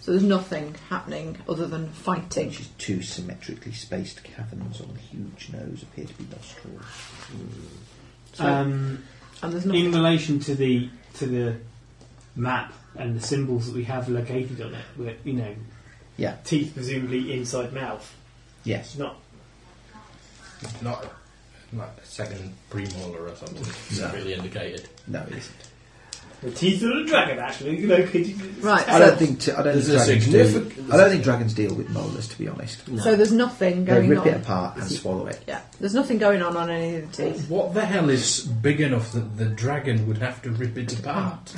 [SPEAKER 5] So there's nothing happening other than fighting.
[SPEAKER 3] which is two symmetrically spaced caverns on the huge nose appear to be nostrils.
[SPEAKER 5] So,
[SPEAKER 7] Um,
[SPEAKER 5] and there's nothing.
[SPEAKER 7] in relation to the to the map and the symbols that we have located on it, with, you know,
[SPEAKER 3] Yeah.
[SPEAKER 7] teeth presumably inside mouth.
[SPEAKER 3] Yes.
[SPEAKER 7] It's not
[SPEAKER 6] Not not a second premolar or something. It's
[SPEAKER 3] No.
[SPEAKER 6] really indicated.
[SPEAKER 3] No, it isn't.
[SPEAKER 7] the teeth of the dragon actually located.
[SPEAKER 5] Right.
[SPEAKER 3] I
[SPEAKER 5] so-
[SPEAKER 3] don't think. T- I don't think
[SPEAKER 6] There's a
[SPEAKER 3] dragons
[SPEAKER 6] significant-
[SPEAKER 3] do. I don't think dragons deal with molars, to be honest.
[SPEAKER 5] So there's nothing
[SPEAKER 3] They
[SPEAKER 5] going
[SPEAKER 3] rip
[SPEAKER 5] on.
[SPEAKER 3] it apart and swallow it.
[SPEAKER 5] Yeah, there's nothing going on on any of the teeth.
[SPEAKER 6] What the hell is big enough that the dragon would have to rip it apart?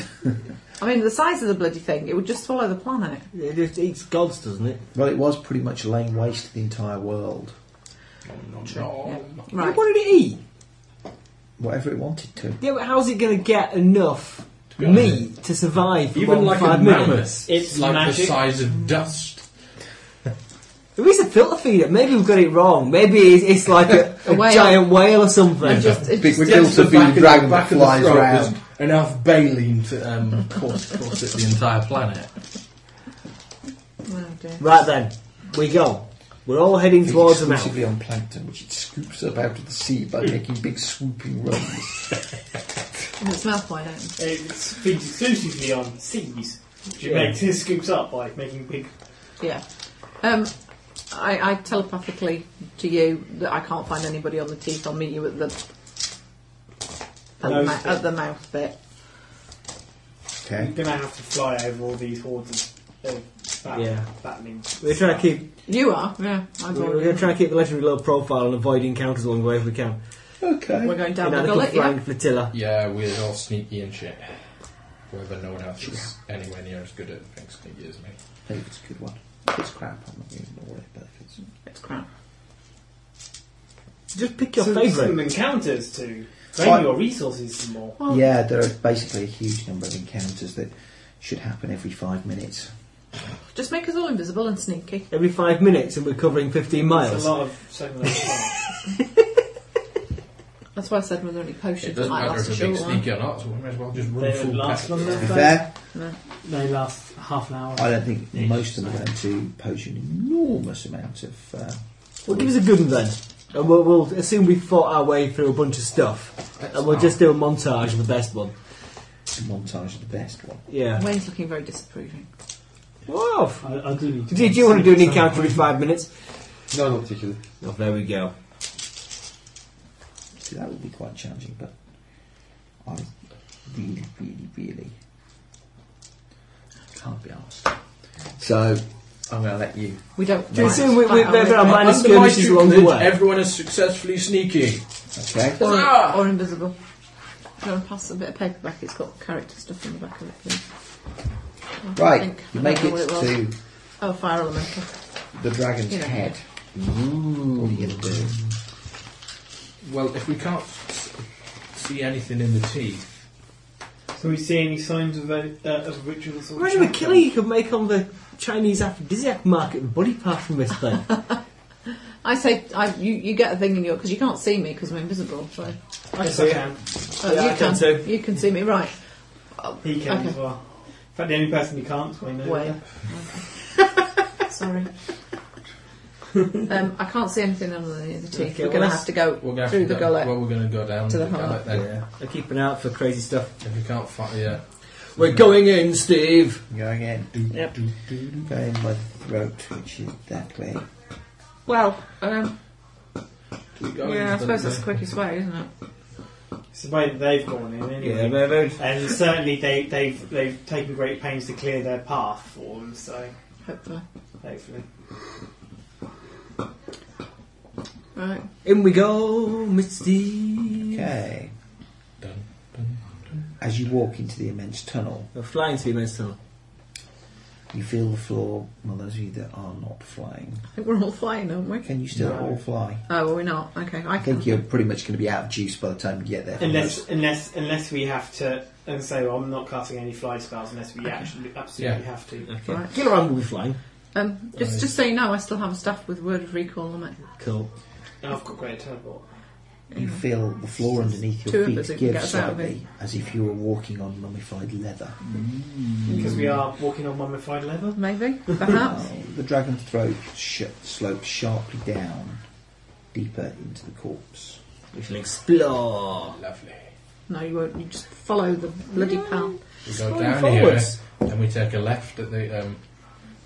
[SPEAKER 5] I mean, the size of the bloody thing, it would just swallow the planet.
[SPEAKER 2] It just eats gods, doesn't it?
[SPEAKER 3] Well, it was pretty much laying waste to the entire world.
[SPEAKER 6] Not at all.
[SPEAKER 5] Right.
[SPEAKER 2] What did it eat?
[SPEAKER 3] whatever it wanted to.
[SPEAKER 2] Yeah, but how's it going to get enough me to survive for
[SPEAKER 6] Even
[SPEAKER 2] more
[SPEAKER 6] like
[SPEAKER 2] than five
[SPEAKER 6] a
[SPEAKER 2] minutes?
[SPEAKER 6] mammoth, it's like the size of dust.
[SPEAKER 2] There is a filter feeder. Maybe we've got it wrong. Maybe it's, it's like a,
[SPEAKER 5] A
[SPEAKER 2] a,
[SPEAKER 5] whale.
[SPEAKER 2] giant whale or something.
[SPEAKER 8] Big
[SPEAKER 6] Yeah,
[SPEAKER 8] McGill
[SPEAKER 6] the
[SPEAKER 8] to be
[SPEAKER 6] back of the-
[SPEAKER 8] dragged
[SPEAKER 6] back of the
[SPEAKER 8] flies
[SPEAKER 6] throat
[SPEAKER 8] round.
[SPEAKER 6] is An Alf baleen to um, course, course it the entire planet.
[SPEAKER 5] Oh, dear.
[SPEAKER 2] Right then, we go. We're all heading
[SPEAKER 8] Feed
[SPEAKER 2] towards the mountain.
[SPEAKER 8] exclusively on plankton, which it scoops up out of the sea by making big swooping runs.
[SPEAKER 5] And it smells quite out.
[SPEAKER 7] It's feeds exclusively on seas, which it
[SPEAKER 2] Yeah.
[SPEAKER 7] makes it scoops up by making big.
[SPEAKER 5] Yeah. Um, I, I telepathically to you that I can't find anybody on the teeth. I'll meet you at the at, the,
[SPEAKER 7] Nose
[SPEAKER 5] mou-
[SPEAKER 7] bit.
[SPEAKER 5] at the mouth bit.
[SPEAKER 7] You're
[SPEAKER 8] Okay.
[SPEAKER 7] going to have to fly over all these hordes of of bat,
[SPEAKER 2] Yeah.
[SPEAKER 7] battling.
[SPEAKER 2] We're trying to keep.
[SPEAKER 5] You are, yeah. I've
[SPEAKER 2] We're,
[SPEAKER 5] already-
[SPEAKER 2] going to try and keep the legendary low profile and avoid encounters along the way if we can.
[SPEAKER 5] We're
[SPEAKER 8] Okay.
[SPEAKER 5] going
[SPEAKER 2] In
[SPEAKER 5] down the
[SPEAKER 2] our
[SPEAKER 5] gullet,
[SPEAKER 2] flying
[SPEAKER 5] yeah.
[SPEAKER 2] flotilla.
[SPEAKER 6] Yeah, we're all sneaky and shit. Whether no one else is anywhere near as good at being sneaky as me.
[SPEAKER 3] Maybe it's a good one. If it's crap, I'm not going to ignore it, but if it's...
[SPEAKER 5] It's crap.
[SPEAKER 2] Just pick your
[SPEAKER 7] Some-
[SPEAKER 2] favourite.
[SPEAKER 7] Some encounters to
[SPEAKER 3] Fine.
[SPEAKER 7] drain your resources some more.
[SPEAKER 5] Well-
[SPEAKER 3] Yeah, there are basically a huge number of encounters that should happen every five minutes.
[SPEAKER 5] Just make us all invisible and sneaky.
[SPEAKER 2] Every five minutes, and we're covering 15 miles.
[SPEAKER 7] It's a lot of second level fun.
[SPEAKER 5] That's why I said were there any
[SPEAKER 6] It
[SPEAKER 5] potions that
[SPEAKER 6] doesn't
[SPEAKER 5] might
[SPEAKER 6] matter
[SPEAKER 5] last a
[SPEAKER 6] if we're being
[SPEAKER 5] short while.
[SPEAKER 6] sneaky or not, so we may as well just run
[SPEAKER 7] They don't
[SPEAKER 6] full
[SPEAKER 7] last
[SPEAKER 6] pack.
[SPEAKER 7] long enough. though.
[SPEAKER 3] There,
[SPEAKER 7] They last half an hour.
[SPEAKER 3] I don't think most of them are going to pose you an enormous amount of... Uh,
[SPEAKER 2] Well, give us a good one then. And we'll, we'll assume we fought our way through a bunch of stuff. And we'll just do a montage of the best one.
[SPEAKER 3] montage of the best one.
[SPEAKER 2] Yeah.
[SPEAKER 5] Wayne's looking very disapproving.
[SPEAKER 2] Wow.
[SPEAKER 7] I, I do need to.
[SPEAKER 2] Did you want to do an encounter every five minutes?
[SPEAKER 18] No, not particularly.
[SPEAKER 2] Oh, there we go.
[SPEAKER 3] See, that would be quite challenging, but I really, really, really can't be asked. So, I'm going to let you.
[SPEAKER 5] We don't.
[SPEAKER 2] Do you
[SPEAKER 5] mind.
[SPEAKER 2] assume we, we,
[SPEAKER 5] Fine,
[SPEAKER 2] there
[SPEAKER 5] I'll
[SPEAKER 2] are
[SPEAKER 5] make-
[SPEAKER 2] minor
[SPEAKER 6] Under my
[SPEAKER 2] skirmishes along the
[SPEAKER 6] tutelage,
[SPEAKER 2] way?
[SPEAKER 6] Everyone is successfully sneaky.
[SPEAKER 3] Okay.
[SPEAKER 2] Ah.
[SPEAKER 5] or, or invisible. Do you want to pass a bit of paper back? It's got character stuff in the back of it, please. I
[SPEAKER 3] Right,
[SPEAKER 5] think-
[SPEAKER 3] you
[SPEAKER 5] I don't
[SPEAKER 3] make
[SPEAKER 5] know
[SPEAKER 3] it,
[SPEAKER 5] what was.
[SPEAKER 3] to
[SPEAKER 5] Oh, fire elemental.
[SPEAKER 3] the dragon's
[SPEAKER 5] You know.
[SPEAKER 3] head. What are you going to do?
[SPEAKER 6] Well, if we can't s- see anything in the teeth,
[SPEAKER 7] So we see any signs of, uh, uh, of rituals? or
[SPEAKER 2] Imagine the killer you could make on the Chinese aphrodisiac market with body parts from this thing.
[SPEAKER 5] I say, I, you, you get a thing in your because you can't see me because I'm invisible. So
[SPEAKER 7] Yes, I can.
[SPEAKER 5] Oh,
[SPEAKER 2] Yeah,
[SPEAKER 5] you
[SPEAKER 2] I can too.
[SPEAKER 5] You can see me, right?
[SPEAKER 7] He can
[SPEAKER 5] Okay.
[SPEAKER 7] as well. In fact, the only person who can't is Wayne.
[SPEAKER 5] Way. Sorry. um, I can't see anything other than the other teeth.
[SPEAKER 2] Okay,
[SPEAKER 5] We're going to
[SPEAKER 2] well,
[SPEAKER 5] have to go
[SPEAKER 6] we're going to
[SPEAKER 5] through
[SPEAKER 6] have
[SPEAKER 5] the
[SPEAKER 6] to go,
[SPEAKER 5] gullet.
[SPEAKER 6] well, we're going to go down
[SPEAKER 5] To the
[SPEAKER 6] gullet
[SPEAKER 5] heart.
[SPEAKER 6] then.
[SPEAKER 2] I keep an eye out for crazy stuff.
[SPEAKER 6] If we can't find, yeah.
[SPEAKER 2] We're going in, Steve.
[SPEAKER 3] Going in.
[SPEAKER 2] Yep.
[SPEAKER 3] Going by the throat, which is that way.
[SPEAKER 5] Well, um,
[SPEAKER 6] Do we go
[SPEAKER 5] yeah, I
[SPEAKER 6] into
[SPEAKER 5] suppose
[SPEAKER 6] the-
[SPEAKER 5] that's the quickest way, isn't it?
[SPEAKER 7] It's the way that they've gone in
[SPEAKER 2] Yeah,
[SPEAKER 7] anyway.
[SPEAKER 2] very, very-
[SPEAKER 7] and certainly they, they've, they've taken great pains to clear their path for them, so
[SPEAKER 5] Hopefully.
[SPEAKER 7] hopefully.
[SPEAKER 5] Right.
[SPEAKER 2] In we go, Mr. Steve.
[SPEAKER 3] Okay.
[SPEAKER 6] Dun, dun.
[SPEAKER 3] As you walk into the immense tunnel,
[SPEAKER 2] We're flying to the immense tunnel.
[SPEAKER 3] you feel the floor. Well, those of you that are not flying,
[SPEAKER 5] I think we're all flying, aren't we?
[SPEAKER 3] can you still all fly?
[SPEAKER 5] Oh, well, we're not. Okay, I
[SPEAKER 3] I
[SPEAKER 5] can.
[SPEAKER 3] think you're pretty much going to be out of juice by the time you get there.
[SPEAKER 7] Unless, unless, unless we have to, and so I'm not casting any fly spells unless we actually absolutely
[SPEAKER 6] Yeah.
[SPEAKER 7] have to.
[SPEAKER 2] Okay.
[SPEAKER 5] Right.
[SPEAKER 2] Killer Ann will be flying.
[SPEAKER 5] Um, just, just so you know, I still have a staff with word of recall on it.
[SPEAKER 2] Cool.
[SPEAKER 7] And I've got great teleport.
[SPEAKER 3] You feel the floor underneath
[SPEAKER 5] Two
[SPEAKER 3] your
[SPEAKER 5] of us who
[SPEAKER 3] feet
[SPEAKER 5] can
[SPEAKER 3] give
[SPEAKER 5] get us out of
[SPEAKER 3] slightly, as if you were walking on mummified leather.
[SPEAKER 7] Because we are walking on mummified leather.
[SPEAKER 5] Maybe, perhaps.
[SPEAKER 3] Now, the dragon's throat sh- slopes sharply down, deeper into the corpse.
[SPEAKER 2] We shall explore.
[SPEAKER 6] Lovely.
[SPEAKER 5] no, you won't. You just follow the bloody path.
[SPEAKER 6] We go
[SPEAKER 2] Going
[SPEAKER 6] down
[SPEAKER 2] forwards.
[SPEAKER 6] here and we take a left at the um,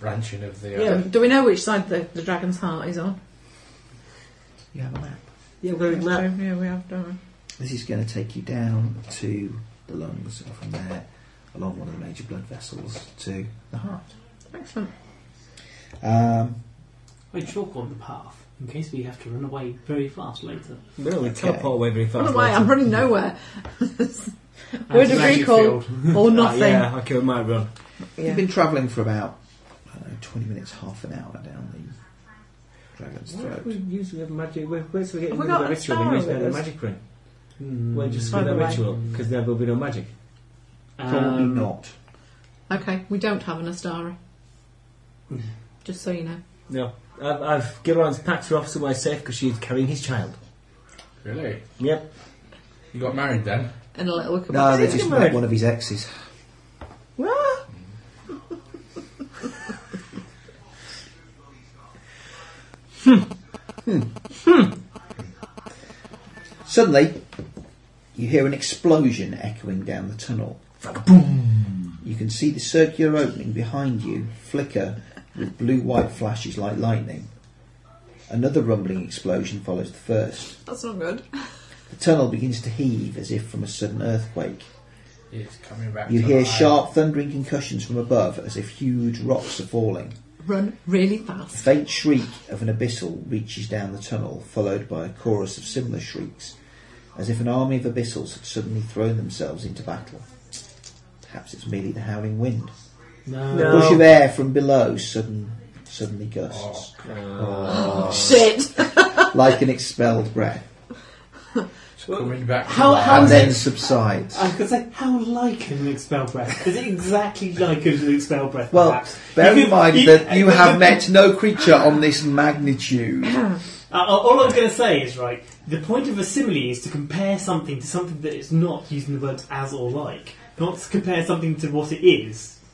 [SPEAKER 6] branching of the. Uh,
[SPEAKER 5] Um, do we know which side the, the dragon's heart is on?
[SPEAKER 3] You have a map.
[SPEAKER 2] Yeah, we're going
[SPEAKER 5] So,
[SPEAKER 2] that.
[SPEAKER 5] yeah, we have, don't we?
[SPEAKER 3] This is going to take you down to the lungs, and from there, along one of the major blood vessels to the heart.
[SPEAKER 5] Excellent.
[SPEAKER 3] Um,
[SPEAKER 19] I chalk on the path in case we have to run away very fast later.
[SPEAKER 2] We're going to teleport away very fast.
[SPEAKER 5] Run away,
[SPEAKER 2] later.
[SPEAKER 5] I'm running nowhere. Word
[SPEAKER 7] And
[SPEAKER 5] of
[SPEAKER 7] magic
[SPEAKER 5] recall
[SPEAKER 7] field.
[SPEAKER 5] or
[SPEAKER 2] Ah,
[SPEAKER 5] nothing.
[SPEAKER 2] yeah, okay, we might run.
[SPEAKER 3] You've been travelling for about I don't know, 20 minutes, half an hour down the dragon's
[SPEAKER 2] Why
[SPEAKER 3] throat.
[SPEAKER 2] don't We usually have magic. Where, where's we getting
[SPEAKER 5] Have we
[SPEAKER 2] rid of the
[SPEAKER 5] got a
[SPEAKER 2] ritual?
[SPEAKER 5] star
[SPEAKER 2] We usually have the
[SPEAKER 5] with us?
[SPEAKER 2] magic ring.
[SPEAKER 3] Hmm.
[SPEAKER 2] We're just
[SPEAKER 5] By
[SPEAKER 2] going to
[SPEAKER 5] the way.
[SPEAKER 2] ritual because there will be no magic.
[SPEAKER 3] Probably
[SPEAKER 2] Um,
[SPEAKER 3] not.
[SPEAKER 5] Okay, we don't have an Astari. Just so you know.
[SPEAKER 2] No, I've, I've Gilran's packed her off somewhere safe because she's carrying his child.
[SPEAKER 6] Really?
[SPEAKER 2] Yep.
[SPEAKER 6] You got married then?
[SPEAKER 5] And a little wickerman.
[SPEAKER 3] No, they just met one of his exes. Hmm. Suddenly, you hear an explosion echoing down the tunnel. Boom! You can see the circular opening behind you flicker with blue-white flashes like lightning. Another rumbling explosion follows the first.
[SPEAKER 5] That's not good.
[SPEAKER 3] The tunnel begins to heave as if from a sudden earthquake.
[SPEAKER 6] It's coming back.
[SPEAKER 3] You
[SPEAKER 6] to
[SPEAKER 3] hear
[SPEAKER 6] life.
[SPEAKER 3] sharp thundering concussions from above as if huge rocks are falling.
[SPEAKER 5] Run really
[SPEAKER 3] A
[SPEAKER 5] fast.
[SPEAKER 3] faint shriek of an abyssal reaches down the tunnel, followed by a chorus of similar shrieks, as if an army of abyssals had suddenly thrown themselves into battle. Perhaps it's merely the howling wind.
[SPEAKER 7] No.
[SPEAKER 3] A push of air from below sudden, suddenly
[SPEAKER 6] Oh,
[SPEAKER 3] gusts,
[SPEAKER 5] Shit!
[SPEAKER 3] like an expelled breath,
[SPEAKER 6] It's coming back. to
[SPEAKER 7] How-
[SPEAKER 6] life.
[SPEAKER 7] how-
[SPEAKER 3] and then subsides.
[SPEAKER 7] I could say, how like an expel breath? Is it exactly like an expel breath?
[SPEAKER 3] Well,
[SPEAKER 7] perhaps?
[SPEAKER 3] bear
[SPEAKER 7] You
[SPEAKER 3] in
[SPEAKER 7] could-
[SPEAKER 3] mind
[SPEAKER 7] you-
[SPEAKER 3] that you have met no creature on this magnitude.
[SPEAKER 7] Uh, uh, all I was going to say is, right, the point of a simile is to compare something to something that it's not using the words as or like, not to compare something to what it is.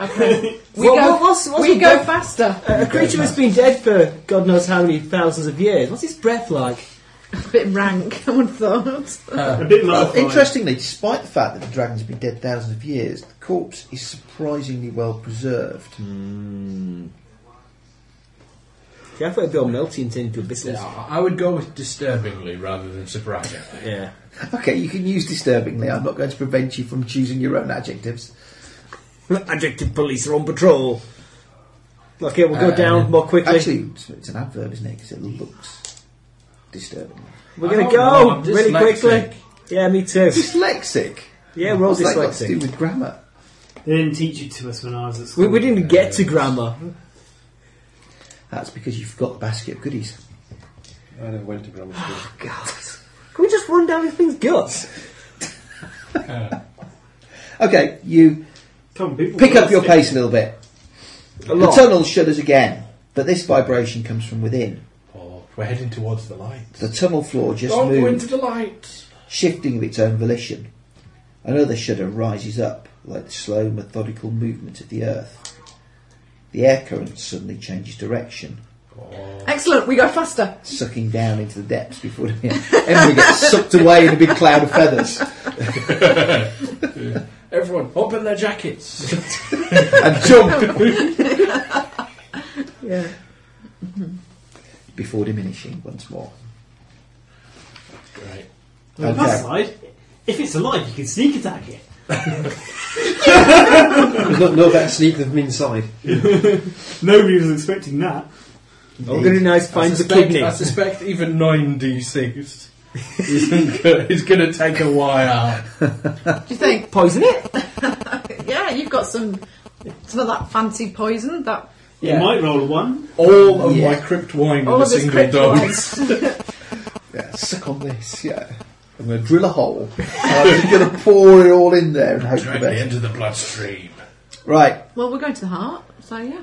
[SPEAKER 5] Okay. We
[SPEAKER 2] What-
[SPEAKER 5] go,
[SPEAKER 2] what- what's- what's
[SPEAKER 5] we
[SPEAKER 2] the
[SPEAKER 5] go
[SPEAKER 2] breath-
[SPEAKER 5] faster.
[SPEAKER 2] A creature that's been dead for God knows how many thousands of years. What's his breath like?
[SPEAKER 5] A bit rank, I would have thought.
[SPEAKER 7] a bit
[SPEAKER 3] Uh, Well,
[SPEAKER 7] modified.
[SPEAKER 3] interestingly, despite the fact that the dragon's been dead thousands of years, the corpse is surprisingly well preserved.
[SPEAKER 2] Hmm. See, I thought it'd be all melty and turn into abyssals.
[SPEAKER 6] Yeah, I I would go with disturbingly rather than surprisingly.
[SPEAKER 2] yeah.
[SPEAKER 3] Okay, you can use disturbingly. I'm not going to prevent you from choosing your own adjectives.
[SPEAKER 2] Adjective police are on patrol. Okay, we'll go
[SPEAKER 6] Uh,
[SPEAKER 2] down more quickly.
[SPEAKER 3] Actually, it's, it's an adverb, isn't it? Because it looks disturbing.
[SPEAKER 2] We're
[SPEAKER 6] I
[SPEAKER 2] going to
[SPEAKER 6] don't know,
[SPEAKER 2] go
[SPEAKER 6] I'm
[SPEAKER 2] really
[SPEAKER 6] dyslexic.
[SPEAKER 2] quickly. Yeah, me too.
[SPEAKER 3] Dyslexic.
[SPEAKER 2] Yeah, we're all
[SPEAKER 3] What's that got to do
[SPEAKER 2] dyslexic.
[SPEAKER 3] with grammar?
[SPEAKER 7] They didn't teach it to us when I was at school.
[SPEAKER 2] We, we didn't get to grammar.
[SPEAKER 3] That's because you forgot the basket of goodies.
[SPEAKER 15] I never went to grammar school.
[SPEAKER 3] God.
[SPEAKER 2] Can we just run down this thing's guts?
[SPEAKER 3] Okay, you
[SPEAKER 7] Come on, people
[SPEAKER 3] pick
[SPEAKER 7] will
[SPEAKER 3] up your
[SPEAKER 7] listen.
[SPEAKER 3] pace a little bit.
[SPEAKER 2] A
[SPEAKER 3] The
[SPEAKER 2] lot.
[SPEAKER 3] tunnel shudders again, but this vibration comes from within.
[SPEAKER 6] Oh, we're heading towards the light.
[SPEAKER 3] The tunnel floor just
[SPEAKER 6] Don't go
[SPEAKER 3] moves.
[SPEAKER 6] into the light.
[SPEAKER 3] shifting of its own volition. Another shudder rises up, like the slow, methodical movement of the earth. The air current suddenly changes direction,
[SPEAKER 5] Excellent, we go faster.
[SPEAKER 3] sucking down into the depths before Emily gets sucked away in a big cloud of feathers.
[SPEAKER 6] Everyone, open their jackets.
[SPEAKER 3] And jump! Before diminishing once more.
[SPEAKER 6] Great.
[SPEAKER 7] On the
[SPEAKER 3] Okay.
[SPEAKER 7] plus side, if it's alive, you can sneak attack it.
[SPEAKER 8] There's not no better sneak than them inside.
[SPEAKER 7] Nobody was expecting that.
[SPEAKER 2] We're going to nice find the kidney.
[SPEAKER 6] I suspect even 9d6 isn't good. It's going to take a while.
[SPEAKER 5] Do you think?
[SPEAKER 2] Poison it?
[SPEAKER 5] Yeah, you've got some some of that fancy poison. That
[SPEAKER 7] You might roll a one.
[SPEAKER 6] All of
[SPEAKER 3] Yeah.
[SPEAKER 6] my crypt wine
[SPEAKER 5] all
[SPEAKER 6] in a
[SPEAKER 5] of this
[SPEAKER 6] single dose.
[SPEAKER 5] cryptolite.
[SPEAKER 3] Yeah, suck on this, yeah. I'm going to drill a hole. and I'm just going to pour it all in there and hope for the
[SPEAKER 6] Directly
[SPEAKER 3] best.
[SPEAKER 6] into the bloodstream.
[SPEAKER 3] Right,
[SPEAKER 5] Well, we're going to the heart, so yeah.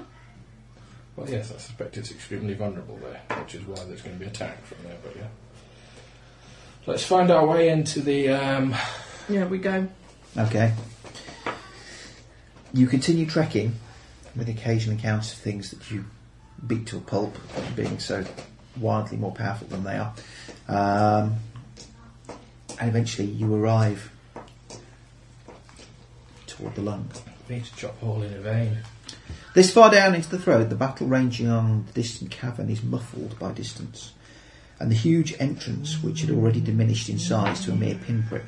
[SPEAKER 6] Well, yes, I suspect it's extremely vulnerable there, which is why there's going to be attack from there, but yeah. Let's find our way into the. Um,
[SPEAKER 5] Yeah, we go.
[SPEAKER 3] Okay. You continue trekking with occasional encounters of things that you beat to a pulp, being so wildly more powerful than they are. Um, and eventually you arrive toward the lung.
[SPEAKER 6] we need to chop a hole in a vein.
[SPEAKER 3] This far down into the throat, the battle raging on the distant cavern is muffled by distance, and the huge entrance, which had already diminished in size to a mere pinprick,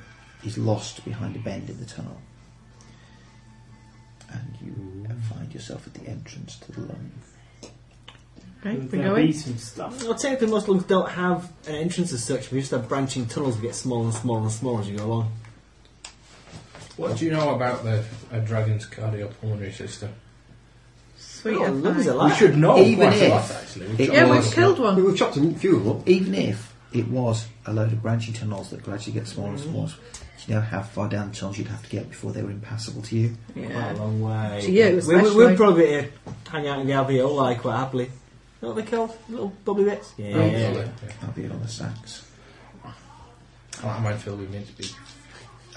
[SPEAKER 3] is lost behind a bend in the tunnel. And you find yourself at the entrance to the lung.
[SPEAKER 5] Okay, we go
[SPEAKER 7] There'll be
[SPEAKER 5] in.
[SPEAKER 7] some stuff.
[SPEAKER 2] Well, technically, most lungs don't have an entrance as such. We just have branching tunnels that get smaller and smaller and smaller as you go along.
[SPEAKER 6] What do you know about the a dragon's cardiopulmonary system?
[SPEAKER 5] Sweet.
[SPEAKER 2] Oh,
[SPEAKER 5] and
[SPEAKER 2] lungs are
[SPEAKER 5] fine.
[SPEAKER 6] We
[SPEAKER 2] like-
[SPEAKER 6] should know
[SPEAKER 3] Even
[SPEAKER 6] quite a
[SPEAKER 3] if-
[SPEAKER 6] lot, actually.
[SPEAKER 3] it-
[SPEAKER 6] chopped
[SPEAKER 5] yeah,
[SPEAKER 6] a lot
[SPEAKER 5] we've
[SPEAKER 6] of
[SPEAKER 5] killed
[SPEAKER 6] stuff.
[SPEAKER 5] one.
[SPEAKER 8] We've chopped a few of them up.
[SPEAKER 3] Even if it was a load of branching tunnels that gradually get smaller and smaller. You know how far down the tunnels you'd have to get before they were impassable to you.
[SPEAKER 2] Quite a long way.
[SPEAKER 5] To you,
[SPEAKER 2] we, we,
[SPEAKER 5] especially.
[SPEAKER 3] eh?
[SPEAKER 2] we'd probably uh, hang out in the Albiol like quite happily. You
[SPEAKER 3] Oh,
[SPEAKER 2] know what they call little bubbly bits? Yeah.
[SPEAKER 3] I'll be on the sacks.
[SPEAKER 6] I like Minefield we meant to be.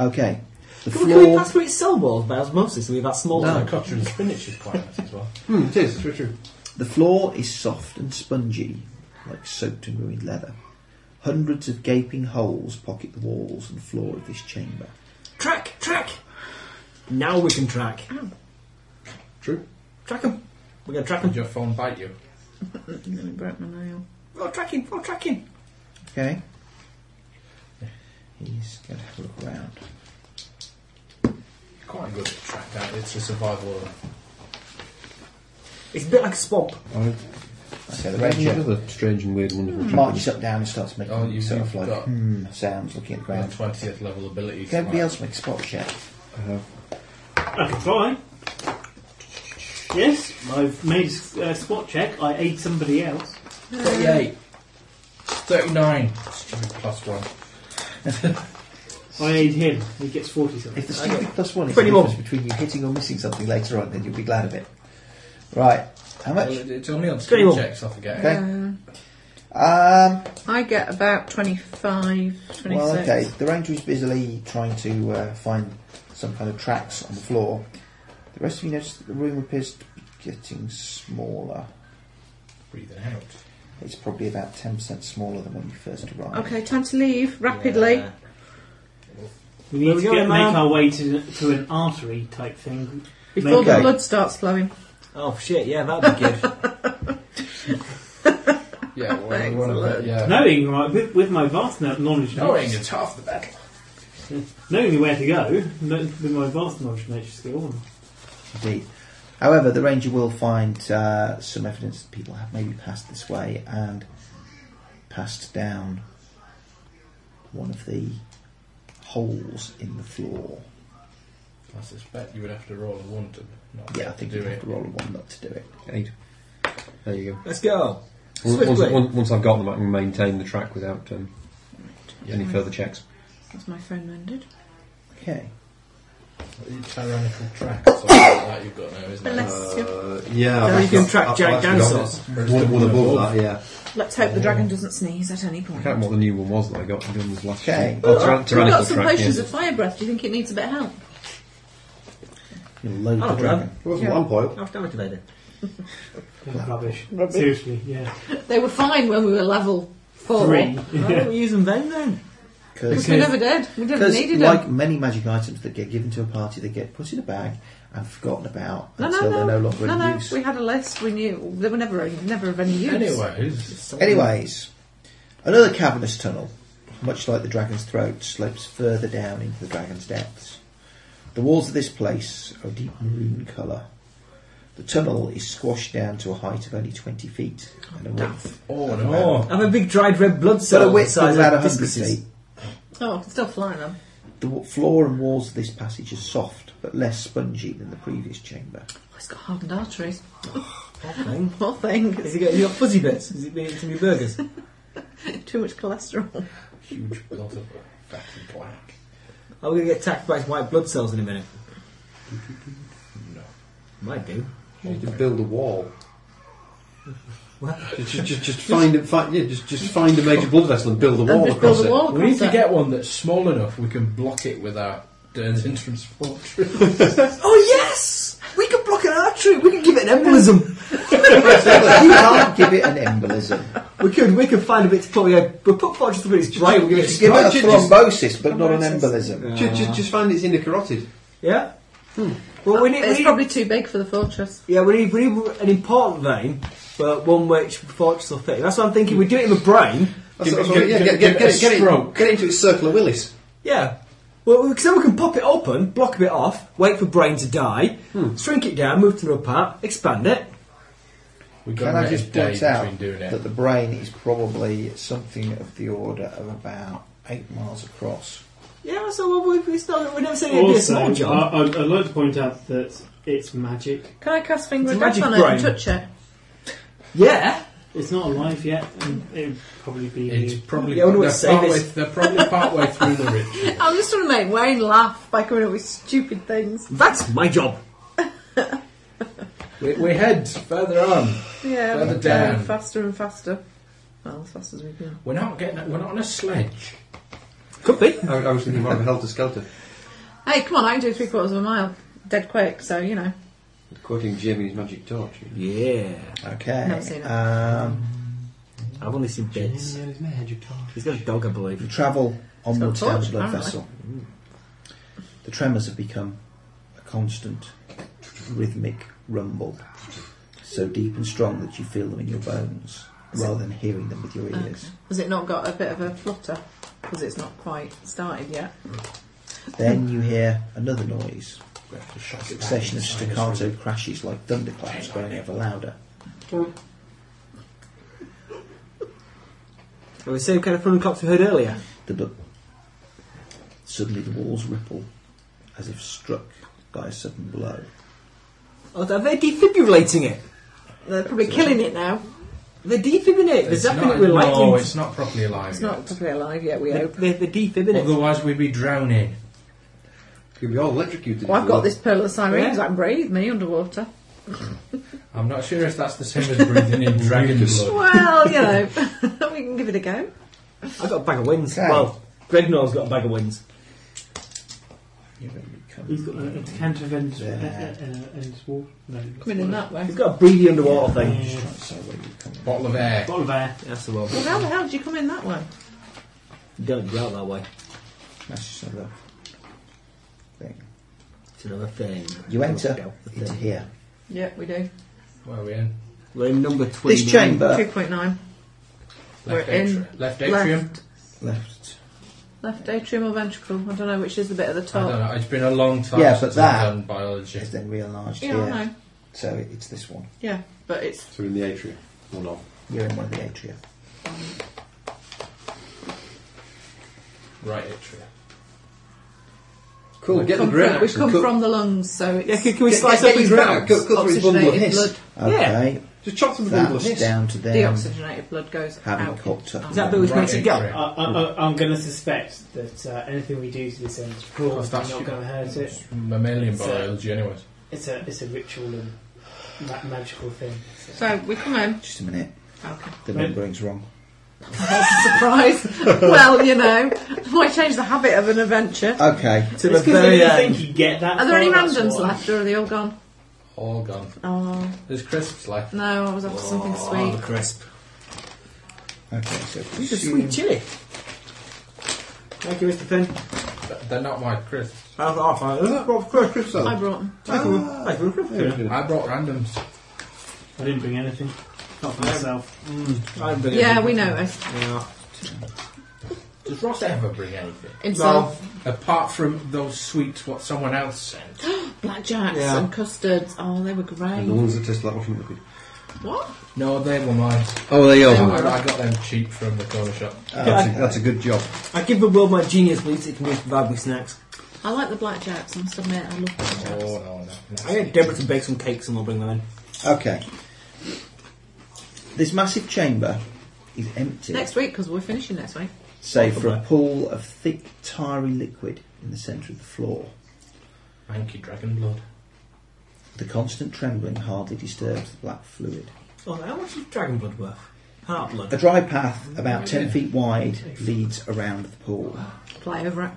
[SPEAKER 3] Okay. The
[SPEAKER 2] Can, we, can we
[SPEAKER 3] floor.
[SPEAKER 2] pass through its cell walls by osmosis and leave that small
[SPEAKER 3] No.
[SPEAKER 2] zone?
[SPEAKER 6] Cotter and spinach is quite nice as well.
[SPEAKER 8] Hmm, it is. It's very true.
[SPEAKER 3] The floor is soft and spongy, like soaked and ruined leather. Hundreds of gaping holes pocket the walls and floor of this chamber.
[SPEAKER 2] Track, track! Now we can track.
[SPEAKER 8] True.
[SPEAKER 2] Track them. We're going to track
[SPEAKER 6] Did
[SPEAKER 2] them.
[SPEAKER 6] your phone bite you?
[SPEAKER 5] Nearly broke my nail.
[SPEAKER 2] Oh, tracking, oh, tracking.
[SPEAKER 3] Okay? He's going to have a look around.
[SPEAKER 6] Quite good at track that. It's a survival. of-
[SPEAKER 2] It's a bit like a swamp.
[SPEAKER 3] So the
[SPEAKER 8] Right,
[SPEAKER 3] ranger
[SPEAKER 8] another strange and weird, wonderful trap.
[SPEAKER 3] marches up down and starts making
[SPEAKER 6] Oh, you've
[SPEAKER 3] sort of
[SPEAKER 6] got
[SPEAKER 3] like hmm, sounds looking at the
[SPEAKER 6] the
[SPEAKER 3] ground.
[SPEAKER 6] 20th level abilities.
[SPEAKER 3] Can anybody
[SPEAKER 6] like-
[SPEAKER 3] else make a spot check?
[SPEAKER 7] I can try. Yes, I've made a s- uh, spot check. I ate somebody else.
[SPEAKER 6] 38. 39. Stupid plus one.
[SPEAKER 7] I ate him. He gets 40 something.
[SPEAKER 3] If the stupid plus one is the
[SPEAKER 2] Pretty
[SPEAKER 3] difference between you hitting or missing something later on, then you'll be glad of it. Right. How
[SPEAKER 6] Well,
[SPEAKER 3] much?
[SPEAKER 6] it- it's only on
[SPEAKER 2] Pretty
[SPEAKER 6] skill
[SPEAKER 2] well.
[SPEAKER 6] checks, I forget.
[SPEAKER 3] Okay.
[SPEAKER 5] Um,
[SPEAKER 3] Um,
[SPEAKER 5] Uh, I get about 25, 26.
[SPEAKER 3] well, okay. The ranger is busily trying to uh, find some kind of tracks on the floor. The rest of you notice that the room appears to be getting smaller.
[SPEAKER 6] Breathing out.
[SPEAKER 3] It's probably about 10% smaller than when you first arrived.
[SPEAKER 5] Okay, time to leave rapidly.
[SPEAKER 2] Yeah.
[SPEAKER 7] We need
[SPEAKER 2] we
[SPEAKER 7] to
[SPEAKER 2] go,
[SPEAKER 7] get,
[SPEAKER 2] man.
[SPEAKER 7] make our way to, to an artery type thing.
[SPEAKER 5] Before
[SPEAKER 3] Okay.
[SPEAKER 5] the blood starts flowing.
[SPEAKER 2] Oh, shit, yeah, that'd be good.
[SPEAKER 6] Yeah, well, we wanna- yeah.
[SPEAKER 7] Knowing right, with, with my vast kno- knowledge, of
[SPEAKER 6] Knowing it's half the battle.
[SPEAKER 7] knowing where to go, kno- with my vast knowledge of nature skill,
[SPEAKER 3] Indeed. However, the ranger will find uh, some evidence that people have maybe passed this way and passed down one of the holes in the floor.
[SPEAKER 6] I suspect you would have to roll a one to not
[SPEAKER 3] Yeah, I think
[SPEAKER 6] do
[SPEAKER 3] you have
[SPEAKER 6] it.
[SPEAKER 3] to roll a one not to do it.
[SPEAKER 8] Eight. There you
[SPEAKER 2] Let's go.
[SPEAKER 8] go. Once, once,
[SPEAKER 2] Swiftly.
[SPEAKER 8] once, once I've got them, I can maintain the track without um, any further checks.
[SPEAKER 5] That's my phone ended.
[SPEAKER 3] Okay.
[SPEAKER 6] Tyrannical tracks or something like that you've got now, isn't it?
[SPEAKER 5] Bless you.
[SPEAKER 8] Uh, yeah,
[SPEAKER 2] Now you can track giant dinosaurs.
[SPEAKER 8] One, one above that, yeah.
[SPEAKER 5] Let's hope the dragon doesn't sneeze at any
[SPEAKER 8] I
[SPEAKER 5] point.
[SPEAKER 8] can't remember what the new one was that I got. The one was last
[SPEAKER 3] Okay.
[SPEAKER 8] year. Oh, tyran-
[SPEAKER 5] We've
[SPEAKER 8] tyrannical
[SPEAKER 5] got some
[SPEAKER 8] track,
[SPEAKER 5] potions
[SPEAKER 8] yeah.
[SPEAKER 5] of fire breath. Do you think it needs a bit of help?
[SPEAKER 3] You'll load
[SPEAKER 2] Oh,
[SPEAKER 3] the dragon.
[SPEAKER 8] It wasn't
[SPEAKER 5] Yeah.
[SPEAKER 8] lamp
[SPEAKER 2] How much damage have they done?
[SPEAKER 7] rubbish. Seriously, yeah.
[SPEAKER 5] They were fine when we were level four.
[SPEAKER 7] Three.
[SPEAKER 2] Why don't we use them then, then?
[SPEAKER 5] Because
[SPEAKER 3] Because,
[SPEAKER 5] we never did. We never needed
[SPEAKER 3] like
[SPEAKER 5] them.
[SPEAKER 3] many magic items that get given to a party, they get put in a bag and forgotten about
[SPEAKER 5] No,
[SPEAKER 3] until
[SPEAKER 5] no, no.
[SPEAKER 3] they're no longer
[SPEAKER 5] no,
[SPEAKER 3] in
[SPEAKER 5] no.
[SPEAKER 3] use.
[SPEAKER 5] We had a list. We knew they were never, never of any use.
[SPEAKER 6] Anyways,
[SPEAKER 3] Anyways, another cavernous tunnel, much like the dragon's throat, slopes further down into the dragon's depths. The walls of this place are a deep maroon colour. The tunnel is squashed down to a height of only 20 feet and a width,
[SPEAKER 6] oh no.
[SPEAKER 2] I'm a big dried red blood
[SPEAKER 3] but
[SPEAKER 2] cell.
[SPEAKER 3] a width of
[SPEAKER 2] size
[SPEAKER 3] about
[SPEAKER 2] of
[SPEAKER 3] 100
[SPEAKER 2] discuses.
[SPEAKER 3] feet.
[SPEAKER 5] Oh, I can still flying them.
[SPEAKER 3] The w- floor and walls of this passage are soft, but less spongy than the previous chamber.
[SPEAKER 5] Oh, it's got hardened arteries.
[SPEAKER 2] Thing.
[SPEAKER 5] Poor thing.
[SPEAKER 2] Has he got, has he got fuzzy bits? Is it been eating your burgers?
[SPEAKER 5] Too much cholesterol.
[SPEAKER 6] Huge lot of fat and black.
[SPEAKER 2] Are we going to get attacked by his white blood cells in a minute?
[SPEAKER 6] No.
[SPEAKER 2] Might do.
[SPEAKER 8] You need to build a wall.
[SPEAKER 2] What?
[SPEAKER 8] Just, just, just find, a, find, yeah, just, just find a major blood vessel and build a
[SPEAKER 5] And
[SPEAKER 8] wall
[SPEAKER 5] just
[SPEAKER 8] across
[SPEAKER 5] build a
[SPEAKER 6] We
[SPEAKER 5] wall
[SPEAKER 6] need
[SPEAKER 5] across
[SPEAKER 6] to
[SPEAKER 5] it.
[SPEAKER 6] get one that's small enough we can block it with our Dern's entrance fortress.
[SPEAKER 2] Oh, yes! We can block an artery. We can give it an embolism.
[SPEAKER 3] you can't give it an embolism.
[SPEAKER 2] we could. We could find a bit to put. Yeah, we'll put fortress to put its bright. We'll give it.
[SPEAKER 3] You give it a
[SPEAKER 8] Right, ju- just-
[SPEAKER 3] thrombosis, but not an embolism.
[SPEAKER 8] it. Just, just, just find its inner carotid.
[SPEAKER 2] Yeah. Hmm. Well, we need. we
[SPEAKER 5] It's
[SPEAKER 2] need-
[SPEAKER 5] probably too big for the fortress.
[SPEAKER 2] Yeah, we need, we need an important vein, but one which fortress will fit. That's what I'm thinking. We do it in the brain.
[SPEAKER 8] That's
[SPEAKER 6] Give
[SPEAKER 8] that's
[SPEAKER 6] it-
[SPEAKER 8] what-
[SPEAKER 6] give-
[SPEAKER 8] yeah,
[SPEAKER 6] give-
[SPEAKER 8] Get
[SPEAKER 6] give
[SPEAKER 8] get-
[SPEAKER 6] it a
[SPEAKER 8] get it get it-
[SPEAKER 6] stroke.
[SPEAKER 8] get it into its circle of Willis.
[SPEAKER 2] Yeah. Well, we- 'cause then we can pop it open, block a bit off, wait for brain to die,
[SPEAKER 5] Hmm.
[SPEAKER 2] shrink it down, move to another part, expand it.
[SPEAKER 6] We've got
[SPEAKER 3] Can I
[SPEAKER 6] about a
[SPEAKER 3] just
[SPEAKER 6] day
[SPEAKER 3] point out
[SPEAKER 6] between doing
[SPEAKER 3] that
[SPEAKER 6] it.
[SPEAKER 3] the brain is probably something of the order of about eight miles across?
[SPEAKER 2] Yeah, so we, we, it's not, we never said it'd be a
[SPEAKER 7] Also, I,
[SPEAKER 2] small job.
[SPEAKER 7] I, I'd like to point out that it's magic.
[SPEAKER 5] Can I cast finger
[SPEAKER 2] It's
[SPEAKER 5] of
[SPEAKER 2] a
[SPEAKER 5] death
[SPEAKER 2] magic
[SPEAKER 5] on it
[SPEAKER 2] brain.
[SPEAKER 5] and touch it?
[SPEAKER 2] yeah.
[SPEAKER 7] It's not alive yet. and It'll probably be.
[SPEAKER 6] It's probably
[SPEAKER 7] Yeah, I wouldn't
[SPEAKER 6] they're,
[SPEAKER 7] want to say
[SPEAKER 6] partway,
[SPEAKER 7] this.
[SPEAKER 6] they're probably partway through the ritual.
[SPEAKER 5] I'm just trying to make Wayne laugh by coming up with stupid things. That's
[SPEAKER 2] My job.
[SPEAKER 4] We, we head further on.
[SPEAKER 5] yeah,
[SPEAKER 6] Further
[SPEAKER 5] we're
[SPEAKER 6] down.
[SPEAKER 5] going faster and faster. Well, as fast as we can.
[SPEAKER 6] We're not getting. We're not on a sledge.
[SPEAKER 2] Could be.
[SPEAKER 8] I, I was thinking more of a helter skelter.
[SPEAKER 5] Hey, come on! I can do three quarters of a mile dead quick. So you know,
[SPEAKER 8] Quoting Jimmy's magic torch.
[SPEAKER 2] Yeah.
[SPEAKER 3] Okay.
[SPEAKER 5] Never seen it.
[SPEAKER 3] Um,
[SPEAKER 2] I've only seen bits.
[SPEAKER 8] Jimmy's magic torch.
[SPEAKER 2] He's got a dog, I
[SPEAKER 3] you
[SPEAKER 2] believe.
[SPEAKER 3] travel onwards
[SPEAKER 5] torch,
[SPEAKER 3] down the blood
[SPEAKER 5] apparently.
[SPEAKER 3] vessel. The tremors have become a constant rhythmic rumble, so deep and strong that you feel them in your bones rather than hearing them with your ears.
[SPEAKER 5] has it not got a bit of a flutter because it's not quite started yet?
[SPEAKER 3] Then you hear another noise. A succession of staccato crashes like thunderclaps growing ever louder.
[SPEAKER 2] Are we the same kind of thunderclaps we heard earlier?
[SPEAKER 3] The bu- Suddenly the walls ripple as if struck by a sudden blow.
[SPEAKER 2] Oh, are they defibrillating it?
[SPEAKER 5] They're probably killing it now.
[SPEAKER 2] They're defibbing it. They're
[SPEAKER 6] It's
[SPEAKER 2] zapping
[SPEAKER 6] not,
[SPEAKER 2] it with lightning.
[SPEAKER 6] no, it's not properly alive.
[SPEAKER 5] It's not
[SPEAKER 6] yet.
[SPEAKER 5] properly alive yet. We
[SPEAKER 2] they're,
[SPEAKER 5] hope.
[SPEAKER 2] they're, they're defibbing it.
[SPEAKER 6] Otherwise, we'd be drowning.
[SPEAKER 8] Could be all electrocuted.
[SPEAKER 5] Well,
[SPEAKER 8] if
[SPEAKER 5] I've
[SPEAKER 8] you
[SPEAKER 5] got
[SPEAKER 8] want.
[SPEAKER 5] this pearl of sirens.
[SPEAKER 2] Yeah.
[SPEAKER 5] I can breathe me underwater.
[SPEAKER 6] I'm not sure if that's the same as breathing in dragon blood.
[SPEAKER 5] Well, you know, we can give it a go.
[SPEAKER 2] I've got a bag of wins.
[SPEAKER 3] Okay.
[SPEAKER 2] Well, Greg Noel's got a bag of wins.
[SPEAKER 3] You don't become-
[SPEAKER 7] He's got a, a decanter of uh, Ennis
[SPEAKER 3] Yeah.
[SPEAKER 7] War. No, it's
[SPEAKER 5] Coming in
[SPEAKER 7] not.
[SPEAKER 5] that way.
[SPEAKER 2] He's got a breathy underwater
[SPEAKER 3] I'm
[SPEAKER 2] thing.
[SPEAKER 3] just trying to say where you come from.
[SPEAKER 6] Bottle of air.
[SPEAKER 7] Bottle of air.
[SPEAKER 2] That's the one.
[SPEAKER 5] Well, how the hell did you come in that way?
[SPEAKER 2] Don't go out that way.
[SPEAKER 3] That's just another thing.
[SPEAKER 2] It's another thing.
[SPEAKER 3] You enter
[SPEAKER 2] The
[SPEAKER 3] into
[SPEAKER 2] thing.
[SPEAKER 3] here.
[SPEAKER 5] Yeah, we do.
[SPEAKER 6] Where are we in?
[SPEAKER 2] We're in number 20.
[SPEAKER 3] This chamber,
[SPEAKER 5] 2.9. We're
[SPEAKER 6] Left
[SPEAKER 5] in
[SPEAKER 6] atrium. Left atrium.
[SPEAKER 5] Left,
[SPEAKER 3] left,
[SPEAKER 5] left atrium or ventricle. I don't know which is the bit at the
[SPEAKER 6] I
[SPEAKER 5] top.
[SPEAKER 6] don't know. It's been a long time
[SPEAKER 3] Yeah, but
[SPEAKER 6] since
[SPEAKER 3] that-
[SPEAKER 6] I've done biology.
[SPEAKER 3] is then reenlarged
[SPEAKER 5] Yeah,
[SPEAKER 3] here.
[SPEAKER 5] I know.
[SPEAKER 3] So it's this one.
[SPEAKER 5] Yeah, but it's
[SPEAKER 8] So we're in the atrium. Or not.
[SPEAKER 3] You're in one of the atria.
[SPEAKER 6] Right atrium.
[SPEAKER 8] Cool. Get the
[SPEAKER 5] come
[SPEAKER 8] grit.
[SPEAKER 5] from, we've come
[SPEAKER 8] Cut-
[SPEAKER 5] from the lungs, so it's
[SPEAKER 2] Yeah, can, can we
[SPEAKER 8] Get-
[SPEAKER 2] slice up
[SPEAKER 8] get
[SPEAKER 2] his
[SPEAKER 8] these
[SPEAKER 2] round?
[SPEAKER 8] round. Cut, cut through his bundle of
[SPEAKER 5] Oxygenated
[SPEAKER 8] hiss.
[SPEAKER 5] blood.
[SPEAKER 3] Okay,
[SPEAKER 8] Just chop through the bundle of
[SPEAKER 3] that's
[SPEAKER 8] hiss.
[SPEAKER 3] down to them.
[SPEAKER 5] deoxygenated blood goes
[SPEAKER 3] Having
[SPEAKER 5] out.
[SPEAKER 3] cooked up.
[SPEAKER 2] Is that the which
[SPEAKER 6] Right
[SPEAKER 2] makes it go?
[SPEAKER 6] atrium.
[SPEAKER 7] I, I, I'm going to suspect that uh, anything we do to this end is probably not going to hurt it.
[SPEAKER 6] It's mammalian
[SPEAKER 7] So-
[SPEAKER 6] biology, anyways.
[SPEAKER 7] It's a it's a ritual and ma- magical thing. So.
[SPEAKER 5] So we come in.
[SPEAKER 3] Just a minute.
[SPEAKER 5] Okay.
[SPEAKER 3] The
[SPEAKER 7] Right.
[SPEAKER 3] numbering's wrong.
[SPEAKER 5] Surprise! well, you know, why change the habit of an adventure?
[SPEAKER 3] Okay.
[SPEAKER 2] To the
[SPEAKER 7] It's 'cause they
[SPEAKER 2] very
[SPEAKER 7] didn't
[SPEAKER 2] end.
[SPEAKER 7] think you get that.
[SPEAKER 5] Are there any
[SPEAKER 7] far, Oh, that's
[SPEAKER 5] randoms
[SPEAKER 7] why.
[SPEAKER 5] left, or are they all gone?
[SPEAKER 6] All gone.
[SPEAKER 5] Oh
[SPEAKER 6] There's crisps left.
[SPEAKER 5] no, I was after something
[SPEAKER 2] Oh, the
[SPEAKER 5] sweet.
[SPEAKER 2] crisp.
[SPEAKER 3] Okay, so
[SPEAKER 2] These are
[SPEAKER 3] presume-
[SPEAKER 2] sweet chili. Mm. Thank you, Mr. Finn.
[SPEAKER 6] Th- They're not my crisps.
[SPEAKER 2] That's off.
[SPEAKER 5] I brought them.
[SPEAKER 2] Thank you. Thank you. Thank you.
[SPEAKER 6] I brought randoms.
[SPEAKER 7] I didn't bring anything. Not for myself.
[SPEAKER 2] Mm, I've been
[SPEAKER 5] Yeah, we noticed.
[SPEAKER 2] Yeah.
[SPEAKER 6] Does Ross ever bring anything?
[SPEAKER 5] Himself,
[SPEAKER 6] Apart from those sweets, what someone else sent.
[SPEAKER 5] blackjacks
[SPEAKER 2] Yeah.
[SPEAKER 5] and custards. Oh, they were
[SPEAKER 8] And the
[SPEAKER 5] great.
[SPEAKER 8] ones that taste like mushroom liquid.
[SPEAKER 5] What?
[SPEAKER 6] No, they were mine.
[SPEAKER 8] Oh, there you
[SPEAKER 5] They
[SPEAKER 6] I
[SPEAKER 5] were.
[SPEAKER 6] I got them cheap from the corner shop.
[SPEAKER 3] Oh,
[SPEAKER 8] That's a,
[SPEAKER 3] okay.
[SPEAKER 8] that's a good job.
[SPEAKER 2] I give the world my genius, please. It can just provide me snacks.
[SPEAKER 5] I like the blackjacks. I must admit, I love
[SPEAKER 6] Oh,
[SPEAKER 5] blackjacks.
[SPEAKER 6] no, no. no.
[SPEAKER 2] I get Deborah to bake some cakes and we'll bring them in.
[SPEAKER 3] Okay. This massive chamber is empty,
[SPEAKER 5] Next week, because we're finishing next week.
[SPEAKER 3] save for a pool of thick, tarry liquid in the centre of the floor.
[SPEAKER 6] Thank you, dragon blood.
[SPEAKER 3] The constant trembling hardly disturbs the black fluid.
[SPEAKER 2] Oh, how much is dragon blood worth? Heart
[SPEAKER 3] A
[SPEAKER 5] Uh,
[SPEAKER 2] blood.
[SPEAKER 3] dry path about 10 feet wide leads around the pool.
[SPEAKER 5] Play over it.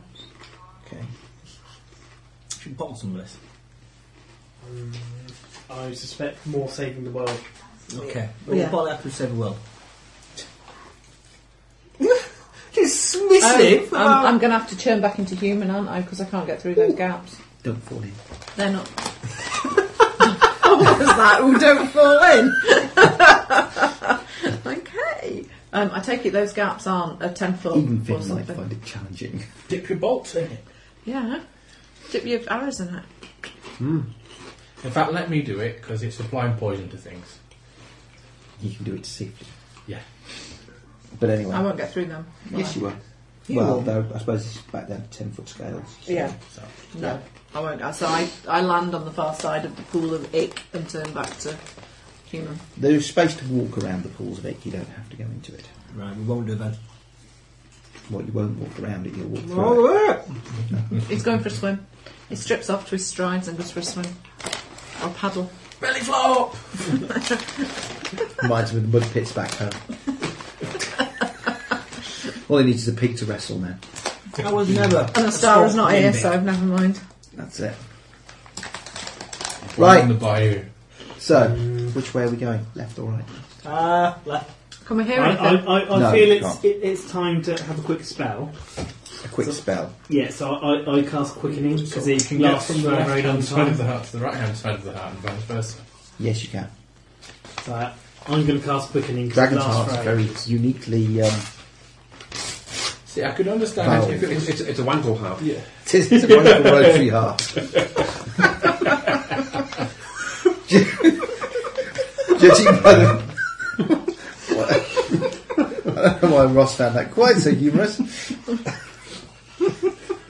[SPEAKER 3] Okay.
[SPEAKER 2] Should bottle some of this.
[SPEAKER 7] Mm, I suspect more saving the world.
[SPEAKER 2] Okay. We'll
[SPEAKER 5] Yeah.
[SPEAKER 2] bottle it after we save the world. Dismissive.
[SPEAKER 5] Oh, I'm, I'm going to have to turn back into human, aren't I? Because I can't get through those gaps.
[SPEAKER 3] Don't fall in.
[SPEAKER 5] They're not. what was that? Oh, don't fall in. okay. Um, I take it those gaps aren't a ten foot
[SPEAKER 3] Even
[SPEAKER 5] or
[SPEAKER 3] Finn might
[SPEAKER 5] something.
[SPEAKER 3] find it challenging.
[SPEAKER 6] Dip your bolts in it.
[SPEAKER 5] Yeah. Dip your arrows in it.
[SPEAKER 6] In fact, let me do it because it's applying poison to things.
[SPEAKER 3] You can do it safely.
[SPEAKER 6] Yeah.
[SPEAKER 3] But
[SPEAKER 5] I
[SPEAKER 3] anyway.
[SPEAKER 5] won't get through them. will
[SPEAKER 3] Yes,
[SPEAKER 5] I?
[SPEAKER 3] you will. Well, though, I suppose it's back down to 10 foot scales. so-
[SPEAKER 5] Yeah.
[SPEAKER 3] So.
[SPEAKER 5] No, I won't. So I, I land on the far side of the pool of ick and turn back to human.
[SPEAKER 3] There's space to walk around the pools of it. You don't have to go into it.
[SPEAKER 2] Right, we won't do that.
[SPEAKER 3] Well, you won't walk around it. You'll walk through it.
[SPEAKER 5] He's going for a swim. He strips off to his strides and goes for a swim. Or paddle.
[SPEAKER 4] Belly flop!
[SPEAKER 8] Reminds me of the mud pits back home. All he needs is a pig to wrestle now.
[SPEAKER 2] I was never.
[SPEAKER 5] And the star is not here, so never mind.
[SPEAKER 3] That's it.
[SPEAKER 6] Right.
[SPEAKER 3] Right.
[SPEAKER 6] the bayou.
[SPEAKER 3] So, which way are we going? Left or right?
[SPEAKER 2] Ah, left.
[SPEAKER 5] Can we
[SPEAKER 7] I,
[SPEAKER 5] hear
[SPEAKER 7] I,
[SPEAKER 5] anything?
[SPEAKER 7] I, I
[SPEAKER 3] No,
[SPEAKER 7] feel it's
[SPEAKER 3] can't.
[SPEAKER 7] it, it's time to have a quick spell.
[SPEAKER 3] A quick spell.
[SPEAKER 7] Yeah, so I, I cast quickening because it can
[SPEAKER 6] Left
[SPEAKER 7] last
[SPEAKER 6] from the
[SPEAKER 7] for a
[SPEAKER 6] left
[SPEAKER 7] very long
[SPEAKER 6] hand side of
[SPEAKER 7] time.
[SPEAKER 6] the heart to the right hand side of the heart and vice versa.
[SPEAKER 3] Yes, you can.
[SPEAKER 7] So I- I'm going to cast quickening because it
[SPEAKER 3] Dragon's
[SPEAKER 7] lasts
[SPEAKER 3] heart's
[SPEAKER 7] for
[SPEAKER 3] very
[SPEAKER 7] ages.
[SPEAKER 3] uniquely. Um,
[SPEAKER 6] See, I could understand
[SPEAKER 3] Vowel.
[SPEAKER 6] if it
[SPEAKER 15] It's,
[SPEAKER 6] was.
[SPEAKER 15] it's, it's a wangle heart.
[SPEAKER 6] Yeah.
[SPEAKER 3] it's, it's a wonderful rotary heart. Judging by the. I don't know why Ross found that quite so humorous.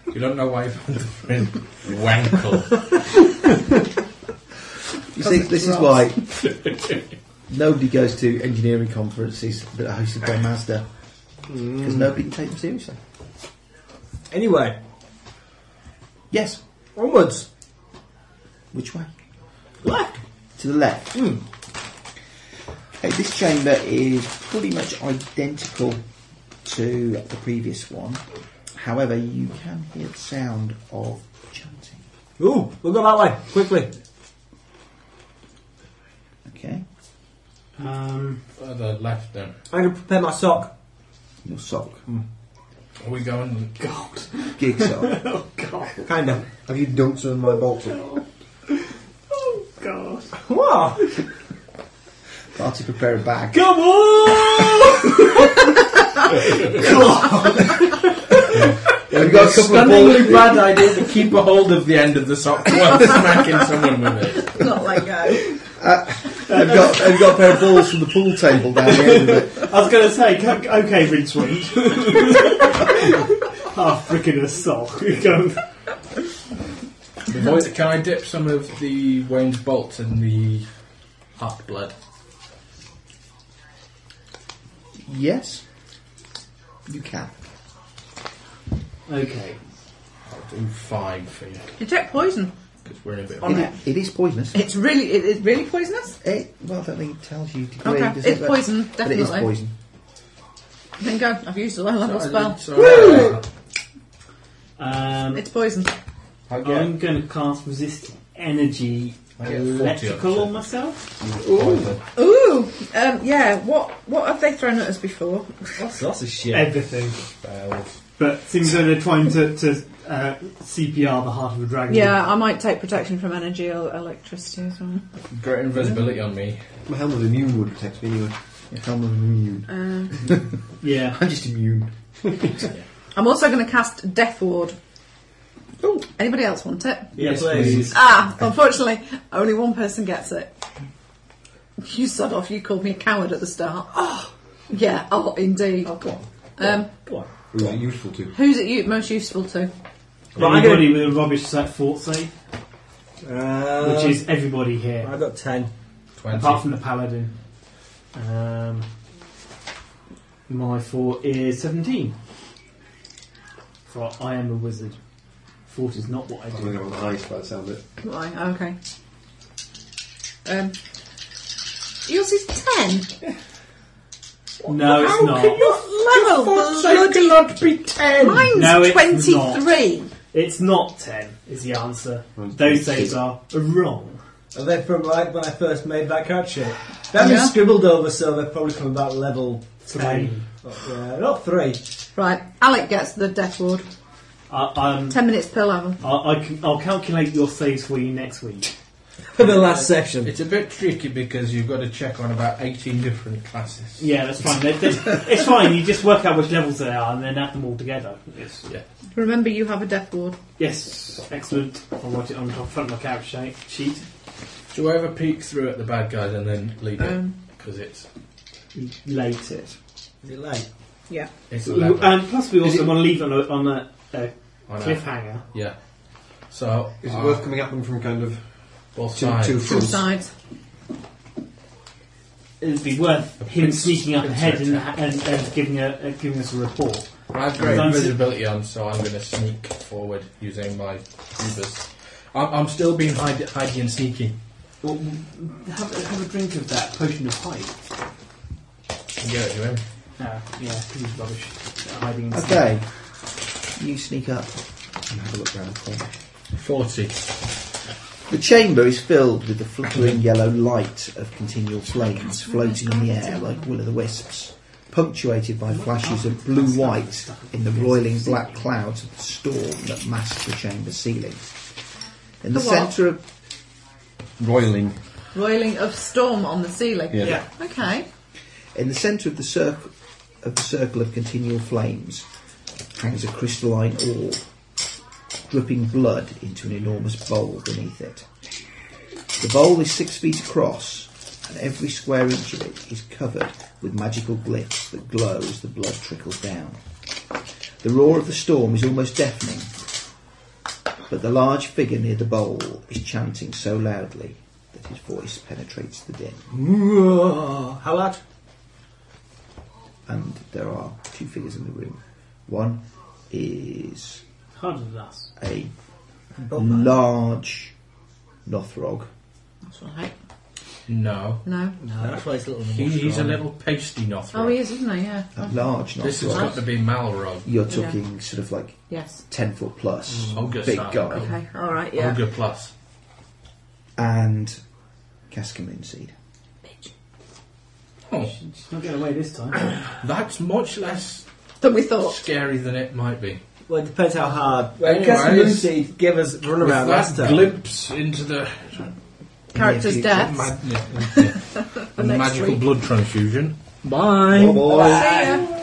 [SPEAKER 6] You don't know why you found the phrase wankle.
[SPEAKER 3] You see, this is why nobody goes to engineering conferences that are hosted by Mazda because
[SPEAKER 8] Mm.
[SPEAKER 3] nobody can take them seriously.
[SPEAKER 2] Anyway,
[SPEAKER 3] Yes.
[SPEAKER 2] onwards.
[SPEAKER 3] Which way?
[SPEAKER 2] Left.
[SPEAKER 3] To the left. Okay, this chamber is pretty much identical to the previous one. However, you can hear the sound of chanting.
[SPEAKER 2] Ooh, we'll go that way, quickly.
[SPEAKER 3] Okay,
[SPEAKER 7] Um,
[SPEAKER 6] Further left then.
[SPEAKER 2] I'm going to prepare my sock.
[SPEAKER 3] your sock,
[SPEAKER 6] Are we going?
[SPEAKER 7] God,
[SPEAKER 3] gig sock.
[SPEAKER 7] oh God,
[SPEAKER 2] Kinda.
[SPEAKER 8] Have you dunked some of my bolts? in?
[SPEAKER 7] oh God!
[SPEAKER 2] What?
[SPEAKER 3] Party prepare a bag.
[SPEAKER 7] Come on!
[SPEAKER 8] We've got a couple of
[SPEAKER 6] Stunningly bad idea to keep a hold of the end of the sock while smacking someone with it.
[SPEAKER 5] Not uh, let go.
[SPEAKER 3] I've got, I've got a pair of balls from the pool table down the end of it.
[SPEAKER 7] I was going to say, c- okay, rinse wind. Half freaking a sock. You go,
[SPEAKER 6] The voice- Can I dip some of the Wayne's bolts in the half blood?
[SPEAKER 3] Yes, you can.
[SPEAKER 7] Okay.
[SPEAKER 6] I'll do five for you
[SPEAKER 5] You take poison.
[SPEAKER 6] because we're in a bit.
[SPEAKER 5] On
[SPEAKER 6] Of
[SPEAKER 5] it.
[SPEAKER 3] It is poisonous.
[SPEAKER 5] It's really, it is really poisonous.
[SPEAKER 3] It, well, I don't think it tells you degree.
[SPEAKER 5] Okay,
[SPEAKER 3] does
[SPEAKER 5] it's
[SPEAKER 3] it? But-
[SPEAKER 5] poison,
[SPEAKER 3] But it is
[SPEAKER 5] definitely.
[SPEAKER 3] poison.
[SPEAKER 5] Then go. I've used a low level spell.
[SPEAKER 6] So I-
[SPEAKER 7] Um,
[SPEAKER 5] It's poison.
[SPEAKER 6] I get,
[SPEAKER 7] I'm going to cast resist energy
[SPEAKER 6] I get 40
[SPEAKER 7] electrical on
[SPEAKER 6] on
[SPEAKER 7] myself.
[SPEAKER 6] Ooh.
[SPEAKER 5] Ooh, um, yeah. What what have they thrown at us before?
[SPEAKER 2] That's a shit.
[SPEAKER 7] Everything.
[SPEAKER 6] spells.
[SPEAKER 7] But seems that they're trying to, to uh, CPR the heart of a
[SPEAKER 3] Mm.
[SPEAKER 7] dragon.
[SPEAKER 5] yeah, I might take protection from energy or electricity as well.
[SPEAKER 6] Great invisibility on me.
[SPEAKER 8] My helm of immune would protect me anyway. Helm of immune.
[SPEAKER 5] Um,
[SPEAKER 7] Yeah.
[SPEAKER 8] I'm just immune.
[SPEAKER 5] I'm also going to cast Death Ward.
[SPEAKER 3] Ooh.
[SPEAKER 5] Anybody else want it?
[SPEAKER 2] Yes, please.
[SPEAKER 5] Ah, unfortunately, only one person gets it. You sod off. You called me a coward at the start. Oh, yeah. Oh, indeed.
[SPEAKER 3] Go on.
[SPEAKER 5] Um,
[SPEAKER 3] Go on.
[SPEAKER 8] Who's it useful to?
[SPEAKER 5] who's it you most useful to?
[SPEAKER 2] Right,
[SPEAKER 7] Anybody with a rubbish set fort save,
[SPEAKER 2] Uh,
[SPEAKER 7] which is everybody here,
[SPEAKER 2] I got ten.
[SPEAKER 6] Twenty.
[SPEAKER 7] apart from the paladin. Um, my fort is 17. For I am a wizard. Fort is not what I
[SPEAKER 8] I'm
[SPEAKER 7] do.
[SPEAKER 8] going to go on the highest by the sound of it.
[SPEAKER 5] Why? oh, Okay. Um, yours is ten.
[SPEAKER 7] No, it's not.
[SPEAKER 5] Level bloody.
[SPEAKER 6] cannot be ten.
[SPEAKER 5] Mine's
[SPEAKER 7] No, it's
[SPEAKER 5] twenty-three.
[SPEAKER 7] It's not 10, is the answer.
[SPEAKER 8] Mine's
[SPEAKER 7] Those
[SPEAKER 8] 22.
[SPEAKER 7] saves are wrong.
[SPEAKER 2] Are they from like when I first made that card sheet? That was
[SPEAKER 5] Yeah.
[SPEAKER 2] scribbled over, so they're probably from about level
[SPEAKER 7] Three.
[SPEAKER 2] ten. Oh, yeah, not three.
[SPEAKER 5] Right, Alec gets the death ward.
[SPEAKER 7] I, um,
[SPEAKER 5] Ten minutes per level.
[SPEAKER 7] I, I can, I'll calculate your saves for you next week.
[SPEAKER 2] For the last section.
[SPEAKER 6] It's a bit tricky because you've got to check on about eighteen different classes.
[SPEAKER 7] Yeah, that's fine. They- they- it's fine. You just work out which levels they are and then add them all together. Yes.
[SPEAKER 6] Yeah.
[SPEAKER 5] Remember, you have a death ward.
[SPEAKER 7] Yes. Excellent. I'll write it on top front of my character sheet. sheet.
[SPEAKER 6] Do I ever peek through at the bad guys and then leave it?
[SPEAKER 5] Um,
[SPEAKER 6] Because it's
[SPEAKER 7] Late it.
[SPEAKER 2] Is it late?
[SPEAKER 6] it's
[SPEAKER 7] Ooh,
[SPEAKER 6] eleven.
[SPEAKER 7] And plus, we also want to leave it on a, on a
[SPEAKER 6] I know.
[SPEAKER 7] cliffhanger.
[SPEAKER 6] Yeah. So
[SPEAKER 8] Is it
[SPEAKER 6] uh,
[SPEAKER 8] worth coming at them from kind of
[SPEAKER 6] both
[SPEAKER 8] two,
[SPEAKER 6] sides?
[SPEAKER 8] two
[SPEAKER 5] Two
[SPEAKER 8] fronts?
[SPEAKER 5] sides.
[SPEAKER 7] it'd be worth him
[SPEAKER 6] Prince-
[SPEAKER 7] sneaking up
[SPEAKER 6] Prince
[SPEAKER 7] ahead and,
[SPEAKER 6] attack.
[SPEAKER 7] and, and giving, a, uh, giving us a report.
[SPEAKER 6] I've got
[SPEAKER 7] Because I'm-
[SPEAKER 6] invisibility on, so I'm going to sneak forward using my hoovers. I'm, I'm still being hide, hidey and sneaky.
[SPEAKER 7] Well, have, have a drink of that potion of hide.
[SPEAKER 6] Can give it to him.
[SPEAKER 7] No, Uh, yeah, he's rubbish. at Hiding in
[SPEAKER 3] Okay. You sneak up and have a look round the corner.
[SPEAKER 6] 40.
[SPEAKER 3] The chamber is filled with the flickering yellow light of continual flames floating in the air like will o' the wisps, punctuated by flashes of blue white in the roiling black clouds of the storm that mask the chamber ceiling. In the,
[SPEAKER 5] The what?
[SPEAKER 3] centre of
[SPEAKER 8] Roiling.
[SPEAKER 5] Roiling of storm on the ceiling.
[SPEAKER 8] Yeah.
[SPEAKER 7] Yeah.
[SPEAKER 5] Okay.
[SPEAKER 3] in the centre of the circle of the circle of continual flames hangs a crystalline orb, dripping blood into an enormous bowl beneath it. The bowl is six feet across, and every square inch of it is covered with magical glyphs that glow as the blood trickles down. The roar of the storm is almost deafening, but the large figure near the bowl is chanting so loudly that his voice penetrates the din.
[SPEAKER 2] How loud?
[SPEAKER 3] and there are two figures in the room. One is
[SPEAKER 7] Harder than us.
[SPEAKER 3] a Oh,
[SPEAKER 2] man.
[SPEAKER 3] large Nothrog.
[SPEAKER 5] That's right.
[SPEAKER 6] No.
[SPEAKER 5] No.
[SPEAKER 2] No, that's why it's a little.
[SPEAKER 6] He, he's a little pasty Northrop.
[SPEAKER 5] Oh, he is, isn't he? Yeah.
[SPEAKER 3] A large
[SPEAKER 6] This has
[SPEAKER 3] Nothrog.
[SPEAKER 6] got to be Malrog.
[SPEAKER 3] You're
[SPEAKER 5] Yeah.
[SPEAKER 3] talking sort of like
[SPEAKER 5] Yes.
[SPEAKER 3] 10 foot plus,
[SPEAKER 6] Ogre
[SPEAKER 3] big
[SPEAKER 6] style.
[SPEAKER 3] guy,
[SPEAKER 5] Okay. All right.
[SPEAKER 6] Yeah.
[SPEAKER 5] Yeah.
[SPEAKER 6] Ogre plus.
[SPEAKER 3] and Cascamoon Seed.
[SPEAKER 6] Oh,
[SPEAKER 7] She's not getting away this time.
[SPEAKER 6] that's much less
[SPEAKER 5] Than we thought.
[SPEAKER 6] scary than it might be.
[SPEAKER 2] Well, it depends how hard.
[SPEAKER 6] Anyway,
[SPEAKER 2] Castle
[SPEAKER 6] it's-
[SPEAKER 2] Lucy gave us run
[SPEAKER 6] With
[SPEAKER 2] around last
[SPEAKER 6] that
[SPEAKER 2] time.
[SPEAKER 6] glimpse into the
[SPEAKER 5] Characters'
[SPEAKER 3] you-
[SPEAKER 5] deaths.
[SPEAKER 6] mag- yeah, yeah.
[SPEAKER 5] next
[SPEAKER 6] magical
[SPEAKER 5] week.
[SPEAKER 6] blood transfusion.
[SPEAKER 2] Bye.
[SPEAKER 3] boy.
[SPEAKER 5] See ya.